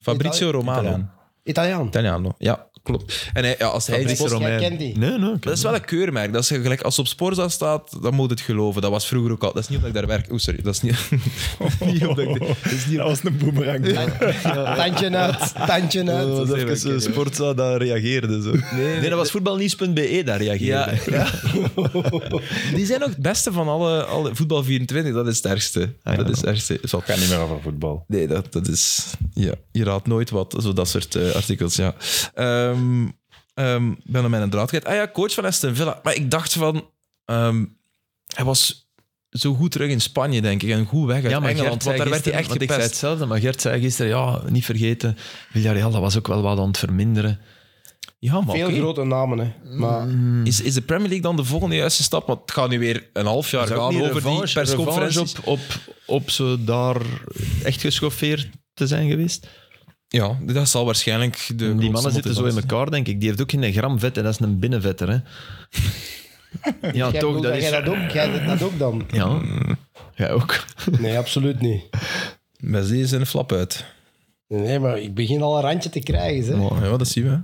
[SPEAKER 1] Fabrizio Romano.
[SPEAKER 3] Italiaan.
[SPEAKER 2] Italiaan.
[SPEAKER 1] Italiano, ja, klopt. En hij, ja, als hij...
[SPEAKER 2] Fabrizio
[SPEAKER 1] die-
[SPEAKER 2] Romano. jij
[SPEAKER 4] Romein.
[SPEAKER 2] kent die.
[SPEAKER 4] Nee, nee. ik
[SPEAKER 1] Dat is wel een keurmerk. Dat is gelijk, als ze op Sporza staat, dan moet het geloven. Dat was vroeger ook al. Dat is niet omdat ik daar werk. Oeh, sorry. Dat is niet, niet omdat ik... Dat is niet
[SPEAKER 3] Dat was een boomerang.
[SPEAKER 2] Tandje uit, tandje uit.
[SPEAKER 4] Dat was
[SPEAKER 1] even
[SPEAKER 4] even
[SPEAKER 1] een
[SPEAKER 4] een sportzaal dat reageerde. Zo. Nee, dat was voetbalnieuws.be dat E, reageerde.
[SPEAKER 1] [LAUGHS] Die zijn ook het beste van alle, alle... Voetbal 24, dat is het ergste. dat is het ergste. Zal-
[SPEAKER 3] Ah, Ik ga niet meer over voetbal.
[SPEAKER 1] Nee, dat, dat is... Ja, je raadt nooit wat. Zo dat soort eh, artikels, ja. Ehm ehm ik ben aan mijn draad kwijt. Ah ja, coach van Aston Villa. Maar ik dacht van... ehm, hij was zo goed terug in Spanje, denk ik. En goed weg uit Engeland. Want daar werd hij echt
[SPEAKER 4] want ik zei
[SPEAKER 1] gepest.
[SPEAKER 4] hetzelfde, maar Gert zei gisteren, ja, niet vergeten, Villarreal, dat was ook wel wat aan het verminderen.
[SPEAKER 1] Ja, maar
[SPEAKER 2] Veel
[SPEAKER 1] oké. Ah,
[SPEAKER 2] grote namen, hè. Maar
[SPEAKER 1] Is, is de Premier League dan de volgende juiste stap? Want het gaat nu weer een half jaar
[SPEAKER 4] Zou ik
[SPEAKER 1] gaan
[SPEAKER 4] niet
[SPEAKER 1] over die
[SPEAKER 4] revanche-
[SPEAKER 1] persconferentie.
[SPEAKER 4] revanche op, op, op ze daar echt geschoffeerd te zijn geweest.
[SPEAKER 1] Ja, dat zal waarschijnlijk de
[SPEAKER 4] Die mannen zitten zo in elkaar, denk ik. Die heeft ook geen gram vet en dat is een binnenvetter. Hè. Ja,
[SPEAKER 2] jij
[SPEAKER 4] toch,
[SPEAKER 2] bedoelt
[SPEAKER 4] dat is...
[SPEAKER 2] jij dat ook? Jij doet dat ook dan?
[SPEAKER 4] Ja, jij ook.
[SPEAKER 2] Nee, absoluut niet.
[SPEAKER 1] Met deze zijn een flap uit.
[SPEAKER 2] Nee, maar ik begin al een randje te krijgen, hè.
[SPEAKER 1] Ja, dat zien we.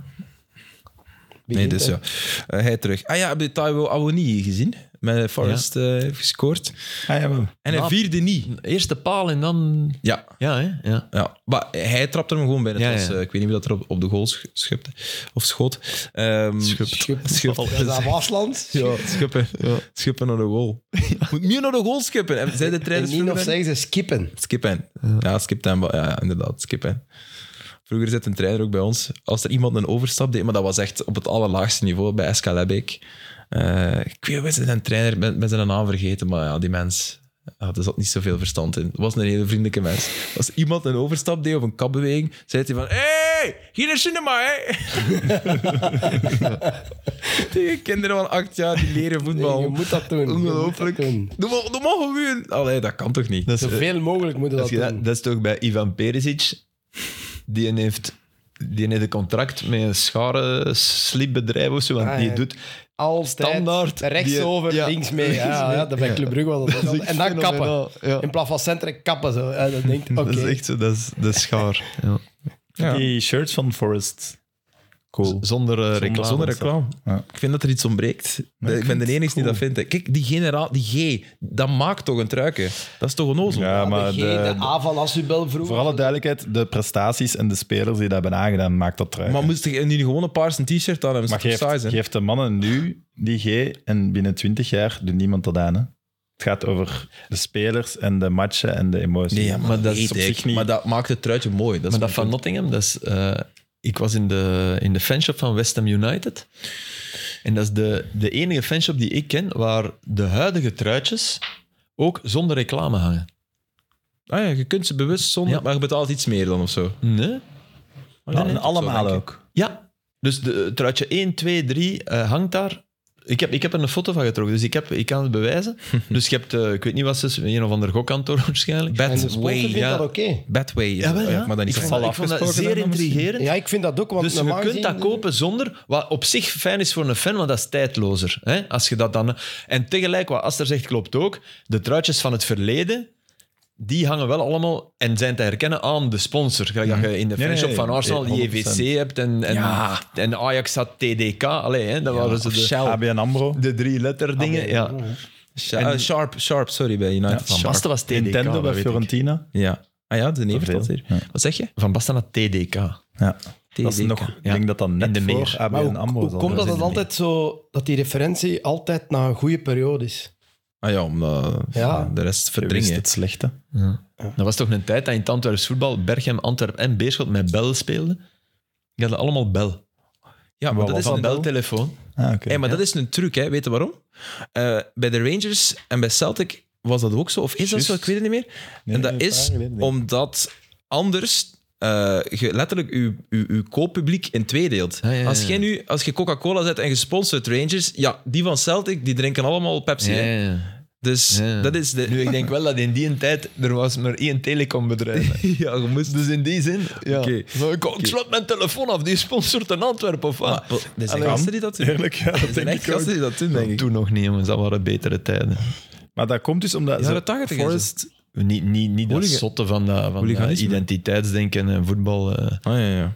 [SPEAKER 1] Nee,
[SPEAKER 2] Begint,
[SPEAKER 1] dus
[SPEAKER 2] hè.
[SPEAKER 1] ja. Eh, hij terug. Ah ja, heb je Taiwo Awoniyi gezien? Met Forrest eh, heeft gescoord.
[SPEAKER 3] Ah, ja, maar-
[SPEAKER 1] En hij
[SPEAKER 4] Nou.
[SPEAKER 1] vierde niet.
[SPEAKER 4] Eerste paal en dan...
[SPEAKER 1] Ja.
[SPEAKER 4] Ja, hè? Ja.
[SPEAKER 1] Ja, maar hij trapte hem gewoon binnen.
[SPEAKER 4] Ja,
[SPEAKER 1] Het was,
[SPEAKER 4] ja.
[SPEAKER 1] eh, ik weet niet wie dat er op, op de goal sch- schupte. Of schoot. Ehm,
[SPEAKER 2] Schub.
[SPEAKER 1] Schub.
[SPEAKER 2] Oh,
[SPEAKER 1] [LAUGHS]
[SPEAKER 2] Dat is aan Wasland.
[SPEAKER 1] Ja, schuppen. Schuppen naar de goal. Moet meer naar de goal schippen. En zei de
[SPEAKER 2] En
[SPEAKER 1] trainers
[SPEAKER 2] niet nog
[SPEAKER 1] vroeger-
[SPEAKER 2] zeggen ze skippen.
[SPEAKER 1] Skip hen. Ja, skip hen. Ja, ja, inderdaad, skip hen. Vroeger zat een trainer ook bij ons. Als er iemand een overstap deed, maar dat was echt op het allerlaagste niveau bij SK Lebeek. Eh, ik weet niet, zijn trainer, ik ben, ben zijn naam vergeten, maar ja, die mens, ja, daar zat niet zoveel verstand in. Het was een hele vriendelijke mens. Als iemand een overstap deed of een kapbeweging, zei hij van, hey, hier is cinema, hè. [LAUGHS] Tegen kinderen van acht jaar, die leren voetbal.
[SPEAKER 2] Je moet dat doen. Je moet dat
[SPEAKER 1] Ongelooflijk.
[SPEAKER 2] doen.
[SPEAKER 1] Doe maar, doe maar gewoon. Allee, dat kan toch niet?
[SPEAKER 4] Dat is,
[SPEAKER 2] Zoveel mogelijk moeten
[SPEAKER 4] dat,
[SPEAKER 2] dat
[SPEAKER 4] is, dat,
[SPEAKER 2] doen.
[SPEAKER 4] dat is toch bij Ivan Perisic? Die heeft, die heeft een contract met een schare slipbedrijf of zo. Want
[SPEAKER 2] Ah,
[SPEAKER 4] die
[SPEAKER 2] ja.
[SPEAKER 4] doet...
[SPEAKER 2] Altijd
[SPEAKER 4] standaard, die-
[SPEAKER 2] rechtsover,
[SPEAKER 4] ja.
[SPEAKER 2] links mee. Ja, ja, dat bij Club Brugge was dat.
[SPEAKER 4] is echt
[SPEAKER 2] en dan kappen.
[SPEAKER 4] fenomenaal, ja.
[SPEAKER 2] In plaats van centrum kappen. Zo. En dan denkt, oké.
[SPEAKER 4] Dat is echt zo, dat is, dat is schaar. Ja.
[SPEAKER 1] Ja.
[SPEAKER 3] Die shirts van Forrest. Cool.
[SPEAKER 4] Zonder eh,
[SPEAKER 1] Zonder-
[SPEAKER 4] reclame.
[SPEAKER 1] Zonder reclame.
[SPEAKER 3] Ja.
[SPEAKER 1] Ik vind dat er iets ontbreekt.
[SPEAKER 3] Nee,
[SPEAKER 1] ik ben
[SPEAKER 3] ik vind
[SPEAKER 1] de
[SPEAKER 3] het
[SPEAKER 1] enige die
[SPEAKER 3] cool.
[SPEAKER 1] dat vindt. hè. Kijk, die generaal, die G, dat maakt toch een truiken? Dat is toch een ozel?
[SPEAKER 3] Ja, maar
[SPEAKER 2] de, G,
[SPEAKER 3] de,
[SPEAKER 2] de A van Asubel vroeger.
[SPEAKER 3] voor alle duidelijkheid, de prestaties en de spelers die dat hebben aangedaan, maakt dat terug.
[SPEAKER 1] Maar moest je nu gewoon een paarse t-shirt aan hebben?
[SPEAKER 3] Maar
[SPEAKER 1] Dat is toch
[SPEAKER 3] geeft,
[SPEAKER 1] saai, hè?
[SPEAKER 3] geeft de mannen nu die G en binnen 20 jaar doet niemand dat aan. Hè? Het gaat over de spelers en de matchen en de emoties.
[SPEAKER 1] Nee, ja, maar, dat is
[SPEAKER 3] op zich niet.
[SPEAKER 1] Maar dat maakt het truitje mooi. Dat is
[SPEAKER 4] Maar dat van
[SPEAKER 1] mijn
[SPEAKER 4] Nottingham, dat is... eh, ik was in de, in de fanshop van West Ham United. En dat is de, de enige fanshop die ik ken waar de huidige truitjes ook zonder reclame hangen.
[SPEAKER 1] punt. Ah ja, je kunt ze bewust zonder,
[SPEAKER 4] Ja.
[SPEAKER 1] maar je betaalt iets meer dan of zo.
[SPEAKER 4] Nee?
[SPEAKER 3] Ja, en
[SPEAKER 1] Nee, nee,
[SPEAKER 3] allemaal
[SPEAKER 1] zo denk ik.
[SPEAKER 3] ook.
[SPEAKER 4] Ja. Dus de, het truitje 1, 2, 3 eh, hangt daar. Ik heb, ik heb er een foto van getrokken, dus ik, heb, ik kan het
[SPEAKER 1] [LAUGHS]
[SPEAKER 4] bewijzen. dus je hebt, eh, ik weet niet wat ze is, een of ander gokkantoor [LAUGHS] waarschijnlijk.
[SPEAKER 2] En de
[SPEAKER 1] Bad
[SPEAKER 2] sponsor
[SPEAKER 1] way.
[SPEAKER 2] vindt
[SPEAKER 4] ja.
[SPEAKER 2] dat oké.
[SPEAKER 1] Badway. is-
[SPEAKER 4] Jawel,
[SPEAKER 1] Maar dan
[SPEAKER 4] ik
[SPEAKER 1] niet
[SPEAKER 4] vond,
[SPEAKER 1] van
[SPEAKER 4] dat- ik vond dat
[SPEAKER 3] afgesproken
[SPEAKER 4] zeer
[SPEAKER 3] dan misschien?
[SPEAKER 4] intrigerend.
[SPEAKER 2] Ja, ik vind dat ook. Want
[SPEAKER 4] Dus je
[SPEAKER 2] normaal
[SPEAKER 4] kunt dat
[SPEAKER 2] gezien-
[SPEAKER 4] kopen zonder, wat op zich fijn is voor een fan, want dat is tijdlozer. Hè? Als je dat dan, en tegelijk, wat Aster zegt, klopt ook. De truitjes van het verleden, die hangen wel allemaal en zijn te herkennen aan de sponsor. Gelijk dat je in de
[SPEAKER 3] Nee,
[SPEAKER 4] fanshop
[SPEAKER 3] nee,
[SPEAKER 4] van Arsenal die
[SPEAKER 3] 100%.
[SPEAKER 4] EVC hebt en, en, en Ajax had TDK. Allee, hè? dat waren ze
[SPEAKER 1] of
[SPEAKER 4] de, Ah,
[SPEAKER 1] Shell.
[SPEAKER 3] ABN AMRO.
[SPEAKER 4] de drie letter dingen. Ja.
[SPEAKER 1] Sha- eh, Sharp, Sharp, sorry, bij United.
[SPEAKER 4] Van Basten was TDK.
[SPEAKER 3] Nintendo
[SPEAKER 4] dat
[SPEAKER 3] bij
[SPEAKER 4] weet ik.
[SPEAKER 3] Fiorentina.
[SPEAKER 1] Ja. Ah ja, de Neverstad
[SPEAKER 3] Veel.
[SPEAKER 1] hier. Wat zeg je?
[SPEAKER 4] Van Basten had TDK.
[SPEAKER 3] Ja. Dat is
[SPEAKER 1] TDK.
[SPEAKER 3] nog, Ik denk dat dat net
[SPEAKER 4] de
[SPEAKER 3] voor
[SPEAKER 4] meer.
[SPEAKER 2] Maar
[SPEAKER 3] ABN
[SPEAKER 2] hoe,
[SPEAKER 3] AMRO
[SPEAKER 2] hoe
[SPEAKER 3] zal
[SPEAKER 2] komt dat
[SPEAKER 3] zijn.
[SPEAKER 2] het altijd zo... Dat die referentie altijd na een goede periode is?
[SPEAKER 1] Ah ja, om eh, de
[SPEAKER 2] Ja.
[SPEAKER 1] rest
[SPEAKER 3] Je wist
[SPEAKER 1] verdringen.
[SPEAKER 3] het slechte.
[SPEAKER 4] Dat was toch een tijd dat in het Antwerps voetbal Berchem, Antwerp en Beerschot met Bel speelden? Die hadden allemaal Bel.
[SPEAKER 1] Ja, maar
[SPEAKER 3] Wat
[SPEAKER 1] dat
[SPEAKER 3] was
[SPEAKER 1] is
[SPEAKER 3] dat
[SPEAKER 1] een
[SPEAKER 3] dan?
[SPEAKER 4] Telefoon.
[SPEAKER 3] Ah, oké. [LAUGHS]
[SPEAKER 1] Hey, maar dat is een truc, hè. weet je waarom? Eh, bij de Rangers en bij Celtic was dat ook zo, of is dat zo, ik
[SPEAKER 3] Juist.
[SPEAKER 1] weet het niet meer.
[SPEAKER 3] Nee,
[SPEAKER 1] en dat
[SPEAKER 3] een paar
[SPEAKER 1] is
[SPEAKER 3] jaar geleden, denk ik.
[SPEAKER 1] omdat anders eh, je letterlijk je, je, je kooppubliek in twee deelt.
[SPEAKER 4] Ah, ja, ja,
[SPEAKER 1] Als
[SPEAKER 4] ja.
[SPEAKER 1] jij nu, als je Coca-Cola zet en gesponsord Rangers, ja, die van Celtic, die drinken allemaal Pepsi. hè. Dus
[SPEAKER 4] Ja, ja.
[SPEAKER 1] dat is de...
[SPEAKER 4] Nu, ik denk wel dat in die tijd er was maar
[SPEAKER 1] [LAUGHS]
[SPEAKER 4] één telecombedrijf. ja, je moest. Dus in die zin. Ja.
[SPEAKER 1] Oké.
[SPEAKER 4] Maar ik sluit mijn telefoon af, die sponsort een Antwerpen of wat?
[SPEAKER 1] Ah, wel, er zijn
[SPEAKER 4] Allee,
[SPEAKER 1] gasten die dat doen.
[SPEAKER 3] Eerlijk, ja, dat
[SPEAKER 1] Er zijn
[SPEAKER 3] denk
[SPEAKER 1] echt
[SPEAKER 3] ik ook.
[SPEAKER 1] gasten die dat doen, denk ik.
[SPEAKER 4] Toen nog niet, jongens, dat waren betere tijden.
[SPEAKER 3] Maar dat komt dus omdat...
[SPEAKER 1] Jaren
[SPEAKER 3] ze-
[SPEAKER 1] 80 en zo.
[SPEAKER 3] Forest,
[SPEAKER 4] Niet, niet, niet dat
[SPEAKER 1] Hooligan-
[SPEAKER 4] zotte van, dat, van dat
[SPEAKER 1] Hooliganisme.
[SPEAKER 4] identiteitsdenken en voetbal. eh.
[SPEAKER 1] Ah, ja, ja.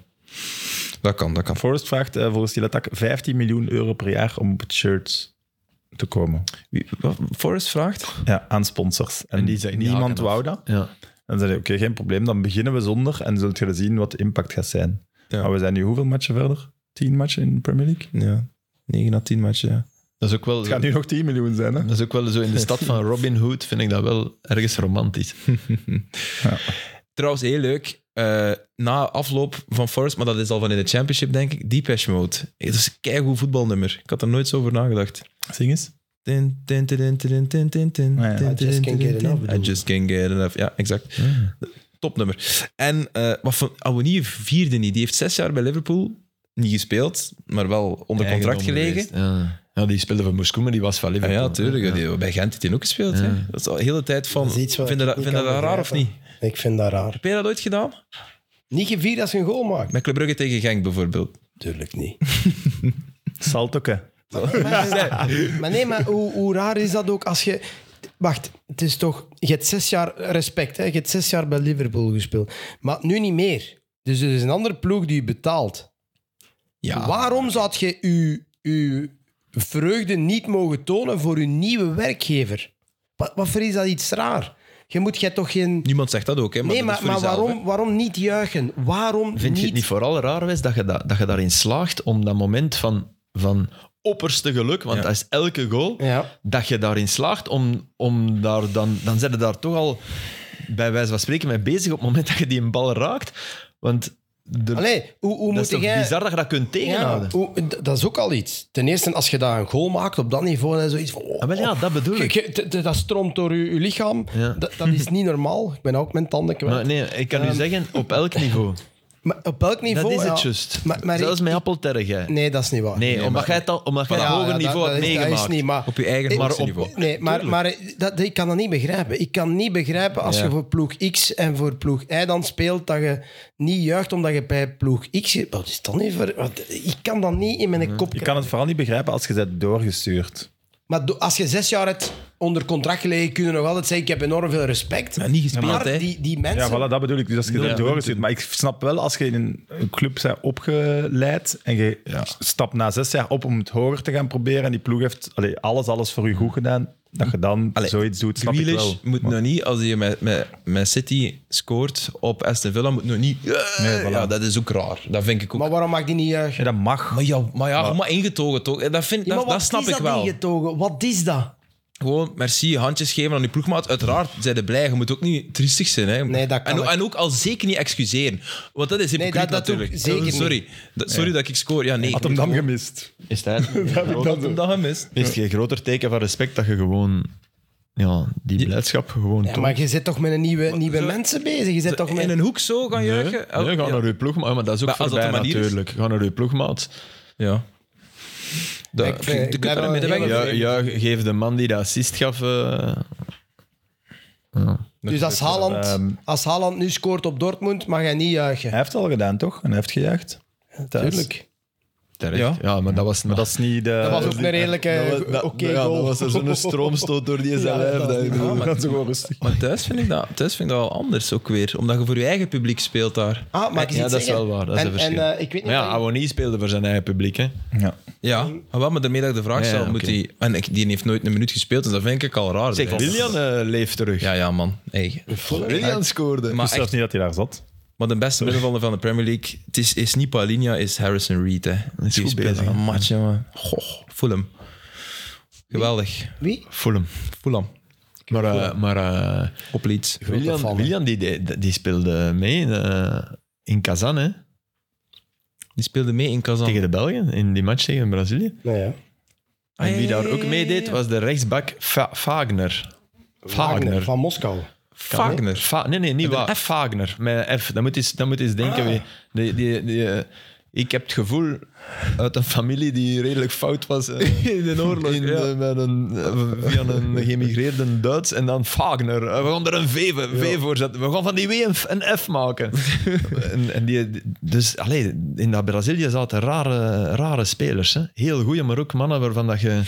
[SPEAKER 1] Dat kan, dat kan.
[SPEAKER 3] Forest vraagt eh, volgens die attack 15 miljoen euro per jaar om op het shirt te komen.
[SPEAKER 1] Wie, wat, Forrest vraagt...
[SPEAKER 3] Ja, aan sponsors. En,
[SPEAKER 4] En die zeggen, die
[SPEAKER 3] niemand
[SPEAKER 4] haken af.
[SPEAKER 3] wou dat.
[SPEAKER 4] Ja.
[SPEAKER 3] Dan zei hij, oké, geen probleem, dan beginnen we zonder en zult je zien wat de impact gaat zijn.
[SPEAKER 1] Ja.
[SPEAKER 3] Maar we zijn nu hoeveel matchen verder? 10 matchen in de Premier League?
[SPEAKER 1] Ja, 9 à 10 matchen, ja.
[SPEAKER 4] Dat is ook wel.
[SPEAKER 3] Het gaat nu nog 10 miljoen zijn, hè?
[SPEAKER 4] Dat is ook wel zo in de stad
[SPEAKER 1] [LAUGHS]
[SPEAKER 4] van Robin Hood, vind ik dat wel ergens romantisch.
[SPEAKER 1] Trouwens, heel leuk. eh, na afloop van Forest, maar dat is al van in de Championship, denk ik. Depeche Mode. Het is een keigoed voetbalnummer. Ik had er nooit zo over nagedacht.
[SPEAKER 3] Zing eens.
[SPEAKER 1] Tin, tin, tin, tin, tin, tin, tin, tin,
[SPEAKER 3] Ah, ja.
[SPEAKER 1] tin,
[SPEAKER 2] I just
[SPEAKER 1] tin,
[SPEAKER 2] can't
[SPEAKER 1] tin,
[SPEAKER 2] get
[SPEAKER 1] tin.
[SPEAKER 2] enough,
[SPEAKER 1] I
[SPEAKER 2] bedoel.
[SPEAKER 1] just can't get enough. Ja, exact. Topnummer. En eh, wat van Awonier vierde niet. Die heeft zes jaar bij Liverpool niet gespeeld, maar wel onder contract
[SPEAKER 4] Eigendom
[SPEAKER 1] gelegen.
[SPEAKER 4] geweest, Ja. ja, die speelde voor Moes Koeman, die was van
[SPEAKER 1] Ah Ja,
[SPEAKER 4] Liverpool.
[SPEAKER 1] ja, tuurlijk.
[SPEAKER 4] Ja.
[SPEAKER 1] Die- Bij Gent heeft hij ook gespeeld.
[SPEAKER 4] Ja.
[SPEAKER 1] hè. Dat is al de hele tijd van...
[SPEAKER 2] Dat is iets wat
[SPEAKER 1] Vind je
[SPEAKER 2] ik
[SPEAKER 1] dat,
[SPEAKER 2] niet
[SPEAKER 1] vind je
[SPEAKER 2] kan
[SPEAKER 1] dat raar of niet?
[SPEAKER 2] begrijpen. Ik vind dat raar.
[SPEAKER 1] Heb je dat ooit gedaan?
[SPEAKER 2] Niet gevierd als je een goal maakt.
[SPEAKER 1] Met Club Brugge tegen Genk
[SPEAKER 2] [LAUGHS]
[SPEAKER 1] bijvoorbeeld.
[SPEAKER 2] Tuurlijk niet.
[SPEAKER 3] Saltokke.
[SPEAKER 2] Maar nee, maar hoe, hoe raar is dat ook als je... Wacht, het is toch... Je hebt zes jaar respect, hè? Je hebt zes jaar bij Liverpool gespeeld. Maar nu niet meer. Dus er is een andere ploeg die je betaalt.
[SPEAKER 1] Ja.
[SPEAKER 2] Waarom zou je je, je vreugde niet mogen tonen voor je nieuwe werkgever? Wat, wat voor is dat iets raar? Je moet jij toch geen...
[SPEAKER 1] Niemand zegt dat ook, hè? Maar
[SPEAKER 2] Nee,
[SPEAKER 1] dat is
[SPEAKER 2] maar,
[SPEAKER 1] voor
[SPEAKER 2] maar
[SPEAKER 1] jezelf,
[SPEAKER 2] waarom, waarom niet juichen? Waarom
[SPEAKER 4] Vind je
[SPEAKER 2] niet...
[SPEAKER 4] het niet vooral raar, Wes, dat je, da- dat je daarin slaagt om dat moment van, van opperste geluk, want
[SPEAKER 1] Ja.
[SPEAKER 4] dat is elke goal,
[SPEAKER 2] Ja.
[SPEAKER 4] dat je daarin slaagt om, om daar dan... Dan zijn je daar toch al, bij wijze van spreken, mee bezig op het moment dat je die een bal raakt. Want de,
[SPEAKER 2] Allee, hoe, hoe
[SPEAKER 4] dat is
[SPEAKER 2] moet
[SPEAKER 4] toch
[SPEAKER 2] jij...
[SPEAKER 4] bizar dat je dat kunt tegenhouden?
[SPEAKER 2] Ja, hoe- d- dat is ook al iets. Ten eerste, als je daar een goal maakt op dat niveau, dan is zoiets van... oh,
[SPEAKER 4] Ah, wel ja, dat bedoel
[SPEAKER 2] je-
[SPEAKER 4] ik.
[SPEAKER 2] je- d- d- dat stroomt door je, je lichaam.
[SPEAKER 4] Ja.
[SPEAKER 2] Dat, dat is niet normaal. Ik ben ook mijn tanden kwijt.
[SPEAKER 4] Maar nee, ik kan u zeggen, op elk
[SPEAKER 2] [LAUGHS]
[SPEAKER 4] niveau.
[SPEAKER 2] Maar op welk Ehm, niveau...
[SPEAKER 4] dat is het
[SPEAKER 2] ja.
[SPEAKER 4] juist.
[SPEAKER 2] Maar, maar
[SPEAKER 4] Zelfs
[SPEAKER 2] ik-
[SPEAKER 4] met appelterg, hè. Nee,
[SPEAKER 2] Nee, dat is niet waar.
[SPEAKER 4] omdat jij het al, omdat jij het
[SPEAKER 2] Ja,
[SPEAKER 4] hoger
[SPEAKER 2] ja,
[SPEAKER 4] niveau
[SPEAKER 2] dat-
[SPEAKER 4] hebt
[SPEAKER 2] dat is- dat is
[SPEAKER 4] meegemaakt.
[SPEAKER 2] niet, Eh, maar-
[SPEAKER 1] Op je eigen
[SPEAKER 2] Ik-
[SPEAKER 1] hoogste
[SPEAKER 4] op-
[SPEAKER 1] niveau.
[SPEAKER 2] Nee, maar, maar eh, dat, ik kan dat niet begrijpen. Ik kan niet begrijpen als
[SPEAKER 4] Ja.
[SPEAKER 2] je voor ploeg X en voor ploeg Y dan speelt, dat je niet juicht omdat je bij ploeg X... zit. Wat is dat niet voor... wat- ik kan dat niet in mijn kop
[SPEAKER 3] Je
[SPEAKER 2] krijgen.
[SPEAKER 3] kan het vooral niet begrijpen als je bent doorgestuurd.
[SPEAKER 2] Maar do- als je zes jaar hebt onder contract gelegen, kun je nog altijd zeggen, ik heb enorm veel respect.
[SPEAKER 1] Maar niet gespeeld,
[SPEAKER 2] Maar
[SPEAKER 1] hè.
[SPEAKER 2] die, die
[SPEAKER 3] Ja,
[SPEAKER 2] mensen...
[SPEAKER 3] voilà, dat bedoel ik. Dus als je
[SPEAKER 4] Ja.
[SPEAKER 3] bent doorgestuurd. Maar ik snap wel, als je in een- een club bent opgeleid en je stapt na zes jaar op om het hoger te gaan proberen en die ploeg heeft allee, alles, alles voor je goed gedaan, dat je dan
[SPEAKER 1] Allee,
[SPEAKER 3] zoiets doet, snap ik wel.
[SPEAKER 1] Grealish moet nog niet, als hij met, met, met City scoort op Aston Villa, moet nog niet...
[SPEAKER 3] Nee, voilà.
[SPEAKER 1] Ja, dat is ook raar. Dat vind ik ook...
[SPEAKER 2] Maar waarom mag die niet juichen?
[SPEAKER 3] Ja, dat mag.
[SPEAKER 1] Maar ja, maar, ja, maar ingetogen toch? Dat, vind,
[SPEAKER 2] Ja,
[SPEAKER 1] dat,
[SPEAKER 2] maar wat
[SPEAKER 1] dat snap
[SPEAKER 2] is
[SPEAKER 1] ik
[SPEAKER 2] dat
[SPEAKER 1] wel.
[SPEAKER 2] ingetogen? Wat is dat?
[SPEAKER 1] Gewoon merci, handjes geven aan die ploegmaat. Uiteraard zijn de blij. Je moet ook niet triestig zijn. Hè.
[SPEAKER 2] Nee, dat kan
[SPEAKER 1] en,
[SPEAKER 2] ik.
[SPEAKER 1] en ook al zeker niet excuseren. Want dat is hypocriet
[SPEAKER 2] dat- dat doe ik
[SPEAKER 1] natuurlijk.
[SPEAKER 2] zeker niet.
[SPEAKER 1] sorry. Dat- sorry dat ik scoor. Ja, nee.
[SPEAKER 3] Had hem dan gemist.
[SPEAKER 4] Is dat
[SPEAKER 2] [LAUGHS]
[SPEAKER 1] Had hem dan gemist.
[SPEAKER 4] Is het geen groter teken van respect dat je gewoon... Ja, die blijdschap gewoon
[SPEAKER 2] Ja,
[SPEAKER 4] toont?
[SPEAKER 2] maar je zit toch met een nieuwe, nieuwe mensen bezig? Je zit toch met...
[SPEAKER 1] In een hoek zo gaan
[SPEAKER 4] Nee,
[SPEAKER 1] juichen. Oh,
[SPEAKER 4] nee, ga
[SPEAKER 1] ja.
[SPEAKER 4] naar uw ploegmaat. Maar dat is ook
[SPEAKER 1] Maar als dat
[SPEAKER 4] voorbij
[SPEAKER 1] de manier is.
[SPEAKER 4] natuurlijk. Ga naar uw ploegmaat.
[SPEAKER 1] Ja. Dat,
[SPEAKER 2] Ik vind-
[SPEAKER 1] je
[SPEAKER 2] ik
[SPEAKER 1] kunt
[SPEAKER 2] blijf
[SPEAKER 1] daar
[SPEAKER 2] wel
[SPEAKER 1] middenweg
[SPEAKER 2] heel
[SPEAKER 1] in
[SPEAKER 4] Ja,
[SPEAKER 1] zijn.
[SPEAKER 4] ja, geef de man die de assist gaf... eh,
[SPEAKER 2] Dus als Haaland,
[SPEAKER 3] Ehm.
[SPEAKER 2] als Haaland nu scoort op Dortmund, mag hij niet juichen.
[SPEAKER 3] Hij heeft het al gedaan, toch? En hij heeft gejuicht. Thuis.
[SPEAKER 2] Tuurlijk.
[SPEAKER 4] terecht.
[SPEAKER 1] Ja.
[SPEAKER 4] Ja. maar dat was...
[SPEAKER 3] Maar dat is niet... eh,
[SPEAKER 2] Dat was ook een redelijke
[SPEAKER 4] Dat- dat-
[SPEAKER 2] Eh, oké
[SPEAKER 4] ja,
[SPEAKER 2] goal.
[SPEAKER 4] dat was er zo'n stroomstoot door die
[SPEAKER 2] [LAUGHS] Ja,
[SPEAKER 4] zijn lijf.
[SPEAKER 2] dat is
[SPEAKER 4] dat ik
[SPEAKER 2] niet
[SPEAKER 4] bedoel,
[SPEAKER 2] normaal.
[SPEAKER 3] [LAUGHS]
[SPEAKER 4] dat is gewoon rustig.
[SPEAKER 1] Maar thuis vind, ik dat, thuis vind ik dat wel anders ook weer. Omdat je voor je eigen publiek speelt daar.
[SPEAKER 2] Ah, maar ik
[SPEAKER 4] Ja, dat is wel waar. Dat is
[SPEAKER 2] en,
[SPEAKER 4] een verschil.
[SPEAKER 2] En, eh, ik weet niet
[SPEAKER 4] Maar ja,
[SPEAKER 2] wat ik-
[SPEAKER 4] Awoni speelde voor zijn eigen publiek. Hè.
[SPEAKER 3] Ja.
[SPEAKER 1] Ja, maar Ah, wel, maar daarmee dat ik de vraag
[SPEAKER 4] Ja,
[SPEAKER 1] stel,
[SPEAKER 4] ja,
[SPEAKER 1] moet
[SPEAKER 4] oké.
[SPEAKER 1] die... En ik, die heeft nooit een minuut gespeeld, dus dat vind ik al raar.
[SPEAKER 4] Zeg,
[SPEAKER 1] Dat-
[SPEAKER 4] William eh, leeft terug.
[SPEAKER 1] Ja, ja, man. Hey.
[SPEAKER 4] William scoorde.
[SPEAKER 1] Maar
[SPEAKER 3] Ik zelfs
[SPEAKER 1] echt,
[SPEAKER 3] niet dat hij daar zat.
[SPEAKER 1] maar de beste middenvelder van de Premier League het is, is niet Paulinho, is Harrison Reed. Hè. Die
[SPEAKER 4] goed
[SPEAKER 1] speelt
[SPEAKER 4] bezig,
[SPEAKER 1] Een match, jongen. Goh, Fulham. Geweldig.
[SPEAKER 2] Wie?
[SPEAKER 4] Fulham.
[SPEAKER 1] Fulham.
[SPEAKER 4] Maar, eh, maar eh,
[SPEAKER 1] Op Leeds.
[SPEAKER 4] William,
[SPEAKER 2] fan, hè.
[SPEAKER 4] William die, die, die speelde mee in, eh, in Kazan, hè?
[SPEAKER 1] Die speelde mee in Kazan.
[SPEAKER 4] Tegen de Belgen, in die match tegen Brazilië.
[SPEAKER 2] Nou ja.
[SPEAKER 1] Ah,
[SPEAKER 4] En
[SPEAKER 1] ja,
[SPEAKER 4] wie
[SPEAKER 1] ja,
[SPEAKER 4] daar
[SPEAKER 1] ja,
[SPEAKER 4] ook
[SPEAKER 1] ja,
[SPEAKER 4] meedeed,
[SPEAKER 1] ja.
[SPEAKER 4] was de rechtsbak Fa- Fagner. Fagner.
[SPEAKER 2] van Moskou.
[SPEAKER 1] Wagner.
[SPEAKER 4] Fa- nee, nee, niet
[SPEAKER 1] Met een
[SPEAKER 4] waar.
[SPEAKER 1] F.
[SPEAKER 4] Fagner. Met een F. Dan moet eens, dan moet eens denken. wie- Die, die, die, eh, ik heb het gevoel uit een familie die redelijk fout was. eh,
[SPEAKER 1] In de oorlog,
[SPEAKER 4] [LAUGHS] in,
[SPEAKER 1] ja.
[SPEAKER 4] eh, met een, eh, via [LAUGHS] een geëmigreerde Duits en dan Fagner. Eh, We gaan er een V, voor- v voor zetten. We gaan van die W een F, een F [LAUGHS] maken. en, en die, die- dus allee, in dat Brazilië zaten rare, rare spelers. Hè? Heel goede, maar ook mannen waarvan dat je.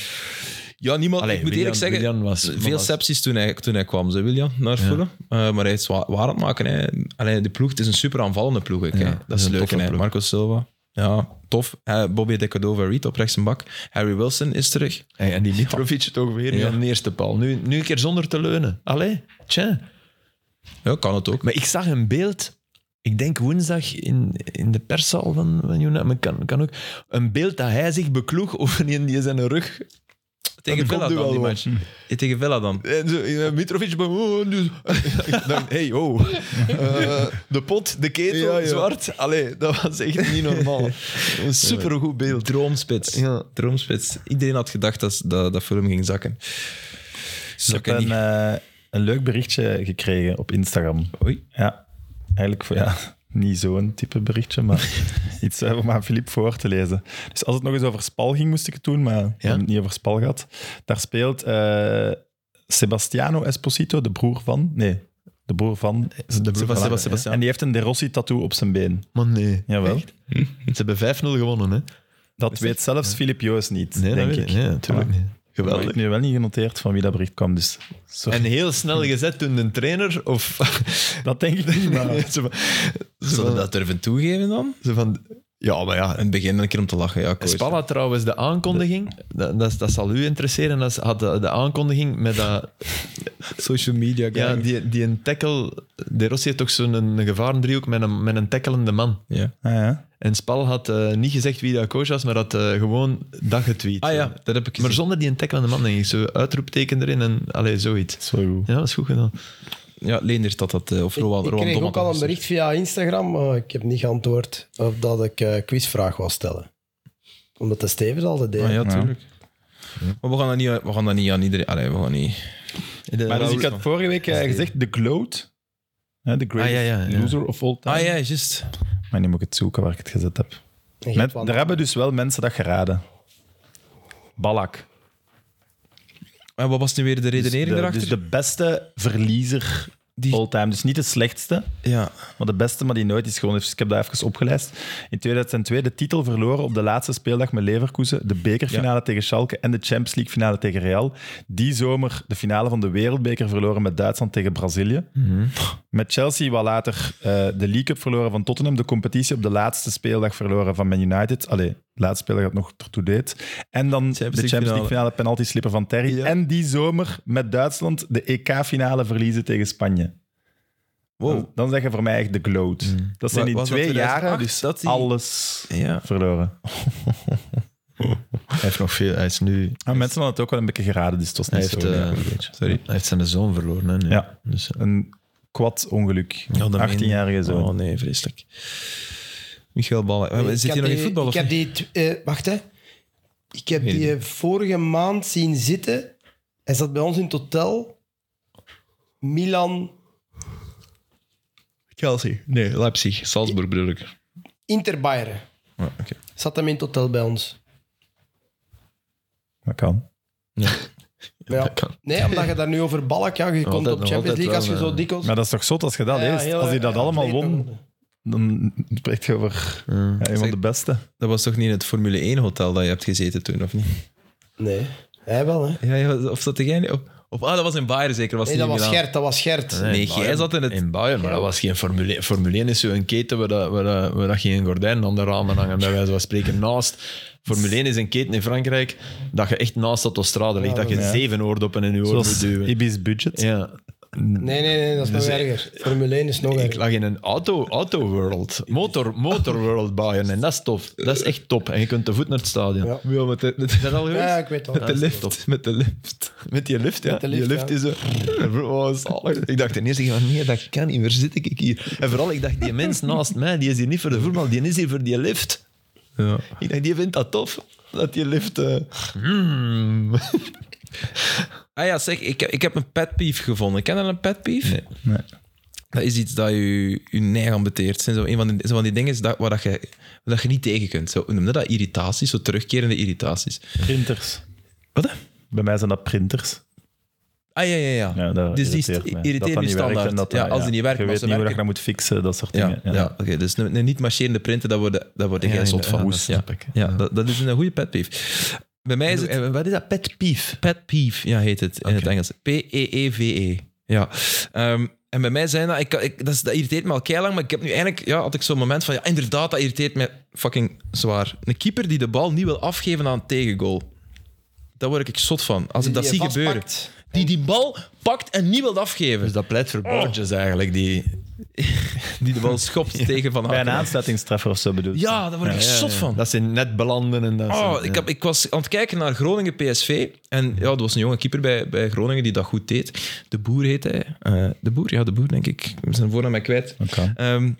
[SPEAKER 1] Ja, niemand.
[SPEAKER 4] Allee,
[SPEAKER 1] ik moet
[SPEAKER 4] Willian-
[SPEAKER 1] eerlijk zeggen,
[SPEAKER 4] Willian was-
[SPEAKER 1] veel
[SPEAKER 4] was-
[SPEAKER 1] sepsis toen hij, toen hij kwam, ze William, naar Fulham. Eh, maar hij is wa- waar aan het maken. Hè. Allee, de ploeg, het is een super aanvallende ploeg. Ook, hè. Dat is
[SPEAKER 4] een
[SPEAKER 1] leuk.
[SPEAKER 4] toffe
[SPEAKER 1] Hè.
[SPEAKER 4] ploeg.
[SPEAKER 1] Marco Silva. Ja, tof. Eh, Bobby Decadova Reed op rechts en bak. Harry Wilson is terug.
[SPEAKER 4] Hey, en die Mitrovic toch weer
[SPEAKER 1] Ja.
[SPEAKER 4] aan de eerste paal. Nu, nu een keer zonder te leunen. Allee, tja.
[SPEAKER 1] Ja, kan het ook.
[SPEAKER 4] Maar ik zag een beeld, ik denk woensdag in, in de perszaal van, van United, maar kan, kan ook, een beeld dat hij zich bekloeg over die, die zijn rug.
[SPEAKER 1] Tegen
[SPEAKER 4] Dat
[SPEAKER 1] Villa
[SPEAKER 4] komt
[SPEAKER 1] dan,
[SPEAKER 4] nu
[SPEAKER 1] die
[SPEAKER 4] wel,
[SPEAKER 1] match. Eh, Tegen Villa dan.
[SPEAKER 4] En zo, eh, Mitrovic, be- oh, nu- [LAUGHS] Ik dacht, hey, oh.
[SPEAKER 3] [LAUGHS]
[SPEAKER 4] Eh, de pot, de ketel,
[SPEAKER 3] Ja, ja.
[SPEAKER 4] zwart. Allee, dat was echt niet normaal. Een supergoed beeld.
[SPEAKER 1] Droomspits.
[SPEAKER 4] Ja.
[SPEAKER 1] Droomspits. Iedereen had gedacht dat, dat, dat Fulham ging zakken.
[SPEAKER 3] Ik
[SPEAKER 1] Zakken
[SPEAKER 3] heb een,
[SPEAKER 1] niet.
[SPEAKER 3] eh, een leuk berichtje gekregen op Instagram.
[SPEAKER 4] eh,
[SPEAKER 1] Oei.
[SPEAKER 3] Ja, eigenlijk voor, ja, [LAUGHS] niet zo'n type berichtje,
[SPEAKER 4] [LAUGHS]
[SPEAKER 3] maar iets eh, om aan Filip voor te lezen. Dus als het nog eens over Spal ging, moest ik het doen, maar we hebben het niet over Spal gehad. Daar speelt eh, Sebastiano Esposito, de broer van... Nee, de broer van... De
[SPEAKER 4] broer van Seba- Sebastiano.
[SPEAKER 3] En die heeft een De Rossi-tattoo op zijn been.
[SPEAKER 4] Maar nee.
[SPEAKER 3] Jawel.
[SPEAKER 4] Echt? Ze hebben 5-0 gewonnen, hè?
[SPEAKER 3] Dat weet zelfs Filip Joos niet,
[SPEAKER 4] Nee,
[SPEAKER 3] denk
[SPEAKER 4] dat
[SPEAKER 3] ik.
[SPEAKER 4] weet ik. Nee, natuurlijk
[SPEAKER 3] Voilà.
[SPEAKER 4] niet.
[SPEAKER 3] Maar ik
[SPEAKER 4] Geweldig.
[SPEAKER 3] heb nu wel niet genoteerd van wie dat bericht kwam, dus... sorry.
[SPEAKER 4] En heel snel gezet toen een trainer
[SPEAKER 3] [LAUGHS]
[SPEAKER 4] of... [LAUGHS]
[SPEAKER 3] Dat denk ik niet, maar...
[SPEAKER 4] Nee, zo van- zo
[SPEAKER 1] Zullen we
[SPEAKER 4] van-
[SPEAKER 1] dat durven toegeven dan?
[SPEAKER 4] zo van- ja, maar ja.
[SPEAKER 1] In het begin een keer om te lachen, ja, coach.
[SPEAKER 4] Spalla trouwens, de aankondiging, dat, dat, dat zal u interesseren, dat had de, de aankondiging met dat,
[SPEAKER 1] Social media
[SPEAKER 4] ja, die, die een tackle, De Rossi heeft toch zo'n een gevarendriehoek met een, met een tackelende man.
[SPEAKER 1] Ja.
[SPEAKER 3] Ah, ja.
[SPEAKER 4] En Spal had eh, niet gezegd wie dat coach was, maar had eh, gewoon dat getweet. Eh,
[SPEAKER 1] Ah ja, dat heb ik
[SPEAKER 4] Maar
[SPEAKER 1] gezien.
[SPEAKER 4] zonder die een tackelende man, denk ik. Zo uitroepteken erin en allee, zoiets.
[SPEAKER 3] Dat is wel goed.
[SPEAKER 4] Ja, dat is goed gedaan.
[SPEAKER 1] Ja, Leendert had dat, eh, of
[SPEAKER 2] Ik,
[SPEAKER 1] Rowan
[SPEAKER 2] ik
[SPEAKER 1] Rowan
[SPEAKER 2] kreeg
[SPEAKER 1] Dom
[SPEAKER 2] ook
[SPEAKER 1] had
[SPEAKER 2] al
[SPEAKER 1] dat
[SPEAKER 2] een
[SPEAKER 1] gezien.
[SPEAKER 2] bericht via Instagram, maar ik heb niet geantwoord of dat ik eh quizvraag wou stellen. Omdat de Stevens altijd deed.
[SPEAKER 1] Ah, ja,
[SPEAKER 3] Ja.
[SPEAKER 1] tuurlijk. Maar we gaan dat niet, we gaan dat niet aan iedereen... Allee, we gaan niet...
[SPEAKER 3] Maar dus ik had vorige week eh,
[SPEAKER 1] Steven.
[SPEAKER 3] gezegd The Gloat. Hè, the greatest
[SPEAKER 4] Ah, ja, ja, ja.
[SPEAKER 3] loser of all time.
[SPEAKER 1] Ah ja, juist.
[SPEAKER 3] Maar nu moet ik het zoeken waar ik het gezet heb.
[SPEAKER 2] En je
[SPEAKER 3] Met,
[SPEAKER 2] hebt wel-
[SPEAKER 3] daar hebben dus wel mensen dat geraden. Balak.
[SPEAKER 1] En wat was nu weer de redenering
[SPEAKER 3] de,
[SPEAKER 1] erachter?
[SPEAKER 3] dus de beste verliezer
[SPEAKER 1] Die-
[SPEAKER 3] all time. Dus niet de slechtste,
[SPEAKER 1] Ja.
[SPEAKER 3] maar de beste, maar die nooit is gewonnen. Dus ik heb dat even opgelijst. In 2002 de titel verloren op de laatste speeldag met Leverkusen. De bekerfinale tegen Schalke en de Champions League finale tegen Real. Die zomer de finale van de wereldbeker verloren met Duitsland tegen Brazilië.
[SPEAKER 1] Mhm.
[SPEAKER 3] Met Chelsea wat later eh, de League Cup verloren van Tottenham. De competitie op de laatste speeldag verloren van Man United. Allee, de laatste speeldag dat nog ertoe deed. En dan de
[SPEAKER 1] League
[SPEAKER 3] Champions League
[SPEAKER 1] finale.
[SPEAKER 3] finale penalty slipper van Terry. En die zomer met Duitsland de EK-finale verliezen tegen Spanje. Dan,
[SPEAKER 1] Wow.
[SPEAKER 3] dan zeg je voor mij echt de gloat. Dat zijn
[SPEAKER 1] Wa-
[SPEAKER 3] in
[SPEAKER 1] was dat
[SPEAKER 3] twee
[SPEAKER 1] 2008?
[SPEAKER 3] jaren dus
[SPEAKER 1] Dat die-
[SPEAKER 3] alles
[SPEAKER 1] Ja.
[SPEAKER 3] verloren.
[SPEAKER 4] Hij heeft nog veel, hij is nu...
[SPEAKER 3] En Ah, mensen hadden het ook wel een beetje geraden, dus het was
[SPEAKER 4] Hij
[SPEAKER 3] niet
[SPEAKER 4] heeft,
[SPEAKER 3] zo.
[SPEAKER 4] eh,
[SPEAKER 3] ja, een beetje.
[SPEAKER 1] Sorry.
[SPEAKER 4] Hij heeft zijn zoon verloren, hè, nu.
[SPEAKER 3] Ja.
[SPEAKER 4] Dus, eh,
[SPEAKER 3] Een kwad ongeluk.
[SPEAKER 1] Ja, dat meen-
[SPEAKER 3] 18-jarige zoon.
[SPEAKER 1] Oh nee, vreselijk. Michael Ballen.
[SPEAKER 2] Ik
[SPEAKER 1] Zit
[SPEAKER 2] heb
[SPEAKER 1] hij nog in
[SPEAKER 2] die-
[SPEAKER 1] voetbal of
[SPEAKER 2] Ik heb
[SPEAKER 1] niet?
[SPEAKER 2] die... tw- eh, wacht, hè. Ik heb
[SPEAKER 1] Nee,
[SPEAKER 2] die
[SPEAKER 1] nee.
[SPEAKER 2] eh, vorige maand zien zitten. Hij zat bij ons in het hotel. Milan,
[SPEAKER 4] Chelsea. Nee, Leipzig. Salzburg bedoel ik.
[SPEAKER 2] Inter Bayern.
[SPEAKER 1] Ja, Oh, oké.
[SPEAKER 2] Zat hem in het hotel bij ons.
[SPEAKER 3] Dat kan.
[SPEAKER 2] Ja.
[SPEAKER 4] dat kan.
[SPEAKER 2] Nee, omdat je daar nu over balk... Ja, je komt
[SPEAKER 4] Altijd-
[SPEAKER 2] op Champions
[SPEAKER 4] altijd
[SPEAKER 2] League als je
[SPEAKER 4] wel,
[SPEAKER 2] zo
[SPEAKER 4] eh,
[SPEAKER 2] dikwijls...
[SPEAKER 3] Maar dat is toch zot als je dat
[SPEAKER 2] Ja,
[SPEAKER 3] leest?
[SPEAKER 2] heel,
[SPEAKER 3] als hij dat
[SPEAKER 2] eh,
[SPEAKER 3] allemaal
[SPEAKER 2] verleden
[SPEAKER 3] won,
[SPEAKER 2] worden.
[SPEAKER 3] dan spreekt je over ja, iemand
[SPEAKER 1] Zeg-
[SPEAKER 3] de beste.
[SPEAKER 1] Dat was toch niet in het Formule 1 hotel dat je hebt gezeten toen, of niet?
[SPEAKER 2] Nee, hij wel, hè.
[SPEAKER 1] Ja, ja of zat jij niet op? Of, ah, dat was in Bayern zeker. Was
[SPEAKER 2] Nee,
[SPEAKER 1] niet
[SPEAKER 2] dat was
[SPEAKER 1] in Milaan.
[SPEAKER 2] Gert, dat was Gert.
[SPEAKER 1] Nee, jij zat in het-
[SPEAKER 4] In Bayern, maar dat was geen Formule 1. Formule 1 is zo'n keten waar, dat, waar, dat, waar dat geen gordijn aan de ramen hangen, bij wijze van spreken. Naast. Formule 1 is een keten in Frankrijk dat je echt naast de autostrade ligt. dat je
[SPEAKER 3] ja.
[SPEAKER 4] zeven oordoppen in je oor moet
[SPEAKER 3] Zoals
[SPEAKER 4] duwen.
[SPEAKER 3] Ibis Budget.
[SPEAKER 4] ja.
[SPEAKER 2] Nee, nee, nee, dat is
[SPEAKER 1] Dus, eh,
[SPEAKER 2] nog erger. Formule 1 is nog
[SPEAKER 4] Ik
[SPEAKER 2] erger.
[SPEAKER 4] lag in een auto, auto world. Motor, motor world Bayern. En dat is tof. Dat is echt top. En je kunt te voet naar het stadion.
[SPEAKER 2] Ja.
[SPEAKER 4] Ja, met de, is dat al geweest?
[SPEAKER 2] Ja, ik
[SPEAKER 1] [LAUGHS]
[SPEAKER 2] weet het
[SPEAKER 4] Met de
[SPEAKER 2] al.
[SPEAKER 4] lift.
[SPEAKER 1] Met de lift.
[SPEAKER 4] Met die lift, ja.
[SPEAKER 2] de
[SPEAKER 4] die
[SPEAKER 2] lift,
[SPEAKER 4] lift
[SPEAKER 2] ja.
[SPEAKER 4] is zo... [LAUGHS] Oh, zalig. Ik dacht ten eerste, van, nee, dat kan niet. Waar zit ik hier? En vooral, ik dacht, die mens naast mij, die is hier niet voor de voetbal, die is hier voor die lift.
[SPEAKER 1] Ja.
[SPEAKER 4] Ik dacht, die vindt dat tof. Dat die lift... eh, hmm.
[SPEAKER 1] Ah ja, zeg, ik, ik heb een pet peeve gevonden. Ken je een pet peeve?
[SPEAKER 3] Nee.
[SPEAKER 1] Dat is iets dat je, je neig aan beteert. Het zijn zo een van die, zo van die dingen dat, waar dat je, dat je niet tegen kunt. Zo, hoe noem je dat? Irritaties, zo terugkerende irritaties.
[SPEAKER 3] Printers.
[SPEAKER 1] Wat?
[SPEAKER 3] Bij mij zijn dat printers.
[SPEAKER 1] Ah ja, ja, ja.
[SPEAKER 3] Ja, dat
[SPEAKER 1] dus die
[SPEAKER 3] irriteert
[SPEAKER 1] st-
[SPEAKER 3] me. Dat dat
[SPEAKER 1] irriteren je
[SPEAKER 3] niet werkt en
[SPEAKER 1] standaard.
[SPEAKER 3] dat dat-
[SPEAKER 1] ja, als die niet werken, als
[SPEAKER 3] Je weet
[SPEAKER 1] ze
[SPEAKER 3] niet hoe je
[SPEAKER 1] werken.
[SPEAKER 3] dat moet fixen, dat soort
[SPEAKER 1] Ja,
[SPEAKER 3] dingen.
[SPEAKER 1] ja. oké. dus een, een niet marcherende printer, daar word, daar word jij
[SPEAKER 4] Ja,
[SPEAKER 1] zot van.
[SPEAKER 4] inderdaad,
[SPEAKER 1] Ja,
[SPEAKER 4] dat snap ik.
[SPEAKER 1] Ja, dat, dat is een goede pet peeve. Bij mij is het...
[SPEAKER 4] En Wat is dat? Pet peeve.
[SPEAKER 1] Pet peeve, ja, heet het in het Engels. P-E-E-V-E. Ja. Ehm, en bij mij zijn dat... Ik, ik, dat, is- dat irriteert me al keilang, maar ik heb nu eigenlijk... Ja, had ik zo'n moment van... Ja, inderdaad, dat irriteert me fucking zwaar. Een keeper die de bal niet wil afgeven aan een tegengoal. Daar word ik zot van. Als ik dat zie gebeuren. Die die bal pakt en niet wil afgeven.
[SPEAKER 4] Dus dat pleit voor Borges eigenlijk, die...
[SPEAKER 1] Die de bal [LAUGHS] schopt tegen Van
[SPEAKER 3] Bij een
[SPEAKER 1] Haken.
[SPEAKER 3] aansluitingstreffer of zo bedoel je?
[SPEAKER 1] Ja, daar word ik zot van.
[SPEAKER 4] Dat ze net belanden en dat
[SPEAKER 1] Oh,
[SPEAKER 4] ze-
[SPEAKER 1] ik,
[SPEAKER 4] ja.
[SPEAKER 1] heb, ik was aan het kijken naar Groningen PSV. En ja, er was een jonge keeper bij, bij Groningen die dat goed deed. De Boer heet hij. Eh, de Boer, ja, de Boer, denk ik. We zijn voornaam mij kwijt.
[SPEAKER 3] Oké.
[SPEAKER 1] Ehm,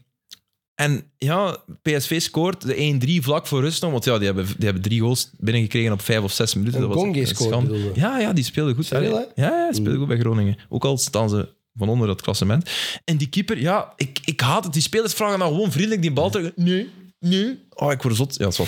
[SPEAKER 1] en ja, PSV scoort de 1-3 vlak voor rust nog. Want ja, die hebben, die hebben drie goals binnengekregen op vijf of zes minuten.
[SPEAKER 2] Een
[SPEAKER 1] dat was
[SPEAKER 2] Gongi
[SPEAKER 1] een
[SPEAKER 2] scoort,
[SPEAKER 1] schande.
[SPEAKER 2] bedoel je?
[SPEAKER 1] Ja, ja, die speelde goed.
[SPEAKER 2] Serieus,
[SPEAKER 1] Allee, Ja, ja, die
[SPEAKER 3] Hmm.
[SPEAKER 1] speelde goed bij Groningen. Ook al staan ze van onder dat klassement. En die keeper, ja, ik, ik haat het. Die spelers vragen nou gewoon vriendelijk die bal terug. Nee, nee. Oh, ik word zot. Ja, zot.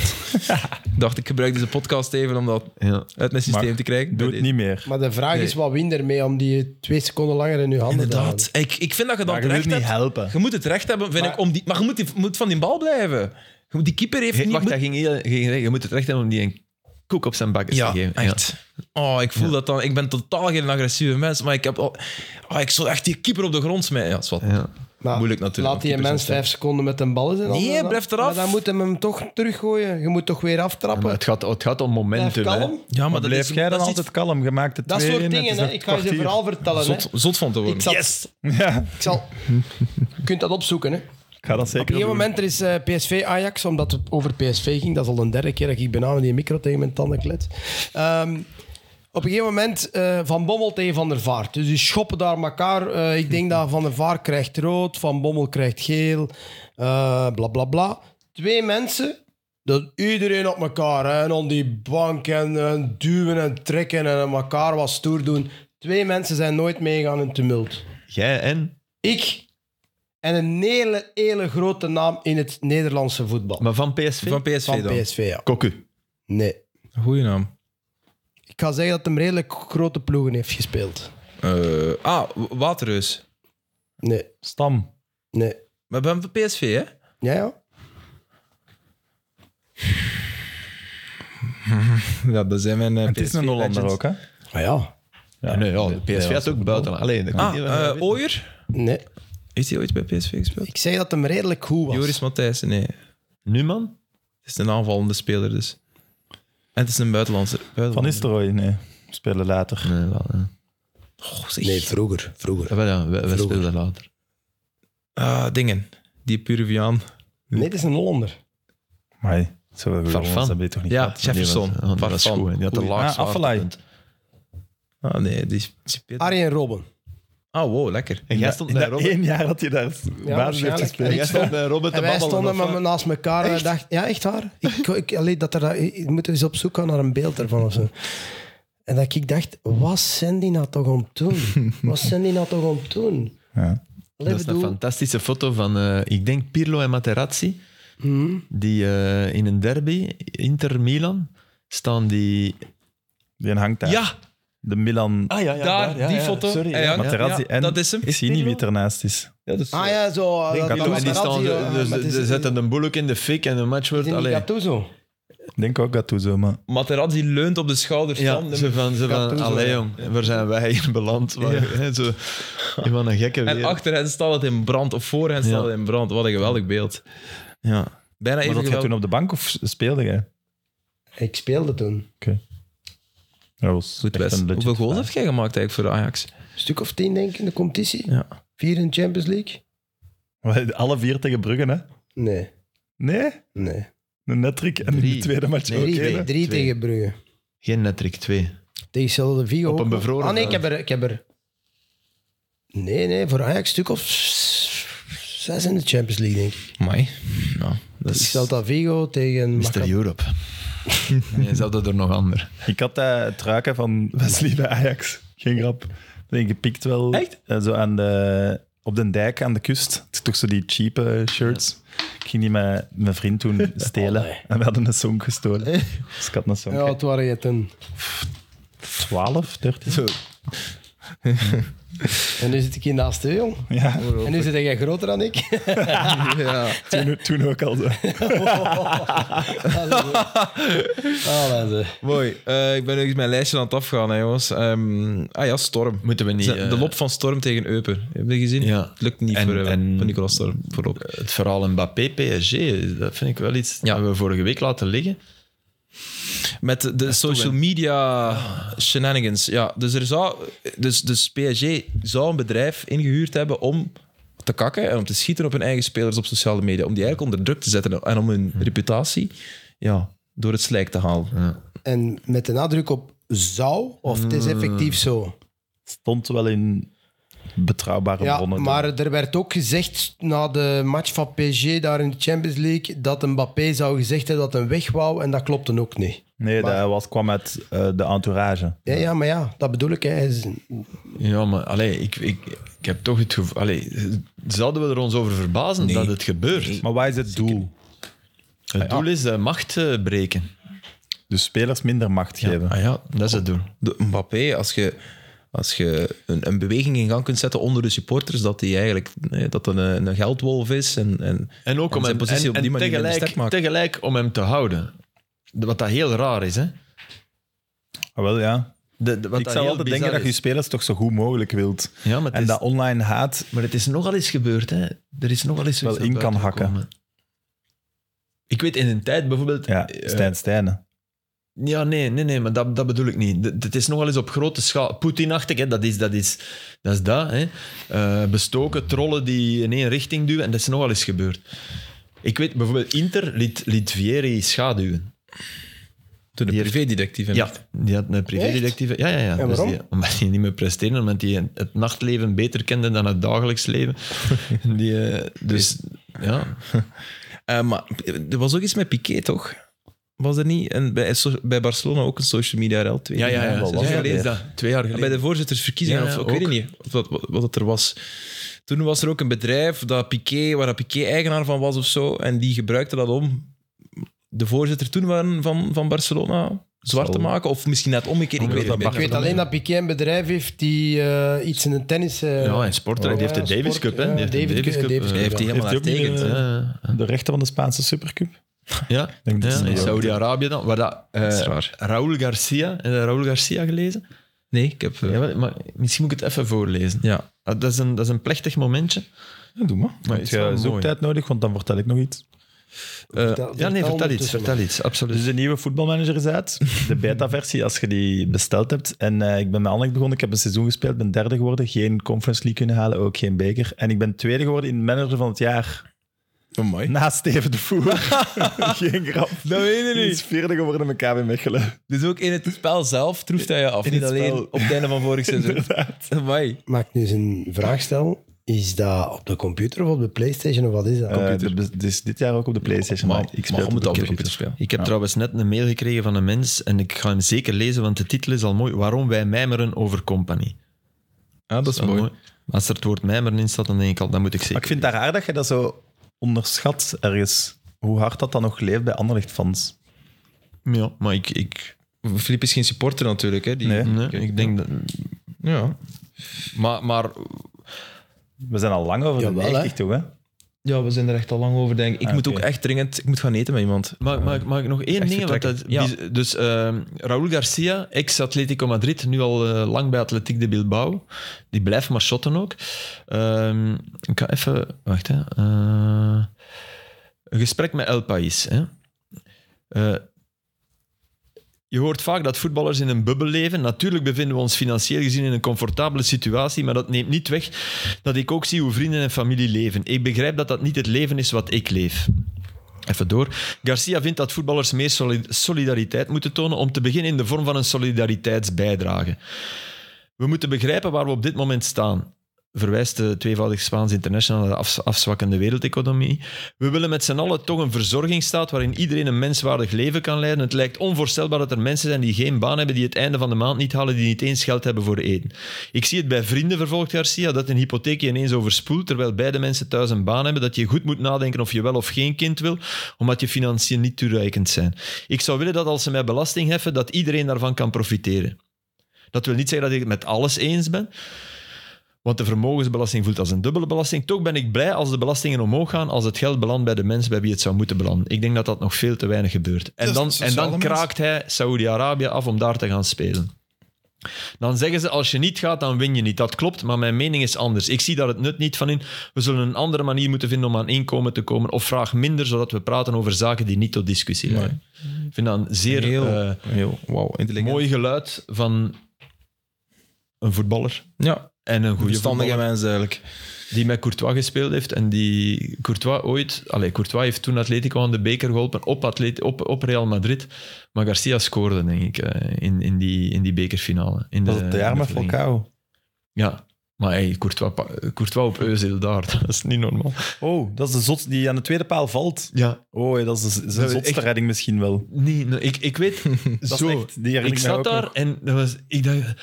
[SPEAKER 3] [LAUGHS]
[SPEAKER 1] ik dacht, ik gebruik deze podcast even om dat
[SPEAKER 4] Ja.
[SPEAKER 1] uit mijn systeem
[SPEAKER 3] Maar
[SPEAKER 1] te krijgen.
[SPEAKER 3] Doe het niet meer.
[SPEAKER 2] Maar de vraag is, wat win ermee om die twee seconden langer in uw handen te
[SPEAKER 1] Inderdaad. Ik, ik vind dat je dan
[SPEAKER 3] Maar je wilt
[SPEAKER 1] terecht
[SPEAKER 3] niet
[SPEAKER 1] hebt.
[SPEAKER 3] helpen.
[SPEAKER 1] Je moet het recht hebben, vind
[SPEAKER 2] Maar-
[SPEAKER 1] ik. Om die, maar je moet, die, moet van die bal blijven. Je moet- Die keeper heeft
[SPEAKER 4] Ge-
[SPEAKER 1] niet...
[SPEAKER 4] Wacht,
[SPEAKER 1] moet-
[SPEAKER 4] dat ging heel, ging, je moet het recht hebben om die een koek op zijn bakken
[SPEAKER 1] Ja,
[SPEAKER 4] te geven.
[SPEAKER 1] echt. Oh, ik voel dat dan. Ik ben totaal geen agressieve mens, maar ik heb al... Oh, ik zou echt die keeper op de grond smijten. Ja, zwart.
[SPEAKER 4] Ja. Ja.
[SPEAKER 2] Maar
[SPEAKER 1] Moeilijk natuurlijk,
[SPEAKER 2] Laat die
[SPEAKER 1] want
[SPEAKER 2] mens
[SPEAKER 1] keepers zijn
[SPEAKER 2] vijf seconden met een bal in zijn
[SPEAKER 1] Nee,
[SPEAKER 2] handen.
[SPEAKER 1] blijf eraf.
[SPEAKER 2] Maar dan moet hem hem toch teruggooien. Je moet toch weer aftrappen.
[SPEAKER 4] Maar het gaat, het gaat om
[SPEAKER 2] Blijf
[SPEAKER 4] momentum. hè.
[SPEAKER 2] kalm.
[SPEAKER 1] Ja, maar dat
[SPEAKER 3] Blijf
[SPEAKER 1] is,
[SPEAKER 3] jij dan
[SPEAKER 1] dat is
[SPEAKER 3] altijd kalm? Je maakt het
[SPEAKER 2] Dat
[SPEAKER 3] twee
[SPEAKER 2] soort
[SPEAKER 3] in, het
[SPEAKER 2] dingen,
[SPEAKER 3] is
[SPEAKER 2] hè.
[SPEAKER 3] nog
[SPEAKER 2] Ik ga je ze
[SPEAKER 3] kwartier.
[SPEAKER 2] verhaal vertellen,
[SPEAKER 1] iets
[SPEAKER 2] hè.
[SPEAKER 1] zot, zot van te worden.
[SPEAKER 2] Ik zat-
[SPEAKER 3] [LAUGHS] Ja,
[SPEAKER 2] ik
[SPEAKER 1] [LAUGHS]
[SPEAKER 2] zal... Je kunt dat opzoeken, hè.
[SPEAKER 3] ik ga dat zeker
[SPEAKER 2] Op een
[SPEAKER 3] doen.
[SPEAKER 2] gegeven moment er is eh, PSV Ajax, omdat het over PSV ging. Dat is al de derde keer dat ik bijna met die micro tegen mijn tanden klet. Ehm, op een gegeven moment eh, Van Bommel tegen Van der Vaart. Dus die schoppen daar elkaar. Eh, ik denk dat Van der Vaart krijgt rood, Van Bommel krijgt geel. eh, bla bla bla. Twee mensen, dat iedereen op elkaar. Hè, en op die bank en, en duwen en trekken en aan elkaar wat stoer doen. Twee mensen zijn nooit meegegaan in tumult.
[SPEAKER 4] Jij en?
[SPEAKER 2] Ik en een hele, hele grote naam in het Nederlandse voetbal.
[SPEAKER 4] Maar van PSV?
[SPEAKER 1] Van PSV
[SPEAKER 2] van
[SPEAKER 1] dan.
[SPEAKER 2] PSV, ja.
[SPEAKER 4] Koku.
[SPEAKER 2] Nee.
[SPEAKER 1] Goeie naam.
[SPEAKER 2] Ik ga zeggen dat hem redelijk grote ploegen heeft gespeeld.
[SPEAKER 1] Eh, ah, Waterreus.
[SPEAKER 2] Nee,
[SPEAKER 3] Stam.
[SPEAKER 2] nee.
[SPEAKER 1] Maar ben van PSV, hè?
[SPEAKER 2] Ja, ja.
[SPEAKER 1] [LAUGHS] Ja, dat zijn mijn eh,
[SPEAKER 3] Het is een Hollander ook, hè?
[SPEAKER 2] Ah ja.
[SPEAKER 3] Ja.
[SPEAKER 4] Nee, ja, de PSV had ook buiten. Alleen,
[SPEAKER 1] Ah, eh, Ooyer?
[SPEAKER 2] Nee.
[SPEAKER 1] Heeft hij ooit bij PSV gespeeld?
[SPEAKER 2] Ik zeg dat hem redelijk goed was.
[SPEAKER 1] Joris Matthijssen, nee.
[SPEAKER 4] Numan?
[SPEAKER 1] Het is een aanvallende speler, dus. En het is een buitenlandse.
[SPEAKER 3] Van Nistelrooy, nee. We spelen later.
[SPEAKER 4] Nee, wel, ja.
[SPEAKER 1] Oh, zeg.
[SPEAKER 2] Nee, vroeger. Vroeger.
[SPEAKER 4] Ja, wel, ja, we, we
[SPEAKER 2] Vroeger.
[SPEAKER 4] speelden later.
[SPEAKER 1] Ah, dingen. Die Peruviaan.
[SPEAKER 2] Nee, het is een Hollander.
[SPEAKER 3] Maar zo hebben we
[SPEAKER 4] Farfan.
[SPEAKER 3] gewonnen, dat weet je toch niet. Ah,
[SPEAKER 1] Ja,
[SPEAKER 3] gehad?
[SPEAKER 1] Jefferson.
[SPEAKER 4] Die was- ja, die was
[SPEAKER 1] Farfan.
[SPEAKER 4] goed, hè. Die had een
[SPEAKER 1] Goeie.
[SPEAKER 4] laag
[SPEAKER 3] Ah, Affelay.
[SPEAKER 4] zwaartepunt.
[SPEAKER 1] Ah, nee. Die, die speelt-
[SPEAKER 2] Arjen Robben.
[SPEAKER 1] Ah, wow, lekker.
[SPEAKER 4] En jij stond
[SPEAKER 3] In
[SPEAKER 4] bij
[SPEAKER 3] dat
[SPEAKER 4] Robert.
[SPEAKER 3] één jaar dat je daar basis
[SPEAKER 2] waarschijnlijk.
[SPEAKER 3] heeft gespeeld.
[SPEAKER 4] Jij stond bij Robert te
[SPEAKER 2] En wij
[SPEAKER 4] babbelen.
[SPEAKER 2] stonden
[SPEAKER 4] of
[SPEAKER 2] met
[SPEAKER 4] wat?
[SPEAKER 2] me naast elkaar en we dachten... Ja, echt waar. Ik, ik, allee, dat er, dat- ik moet eens op zoek gaan naar een beeld ervan of zo. En dat ik dacht, wat zijn die nou toch om toen? Wat zijn die nou toch om toen?
[SPEAKER 3] Ja.
[SPEAKER 4] Dat is een fantastische foto van, eh, ik denk, Pirlo en Materazzi.
[SPEAKER 2] Hmm.
[SPEAKER 4] Die eh, in een derby, Inter-Milan, staan die...
[SPEAKER 3] Die hangt daar.
[SPEAKER 1] Ja,
[SPEAKER 3] De Milan.
[SPEAKER 4] Ah ja, ja
[SPEAKER 1] daar, die foto.
[SPEAKER 4] Sorry,
[SPEAKER 1] Hij hangt-
[SPEAKER 3] Materazzi
[SPEAKER 1] ja,
[SPEAKER 3] en
[SPEAKER 1] dat is hem.
[SPEAKER 3] Ik zie niet wie het ernaast is.
[SPEAKER 2] Ah ja, zo. eh, dat
[SPEAKER 4] Pirlo, en die staan,
[SPEAKER 2] Materazzi, eh,
[SPEAKER 4] dus,
[SPEAKER 2] met die-
[SPEAKER 4] ze zetten een bulk in de fik en de match wordt...
[SPEAKER 2] die
[SPEAKER 4] Allee,
[SPEAKER 2] Gattuso.
[SPEAKER 3] Ik denk ook Gattuso, maar...
[SPEAKER 1] Materazzi leunt op de schouder van eh,
[SPEAKER 4] ja,
[SPEAKER 1] de
[SPEAKER 4] ze van, ze van
[SPEAKER 2] Gattuso,
[SPEAKER 4] allee
[SPEAKER 2] ja.
[SPEAKER 4] jong, waar zijn wij hier beland? Waar, hè, zo, wat een gekke
[SPEAKER 1] En
[SPEAKER 4] wereld.
[SPEAKER 1] achter hen staat het in brand, of voor hen staat
[SPEAKER 4] Ja.
[SPEAKER 1] het in brand. Wat een geweldig beeld. Ja. Bijna even
[SPEAKER 3] Maar zat jij toen
[SPEAKER 1] geweldig.
[SPEAKER 3] op de bank of speelde jij?
[SPEAKER 2] Ik speelde toen.
[SPEAKER 3] Dat was
[SPEAKER 1] Goed,
[SPEAKER 3] echt
[SPEAKER 1] Wes.
[SPEAKER 3] een legit
[SPEAKER 1] Hoeveel goals
[SPEAKER 3] vraag.
[SPEAKER 1] heb jij gemaakt eigenlijk voor Ajax?
[SPEAKER 2] Een stuk of tien, denk ik, in de competitie.
[SPEAKER 1] Ja.
[SPEAKER 2] Vier in Champions League?
[SPEAKER 3] Alle vier tegen Brugge, hè?
[SPEAKER 2] Nee.
[SPEAKER 3] Nee?
[SPEAKER 2] Nee.
[SPEAKER 3] Een nettrick en in
[SPEAKER 4] Drie.
[SPEAKER 3] de tweede match ook.
[SPEAKER 2] Drie,
[SPEAKER 3] één,
[SPEAKER 2] drie,
[SPEAKER 3] hè?
[SPEAKER 2] drie
[SPEAKER 4] Twee.
[SPEAKER 2] tegen Brugge.
[SPEAKER 4] Geen nettrick 2.
[SPEAKER 2] Tegen Celta de Vigo.
[SPEAKER 4] Op een
[SPEAKER 2] ook.
[SPEAKER 4] bevroren
[SPEAKER 2] Ah nee, ik
[SPEAKER 4] veld.
[SPEAKER 2] heb er... Ik heb er nee, nee, voor Ajax een stuk of s- zes in de Champions League, denk ik.
[SPEAKER 1] Amai. Ja, dat
[SPEAKER 2] Ik
[SPEAKER 1] is...
[SPEAKER 2] Celta Vigo tegen
[SPEAKER 4] Mr.
[SPEAKER 2] Maccabi.
[SPEAKER 1] [LAUGHS]
[SPEAKER 4] Europe. Nee, ze hadden er nog ander.
[SPEAKER 3] Ik had dat truiken van Wesley bij Ajax. Geen grap. Denk gepikt wel.
[SPEAKER 1] Echt?
[SPEAKER 3] Eh, Zo aan de, op de dijk aan de kust. Het is toch zo die cheap eh, shirts. Ik ging die met mijn
[SPEAKER 2] [LAUGHS]
[SPEAKER 3] vriend
[SPEAKER 2] Oh,
[SPEAKER 3] toen stelen. En we hadden een song gestolen. Dus ik had een song.
[SPEAKER 2] Eh. Ja, het waren je ten.
[SPEAKER 3] 12, 13.
[SPEAKER 2] En nu zit ik in de AST, jong.
[SPEAKER 3] Ja,
[SPEAKER 2] En nu zit jij groter dan ik.
[SPEAKER 3] toen, toen ook al zo.
[SPEAKER 2] Ah, dat is, eh.
[SPEAKER 1] Mooi. Eh, ik ben nu eens mijn lijstje aan het afgaan, hè, jongens. Ehm, ah ja, Storm.
[SPEAKER 4] Moeten we niet...
[SPEAKER 1] Zijn- De
[SPEAKER 4] eh,
[SPEAKER 1] lop van Storm tegen Eupen. Heb je gezien?
[SPEAKER 4] Ja.
[SPEAKER 1] Het lukt niet
[SPEAKER 4] En-
[SPEAKER 1] voor, eh,
[SPEAKER 4] en-
[SPEAKER 1] voor Nicolas Storm. Voorop.
[SPEAKER 4] het verhaal Mbappé-PSG, dat vind ik wel iets
[SPEAKER 1] Ja.
[SPEAKER 4] dat we vorige week laten liggen.
[SPEAKER 1] Met de social media shenanigans. Ja, dus, er zou, dus, dus PSG zou een bedrijf ingehuurd hebben om te kakken en om te schieten op hun eigen spelers op sociale media. Om die eigenlijk onder druk te zetten en om hun reputatie ja, door het slijk te halen.
[SPEAKER 2] En met de nadruk op zou, of het is effectief
[SPEAKER 4] Hmm.
[SPEAKER 2] zo.
[SPEAKER 3] Stond wel in betrouwbare
[SPEAKER 2] Ja,
[SPEAKER 3] bronnen.
[SPEAKER 2] maar er werd ook gezegd na de match van PSG daar in de Champions League dat Mbappé zou gezegd hebben dat hij weg wou en dat klopte ook niet.
[SPEAKER 3] Nee,
[SPEAKER 2] maar-
[SPEAKER 3] dat was, kwam uit eh, de entourage.
[SPEAKER 2] Ja, ja maar ja, dat bedoel ik. Hè. Hij is-
[SPEAKER 4] Ja, maar allee, ik, ik, ik heb toch het gevoel... Allee, zouden we er ons over verbazen dat het gebeurt?
[SPEAKER 3] Maar wat is het doel?
[SPEAKER 4] Het doel is eh, macht eh, breken.
[SPEAKER 3] Dus spelers minder macht geven.
[SPEAKER 4] Ah ja, dat is het doel.
[SPEAKER 1] De Mbappé, als je, als je een, een beweging in gang kunt zetten onder de supporters, dat die eigenlijk eh, dat dat een, een geldwolf is. En, en,
[SPEAKER 4] En ook om
[SPEAKER 1] zijn
[SPEAKER 4] hem
[SPEAKER 1] positie
[SPEAKER 4] en,
[SPEAKER 1] op die manier
[SPEAKER 4] en
[SPEAKER 1] minder
[SPEAKER 4] tegelijk,
[SPEAKER 1] sterk maken.
[SPEAKER 4] tegelijk om hem te houden. De- Wat dat heel raar is, hè?
[SPEAKER 3] Ah, wel ja.
[SPEAKER 4] De, de- wat
[SPEAKER 3] Ik
[SPEAKER 4] dat
[SPEAKER 3] zou
[SPEAKER 4] heel
[SPEAKER 3] altijd
[SPEAKER 4] bizar
[SPEAKER 3] denken dat je
[SPEAKER 4] is.
[SPEAKER 3] spelers toch zo goed mogelijk wilt.
[SPEAKER 4] Ja, maar het,
[SPEAKER 3] En
[SPEAKER 4] is,
[SPEAKER 3] dat online haat,
[SPEAKER 4] maar het is nogal eens gebeurd, hè? Er is nogal eens zoiets
[SPEAKER 3] Wel in
[SPEAKER 4] naar
[SPEAKER 3] kan
[SPEAKER 4] buiten
[SPEAKER 3] hakken.
[SPEAKER 4] gekomen. Ik weet in een tijd bijvoorbeeld.
[SPEAKER 3] ja,
[SPEAKER 4] eh,
[SPEAKER 3] Stijn Stijnen.
[SPEAKER 4] Ja, nee, nee, nee, maar dat, dat bedoel ik niet. D- Het is nogal eens op grote schaal. Poetinachtig, hè, dat is dat. Is, dat, is dat hè. Eh, bestoken, trollen die in één richting duwen. En dat is nogal eens gebeurd. Ik weet bijvoorbeeld, Inter liet, liet Vieri schaduwen.
[SPEAKER 1] toen de
[SPEAKER 4] Die
[SPEAKER 1] privédetectief. en-
[SPEAKER 4] Ja, die had een privédetectieve. Ja, ja, ja. Dus
[SPEAKER 2] waarom?
[SPEAKER 4] die, omdat hij niet meer presteerde, omdat hij het nachtleven beter kende dan het dagelijks leven. Die, eh, dus ja,
[SPEAKER 1] Eh, maar er was ook iets met Piqué, toch? Was er niet? En bij, so- bij Barcelona ook een social media rel. Twee
[SPEAKER 4] ja, ja,
[SPEAKER 1] jaar
[SPEAKER 4] ja.
[SPEAKER 1] geleden. Zes
[SPEAKER 4] Zes jaar
[SPEAKER 1] jaar
[SPEAKER 4] geleden is
[SPEAKER 1] geleden.
[SPEAKER 4] dat. Twee jaar geleden.
[SPEAKER 1] Bij de voorzittersverkiezingen,
[SPEAKER 4] Ja, ja,
[SPEAKER 1] of, ik
[SPEAKER 4] ook.
[SPEAKER 1] weet niet of dat, wat, wat het er was. Toen was er ook een bedrijf dat Piqué, waar dat Piqué eigenaar van was of zo, en die gebruikte dat om de voorzitter toen waren van, van Barcelona zwart te maken. Of misschien net omgekeerd, ik weet
[SPEAKER 4] Omgekeerd,
[SPEAKER 1] dat
[SPEAKER 2] ik weet alleen dat Piqué een bedrijf heeft die eh, iets in een tennis... eh,
[SPEAKER 4] ja, en sporter, die heeft de
[SPEAKER 2] Ja,
[SPEAKER 4] Davis
[SPEAKER 2] sport,
[SPEAKER 4] Cup, hè.
[SPEAKER 2] ja,
[SPEAKER 4] Die heeft de
[SPEAKER 2] David-
[SPEAKER 4] Davis Cup.
[SPEAKER 2] Davis
[SPEAKER 4] eh,
[SPEAKER 1] Hij heeft die helemaal
[SPEAKER 3] Heeft hij ook
[SPEAKER 1] uittekend.
[SPEAKER 3] niet, eh,
[SPEAKER 4] eh,
[SPEAKER 3] De rechter van de Spaanse Supercup.
[SPEAKER 4] Ja,
[SPEAKER 3] denk dat
[SPEAKER 4] ja,
[SPEAKER 3] ze die
[SPEAKER 4] in
[SPEAKER 3] ook
[SPEAKER 4] Saudi-Arabië dan. Waar dat, eh,
[SPEAKER 1] is raar.
[SPEAKER 4] Raúl Garcia, heb je Raúl Garcia gelezen?
[SPEAKER 1] Nee, ik heb... eh,
[SPEAKER 4] Ja, wel, maar misschien moet ik het even voorlezen.
[SPEAKER 1] ja.
[SPEAKER 4] Ah, Dat, is een, dat is een plechtig momentje. Eh,
[SPEAKER 3] Ja, doe maar.
[SPEAKER 4] Maar
[SPEAKER 3] Heb
[SPEAKER 4] is wel
[SPEAKER 3] je
[SPEAKER 4] mooi.
[SPEAKER 3] zoektijd nodig? Want dan vertel ik nog iets.
[SPEAKER 4] Ja, nee, vertel iets,
[SPEAKER 2] ondertussen
[SPEAKER 4] vertel iets, absoluut.
[SPEAKER 3] Dus de nieuwe voetbalmanager is uit. [LAUGHS] De beta-versie, als je die besteld hebt. En eh, ik ben met Anderlecht begonnen. Ik heb een seizoen gespeeld. Ben derde geworden. Geen Conference League kunnen halen. Ook geen beker. En ik ben tweede geworden in manager van het jaar.
[SPEAKER 1] mooi.
[SPEAKER 3] Na Steven de Voer. geen grap.
[SPEAKER 1] Dat weet je
[SPEAKER 3] Die is
[SPEAKER 1] niet.
[SPEAKER 3] vierde geworden met KB Mechelen.
[SPEAKER 1] Dus ook in het spel zelf troeft hij je af.
[SPEAKER 3] In
[SPEAKER 1] Niet
[SPEAKER 3] het
[SPEAKER 1] alleen
[SPEAKER 3] spel.
[SPEAKER 1] op het einde van
[SPEAKER 4] [LAUGHS]
[SPEAKER 1] vorig seizoen. Amai.
[SPEAKER 2] Mag ik nu eens een vraag stellen? Is dat op de computer of op de PlayStation of wat is dat?
[SPEAKER 4] Eh,
[SPEAKER 3] Computer. dus dit jaar ook op de PlayStation.
[SPEAKER 1] Maar-
[SPEAKER 3] maar ik
[SPEAKER 1] maar
[SPEAKER 3] speel
[SPEAKER 1] je moet
[SPEAKER 3] het op de
[SPEAKER 1] altijd op
[SPEAKER 3] computer.
[SPEAKER 1] het spel.
[SPEAKER 4] Ik heb trouwens net een mail gekregen van een mens en ik ga hem zeker lezen, want de titel is al mooi. Waarom wij mijmeren over compagnie.
[SPEAKER 1] Ah, dat is
[SPEAKER 4] Wel
[SPEAKER 1] mooi.
[SPEAKER 4] Als er het woord mijmeren in staat, dan denk ik al, dat moet ik zeker.
[SPEAKER 3] Maar ik vind het raar dat je dat zo onderschat ergens. Hoe hard dat dan nog leeft bij Anderlecht-fans.
[SPEAKER 4] Ja, maar ik, ik,
[SPEAKER 1] Filip is geen supporter natuurlijk. Hè? Die...
[SPEAKER 3] Nee.
[SPEAKER 4] nee, ik denk dat...
[SPEAKER 1] Ja.
[SPEAKER 4] Maar, maar
[SPEAKER 3] We zijn al lang over de
[SPEAKER 2] Jawel,
[SPEAKER 3] 90 toe, hè?
[SPEAKER 1] ja, we zijn er echt al lang over, denk ik. Ik
[SPEAKER 3] Ah,
[SPEAKER 1] moet
[SPEAKER 3] oké.
[SPEAKER 1] ook echt dringend... Ik moet gaan eten met iemand.
[SPEAKER 4] Mag, mag, mag ik nog één
[SPEAKER 1] echt
[SPEAKER 4] ding? Want dat,
[SPEAKER 1] vertrekken.
[SPEAKER 4] biz- Dus ehm Raúl Garcia, ex-Atletico Madrid, nu al eh, lang bij Atletiek de Bilbao. Die blijft maar shotten ook. Ehm, ik ga even... Wacht, hè. Eh, een gesprek met El País. Hè. Eh, je hoort vaak dat voetballers in een bubbel leven. Natuurlijk bevinden we ons financieel gezien in een comfortabele situatie, maar dat neemt niet weg dat ik ook zie hoe vrienden en familie leven. Ik begrijp dat dat niet het leven is wat ik leef. Even door. Garcia vindt dat voetballers meer soli- solidariteit moeten tonen om te beginnen in de vorm van een solidariteitsbijdrage. We moeten begrijpen waar we op dit moment staan. verwijst de tweevoudig Spaans international naar de afz- afzwakkende wereldeconomie. We willen met z'n allen toch een verzorgingsstaat waarin iedereen een menswaardig leven kan leiden. Het lijkt onvoorstelbaar dat er mensen zijn die geen baan hebben, die het einde van de maand niet halen, die niet eens geld hebben voor eten. Ik zie het bij vrienden, vervolgt Garcia, dat een hypotheek je ineens overspoelt, terwijl beide mensen thuis een baan hebben, dat je goed moet nadenken of je wel of geen kind wil, omdat je financiën niet toereikend zijn. Ik zou willen dat als ze mij belasting heffen, dat iedereen daarvan kan profiteren. Dat wil niet zeggen dat ik het met alles eens ben, want de vermogensbelasting voelt als een dubbele belasting. Toch ben ik blij als de belastingen omhoog gaan, als het geld belandt bij de mensen bij wie het zou moeten belanden. Ik denk dat dat nog veel te weinig gebeurt. En
[SPEAKER 3] Dat is
[SPEAKER 4] dan,
[SPEAKER 3] een
[SPEAKER 4] en
[SPEAKER 3] sociale
[SPEAKER 4] dan
[SPEAKER 3] mens.
[SPEAKER 4] kraakt hij Saoedi-Arabië af om daar te gaan spelen. Dan zeggen ze, als je niet gaat, dan win je niet. Dat klopt, maar mijn mening is anders. Ik zie daar het nut niet van in. We zullen een andere manier moeten vinden om aan inkomen te komen. Of vraag minder, zodat we praten over zaken die niet tot discussie leiden. Ik vind dat een zeer
[SPEAKER 1] Heel,
[SPEAKER 4] eh,
[SPEAKER 1] heel wow, intelligent.
[SPEAKER 4] mooi geluid van een voetballer.
[SPEAKER 1] Ja,
[SPEAKER 4] En een goede
[SPEAKER 1] verstandige
[SPEAKER 4] voetballer
[SPEAKER 1] mensen eigenlijk.
[SPEAKER 4] die met Courtois gespeeld heeft. En die Courtois ooit... Allee, Courtois heeft toen Atletico aan de beker geholpen op, Atlet- op, op Real Madrid. Maar Garcia scoorde, denk ik, eh, in, in, die, in die bekerfinale. In
[SPEAKER 3] Dat
[SPEAKER 4] de-
[SPEAKER 3] het
[SPEAKER 4] in de
[SPEAKER 3] jaar met
[SPEAKER 4] verlenging.
[SPEAKER 3] Falcao.
[SPEAKER 4] Ja, maar hey, Courtois, pa- Courtois op Eusil daar, dat is niet normaal.
[SPEAKER 3] Oh, dat is de zot die aan de tweede paal valt.
[SPEAKER 4] Ja,
[SPEAKER 3] Oh, dat is de- zijn
[SPEAKER 4] hebben
[SPEAKER 3] zotste
[SPEAKER 4] echt-
[SPEAKER 3] redding misschien wel.
[SPEAKER 4] nee, nee, ik, ik weet
[SPEAKER 3] Dat
[SPEAKER 4] zo.
[SPEAKER 3] is echt, die herinner
[SPEAKER 4] ik
[SPEAKER 3] mij
[SPEAKER 4] zat
[SPEAKER 3] ook
[SPEAKER 4] daar
[SPEAKER 3] nog.
[SPEAKER 4] en dat was, ik dacht...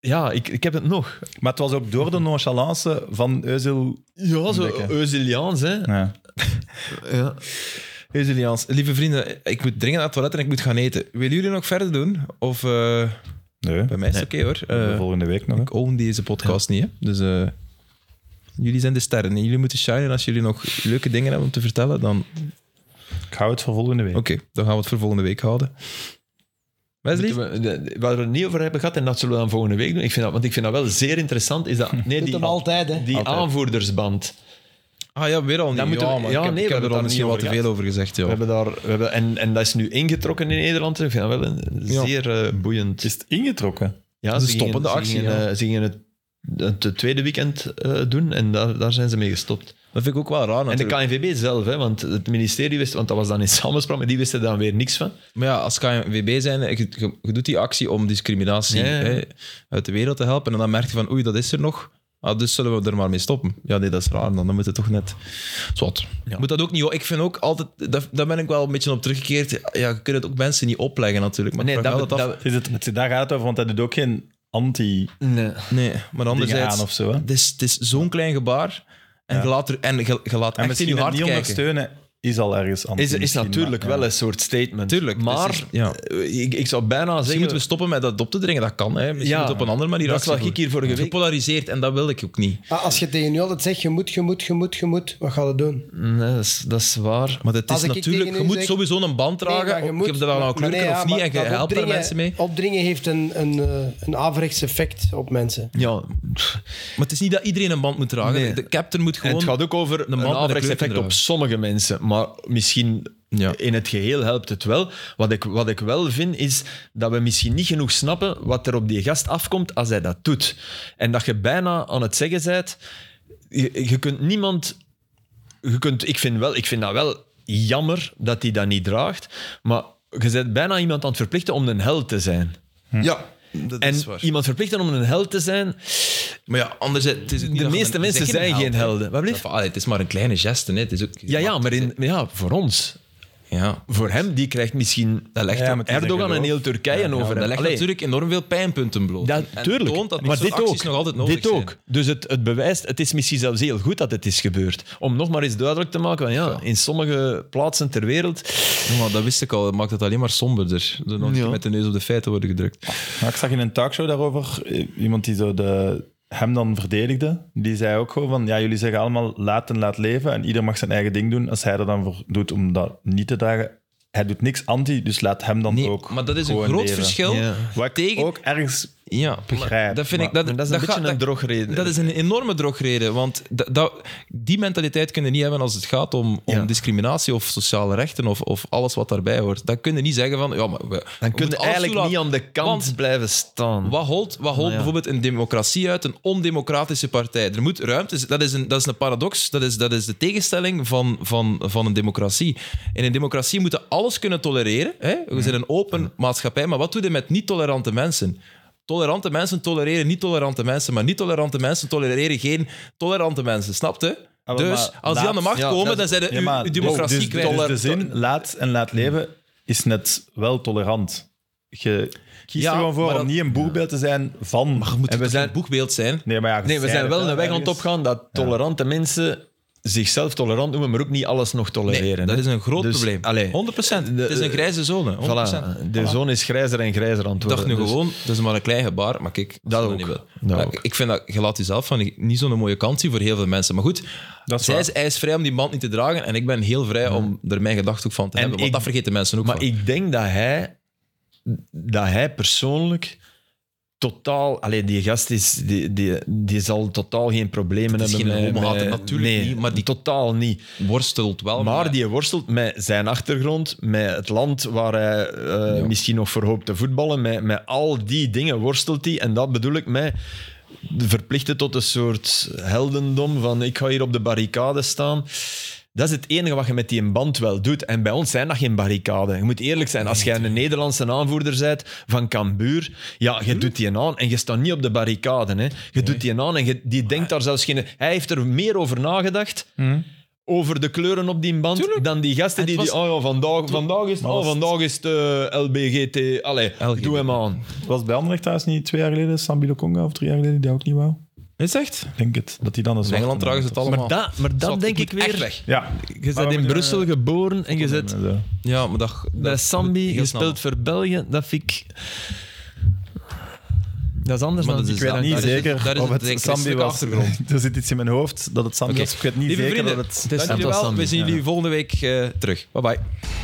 [SPEAKER 4] Ja, ik, ik heb het nog.
[SPEAKER 3] Maar het was ook door de nonchalance van Özil.
[SPEAKER 4] Ja, zo
[SPEAKER 3] Ontdekken.
[SPEAKER 4] Eusiliaans, hè.
[SPEAKER 3] Ja.
[SPEAKER 4] Ja.
[SPEAKER 1] Resilience. Lieve vrienden, ik moet dringend naar het toilet en ik moet gaan eten. Willen jullie nog verder doen? Of eh,
[SPEAKER 3] Nee,
[SPEAKER 1] bij mij is het oké hoor. Eh,
[SPEAKER 3] volgende week nog. hè.
[SPEAKER 1] ik own deze podcast niet. Hè? Dus eh, jullie zijn de sterren. En jullie moeten shinen. Als jullie nog leuke dingen hebben om te vertellen, dan...
[SPEAKER 3] Ik hou het voor volgende week.
[SPEAKER 1] Oké, dan gaan we het voor volgende week houden. Wesley?
[SPEAKER 4] Moeten we- de- de- Waar we het niet over hebben gehad, en dat zullen we dan volgende week doen. Ik vind dat, want ik vind dat wel zeer interessant. Is dat, nee,
[SPEAKER 2] Doet
[SPEAKER 4] die,
[SPEAKER 2] hem altijd, hè.
[SPEAKER 4] die
[SPEAKER 1] Altijd.
[SPEAKER 4] aanvoerdersband.
[SPEAKER 1] Ah ja, weer al niet.
[SPEAKER 4] Dan moeten
[SPEAKER 1] ja,
[SPEAKER 4] we-
[SPEAKER 1] maar
[SPEAKER 4] ja,
[SPEAKER 1] ik heb,
[SPEAKER 4] nee,
[SPEAKER 1] ik
[SPEAKER 4] we
[SPEAKER 1] heb
[SPEAKER 4] hebben
[SPEAKER 1] er
[SPEAKER 4] het
[SPEAKER 1] al misschien
[SPEAKER 4] daar niet
[SPEAKER 1] wat te
[SPEAKER 4] over
[SPEAKER 1] veel over gezegd.
[SPEAKER 4] We
[SPEAKER 1] Ja.
[SPEAKER 4] hebben daar, we hebben, en, en dat is nu ingetrokken in Nederland. Ik vind dat wel een
[SPEAKER 1] Ja.
[SPEAKER 4] zeer eh, boeiend.
[SPEAKER 3] Is het ingetrokken?
[SPEAKER 4] Ja,
[SPEAKER 1] Dat is
[SPEAKER 4] ze
[SPEAKER 1] een
[SPEAKER 4] gingen-
[SPEAKER 1] stoppende
[SPEAKER 4] ze
[SPEAKER 1] actie,
[SPEAKER 4] Gingen,
[SPEAKER 1] ja.
[SPEAKER 4] eh, ze gingen het, het, het tweede weekend eh, doen en daar, daar zijn ze mee gestopt.
[SPEAKER 1] Dat vind ik ook wel raar natuurlijk.
[SPEAKER 4] En de KNVB zelf, hè, want het ministerie wist, want dat was dan in samenspraak, maar die wisten daar weer niks van.
[SPEAKER 1] Maar ja, als KNVB zijn, je, je- je doet die actie om discriminatie
[SPEAKER 4] Ja, ja.
[SPEAKER 1] hè, uit de wereld te helpen. En dan merk je van, oei, dat is er nog. Ah, dus zullen we er maar mee stoppen. Ja, nee, dat is raar. Dan, dan moet het toch net... Zwat.
[SPEAKER 4] Ja.
[SPEAKER 1] Moet dat ook niet... Ik vind ook altijd... dat- Daar ben ik wel een beetje op teruggekeerd. Ja, je kunt het ook mensen niet opleggen natuurlijk. Maar ik
[SPEAKER 4] Nee,
[SPEAKER 1] vraag me
[SPEAKER 4] dat,
[SPEAKER 1] altijd af-
[SPEAKER 4] dat,
[SPEAKER 3] Is het, het, daar gaat het over, want hij doet ook geen anti-dingen
[SPEAKER 4] nee.
[SPEAKER 1] Nee, maar anderzijds...
[SPEAKER 3] aan of zo. Hè?
[SPEAKER 1] Het is, het is zo'n klein gebaar. En je laat, er, en je, je laat
[SPEAKER 3] En
[SPEAKER 1] echt in je
[SPEAKER 3] misschien het
[SPEAKER 1] hart
[SPEAKER 3] niet
[SPEAKER 1] kijken.
[SPEAKER 3] ondersteunen is al ergens anti.
[SPEAKER 4] Is, is
[SPEAKER 3] misschien,
[SPEAKER 4] natuurlijk
[SPEAKER 3] maar,
[SPEAKER 4] wel
[SPEAKER 3] ja.
[SPEAKER 4] een soort statement.
[SPEAKER 1] Tuurlijk, het is
[SPEAKER 4] Maar
[SPEAKER 1] echt- ja.
[SPEAKER 4] eh, ik, ik zou bijna
[SPEAKER 1] Misschien
[SPEAKER 4] zeggen...
[SPEAKER 1] moeten we stoppen met dat op te dringen. Dat kan, hè. Misschien
[SPEAKER 4] Ja.
[SPEAKER 1] moet het op een andere manier
[SPEAKER 4] Dat is wat
[SPEAKER 1] actie
[SPEAKER 4] ik hier
[SPEAKER 1] voeren.
[SPEAKER 4] vorige week-
[SPEAKER 1] Gepolariseerd, en dat wil ik ook niet.
[SPEAKER 2] Ah, als je tegen nu altijd zegt, je moet, je moet, je moet, je moet, wat ga je doen?
[SPEAKER 4] Nee, dat is, dat is waar.
[SPEAKER 1] Maar het
[SPEAKER 2] Als
[SPEAKER 1] is
[SPEAKER 2] ik
[SPEAKER 1] natuurlijk,
[SPEAKER 2] tegen
[SPEAKER 1] je
[SPEAKER 2] u
[SPEAKER 1] moet
[SPEAKER 2] zeg-
[SPEAKER 1] sowieso een band dragen.
[SPEAKER 2] Nee, maar je
[SPEAKER 1] of-
[SPEAKER 2] moet-
[SPEAKER 1] ik heb dat wel aan
[SPEAKER 2] maar- maar
[SPEAKER 1] kleuren
[SPEAKER 2] nee, ja,
[SPEAKER 1] of niet.
[SPEAKER 2] maar
[SPEAKER 1] En je
[SPEAKER 2] dat
[SPEAKER 1] helpt daar
[SPEAKER 2] opdringen-
[SPEAKER 1] mensen mee.
[SPEAKER 2] Opdringen heeft een, een, eh, een averechts effect op mensen.
[SPEAKER 4] Ja,
[SPEAKER 1] Maar het is niet dat iedereen een band moet dragen.
[SPEAKER 4] Nee.
[SPEAKER 1] De captain moet
[SPEAKER 4] en
[SPEAKER 1] gewoon.
[SPEAKER 4] het gaat ook over
[SPEAKER 1] man
[SPEAKER 4] een
[SPEAKER 1] met een
[SPEAKER 4] averechts effect
[SPEAKER 1] kleur
[SPEAKER 4] op sommige mensen. Maar misschien
[SPEAKER 1] Ja.
[SPEAKER 4] in het geheel helpt het wel. Wat ik, wat ik wel vind, is dat we misschien niet genoeg snappen wat er op die gast afkomt als hij dat doet. En dat je bijna aan het zeggen bent... Je, je kunt niemand... Je kunt, ik, vind wel, ik vind dat wel jammer dat hij dat niet draagt. Maar je bent bijna iemand aan het verplichten om een held te zijn.
[SPEAKER 1] Ja, dat
[SPEAKER 4] En
[SPEAKER 1] is waar.
[SPEAKER 4] iemand verplichten om een held te zijn...
[SPEAKER 1] Maar ja, anders het is het niet
[SPEAKER 4] De
[SPEAKER 1] dat je
[SPEAKER 4] meeste
[SPEAKER 1] een-
[SPEAKER 4] mensen
[SPEAKER 1] het is
[SPEAKER 4] zijn
[SPEAKER 1] held,
[SPEAKER 4] geen
[SPEAKER 1] hè.
[SPEAKER 4] helden. Wat blieft?
[SPEAKER 1] Dat- allee, Het is maar een kleine geste. Hè. Het is ook,
[SPEAKER 4] Ja, ja, maar in, ja, voor ons.
[SPEAKER 1] Ja.
[SPEAKER 4] Voor hem, die krijgt misschien dat legt
[SPEAKER 3] Ja,
[SPEAKER 4] hem
[SPEAKER 3] maar het is een
[SPEAKER 4] Erdogan en
[SPEAKER 3] geloof.
[SPEAKER 4] heel Turkije
[SPEAKER 1] Ja,
[SPEAKER 4] over
[SPEAKER 1] maar
[SPEAKER 4] hem.
[SPEAKER 1] dat legt
[SPEAKER 4] Allee,
[SPEAKER 1] natuurlijk enorm veel pijnpunten bloot.
[SPEAKER 4] dat-
[SPEAKER 1] En- en
[SPEAKER 4] tuurlijk.
[SPEAKER 1] toont dat
[SPEAKER 4] maar
[SPEAKER 1] dit
[SPEAKER 4] dit
[SPEAKER 1] soort acties
[SPEAKER 4] ook.
[SPEAKER 1] nog altijd nodig
[SPEAKER 4] dit ook.
[SPEAKER 1] zijn.
[SPEAKER 4] Dus het, het bewijst, het is misschien zelfs heel goed dat het is gebeurd. Om nog maar eens duidelijk te maken, van, ja, in sommige plaatsen ter wereld...
[SPEAKER 1] Ja, maar dat wist ik al. Dat maakt het alleen maar somberder. Door nog
[SPEAKER 4] Ja.
[SPEAKER 1] met de neus op de feiten worden gedrukt.
[SPEAKER 3] Maar ik zag in een talkshow daarover eh, iemand die zo de, hem dan verdedigde. Die zei ook gewoon van, ja, jullie zeggen allemaal laat en laat leven en ieder mag zijn eigen ding doen. Als hij er dan voor doet om dat niet te dragen, hij doet niks anti, dus laat hem dan
[SPEAKER 1] Nee,
[SPEAKER 3] ook
[SPEAKER 1] maar dat is een
[SPEAKER 3] gewoon
[SPEAKER 1] groot
[SPEAKER 3] leven.
[SPEAKER 1] verschil.
[SPEAKER 4] Ja.
[SPEAKER 3] Wat ik
[SPEAKER 1] tegen-
[SPEAKER 3] ook ergens...
[SPEAKER 1] Ja, maar
[SPEAKER 3] Begrijp,
[SPEAKER 1] Dat vind ik.
[SPEAKER 3] maar-
[SPEAKER 1] Dat,
[SPEAKER 4] Dat is een
[SPEAKER 1] dat
[SPEAKER 4] beetje
[SPEAKER 1] gaat-
[SPEAKER 4] een
[SPEAKER 1] dat-
[SPEAKER 4] drogreden.
[SPEAKER 1] Dat is een enorme drogreden, want da- da- die mentaliteit kunnen niet hebben als het gaat om, om
[SPEAKER 4] Ja.
[SPEAKER 1] discriminatie of sociale rechten of, of alles wat daarbij hoort. Dan kunnen niet zeggen van, ja, maar we, we
[SPEAKER 4] Dan kun je
[SPEAKER 1] moeten alles
[SPEAKER 4] eigenlijk
[SPEAKER 1] toelaten.
[SPEAKER 4] niet aan de kant
[SPEAKER 1] Want
[SPEAKER 4] blijven staan.
[SPEAKER 1] wat holt, wat
[SPEAKER 3] Nou
[SPEAKER 1] holt
[SPEAKER 4] ja.
[SPEAKER 1] bijvoorbeeld een democratie uit, een ondemocratische partij? Er moet ruimte zijn. Dat is een, dat is een paradox. Dat is, dat is de tegenstelling van, van, van een democratie. In een democratie moeten alles kunnen tolereren. Hè? We zijn een open maatschappij, maar wat doe je met niet-tolerante mensen? Tolerante mensen tolereren niet-tolerante mensen, maar niet-tolerante mensen tolereren geen tolerante mensen. Snap je?
[SPEAKER 3] Ah, wel,
[SPEAKER 1] dus
[SPEAKER 3] maar
[SPEAKER 1] als die aan de
[SPEAKER 3] laat-
[SPEAKER 1] macht
[SPEAKER 4] ja,
[SPEAKER 1] komen,
[SPEAKER 4] dat-
[SPEAKER 1] dan zijn de
[SPEAKER 3] Ja,
[SPEAKER 1] uw-
[SPEAKER 3] maar
[SPEAKER 1] uw
[SPEAKER 3] dus-
[SPEAKER 1] democratie
[SPEAKER 3] dus,
[SPEAKER 1] kwijt.
[SPEAKER 3] Dus de zin laat en laat leven is net wel tolerant. Je kiest
[SPEAKER 1] Ja,
[SPEAKER 3] er gewoon voor
[SPEAKER 1] maar
[SPEAKER 3] om
[SPEAKER 1] dat-
[SPEAKER 3] niet een boegbeeld te zijn van...
[SPEAKER 1] en we zijn boekbeeld zijn.
[SPEAKER 3] Nee, maar ja, je
[SPEAKER 4] Nee, we
[SPEAKER 3] zei
[SPEAKER 4] zijn
[SPEAKER 3] het,
[SPEAKER 4] wel
[SPEAKER 3] hè,
[SPEAKER 4] een weg aan het
[SPEAKER 3] ergens.
[SPEAKER 4] opgaan dat tolerante mensen zichzelf tolerant noemen, maar ook niet alles nog tolereren.
[SPEAKER 1] Nee, dat
[SPEAKER 4] hè.
[SPEAKER 1] is een groot
[SPEAKER 4] Dus,
[SPEAKER 1] probleem.
[SPEAKER 4] allee,
[SPEAKER 1] 100%.
[SPEAKER 4] de-
[SPEAKER 1] het is een grijze zone. 100%.
[SPEAKER 4] Voilà, de zon is grijzer en grijzer aan het
[SPEAKER 1] Ik dacht
[SPEAKER 4] worden.
[SPEAKER 1] nu
[SPEAKER 4] Dus-
[SPEAKER 1] gewoon, dat is maar een klein gebaar, maar kijk, als
[SPEAKER 4] Dat
[SPEAKER 1] je
[SPEAKER 4] ook.
[SPEAKER 1] niet wil.
[SPEAKER 4] Dat
[SPEAKER 1] Maar
[SPEAKER 4] ook.
[SPEAKER 1] Ik vind dat, je laat jezelf van die- niet zo'n mooie kant zien voor heel veel mensen. Maar goed,
[SPEAKER 3] Dat is
[SPEAKER 1] zij
[SPEAKER 3] waar.
[SPEAKER 1] is, hij is vrij om die band niet te dragen en ik ben heel vrij om er mijn gedachten ook van te
[SPEAKER 4] En
[SPEAKER 1] hebben. Want
[SPEAKER 4] ik-
[SPEAKER 1] dat vergeten mensen ook
[SPEAKER 4] Maar
[SPEAKER 1] van.
[SPEAKER 4] ik denk dat hij, dat hij persoonlijk totaal... Allee, die gast is, die, die, die zal totaal geen problemen
[SPEAKER 1] is
[SPEAKER 4] hebben
[SPEAKER 1] geen
[SPEAKER 4] met...
[SPEAKER 1] homohater,
[SPEAKER 4] met-
[SPEAKER 1] natuurlijk
[SPEAKER 4] nee,
[SPEAKER 1] niet, maar die- Oh,
[SPEAKER 4] totaal niet.
[SPEAKER 1] worstelt wel.
[SPEAKER 4] Maar die worstelt met zijn achtergrond, met het land waar hij eh,
[SPEAKER 1] Ja.
[SPEAKER 4] misschien nog voor hoopt te voetballen. Met, met al die dingen worstelt hij. En dat bedoel ik met verplichten tot een soort heldendom van ik ga hier op de barricade staan. Dat is het enige wat je met die band wel doet. En bij ons zijn dat geen barricaden. Je moet eerlijk zijn, als jij een Nederlandse aanvoerder bent van Cambuur, ja,
[SPEAKER 1] Hmm.
[SPEAKER 4] je doet die aan en je staat niet op de barricaden. Hè. Je doet die aan en je, die denkt daar zelfs geen... Hij heeft er meer over nagedacht over de kleuren op die band dan die gasten die,
[SPEAKER 1] Hmm. het
[SPEAKER 4] die... Oh ja, vandaag, vandaag is het, oh, vandaag is het eh, LBGT... Allee,
[SPEAKER 1] LGBTQ.
[SPEAKER 4] doe hem aan.
[SPEAKER 3] Was het bij Anderlecht thuis niet twee jaar geleden, Sambi Lokonga of drie jaar geleden, die ook niet wou?
[SPEAKER 1] Is echt?
[SPEAKER 3] Ik denk het, dat hij dan een
[SPEAKER 1] In
[SPEAKER 3] zwarte
[SPEAKER 1] Engeland dragen ze het
[SPEAKER 3] man
[SPEAKER 1] allemaal.
[SPEAKER 4] Dat, maar dat
[SPEAKER 1] Zot,
[SPEAKER 4] denk ik
[SPEAKER 1] moet
[SPEAKER 4] weer...
[SPEAKER 1] Echt weg.
[SPEAKER 3] Ja.
[SPEAKER 4] Je
[SPEAKER 3] Maar
[SPEAKER 4] bent
[SPEAKER 3] we
[SPEAKER 4] in
[SPEAKER 3] moeten-
[SPEAKER 4] Brussel geboren en je
[SPEAKER 3] Nee,
[SPEAKER 4] zit...
[SPEAKER 3] maar zo.
[SPEAKER 1] Ja, maar eh, dat...
[SPEAKER 4] Bij Sambi,
[SPEAKER 1] heel
[SPEAKER 4] je
[SPEAKER 1] snel.
[SPEAKER 4] speelt voor België, dat vind ik... Dat is anders
[SPEAKER 1] Maar
[SPEAKER 4] dan...
[SPEAKER 1] dat is
[SPEAKER 4] ik weet
[SPEAKER 1] dat.
[SPEAKER 4] dat
[SPEAKER 3] Niet
[SPEAKER 4] niet.
[SPEAKER 1] Daar is het-
[SPEAKER 3] zeker
[SPEAKER 1] daar is
[SPEAKER 3] of
[SPEAKER 1] het
[SPEAKER 3] het,
[SPEAKER 1] denk ik
[SPEAKER 3] Sambi
[SPEAKER 1] christelijke
[SPEAKER 3] was.
[SPEAKER 1] achtergrond.
[SPEAKER 3] [LAUGHS] Er zit iets in mijn hoofd dat het Sambi
[SPEAKER 1] Oké.
[SPEAKER 3] was. Ik weet niet
[SPEAKER 1] Lieve
[SPEAKER 3] zeker
[SPEAKER 1] vrienden,
[SPEAKER 3] dat het...
[SPEAKER 1] dank
[SPEAKER 4] dat
[SPEAKER 1] jullie
[SPEAKER 4] was
[SPEAKER 1] wel.
[SPEAKER 4] Sambi,
[SPEAKER 1] We zien
[SPEAKER 4] ja.
[SPEAKER 1] jullie volgende week eh, terug. Bye-bye.